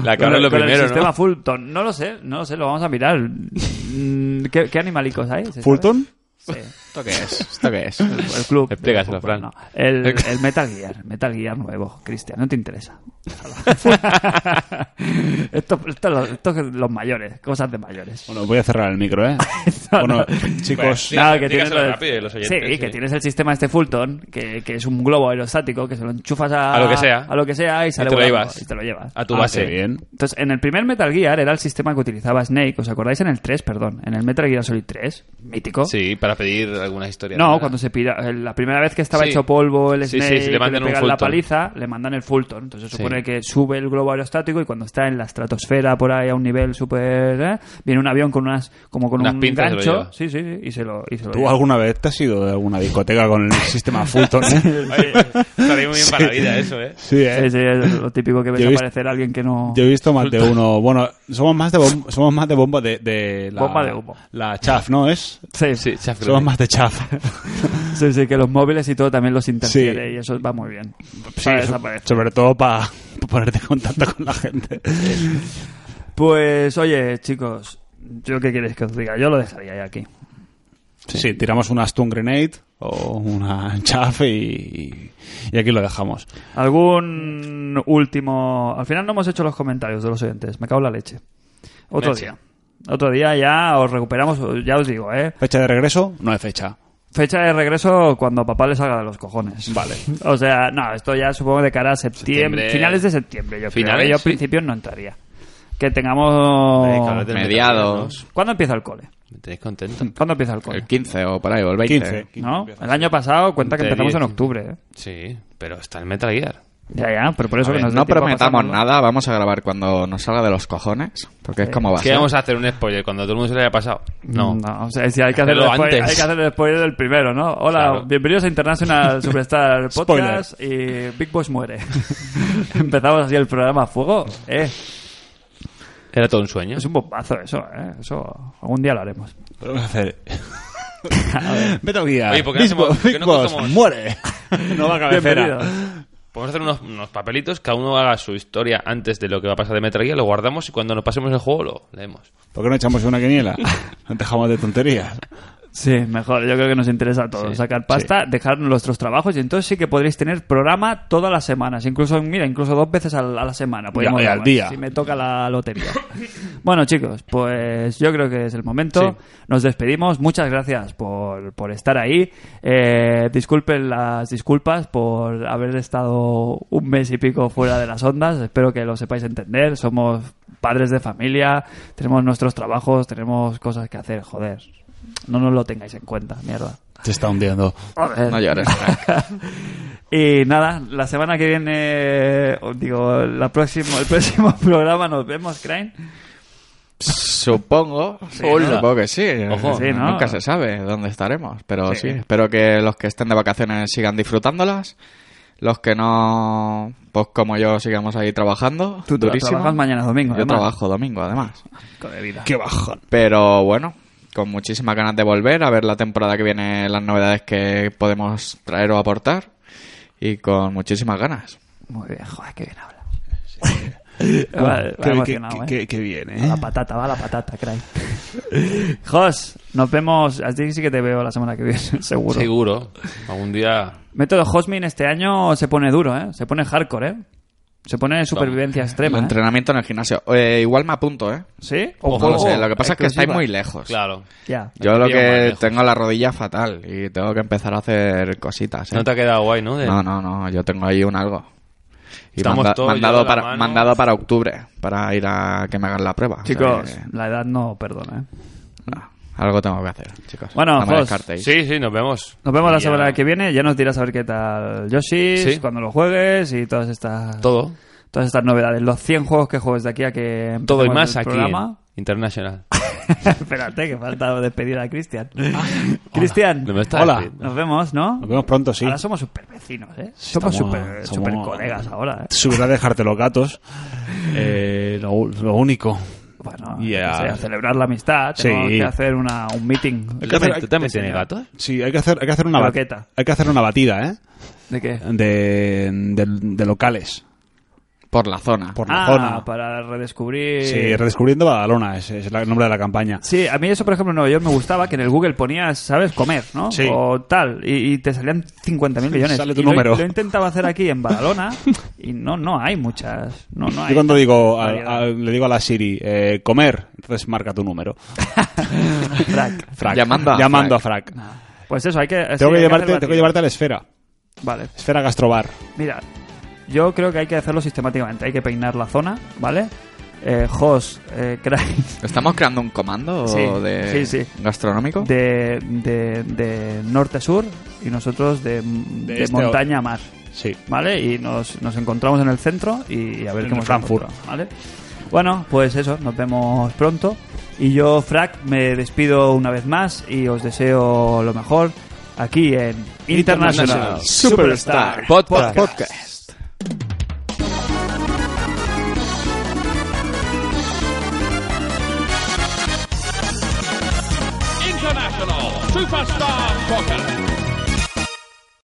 [SPEAKER 4] La cabra
[SPEAKER 2] Con el-
[SPEAKER 4] es lo
[SPEAKER 2] con
[SPEAKER 4] primero,
[SPEAKER 2] el
[SPEAKER 4] ¿no?
[SPEAKER 2] sistema Fulton. No lo sé, no lo sé, lo vamos a mirar. Mm, ¿Qué, qué animalicos hay? ¿Se sabe?
[SPEAKER 5] ¿Fulton?
[SPEAKER 2] Sí.
[SPEAKER 3] ¿Esto qué es? ¿Esto qué es?
[SPEAKER 2] El club.
[SPEAKER 4] Explícaselo,
[SPEAKER 2] Fulton,
[SPEAKER 4] Fran.
[SPEAKER 2] no. El, el Metal Gear, Metal Gear nuevo, Cristian, no te interesa. esto, esto, lo- esto es los mayores, cosas de mayores.
[SPEAKER 5] Bueno, voy a cerrar el micro, ¿eh?
[SPEAKER 2] No,
[SPEAKER 5] bueno,
[SPEAKER 2] no.
[SPEAKER 5] chicos,
[SPEAKER 4] Bueno,
[SPEAKER 2] Nada, que
[SPEAKER 4] dígaselo
[SPEAKER 2] tienes lo del-
[SPEAKER 4] rápido, los oyentes,
[SPEAKER 2] sí,
[SPEAKER 4] sí.
[SPEAKER 2] que tienes el sistema este Fulton, que, que es un globo aerostático que se lo enchufas a,
[SPEAKER 4] A lo que sea.
[SPEAKER 2] a lo que sea y sale
[SPEAKER 4] te lo
[SPEAKER 2] volando,
[SPEAKER 4] llevas.
[SPEAKER 2] y te lo llevas.
[SPEAKER 4] A tu
[SPEAKER 5] Ah,
[SPEAKER 4] base.
[SPEAKER 5] qué bien.
[SPEAKER 2] Entonces, en el primer Metal Gear era el sistema que utilizaba Snake, ¿os acordáis? En el 3, perdón, en el Metal Gear Solid 3, mítico.
[SPEAKER 4] Sí, para pedir alguna historia.
[SPEAKER 2] No, cuando se pira, eh, la primera vez que estaba
[SPEAKER 4] Sí.
[SPEAKER 2] hecho polvo el
[SPEAKER 4] Sí,
[SPEAKER 2] Snake,
[SPEAKER 4] sí, sí, le
[SPEAKER 2] le,
[SPEAKER 4] mandan
[SPEAKER 2] le
[SPEAKER 4] un
[SPEAKER 2] pegan la
[SPEAKER 4] Fulton.
[SPEAKER 2] paliza, le mandan el Fulton. Entonces se
[SPEAKER 4] Sí.
[SPEAKER 2] supone que sube el globo aerostático y cuando está en la estratosfera por ahí a un nivel súper... ¿eh? viene un avión con unas como con
[SPEAKER 4] Unas
[SPEAKER 2] un
[SPEAKER 4] pinzas se lo
[SPEAKER 2] gancho,
[SPEAKER 4] lleva.
[SPEAKER 2] sí, sí, sí, y se lo, y se lo
[SPEAKER 5] ¿tú
[SPEAKER 2] lleva.
[SPEAKER 5] alguna vez te has ido de alguna discoteca con el sistema Fulton? eh?
[SPEAKER 4] Oye, estaría muy bien para la vida eso, ¿eh?
[SPEAKER 5] Sí, ¿eh?
[SPEAKER 2] Sí, sí, es lo típico que ves
[SPEAKER 5] Yo he visto-
[SPEAKER 2] aparecer a alguien que no...
[SPEAKER 5] Yo he visto más de uno. Bueno, somos más de bom- somos más de bomba de, de la,
[SPEAKER 2] Bomba de humo.
[SPEAKER 5] La chaf, ¿no es?
[SPEAKER 2] Sí,
[SPEAKER 4] Sí, chafle.
[SPEAKER 5] Somos más de chaf.
[SPEAKER 2] sí, sí, que los móviles y todo también los interfiere
[SPEAKER 5] Sí.
[SPEAKER 2] y eso va muy bien.
[SPEAKER 5] Sí,
[SPEAKER 2] Para
[SPEAKER 5] so-
[SPEAKER 2] desaparecer.
[SPEAKER 5] sobre todo para ponerte en contacto con la gente.
[SPEAKER 2] Pues oye, chicos, yo qué queréis que os diga, yo lo dejaría ya aquí.
[SPEAKER 5] Sí. tiramos una Stun Grenade o una Chaff y, y aquí lo dejamos.
[SPEAKER 2] ¿Algún último...? Al final no hemos hecho los comentarios de los oyentes. Me cago en la leche. Otro
[SPEAKER 4] Leche.
[SPEAKER 2] día. Otro día ya os recuperamos, ya os digo, ¿eh?
[SPEAKER 5] Fecha de regreso, no hay fecha.
[SPEAKER 2] Fecha de regreso cuando a papá le salga de los cojones.
[SPEAKER 5] Vale.
[SPEAKER 2] O sea, no, esto ya supongo de cara a septiembre,
[SPEAKER 4] Septiembre.
[SPEAKER 2] finales de septiembre, yo
[SPEAKER 4] Finales,
[SPEAKER 2] creo. Yo a
[SPEAKER 4] sí.
[SPEAKER 2] principios no entraría. Que tengamos...
[SPEAKER 4] Hombre, claro, te-
[SPEAKER 3] Mediados,
[SPEAKER 2] ¿Cuándo empieza el cole?
[SPEAKER 4] Me tenéis contento.
[SPEAKER 2] ¿Cuándo empieza el cole?
[SPEAKER 3] el 15 o por ahí, o el 20.
[SPEAKER 5] 15.
[SPEAKER 2] ¿No? El año pasado cuenta que
[SPEAKER 4] De
[SPEAKER 2] empezamos en
[SPEAKER 4] 10.
[SPEAKER 2] octubre. ¿eh?
[SPEAKER 4] Sí, pero está el Metal Gear.
[SPEAKER 2] Ya, ya, pero por eso
[SPEAKER 3] A
[SPEAKER 2] que
[SPEAKER 3] ver,
[SPEAKER 2] nos dé
[SPEAKER 3] no
[SPEAKER 2] tiempo a
[SPEAKER 3] prometamos
[SPEAKER 2] pasárnoslo.
[SPEAKER 3] nada, vamos a grabar cuando nos salga de los cojones, porque es como va a
[SPEAKER 4] ¿Qué
[SPEAKER 3] ser.
[SPEAKER 4] vamos a hacer un spoiler cuando a todo el mundo se le haya pasado? No.
[SPEAKER 2] Mm, No, o sea, si hay que hacerlo
[SPEAKER 4] Hacerlo
[SPEAKER 2] después,
[SPEAKER 4] antes.
[SPEAKER 2] hay que hacer el spoiler del primero, ¿no? Hola,
[SPEAKER 4] Claro.
[SPEAKER 2] bienvenidos a International Superstar Podcast y Big Boss muere. Empezamos así el programa a fuego. Eh,
[SPEAKER 4] Era todo un sueño.
[SPEAKER 2] es un bombazo eso, ¿eh? Eso algún día lo haremos.
[SPEAKER 5] Pero vamos a hacer. Metal Gear.
[SPEAKER 4] Oye, ¿por qué no
[SPEAKER 5] Big
[SPEAKER 4] hacemos-
[SPEAKER 5] Boss,
[SPEAKER 4] por qué
[SPEAKER 5] Big
[SPEAKER 4] no
[SPEAKER 5] Boss,
[SPEAKER 4] cogemos-
[SPEAKER 5] muere. no va a cabecera.
[SPEAKER 2] Bienvenido.
[SPEAKER 4] Podemos hacer unos, unos papelitos, cada uno haga su historia antes de lo que va a pasar de Metal Gear, lo guardamos y cuando nos pasemos el juego lo leemos.
[SPEAKER 5] ¿Por qué no echamos una quiniela? No dejamos de tonterías.
[SPEAKER 2] Sí, mejor. Yo creo que nos interesa a todos.
[SPEAKER 4] Sí,
[SPEAKER 2] Sacar pasta, dejar nuestros trabajos y entonces sí que podréis tener programa todas las semanas. Incluso, mira, incluso dos veces al- a la semana. podríamos
[SPEAKER 5] y al
[SPEAKER 2] grabar,
[SPEAKER 5] día.
[SPEAKER 2] Si me toca la lotería. bueno, chicos, pues yo creo que es el momento. Nos despedimos. Muchas gracias por, por estar ahí. Eh, disculpen las disculpas por haber estado un mes y pico fuera de las ondas. Espero que lo sepáis entender. Somos padres de familia, tenemos nuestros trabajos, tenemos cosas que hacer. Joder, no nos lo tengáis en cuenta, mierda.
[SPEAKER 5] Te está hundiendo.
[SPEAKER 2] Joder.
[SPEAKER 3] No llores. Frank.
[SPEAKER 2] Y nada, la semana que viene, o digo, la próximo, el próximo programa nos vemos, Crane.
[SPEAKER 3] Supongo,
[SPEAKER 4] Hola.
[SPEAKER 3] supongo que sí.
[SPEAKER 4] Ojo.
[SPEAKER 2] Sí, ¿no?
[SPEAKER 3] Nunca se sabe dónde estaremos, pero
[SPEAKER 2] Sí.
[SPEAKER 3] sí. Espero que los que estén de vacaciones sigan disfrutándolas. Los que no, pues como yo, sigamos ahí trabajando.
[SPEAKER 2] Tú tra-
[SPEAKER 3] durísimo.
[SPEAKER 2] trabajas mañana domingo,
[SPEAKER 3] Yo
[SPEAKER 2] además.
[SPEAKER 3] trabajo domingo, además.
[SPEAKER 2] Hijo de vida.
[SPEAKER 5] Qué bajón.
[SPEAKER 3] Pero bueno, con muchísimas ganas de volver a ver la temporada que viene, las novedades que podemos traer o aportar. Y con muchísimas ganas.
[SPEAKER 2] Muy bien, joder, qué bien habla.
[SPEAKER 5] Qué- qué-
[SPEAKER 2] emocionado,
[SPEAKER 5] qué,
[SPEAKER 2] ¿eh?
[SPEAKER 5] qué- qué bien, ¿eh?
[SPEAKER 2] A la patata, va a la patata, Crane. Jos, nos vemos. A ti sí que te veo la semana que viene, seguro.
[SPEAKER 4] Seguro. Algún día
[SPEAKER 2] Método Hosmin este año se pone duro, ¿eh? Se pone hardcore, ¿eh? Se pone supervivencia extrema. ¿eh?
[SPEAKER 3] Entrenamiento en el gimnasio. Eh, igual me apunto, ¿eh?
[SPEAKER 2] ¿Sí?
[SPEAKER 3] No
[SPEAKER 2] Ojo,
[SPEAKER 3] lo sé, lo que pasa es que estáis
[SPEAKER 2] exclusiva.
[SPEAKER 3] muy lejos.
[SPEAKER 4] Claro.
[SPEAKER 2] Ya.
[SPEAKER 3] Yo lo
[SPEAKER 4] Te pillo más
[SPEAKER 3] que
[SPEAKER 4] lejos.
[SPEAKER 3] tengo la rodilla fatal y tengo que empezar a hacer cositas. ¿eh?
[SPEAKER 4] No te ha quedado guay, ¿no? De-
[SPEAKER 3] no, no, no, yo tengo ahí un algo. Y
[SPEAKER 4] Estamos
[SPEAKER 3] manda-
[SPEAKER 4] todos
[SPEAKER 3] mandado,
[SPEAKER 4] llevando la
[SPEAKER 3] para,
[SPEAKER 4] mano.
[SPEAKER 3] mandado para octubre, para ir a que me hagan la prueba. O sea
[SPEAKER 2] Chicos,
[SPEAKER 3] que,
[SPEAKER 2] la edad no perdona, ¿eh?
[SPEAKER 3] no, algo tengo que hacer, chicos.
[SPEAKER 2] Bueno,
[SPEAKER 3] no me
[SPEAKER 2] Jos,
[SPEAKER 3] descartéis.
[SPEAKER 4] Sí, sí, nos vemos.
[SPEAKER 2] Nos vemos la
[SPEAKER 4] Y ya-
[SPEAKER 2] semana que viene. Ya nos dirás a ver qué tal Yoshi,
[SPEAKER 4] Sí.
[SPEAKER 2] cuando lo juegues y todas estas
[SPEAKER 4] Todo.
[SPEAKER 2] todas estas novedades. Los 100 juegos que juegues de aquí a que
[SPEAKER 4] Todo y
[SPEAKER 2] empecemos
[SPEAKER 4] más
[SPEAKER 2] el
[SPEAKER 4] aquí.
[SPEAKER 2] programa.
[SPEAKER 4] en International.
[SPEAKER 2] Espérate, que falta despedir a Cristian. Cristian,
[SPEAKER 4] No me estás
[SPEAKER 5] Hola.
[SPEAKER 4] diciendo.
[SPEAKER 2] nos vemos, ¿no?
[SPEAKER 5] Nos vemos pronto, sí.
[SPEAKER 2] Ahora somos super vecinos, ¿eh? Somos
[SPEAKER 5] Estamos-
[SPEAKER 2] super,
[SPEAKER 5] somos-
[SPEAKER 2] colegas ahora, ¿eh?
[SPEAKER 5] Subirá a dejarte los gatos. Eh, lo, lo único.
[SPEAKER 2] Bueno,
[SPEAKER 5] Yeah.
[SPEAKER 2] no sé, a celebrar la amistad, tenemos
[SPEAKER 5] Sí.
[SPEAKER 2] que hacer una, un meeting.
[SPEAKER 4] ¿Tú
[SPEAKER 5] que hacer-
[SPEAKER 4] también,
[SPEAKER 5] hay
[SPEAKER 4] tú
[SPEAKER 5] que
[SPEAKER 4] también
[SPEAKER 2] enseñar.
[SPEAKER 4] tienes gatos?
[SPEAKER 5] Sí, hay que hacer, hay que hacer una bat-
[SPEAKER 2] Croqueta.
[SPEAKER 5] Hay que hacer una batida, ¿eh?
[SPEAKER 2] ¿De qué?
[SPEAKER 5] De, de, de locales.
[SPEAKER 3] Por la zona.
[SPEAKER 5] Por la
[SPEAKER 2] Ah,
[SPEAKER 5] zona.
[SPEAKER 2] para redescubrir...
[SPEAKER 5] Sí, redescubriendo Badalona es, es la- el nombre de la campaña.
[SPEAKER 2] Sí, a mí eso, por ejemplo, en Nueva York me gustaba que en el Google ponías, ¿sabes? Comer, ¿no?
[SPEAKER 5] Sí.
[SPEAKER 2] O tal, y, y te salían 50.000 millones.
[SPEAKER 5] Sale tu
[SPEAKER 2] Y lo-
[SPEAKER 5] número.
[SPEAKER 2] Lo, intentaba hacer aquí en Badalona y no no hay muchas. No, no hay.
[SPEAKER 5] Yo cuando digo al-
[SPEAKER 2] variedad.
[SPEAKER 5] al- le digo a la Siri eh, comer, entonces marca tu número.
[SPEAKER 2] Frac.
[SPEAKER 5] Frac.
[SPEAKER 3] Llamando a
[SPEAKER 5] Frac.
[SPEAKER 2] Pues eso, hay que. sí,
[SPEAKER 5] Tengo, que
[SPEAKER 2] hay
[SPEAKER 5] llevarte,
[SPEAKER 2] hacer
[SPEAKER 5] tengo que
[SPEAKER 2] batido.
[SPEAKER 5] llevarte a la esfera.
[SPEAKER 2] Vale.
[SPEAKER 5] Esfera Gastrobar.
[SPEAKER 2] Mira, yo creo que hay que hacerlo sistemáticamente. Hay que peinar la zona, ¿vale? Eh, host, eh, Crane,
[SPEAKER 3] ¿Estamos creando un comando
[SPEAKER 2] Sí,
[SPEAKER 3] de
[SPEAKER 2] sí, sí.
[SPEAKER 3] gastronómico?
[SPEAKER 2] de, de, de norte a sur y nosotros de, de
[SPEAKER 5] este
[SPEAKER 2] montaña a mar.
[SPEAKER 5] Sí.
[SPEAKER 2] ¿vale? Y nos, nos encontramos en el centro y a ver
[SPEAKER 5] En
[SPEAKER 2] qué hemos
[SPEAKER 5] Frankfurt.
[SPEAKER 2] encontrado, ¿vale? Bueno, pues eso, nos vemos pronto. Y yo, Frac, me despido una vez más y os deseo lo mejor aquí en International,
[SPEAKER 5] International
[SPEAKER 2] Superstar
[SPEAKER 3] Podcast.
[SPEAKER 6] International Superstar Soccer.